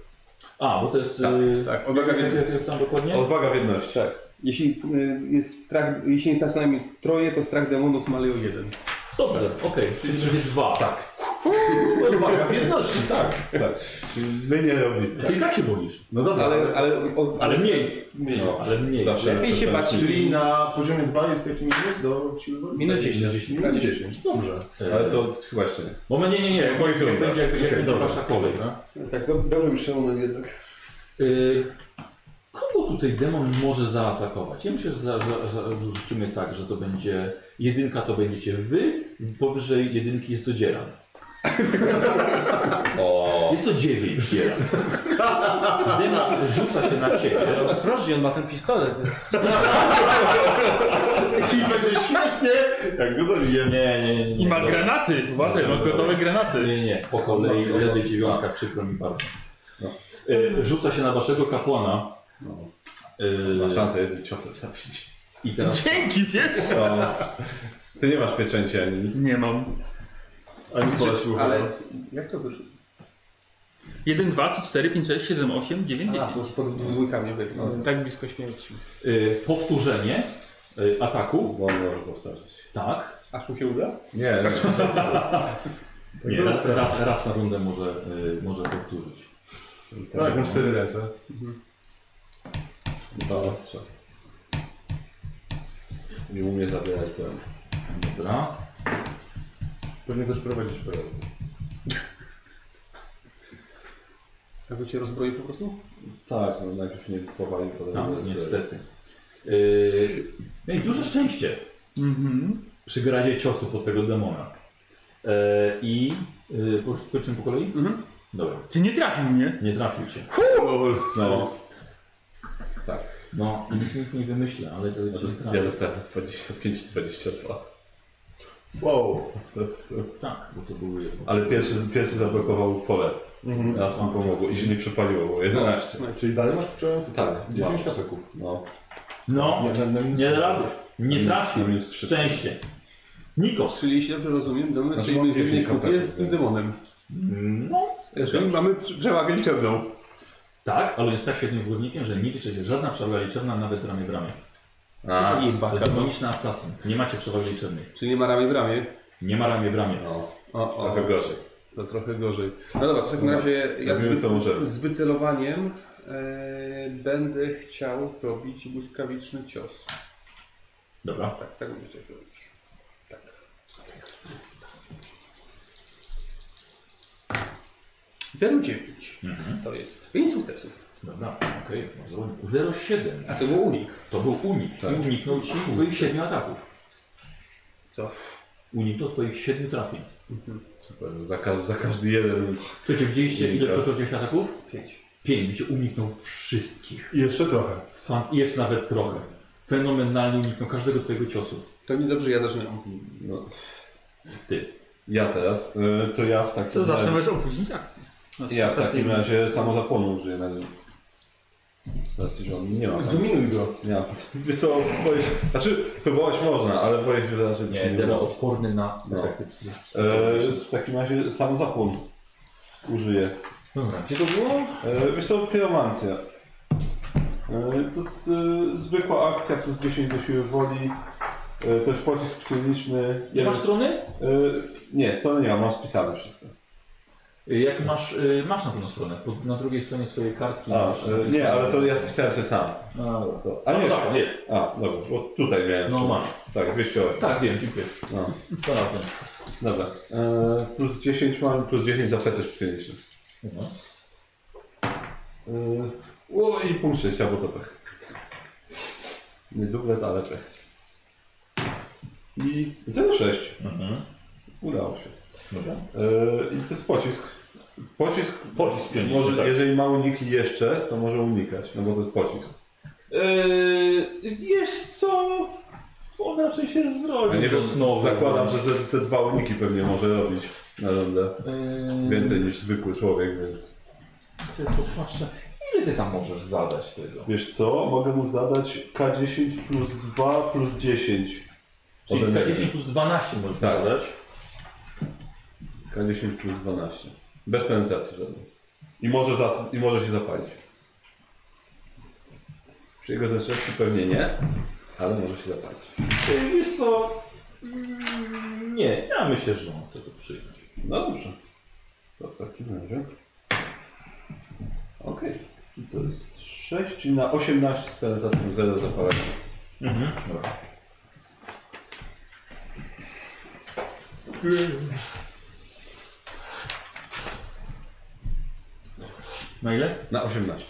[SPEAKER 2] A, bo to jest...
[SPEAKER 5] Tak,
[SPEAKER 2] yy,
[SPEAKER 5] tak.
[SPEAKER 2] jak- jak, jak, jak tam dokładnie?
[SPEAKER 4] Odwaga w jedności.
[SPEAKER 5] Tak. Jeśli y, jest strach, jeśli jest nas co najmniej troje, to strach demonów maleje o jeden.
[SPEAKER 2] Dobrze, okej. Czyli będzie dwa. Tak.
[SPEAKER 1] Odwaga w jedności, tak.
[SPEAKER 4] tak. My nie robimy.
[SPEAKER 2] Ty i tak się boisz.
[SPEAKER 1] No dobra,
[SPEAKER 5] Ale, ale, o,
[SPEAKER 2] Ale mniej.
[SPEAKER 4] No.
[SPEAKER 2] Ale mniej.
[SPEAKER 4] Zawsze
[SPEAKER 3] Lepiej się
[SPEAKER 4] tak.
[SPEAKER 3] patrzy.
[SPEAKER 1] czyli na poziomie 2 jest taki minus do siły woli? Tak,
[SPEAKER 3] Minus 10.
[SPEAKER 1] Minus 10. Dobrze.
[SPEAKER 4] Ale to właśnie.
[SPEAKER 2] Moment, nie, nie, nie. Jak będzie, jak będzie, jak będzie
[SPEAKER 1] dobra.
[SPEAKER 2] wasza kolej. no.
[SPEAKER 1] Dobra.
[SPEAKER 9] Tak, do, dobrze mi szanowny jednak.
[SPEAKER 2] Y, kogo tutaj demon może zaatakować? Ja myślę, że za, za, za, rzucimy tak, że to będzie... Jedynka to będziecie wy, powyżej jedynki jest to dzieran.
[SPEAKER 4] O,
[SPEAKER 2] Jest to dziewięć dzieran. [laughs] Demon rzuca się na ciebie.
[SPEAKER 3] Ostrożnie, on ma ten pistolet.
[SPEAKER 1] I będzie śmiesznie, jak go zabijemy.
[SPEAKER 2] Nie, nie, nie. nie
[SPEAKER 6] I ma granaty. Uważaj, ma gotowe granaty.
[SPEAKER 2] Nie, nie, po kolei ledy dziewiątka, przykro mi bardzo. Y, Rzuca się na waszego kapłana. Y,
[SPEAKER 4] ma szansę jednym ciosem zabić.
[SPEAKER 2] I teraz
[SPEAKER 6] Dzięki, wiesz?
[SPEAKER 4] O. Ty nie masz pieczęci ani nic.
[SPEAKER 6] Nie mam.
[SPEAKER 1] Ani pola siły woli.
[SPEAKER 5] ale jak to wyszło?
[SPEAKER 6] 1, 2, 3, 4, 5, 6, 7, 8, 9,
[SPEAKER 5] A,
[SPEAKER 6] 10.
[SPEAKER 5] to pod dwójkami wygląda. No.
[SPEAKER 3] Tak blisko śmierci.
[SPEAKER 2] y, powtórzenie y, ataku.
[SPEAKER 4] Bo on może powtarzać.
[SPEAKER 2] Tak.
[SPEAKER 5] Aż mu się uda?
[SPEAKER 4] Nie, nie.
[SPEAKER 2] Nie, raz, raz, raz na rundę może, y, może powtórzyć.
[SPEAKER 1] Tak, mam cztery ręce.
[SPEAKER 4] Dwa ostrza. Nie umie zabierać broń.
[SPEAKER 2] Dobra.
[SPEAKER 1] Pewnie też prowadzić pojazd.
[SPEAKER 5] Albo tak cię rozbroi po prostu?
[SPEAKER 4] Tak, no najpierw nie powalił potem.
[SPEAKER 2] Tam, Tak,
[SPEAKER 4] rozbroił.
[SPEAKER 2] No, niestety. Yy, no i duże szczęście przy gradzie ciosów od tego demona. Yy, I yy, po- skończymy po kolei?
[SPEAKER 5] Mhm.
[SPEAKER 2] Dobra.
[SPEAKER 6] Czy nie trafił mnie?
[SPEAKER 2] Nie trafił cię.
[SPEAKER 4] No, Tak.
[SPEAKER 2] No, nic, nic nie wymyślę, ale to cię
[SPEAKER 4] ja dosta- ja
[SPEAKER 2] strafi.
[SPEAKER 4] dostałem 25-22.
[SPEAKER 1] Wow.
[SPEAKER 4] Po prostu.
[SPEAKER 2] Tak, bo to były...
[SPEAKER 4] Ale pierwszy, pierwszy zablokował pole. Raz mu pomogło i się nie przepaliło, było 11.
[SPEAKER 1] Czyli dalej masz przejący?
[SPEAKER 4] Tak,
[SPEAKER 1] 10
[SPEAKER 4] mam.
[SPEAKER 1] ataków.
[SPEAKER 4] No,
[SPEAKER 2] No,
[SPEAKER 1] Nie, na- na minus
[SPEAKER 2] nie
[SPEAKER 1] cztery.
[SPEAKER 2] rady. Nie
[SPEAKER 4] Minus-
[SPEAKER 2] trafił.
[SPEAKER 4] minus trzy.
[SPEAKER 2] Szczęście. Nikos.
[SPEAKER 5] Czyli jeśli dobrze rozumiem, domy
[SPEAKER 4] Znaczy,
[SPEAKER 5] stoimy w
[SPEAKER 4] mam
[SPEAKER 5] jednej
[SPEAKER 4] 10
[SPEAKER 5] kupie
[SPEAKER 4] kontaktów,
[SPEAKER 5] z tym
[SPEAKER 4] więc-
[SPEAKER 5] demonem.
[SPEAKER 2] No,
[SPEAKER 5] Czyli mamy prze- przewagę liczebną.
[SPEAKER 2] Tak, ale jest tak świetnym wodnikiem, że nie liczy się żadna przewaga liczebna, nawet ramię w ramię.
[SPEAKER 4] A,
[SPEAKER 5] Imba.
[SPEAKER 2] To jest demoniczny asasyn. Nie macie przewagi liczebnej.
[SPEAKER 5] Czyli nie ma ramię w ramię.
[SPEAKER 2] Nie ma ramię w ramię.
[SPEAKER 4] no,
[SPEAKER 5] O, o,
[SPEAKER 4] trochę gorzej.
[SPEAKER 5] to trochę gorzej. No dobra, w takim razie ja z,
[SPEAKER 4] Robimy, co możemy.
[SPEAKER 5] wy, z wycelowaniem e, będę chciał zrobić błyskawiczny cios.
[SPEAKER 2] Dobra.
[SPEAKER 5] Tak, tak będę chciał zrobić. Tak. Zero dziewięć. To jest pięć sukcesów.
[SPEAKER 2] Dobra, okej, może 07.
[SPEAKER 5] A to był unik.
[SPEAKER 2] To był Tak. unik. I uniknął ci twoich siedmiu ataków.
[SPEAKER 5] Co?
[SPEAKER 2] Uniknął twoich siedmiu trafień.
[SPEAKER 4] Super, za, ka- za każdy jeden.
[SPEAKER 2] Słuchajcie, widzieliście ile
[SPEAKER 4] Unika.
[SPEAKER 2] przeprowadziłeś ataków?
[SPEAKER 5] Pięć.
[SPEAKER 2] Pięć. Widzicie, uniknął wszystkich.
[SPEAKER 9] I jeszcze trochę.
[SPEAKER 2] Fan... i Jeszcze nawet trochę. Fenomenalnie uniknął każdego twojego ciosu.
[SPEAKER 5] To nie dobrze, ja zaczynam.
[SPEAKER 4] No,
[SPEAKER 2] Ty.
[SPEAKER 4] ja teraz, y, to ja w takim
[SPEAKER 6] To zawsze
[SPEAKER 4] razie.
[SPEAKER 6] możesz opóźnić akcję.
[SPEAKER 4] Ja w
[SPEAKER 6] Ostatnim-
[SPEAKER 4] takim razie samozapłoną użyję na nim. Znaczy, że on nie ma.
[SPEAKER 9] Zdominuj go.
[SPEAKER 4] Nie ma. Wiesz co, boję się. Znaczy, próbować można, ale boję się, że żeby się
[SPEAKER 2] Nie,
[SPEAKER 4] nie
[SPEAKER 2] Dera
[SPEAKER 4] udało.
[SPEAKER 2] odporny na
[SPEAKER 4] No.
[SPEAKER 2] efekty.
[SPEAKER 4] E, w takim razie samozapłon użyję.
[SPEAKER 2] Dobra.
[SPEAKER 5] Gdzie to było?
[SPEAKER 4] E, wiesz co, pyromancja. E, to jest e, zwykła akcja plus 10 do siły woli. E, to jest pocisk psioniczny.
[SPEAKER 2] Jak masz strony?
[SPEAKER 4] E, nie, strony nie mam, mam spisane wszystko.
[SPEAKER 2] Jak masz, y, masz na pewno stronę. Po- Na drugiej stronie swojej kartki
[SPEAKER 4] A,
[SPEAKER 2] masz.
[SPEAKER 4] e, nie, ale to ja spisałem sobie sam.
[SPEAKER 2] A, no
[SPEAKER 4] To, a
[SPEAKER 2] tak,
[SPEAKER 4] nie,
[SPEAKER 2] jest.
[SPEAKER 4] A, dobra, bo tutaj miałem.
[SPEAKER 2] No
[SPEAKER 4] w sumie.
[SPEAKER 2] masz.
[SPEAKER 4] Tak, 208.
[SPEAKER 2] Tak, wiem, dziękuję.
[SPEAKER 4] No,
[SPEAKER 2] To na ten.
[SPEAKER 4] dobra. E, plus 10 mam, plus 10 za fetysz psioniczny.
[SPEAKER 2] No.
[SPEAKER 4] E, o, i punkt szczęścia, bo to pech. Nie dublet, ale pech. I 06.
[SPEAKER 2] Mhm.
[SPEAKER 4] Udało się.
[SPEAKER 2] Dobra.
[SPEAKER 4] E, I to jest pocisk. Pocisk,
[SPEAKER 2] Pocisk pioniczny,
[SPEAKER 4] może,
[SPEAKER 2] tak.
[SPEAKER 4] jeżeli ma uniki jeszcze, to może unikać, no bo to jest pocisk.
[SPEAKER 2] Yy, wiesz co? On raczej się
[SPEAKER 4] Ja
[SPEAKER 2] zrodził
[SPEAKER 4] nie wiem,
[SPEAKER 2] snowy.
[SPEAKER 4] zakładam, że ze, ze dwa uniki pewnie może robić na rundę.
[SPEAKER 2] Yy,
[SPEAKER 4] Więcej niż zwykły człowiek, więc...
[SPEAKER 2] sobie popatrzę. Ile ty tam możesz zadać tego?
[SPEAKER 4] Wiesz co, mogę mu zadać K10 plus 2 plus 10.
[SPEAKER 2] Czyli
[SPEAKER 4] Ode mnie.
[SPEAKER 2] K10 plus 12 możesz
[SPEAKER 4] Tak.
[SPEAKER 2] zadać.
[SPEAKER 4] K10 plus 12. Bez penetracji żadnej. I może, za, I może się zapalić. Przy jego zręczności pewnie nie, ale może się zapalić.
[SPEAKER 2] Yy, wiesz co? Mm, Nie, ja myślę, że on chce to przyjąć.
[SPEAKER 4] No dobrze. To w takim razie. Okej. I To jest 6 na 18 z penetracją 0 zapalenia.
[SPEAKER 2] Mhm. Na ile?
[SPEAKER 4] Na 18.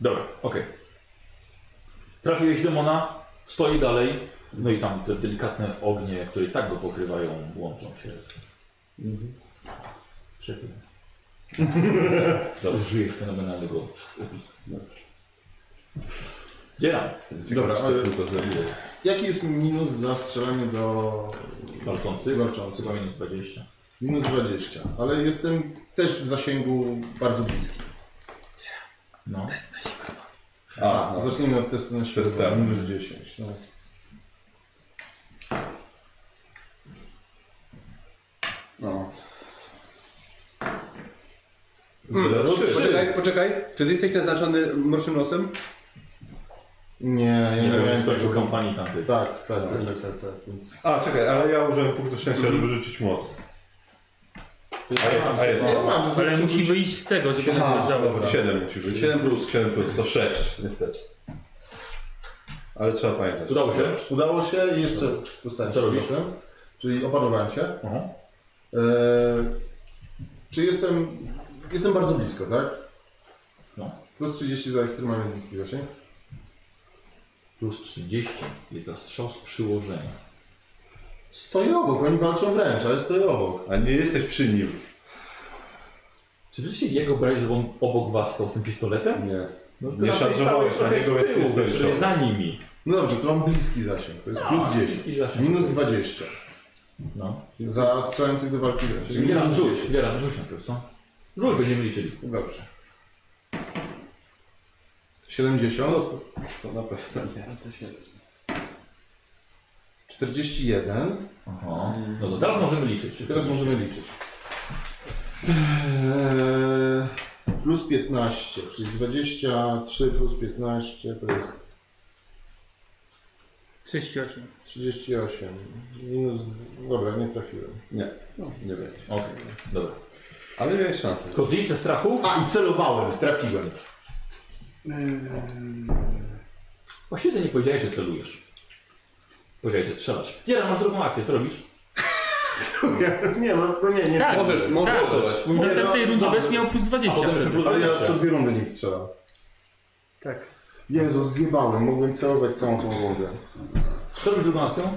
[SPEAKER 2] Dobra, okej. Trafiłeś demona, stoi dalej, no i tam te delikatne ognie, które i tak go pokrywają, łączą się. Przepięknie. Dobrze, użyję fenomenalnego opisu. Dzielam.
[SPEAKER 4] Dobra,
[SPEAKER 1] Dobra,
[SPEAKER 4] ale...
[SPEAKER 1] ale-
[SPEAKER 4] tylko zrobiło.
[SPEAKER 1] Jaki jest minus za strzelanie do...
[SPEAKER 2] Walczący,
[SPEAKER 1] Walczący.
[SPEAKER 2] chyba minus 20.
[SPEAKER 1] Minus 20, ale jestem też w zasięgu bardzo bliskim.
[SPEAKER 2] No.
[SPEAKER 4] A, no.
[SPEAKER 1] Tak, Zacznijmy od testu na światło.
[SPEAKER 4] Testami.
[SPEAKER 1] Minus 10. No.
[SPEAKER 4] no.
[SPEAKER 1] Zero,
[SPEAKER 4] trzy.
[SPEAKER 1] Mm, trzy.
[SPEAKER 5] Poczekaj, poczekaj. Czy ty jesteś naznaczony mrocznym nosem?
[SPEAKER 1] Nie, ja
[SPEAKER 2] Nie
[SPEAKER 1] nie
[SPEAKER 2] wiem,
[SPEAKER 1] miałem
[SPEAKER 2] to
[SPEAKER 1] tego.
[SPEAKER 2] był kampanii tamtej.
[SPEAKER 1] Tak, tak, tak, tak, tak, tak, więc...
[SPEAKER 4] A, czekaj, ale ja użyłem punktu szczęścia, żeby rzucić moc. A jest, a jest.
[SPEAKER 1] Mhm. Ja mam,
[SPEAKER 6] Ale
[SPEAKER 1] zawsze
[SPEAKER 6] musi
[SPEAKER 1] rzuć-
[SPEAKER 6] wyjść z tego, żeby
[SPEAKER 1] No, Aha,
[SPEAKER 6] nas zależało.
[SPEAKER 1] dobra.
[SPEAKER 4] 7 musi być.
[SPEAKER 5] 7 plus.
[SPEAKER 4] 7 plus, to 6 niestety. Ale trzeba pamiętać.
[SPEAKER 2] Udało się?
[SPEAKER 1] Udało się i jeszcze dostałem
[SPEAKER 2] Co
[SPEAKER 1] co
[SPEAKER 2] robisz?
[SPEAKER 1] robiłem, czyli opanowałem się.
[SPEAKER 2] Aha.
[SPEAKER 1] Eee, czy jestem, jestem bardzo blisko, tak?
[SPEAKER 2] No.
[SPEAKER 1] Plus 30 za ekstremalnie bliski zasięg.
[SPEAKER 2] Plus 30 jest za strzał z przyłożenia.
[SPEAKER 1] Stoję obok, oni walczą wręcz, ale stoję obok.
[SPEAKER 4] A nie jesteś przy nim.
[SPEAKER 2] Czy wy się jego brali, żeby on obok was stał z tym pistoletem?
[SPEAKER 4] Nie.
[SPEAKER 2] No
[SPEAKER 4] Nie
[SPEAKER 2] raczej
[SPEAKER 4] szarżowałeś,
[SPEAKER 2] stałeś trochę
[SPEAKER 4] na niego
[SPEAKER 2] z tyłu,
[SPEAKER 4] jesteś
[SPEAKER 2] wiesz,
[SPEAKER 4] dojrzał.
[SPEAKER 2] za nimi.
[SPEAKER 1] No dobrze, to mam bliski zasięg, to jest plus 10.
[SPEAKER 2] Bliski zasięg.
[SPEAKER 1] Minus 20
[SPEAKER 2] No.
[SPEAKER 1] za strzelających do walki wręcz. Czyli
[SPEAKER 2] Bieram,
[SPEAKER 1] minus
[SPEAKER 2] rzuć,
[SPEAKER 1] 10.
[SPEAKER 2] bieram, rzuć najpierw, co? Rzuć, będziemy liczyli.
[SPEAKER 1] Dobrze. 70,
[SPEAKER 4] To na pewno nie.
[SPEAKER 1] 41.
[SPEAKER 2] Aha. No to teraz możemy liczyć.
[SPEAKER 1] Teraz możemy liczyć. Eee, plus 15, czyli 23 plus 15 to jest
[SPEAKER 6] 38.
[SPEAKER 1] 38. Minus... Dobra, nie trafiłem.
[SPEAKER 4] Nie, nie wiem.
[SPEAKER 2] Okej, dobra.
[SPEAKER 4] Ale miałeś szansę.
[SPEAKER 2] Kozice strachu?
[SPEAKER 1] A, i celowałem, trafiłem.
[SPEAKER 2] Właściwie ty nie powiedziałeś, że celujesz. Powiedziałeś, że strzelasz. Dziera, masz drugą akcję, co robisz?
[SPEAKER 1] nie, no nie, nie.
[SPEAKER 6] Tak,
[SPEAKER 5] Możesz,
[SPEAKER 6] tak.
[SPEAKER 5] możesz.
[SPEAKER 6] W następnej rundzie bez miał plus
[SPEAKER 2] A
[SPEAKER 6] 20
[SPEAKER 2] potem
[SPEAKER 6] wtedy.
[SPEAKER 2] przepluwasz
[SPEAKER 1] Ale ja
[SPEAKER 2] się.
[SPEAKER 1] co dwie rundy nim strzelam.
[SPEAKER 6] Tak.
[SPEAKER 1] Jezu, zjebałem, mogłem celować całą tą rundę.
[SPEAKER 2] Co robisz drugą akcją?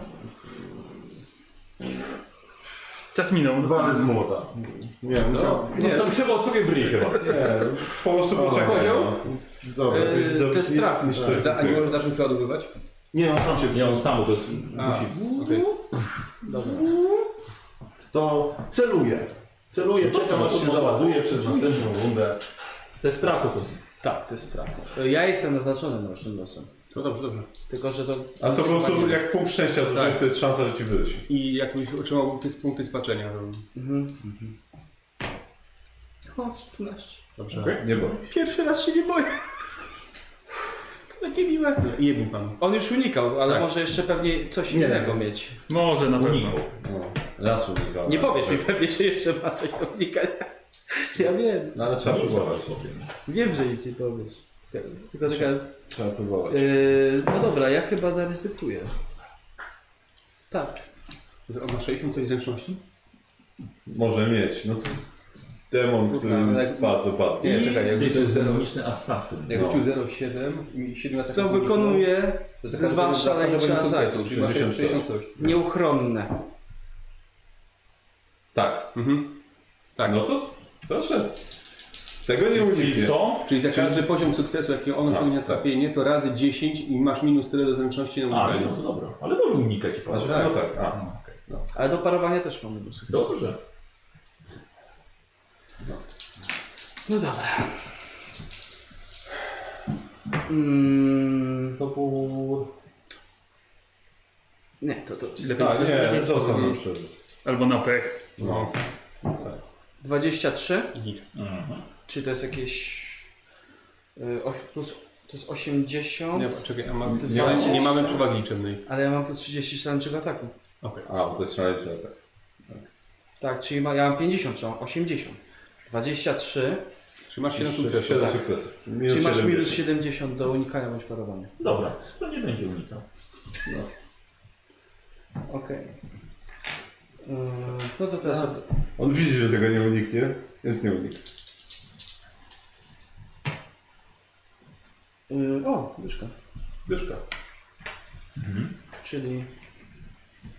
[SPEAKER 6] Czas minął. no
[SPEAKER 1] Wady z młota. Nie, musiał...
[SPEAKER 2] No sam trzeba od sobie w ryj chyba.
[SPEAKER 1] Nie,
[SPEAKER 4] Po prostu poczekaj.
[SPEAKER 2] Kozioł?
[SPEAKER 4] no.
[SPEAKER 1] dobra.
[SPEAKER 5] Eee,
[SPEAKER 1] to
[SPEAKER 5] to jest strach,
[SPEAKER 1] myślę.
[SPEAKER 5] Za, a nie możesz zacząć przeładowywać?
[SPEAKER 1] Nie, on sam się
[SPEAKER 2] Nie, on
[SPEAKER 1] przyjął.
[SPEAKER 2] sam, bo to jest... Musi...
[SPEAKER 5] okej.
[SPEAKER 1] To celuję. Celuję, czekam aż się załaduje przez następną rundę.
[SPEAKER 2] Ze strachu to jest.
[SPEAKER 7] Tak, to jest strach. Ja jestem naznaczony naszym losem.
[SPEAKER 5] No dobrze, dobrze.
[SPEAKER 7] Tylko, że to...
[SPEAKER 4] A to po prostu jak pół szczęścia, to
[SPEAKER 5] Tak.
[SPEAKER 4] to jest szansa, że ci wyleci.
[SPEAKER 5] I jakbyś otrzymał te punkty spaczenia. no.
[SPEAKER 7] O, 14.
[SPEAKER 5] Dobrze.
[SPEAKER 4] Nie bo.
[SPEAKER 7] Pierwszy raz się nie boję. To takie miłe.
[SPEAKER 3] No,
[SPEAKER 5] Nie, Jebł pan.
[SPEAKER 7] On już unikał, ale
[SPEAKER 5] Tak.
[SPEAKER 7] może jeszcze pewnie coś
[SPEAKER 1] Nie.
[SPEAKER 7] innego mieć.
[SPEAKER 6] Może na pewno.
[SPEAKER 2] Unikał.
[SPEAKER 4] No, lasu unikał.
[SPEAKER 7] Nie powiesz mi, pewnie się jeszcze ma coś do unikania. Ja wiem.
[SPEAKER 4] No ale trzeba
[SPEAKER 2] Nic
[SPEAKER 4] próbować.
[SPEAKER 7] Wiem, że nic nie powiesz. Tylko taka...
[SPEAKER 4] Trzeba próbować.
[SPEAKER 7] Yy, no dobra, ja chyba zaryzykuję. Tak.
[SPEAKER 5] On ma 60 coś zręczności?
[SPEAKER 4] Może mieć. No to jest demon, który
[SPEAKER 5] Kurwa,
[SPEAKER 4] jest
[SPEAKER 5] jak-
[SPEAKER 4] bardzo, bardzo.
[SPEAKER 5] Nie, czekaj, jak
[SPEAKER 2] Ty to
[SPEAKER 5] rzucił
[SPEAKER 2] jest
[SPEAKER 5] 0,
[SPEAKER 2] demoniczny asasyn.
[SPEAKER 5] jak
[SPEAKER 4] No.
[SPEAKER 5] rzucił 07 i 7 ataków...
[SPEAKER 7] To wykonuje
[SPEAKER 5] to za każdym
[SPEAKER 7] dwa
[SPEAKER 5] razem- za każdym
[SPEAKER 7] szaleńcze
[SPEAKER 5] razem
[SPEAKER 7] ataki.
[SPEAKER 5] sukcesu, czyli masz
[SPEAKER 4] 60
[SPEAKER 5] 60 coś.
[SPEAKER 7] nieuchronne.
[SPEAKER 4] Tak.
[SPEAKER 5] Mhm.
[SPEAKER 4] Tak. No to proszę. Tego nie uniknie.
[SPEAKER 2] Co?
[SPEAKER 5] Czyli za każdy poziom sukcesu, jaki on osiągnie na trafienie, to razy 10 i masz minus tyle do zręczności na
[SPEAKER 2] A,
[SPEAKER 5] unikaniu.
[SPEAKER 2] no to dobra. Ale może unikać i
[SPEAKER 4] Znaczy,
[SPEAKER 2] patrzeć.
[SPEAKER 4] no tak. A.
[SPEAKER 2] A, okej.
[SPEAKER 7] Ale do parowania też mamy dosyć.
[SPEAKER 2] Dobrze.
[SPEAKER 7] No dobra. Mm,
[SPEAKER 5] To był...
[SPEAKER 7] nie, to to.
[SPEAKER 4] Tak, nie, został nam przeżyć.
[SPEAKER 6] Albo na pech.
[SPEAKER 4] No.
[SPEAKER 7] 23,
[SPEAKER 5] Git.
[SPEAKER 7] Mhm. czyli to jest jakieś. y, oś- plus, to jest 80,
[SPEAKER 5] Nie, czekaj, a ma,
[SPEAKER 7] Ty
[SPEAKER 5] nie, ma, nie
[SPEAKER 7] walczysz?
[SPEAKER 5] mamy przewagi liczebnej.
[SPEAKER 7] ale ja mam plus 30 szaleńczego ataku.
[SPEAKER 5] Okej.
[SPEAKER 4] A, bo to jest szaleńczy atak.
[SPEAKER 7] Tak, czyli ma, ja mam 50, czy mam 80. 23,
[SPEAKER 5] Czy masz 7 sukcesów?
[SPEAKER 4] 7 sukcesów.
[SPEAKER 7] czyli masz minus 70 do unikania bądź parowania.
[SPEAKER 2] Dobra. To nie będzie unikał.
[SPEAKER 7] Okej. Yy, no to teraz.
[SPEAKER 4] On widzi, że tego nie uniknie, więc nie uniknie.
[SPEAKER 7] Yy, o, dyszka.
[SPEAKER 4] Dyszka.
[SPEAKER 7] Czyli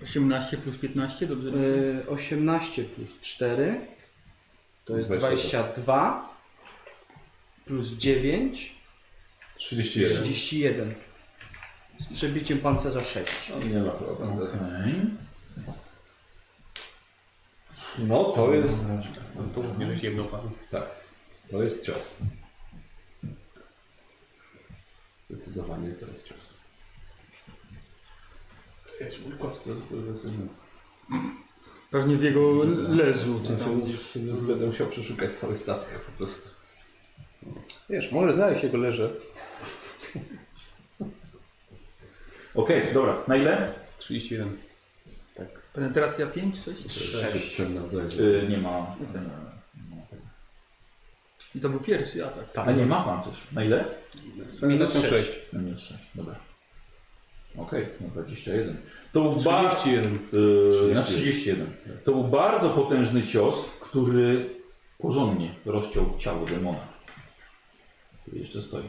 [SPEAKER 6] 18 plus 15, dobrze liczę?
[SPEAKER 7] Yy, 18 plus 4 to jest
[SPEAKER 4] 22.
[SPEAKER 7] 22 plus 9
[SPEAKER 4] 31.
[SPEAKER 7] 31 z przebiciem pancerza 6.
[SPEAKER 4] On nie ma chyba pancerza.
[SPEAKER 2] Okej.
[SPEAKER 4] No to jest...
[SPEAKER 5] No to nie żeś jebnął pan.
[SPEAKER 4] Tak. To jest cios. Zdecydowanie to jest cios. To jest mój kost, to jest progresywny.
[SPEAKER 6] Pewnie w jego lezu. Czy tam.
[SPEAKER 4] Będę musiał przeszukać cały statek po prostu.
[SPEAKER 5] Wiesz, może znaleźć jego leże.
[SPEAKER 2] Okej, dobra. Na ile?
[SPEAKER 5] 31.
[SPEAKER 6] Penetracja 5, 6?
[SPEAKER 4] Sześć.
[SPEAKER 2] Y, nie ma.
[SPEAKER 6] I to był pierwszy atak.
[SPEAKER 7] Tak.
[SPEAKER 2] A nie ma pancerz. Na ile?
[SPEAKER 5] Minus 6.
[SPEAKER 2] Na minus 6. Dobra. Okej, no 21. To był bardzo.
[SPEAKER 5] 31.
[SPEAKER 2] na 31. To był bardzo potężny cios, który porządnie rozciął ciało demona. Który jeszcze stoi.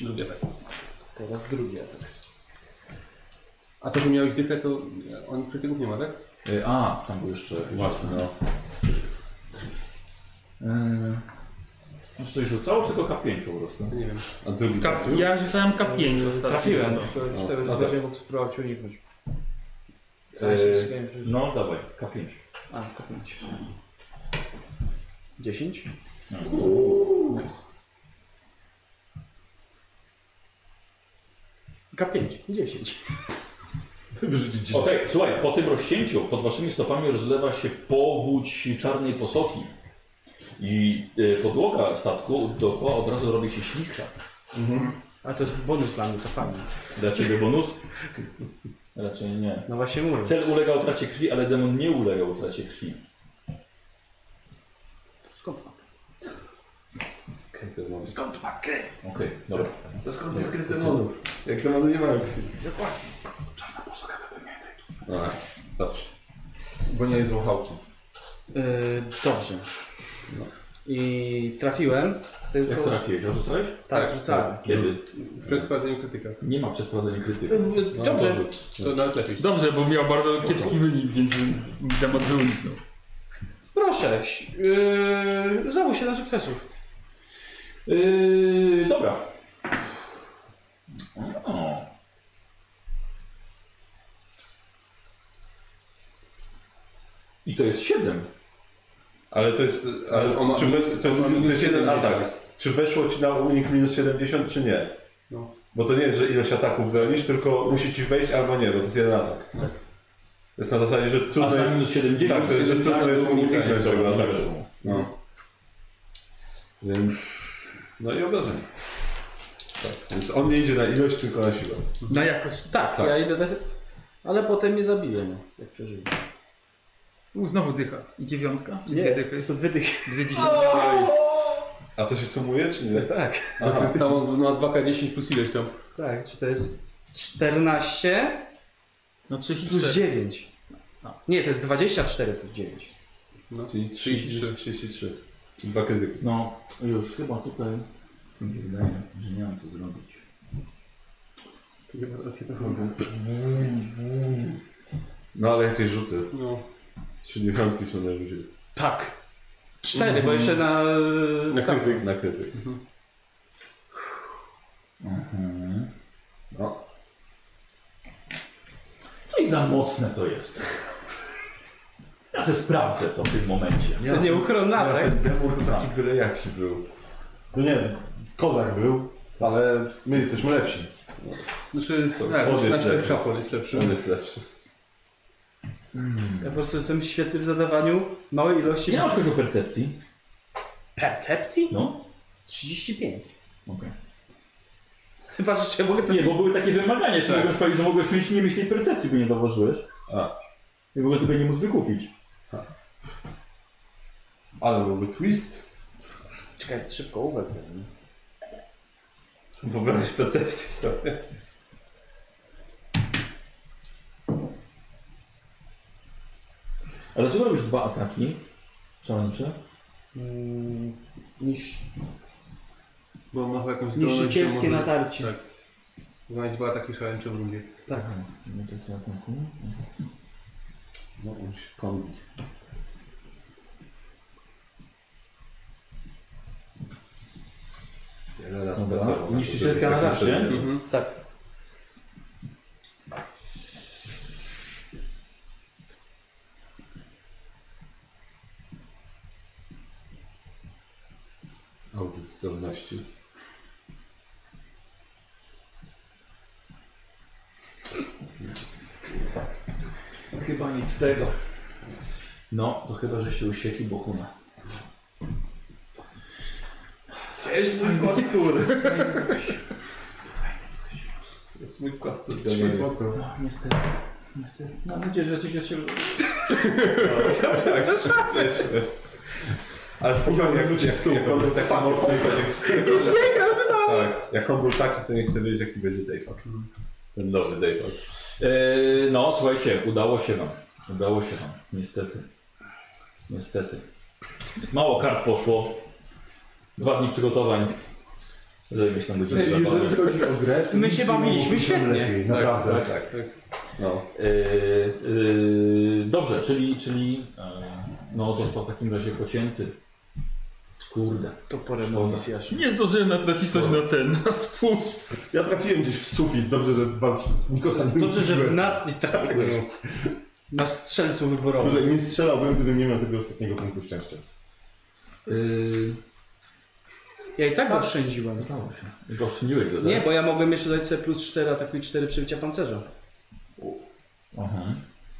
[SPEAKER 5] Drugi atak.
[SPEAKER 7] Teraz drugi atak.
[SPEAKER 5] A to, że miałeś dychę, to on krytyków nie ma, tak?
[SPEAKER 2] Y, a, tam był jeszcze.
[SPEAKER 4] Właśnie, no.
[SPEAKER 2] Yy, Y, coś rzucało, czy tylko K5 po prostu?
[SPEAKER 5] Nie wiem.
[SPEAKER 4] A drugi
[SPEAKER 6] K, [laughs]
[SPEAKER 4] trafił?
[SPEAKER 6] ja rzucałem K5 ostatnio.
[SPEAKER 7] Yy, Trafiłem. To
[SPEAKER 4] No,
[SPEAKER 7] już teraz
[SPEAKER 4] no tak.
[SPEAKER 7] będzie mógł spróbować uniknąć. Sam się
[SPEAKER 2] Yy,
[SPEAKER 7] wstydziłem, że-
[SPEAKER 2] no, dawaj, K5.
[SPEAKER 7] A, kopnąć. 10? K5, 10.
[SPEAKER 2] Okej, słuchaj, po tym rozcięciu pod waszymi stopami rozlewa się powódź czarnej posoki. i y, podłoga statku dookoła od razu robi się śliska.
[SPEAKER 7] A to jest bonus dla mnie, to fajnie.
[SPEAKER 2] Dla ciebie bonus? Raczej nie.
[SPEAKER 7] No właśnie mówię.
[SPEAKER 2] Cel ulega utracie krwi, ale demon nie ulega utracie krwi.
[SPEAKER 7] Skąd mam?
[SPEAKER 4] Każdy ma
[SPEAKER 10] Skąd ma krew?
[SPEAKER 2] Okej, dobra.
[SPEAKER 10] To skąd jest krew demonów? Jak demony nie mają krwi.
[SPEAKER 4] A, dobrze.
[SPEAKER 1] Bo nie jedzą chałki.
[SPEAKER 7] Yy, dobrze. No. I trafiłem. Tylko...
[SPEAKER 2] Jak trafiłeś? Rzucałeś?
[SPEAKER 7] Tak, rzucałem.
[SPEAKER 2] Kiedy?
[SPEAKER 5] Przed sprawdzeniem krytyka.
[SPEAKER 2] Nie ma przez sprawdzenie krytyki.
[SPEAKER 7] Dobrze.
[SPEAKER 5] To nawet lepiej.
[SPEAKER 6] Dobrze, bo miał bardzo kiepski wynik, więc temat wyuniknął.
[SPEAKER 7] Mhm. Proszę. Yy, znowu 7 sukcesów.
[SPEAKER 2] Yy, dobra. O. I to jest 7.
[SPEAKER 4] Ale to jest. Ale
[SPEAKER 5] On ma-
[SPEAKER 4] czy we, to,
[SPEAKER 5] on ma
[SPEAKER 4] to
[SPEAKER 5] minus
[SPEAKER 4] jest jeden
[SPEAKER 5] 70.
[SPEAKER 4] atak. Czy weszło ci na unik minus 70, czy nie?
[SPEAKER 5] No.
[SPEAKER 4] Bo to nie jest, że ilość ataków bronisz, tylko musi ci wejść albo nie, bo to jest jeden atak. To jest na zasadzie, że
[SPEAKER 2] Aż
[SPEAKER 4] trudno
[SPEAKER 2] na
[SPEAKER 4] jest.
[SPEAKER 2] minus 70.
[SPEAKER 4] tak, to jest, że
[SPEAKER 2] tak,
[SPEAKER 4] trudno jest
[SPEAKER 2] to unikanie.
[SPEAKER 4] uniknąć
[SPEAKER 2] Dobra,
[SPEAKER 4] tego
[SPEAKER 2] nie
[SPEAKER 4] ataku.
[SPEAKER 2] weszło.
[SPEAKER 4] No. Więc. No i obrażenia. Tak, więc on nie idzie na ilość, tylko na siłę.
[SPEAKER 6] Na jakość.
[SPEAKER 7] Tak,
[SPEAKER 4] Tak.
[SPEAKER 7] ja idę dać. Ale potem mnie zabiję, no, jak przeżyję.
[SPEAKER 6] U, znowu dycha. I dziewiątka. Czy
[SPEAKER 7] Nie,
[SPEAKER 6] dwie
[SPEAKER 7] to
[SPEAKER 6] dychy?
[SPEAKER 7] jest dwie tych.
[SPEAKER 6] Dwie dziesiątki.
[SPEAKER 4] A to się sumuje, czy nie?
[SPEAKER 7] Tak,
[SPEAKER 5] Tam on ma 2K10 plus ileś tam.
[SPEAKER 7] tak. Czy to jest 14
[SPEAKER 6] No 34.
[SPEAKER 7] plus 9? Nie, to jest 24 plus 9.
[SPEAKER 5] No.
[SPEAKER 4] Czyli 33. 33. Dwa kryzyki.
[SPEAKER 2] No, już chyba tutaj mi się wydaje, że nie mam co zrobić.
[SPEAKER 4] No ale jakieś rzuty.
[SPEAKER 5] No.
[SPEAKER 4] Trzy dziewiątki się narzuciły.
[SPEAKER 7] Tak. 4, bo jeszcze na.
[SPEAKER 5] Na
[SPEAKER 7] tak.
[SPEAKER 5] krytyk.
[SPEAKER 4] Na krytyk.
[SPEAKER 5] Mhm.
[SPEAKER 4] No,
[SPEAKER 2] Coś No za mocne to jest. Ja se sprawdzę to w tym momencie.
[SPEAKER 4] ja,
[SPEAKER 7] To nieuchronna,
[SPEAKER 4] ja,
[SPEAKER 7] tak?
[SPEAKER 4] ten demon to taki byle jaki był.
[SPEAKER 1] No nie wiem, kozak był, ale my jesteśmy lepsi.
[SPEAKER 5] Znaczy, tak,
[SPEAKER 4] on jest
[SPEAKER 5] nasz
[SPEAKER 4] lepszy.
[SPEAKER 5] lepszy on jest lepszy.
[SPEAKER 4] On jest lepszy.
[SPEAKER 7] Ja po prostu jestem świetny w zadawaniu małej ilości.
[SPEAKER 2] Nie masz tego percepcji?
[SPEAKER 7] Percepcji? [laughs]
[SPEAKER 2] No.
[SPEAKER 7] 35.
[SPEAKER 2] Okej.
[SPEAKER 7] Ty patrzysz, czy ja mogę to.
[SPEAKER 2] Nie, bo były takie wymagania, jeszcze
[SPEAKER 5] Tak.
[SPEAKER 2] mogłem powiedzieć, że mogłeś mieć nie mieć tej percepcji, bo nie zauważyłeś.
[SPEAKER 4] A.
[SPEAKER 2] I w ogóle tego nie móc wykupić.
[SPEAKER 4] Ale byłby twist.
[SPEAKER 7] Czekaj, szybko uwek.
[SPEAKER 4] Poprawić percepcję sobie.
[SPEAKER 2] A dlaczego robisz dwa ataki? Szaleńcze?
[SPEAKER 7] Niż
[SPEAKER 5] Bo on ma jakąś zdolność, że
[SPEAKER 7] Niszczycielskie
[SPEAKER 5] może-
[SPEAKER 7] natarcie.
[SPEAKER 5] Tak. Znajdź dwa ataki szaleńcze w rundzie.
[SPEAKER 7] Tak.
[SPEAKER 2] No to co ataku?
[SPEAKER 4] No on się kombi. Wiele lat
[SPEAKER 2] Dobra.
[SPEAKER 4] pracował na
[SPEAKER 2] Niszczycielska Mhm.
[SPEAKER 4] to, żeby
[SPEAKER 2] narracja.
[SPEAKER 4] takim przedmiotem.
[SPEAKER 7] Tak.
[SPEAKER 4] Audyt zdolności.
[SPEAKER 2] Chyba nic z tego. No, to chyba, że się usiekli Bohuna.
[SPEAKER 10] Jest mój kostur.
[SPEAKER 4] To jest mój kłastur.
[SPEAKER 1] Śpi słodko.
[SPEAKER 2] No, niestety. Niestety. Mam nadzieję, że jesteś od siebie.
[SPEAKER 4] Tak, Ale spokojnie, jak, jak, jak on był taki mocny, to nie... Już nie gra z Tak, jak on był taki, to nie chcę wiedzieć, jaki będzie Dayfuck. Ten nowy Dayfuck.
[SPEAKER 2] Yy, no, słuchajcie, udało się wam. Udało się wam. Niestety. Niestety. Mało kart poszło. Dwa dni przygotowań. Żeby mieć tam godzinę. zabawy.
[SPEAKER 1] Jeżeli chodzi o grę, to
[SPEAKER 7] My
[SPEAKER 1] nic
[SPEAKER 7] się
[SPEAKER 1] nie
[SPEAKER 7] bawiliśmy
[SPEAKER 1] mówiłem
[SPEAKER 7] świetnie.
[SPEAKER 1] Lepiej, naprawdę.
[SPEAKER 4] Tak, tak. No.
[SPEAKER 2] Yy, yy, dobrze, czyli, czyli yy, no, został w takim razie pocięty. Kurde.
[SPEAKER 7] To porę
[SPEAKER 2] Szkoda.
[SPEAKER 6] Nie zdążyłem na- nacisnąć na ten, na spust.
[SPEAKER 1] Ja trafiłem gdzieś w sufit, dobrze, że walczy Nikosa nie
[SPEAKER 7] Dobrze, że w
[SPEAKER 1] uderzyłem.
[SPEAKER 7] nas i tak. Na strzelcu wyborowym.
[SPEAKER 1] Dobrze, nie strzelałbym, gdybym nie miał tego ostatniego punktu szczęścia.
[SPEAKER 2] Yy,
[SPEAKER 7] Ja i tak go oszczędziłem.
[SPEAKER 2] udało się. Doszczędziłeś go, tak?
[SPEAKER 7] Nie, bo ja mogłem jeszcze dać sobie plus 4 ataku i 4 przebicia pancerza.
[SPEAKER 2] Aha.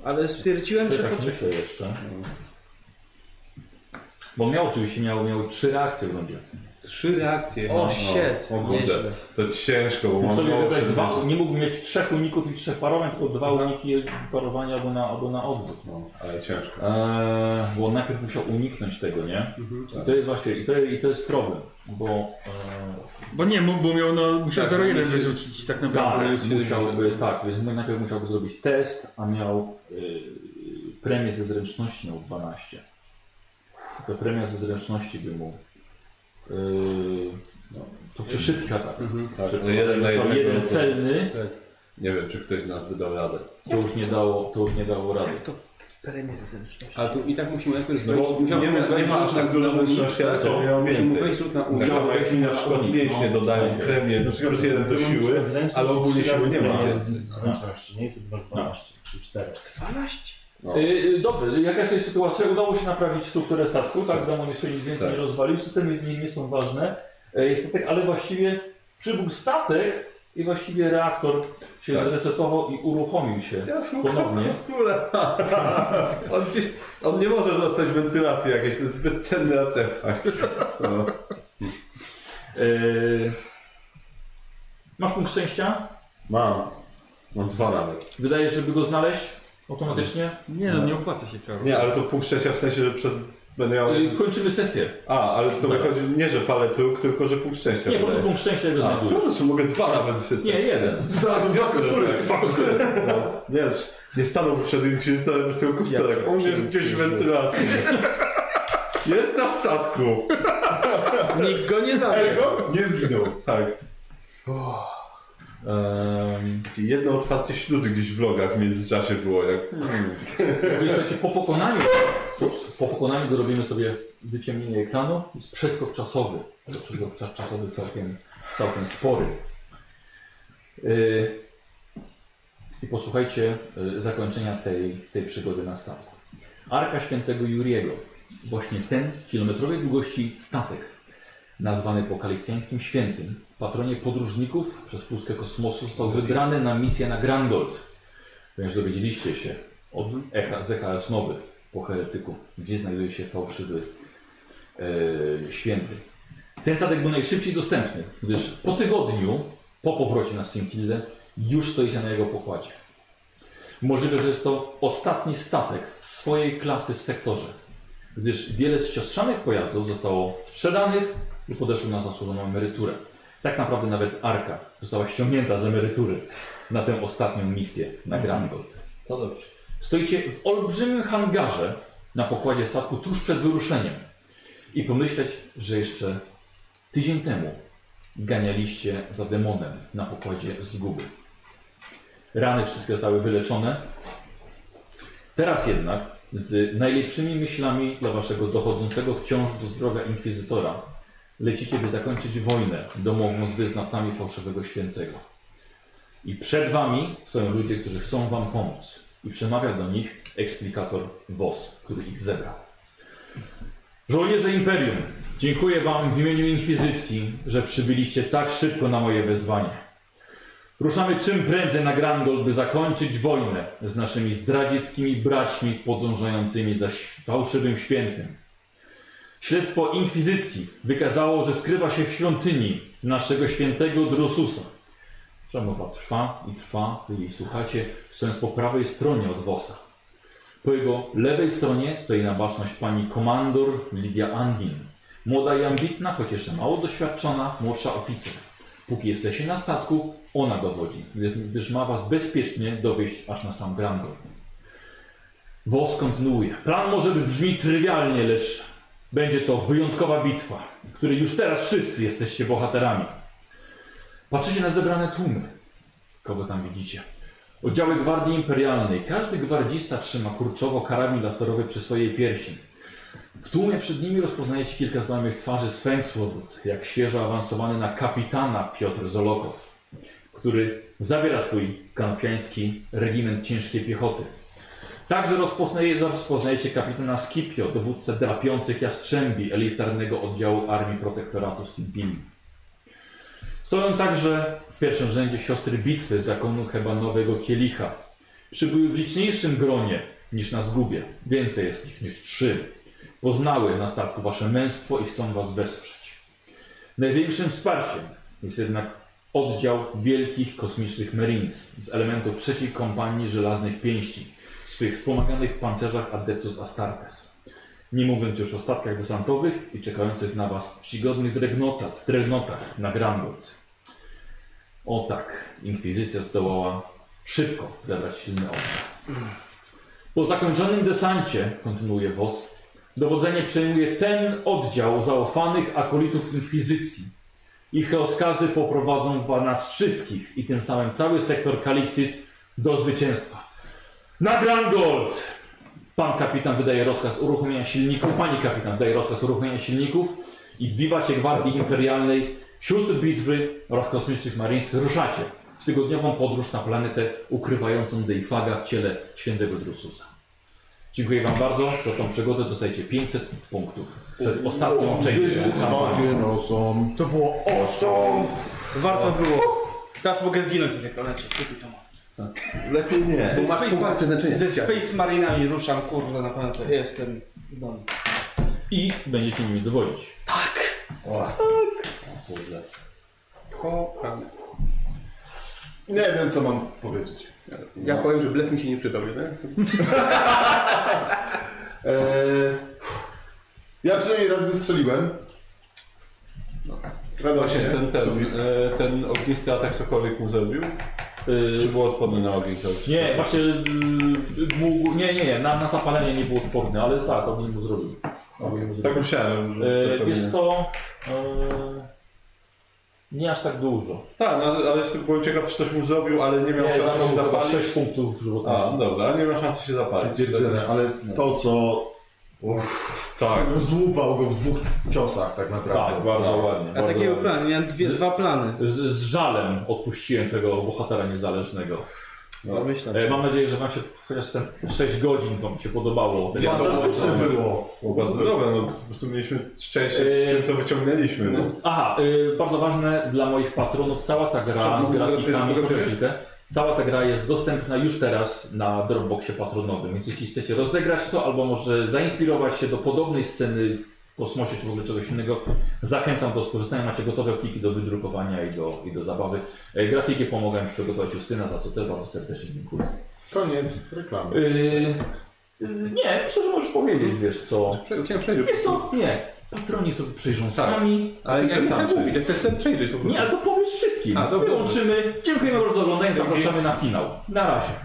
[SPEAKER 7] Ale stwierdziłem,
[SPEAKER 2] Ja
[SPEAKER 7] że
[SPEAKER 2] tak
[SPEAKER 7] poczekaj.
[SPEAKER 2] myślę jeszcze. Bo miał oczywiście miał, miał trzy reakcje w rundzie.
[SPEAKER 4] Trzy reakcje.
[SPEAKER 3] O, shit,
[SPEAKER 4] O
[SPEAKER 3] nieźle.
[SPEAKER 4] kurde, to ciężko, bo
[SPEAKER 2] Mógł
[SPEAKER 4] mam
[SPEAKER 2] sobie
[SPEAKER 4] mało
[SPEAKER 2] wybrać dwa,
[SPEAKER 4] przewidzeń.
[SPEAKER 2] nie mógł mieć trzech uników i trzech parowań, tylko dwa uniki parowania albo na, albo na odwrót. No.
[SPEAKER 4] Ale ciężko.
[SPEAKER 2] Eee, bo on najpierw musiał uniknąć tego, nie? I to jest właśnie, i to, i to jest problem, bo eee,
[SPEAKER 6] Bo nie mógł, bo miał, no, musiał
[SPEAKER 4] Tak,
[SPEAKER 6] 0,1
[SPEAKER 4] musi-
[SPEAKER 6] wyrzucić tak naprawdę.
[SPEAKER 2] tak, musiałby, tak, więc najpierw musiałby zrobić test, a miał yy, premię ze zręczności miał 12. To premia ze zręczności by mu yy, no, to przy szybkich atakach.
[SPEAKER 4] Tak,
[SPEAKER 2] Przy-
[SPEAKER 4] no jeden na
[SPEAKER 2] to
[SPEAKER 4] jednego.
[SPEAKER 2] jeden celny,
[SPEAKER 4] Nie wiem, czy ktoś z nas by dał radę.
[SPEAKER 2] to już nie dało, to już nie dało rady.
[SPEAKER 3] Jak to premier zręczności?
[SPEAKER 5] A tu i tak musimy najpierw
[SPEAKER 4] No bo nie,
[SPEAKER 5] musiałbym
[SPEAKER 4] ma- nie
[SPEAKER 5] wejść
[SPEAKER 4] masz
[SPEAKER 5] rzut
[SPEAKER 4] tak
[SPEAKER 5] na-
[SPEAKER 4] dużo
[SPEAKER 5] na unik.
[SPEAKER 4] zręczności, ale
[SPEAKER 2] co?
[SPEAKER 4] to miał
[SPEAKER 5] Musimy
[SPEAKER 4] więcej.
[SPEAKER 5] wejść rzut na
[SPEAKER 4] Tak
[SPEAKER 5] unik.
[SPEAKER 4] samo jak mi na przykład mięśnie
[SPEAKER 2] No.
[SPEAKER 4] dodają premię, plus jeden do siły, ale ogólnie siły nie ma.
[SPEAKER 1] Z zręczności, nie? I Ty masz 12 czy 4.
[SPEAKER 3] 12?
[SPEAKER 4] No.
[SPEAKER 2] Yy, dobrze, jaka to jest sytuacja? Udało się naprawić strukturę statku, tak? Damon jeszcze nic więcej
[SPEAKER 4] Tak.
[SPEAKER 2] nie rozwalił, systemy z niej nie są ważne. E, Jest statek, ale właściwie przybył statek i właściwie reaktor się
[SPEAKER 4] Tak.
[SPEAKER 2] zresetował i uruchomił się.
[SPEAKER 4] Ja już
[SPEAKER 2] Ponownie.
[SPEAKER 4] na stule. [laughs] on, gdzieś, on nie może zostać w wentylacji jakiejś, to jest zbyt cenny artefakt. No.
[SPEAKER 2] E, masz punkt szczęścia?
[SPEAKER 4] Mam. Mam dwa nawet.
[SPEAKER 2] Wydaje się, żeby go znaleźć automatycznie.
[SPEAKER 6] Nie no, nie opłaca się Karol.
[SPEAKER 4] Nie, ale to pół szczęścia w sensie, że przez... Będę miał...
[SPEAKER 2] E, kończymy sesję.
[SPEAKER 4] A, ale to
[SPEAKER 2] Zaraz.
[SPEAKER 4] wychodzi nie, że palę pyłk, tylko że pół szczęścia.
[SPEAKER 2] Nie, po prostu
[SPEAKER 4] wydaje.
[SPEAKER 2] punkt szczęścia jego
[SPEAKER 4] Tak, A,
[SPEAKER 2] znajdujesz.
[SPEAKER 4] proszę, mogę dwa nawet wyczytać.
[SPEAKER 2] Nie, jeden.
[SPEAKER 4] Znalazłem dwa kostury. No, nie, nie stanął przed inkwizytorem z tyłu kosturek. On jest gdzieś w wentylacji. Jest na statku.
[SPEAKER 3] Nikt go nie zabił.
[SPEAKER 4] Ergo nie zginął. Tak.
[SPEAKER 2] Ehm,
[SPEAKER 4] I Jedno otwarcie śluzy gdzieś w logach w międzyczasie było. Jak...
[SPEAKER 2] Więc Słuchajcie, po pokonaniu, po pokonaniu robimy sobie wyciemnienie ekranu. Jest przeskok czasowy. ale Przeskok cza- czasowy całkiem, całkiem spory. Yy, I posłuchajcie yy, zakończenia tej, tej przygody na statku. Arka Świętego Juriego. Właśnie ten kilometrowej długości statek, nazwany po kaliksańskim świętym, patronie podróżników przez pustkę kosmosu, został wybrany na misję na Grangold. Ponieważ dowiedzieliście się od echa, z echa Snowy po heretyku, gdzie znajduje się fałszywy e, święty. Ten statek był najszybciej dostępny, gdyż po tygodniu, po powrocie na Sinkilde, już stoicie na jego pokładzie. Możliwe, że jest to ostatni statek swojej klasy w sektorze, gdyż wiele z siostrzanych pojazdów zostało sprzedanych i podeszło na zasłużoną emeryturę. Tak naprawdę nawet Arka została ściągnięta z emerytury na tę ostatnią misję na Grangold.
[SPEAKER 4] To dobrze.
[SPEAKER 2] Stoicie w olbrzymim hangarze na pokładzie statku tuż przed wyruszeniem i pomyśleć, że jeszcze tydzień temu ganialiście za demonem na pokładzie zguby. Rany wszystkie zostały wyleczone. Teraz jednak z najlepszymi myślami dla waszego dochodzącego wciąż do zdrowia inkwizytora lecicie, by zakończyć wojnę domową z wyznawcami fałszywego świętego. I przed wami stoją ludzie, którzy chcą wam pomóc. I przemawia do nich eksplikator WOS, który ich zebrał. Żołnierze Imperium, dziękuję wam w imieniu Inkwizycji, że przybyliście tak szybko na moje wezwanie. Ruszamy czym prędzej na Grangold, by zakończyć wojnę z naszymi zdradzieckimi braćmi podążającymi za ś- fałszywym świętym. Śledztwo Inkwizycji wykazało, że skrywa się w świątyni naszego świętego Drususa. Przemowa trwa i trwa, wy jej słuchacie, stojąc po prawej stronie od wosa. Po jego lewej stronie stoi na baczność pani komandor Lidia Andin. Młoda i ambitna, choć jeszcze mało doświadczona, młodsza oficer. Póki jesteście na statku, ona dowodzi, gdy- gdyż ma was bezpiecznie dowieść aż na sam Grangor. Wos kontynuuje. Plan może by brzmi trywialnie, lecz będzie to wyjątkowa bitwa, w której już teraz wszyscy jesteście bohaterami. Patrzycie na zebrane tłumy. Kogo tam widzicie? Oddziały Gwardii Imperialnej. Każdy gwardzista trzyma kurczowo karabin laserowy przy swojej piersi. W tłumie przed nimi rozpoznajecie kilka znajomych twarzy z Fengsworth, jak świeżo awansowany na kapitana Piotr Zolokow, który zabiera swój kanapiański regiment ciężkiej piechoty. Także rozpoznaje, rozpoznajecie kapitana Scipio, dowódcę drapiących jastrzębi elitarnego oddziału Armii Protektoratu Stintilli. Stoją także w pierwszym rzędzie siostry bitwy zakonu hebanowego Kielicha. Przybyły w liczniejszym gronie niż na zgubie. Więcej jest ich niż trzy. Poznały na statku wasze męstwo i chcą was wesprzeć. Największym wsparciem jest jednak oddział wielkich kosmicznych Marines z elementów trzeciej kompanii żelaznych pięści, w swych wspomaganych pancerzach Adeptus Astartes. Nie mówiąc już o statkach desantowych i czekających na was przygodnych dregnotach, dregnotach na Grangold. O tak, inkwizycja zdołała szybko zebrać silny obszar. Po zakończonym desancie, kontynuuje Wos, dowodzenie przejmuje ten oddział zaufanych akolitów inkwizycji. Ich rozkazy poprowadzą wa- nas wszystkich i tym samym cały sektor Kalixis do zwycięstwa. Na Grangold! Pan kapitan wydaje rozkaz uruchomienia silników, pani kapitan daje rozkaz uruchomienia silników i w wiwacie Gwardii Imperialnej sióstr bitwy oraz kosmicznych Marines ruszacie w tygodniową podróż na planetę ukrywającą Deifaga w ciele świętego Drususa. Dziękuję Wam bardzo. Za tą przygodę dostajecie 500 punktów przed ostatnią częścią
[SPEAKER 1] No.
[SPEAKER 2] kampanii.
[SPEAKER 1] Fucking awesome.
[SPEAKER 7] To było awesome! Warto było. Teraz mogę zginąć w tej planecie. Kupi to.
[SPEAKER 9] Tak. Lepiej nie.
[SPEAKER 7] Ze Space,
[SPEAKER 1] punkt przeznaczenia.
[SPEAKER 7] ze Space Marinami ruszam, kurwa, na planetę. Jestem w domu.
[SPEAKER 2] I będziecie nimi dowodzić.
[SPEAKER 5] Kochany.
[SPEAKER 1] Nie wiem, co mam powiedzieć.
[SPEAKER 5] Ja powiem, że blef mi się nie przydał, nie?
[SPEAKER 1] Eee, ja przynajmniej raz wystrzeliłem. Radośnie.
[SPEAKER 4] Właśnie ten, ten,
[SPEAKER 1] Sufit.
[SPEAKER 4] e, ten ognisty atak cokolwiek mu zrobił? Czy
[SPEAKER 2] Yy,
[SPEAKER 4] było odporny na ogień? cały
[SPEAKER 2] nie, właśnie yy, mógł, nie, nie, nie, na, na zapalenie nie był odporny, ale tak, ogień mu zrobił. Ogień mu zrobił.
[SPEAKER 4] czas? Tak myślałem, że
[SPEAKER 2] Yy,
[SPEAKER 4] że
[SPEAKER 2] wiesz
[SPEAKER 4] pewnie-
[SPEAKER 2] co, yy, nie aż tak dużo.
[SPEAKER 4] Tak, no, ale jeszcze byłem ciekaw, czy coś mu zrobił, ale nie miał
[SPEAKER 2] Nie,
[SPEAKER 4] szansy się
[SPEAKER 2] zabrał
[SPEAKER 4] zapalić.
[SPEAKER 2] 6 punktów żywotności.
[SPEAKER 4] A, dobra, ale nie miał szansy się zapalić.
[SPEAKER 1] Pierdzielę, ale to, co
[SPEAKER 4] Tak.
[SPEAKER 1] złupał go w dwóch ciosach tak naprawdę.
[SPEAKER 2] Tak, bardzo ładnie.
[SPEAKER 3] A
[SPEAKER 2] bardzo
[SPEAKER 3] takiego
[SPEAKER 2] ładnie.
[SPEAKER 3] planu, miałem dwie, dwa plany.
[SPEAKER 2] Z, z żalem odpuściłem tego bohatera niezależnego.
[SPEAKER 7] No, myślę.
[SPEAKER 2] E, mam nadzieję, że wam się chociaż ten 6 godzin wam się podobało.
[SPEAKER 1] Fantastyczne było.
[SPEAKER 4] Było bardzo dobre, no po prostu mieliśmy szczęście z
[SPEAKER 2] Eee,
[SPEAKER 4] tym, co wyciągnęliśmy. E, No.
[SPEAKER 2] Aha, y, bardzo ważne dla moich patronów, cała ta gra z
[SPEAKER 5] Czy mogę
[SPEAKER 2] grafikami,
[SPEAKER 5] dokończyć?
[SPEAKER 2] poczekaj chwilkę, cała ta gra jest dostępna już teraz na Dropboxie patronowym, więc jeśli chcecie rozegrać to, albo może zainspirować się do podobnej sceny w kosmosie, czy w ogóle czegoś innego, zachęcam do skorzystania, macie gotowe pliki do wydrukowania i do, i do zabawy. E, Grafiki pomogłem przygotować Justyna, za co też bardzo serdecznie dziękuję.
[SPEAKER 1] Koniec reklamy.
[SPEAKER 2] Yy, yy, nie, szczerze możesz powiedzieć, wiesz co, Tak.
[SPEAKER 5] Prze- Chciałem przejrzeć.
[SPEAKER 2] Mm. wiesz co, nie, patroni sobie przejrzą sami,
[SPEAKER 5] Ale
[SPEAKER 4] Ty
[SPEAKER 5] ja nie
[SPEAKER 4] sam
[SPEAKER 5] chcę
[SPEAKER 4] przejrzeć.
[SPEAKER 5] mówić, ja chcę sobie przejrzeć po prostu.
[SPEAKER 2] nie, ale to powiesz wszystkim.
[SPEAKER 5] A, dobra.
[SPEAKER 2] Wyłączymy. Dziękujemy bardzo za oglądanie. Zapraszamy na finał. Na razie.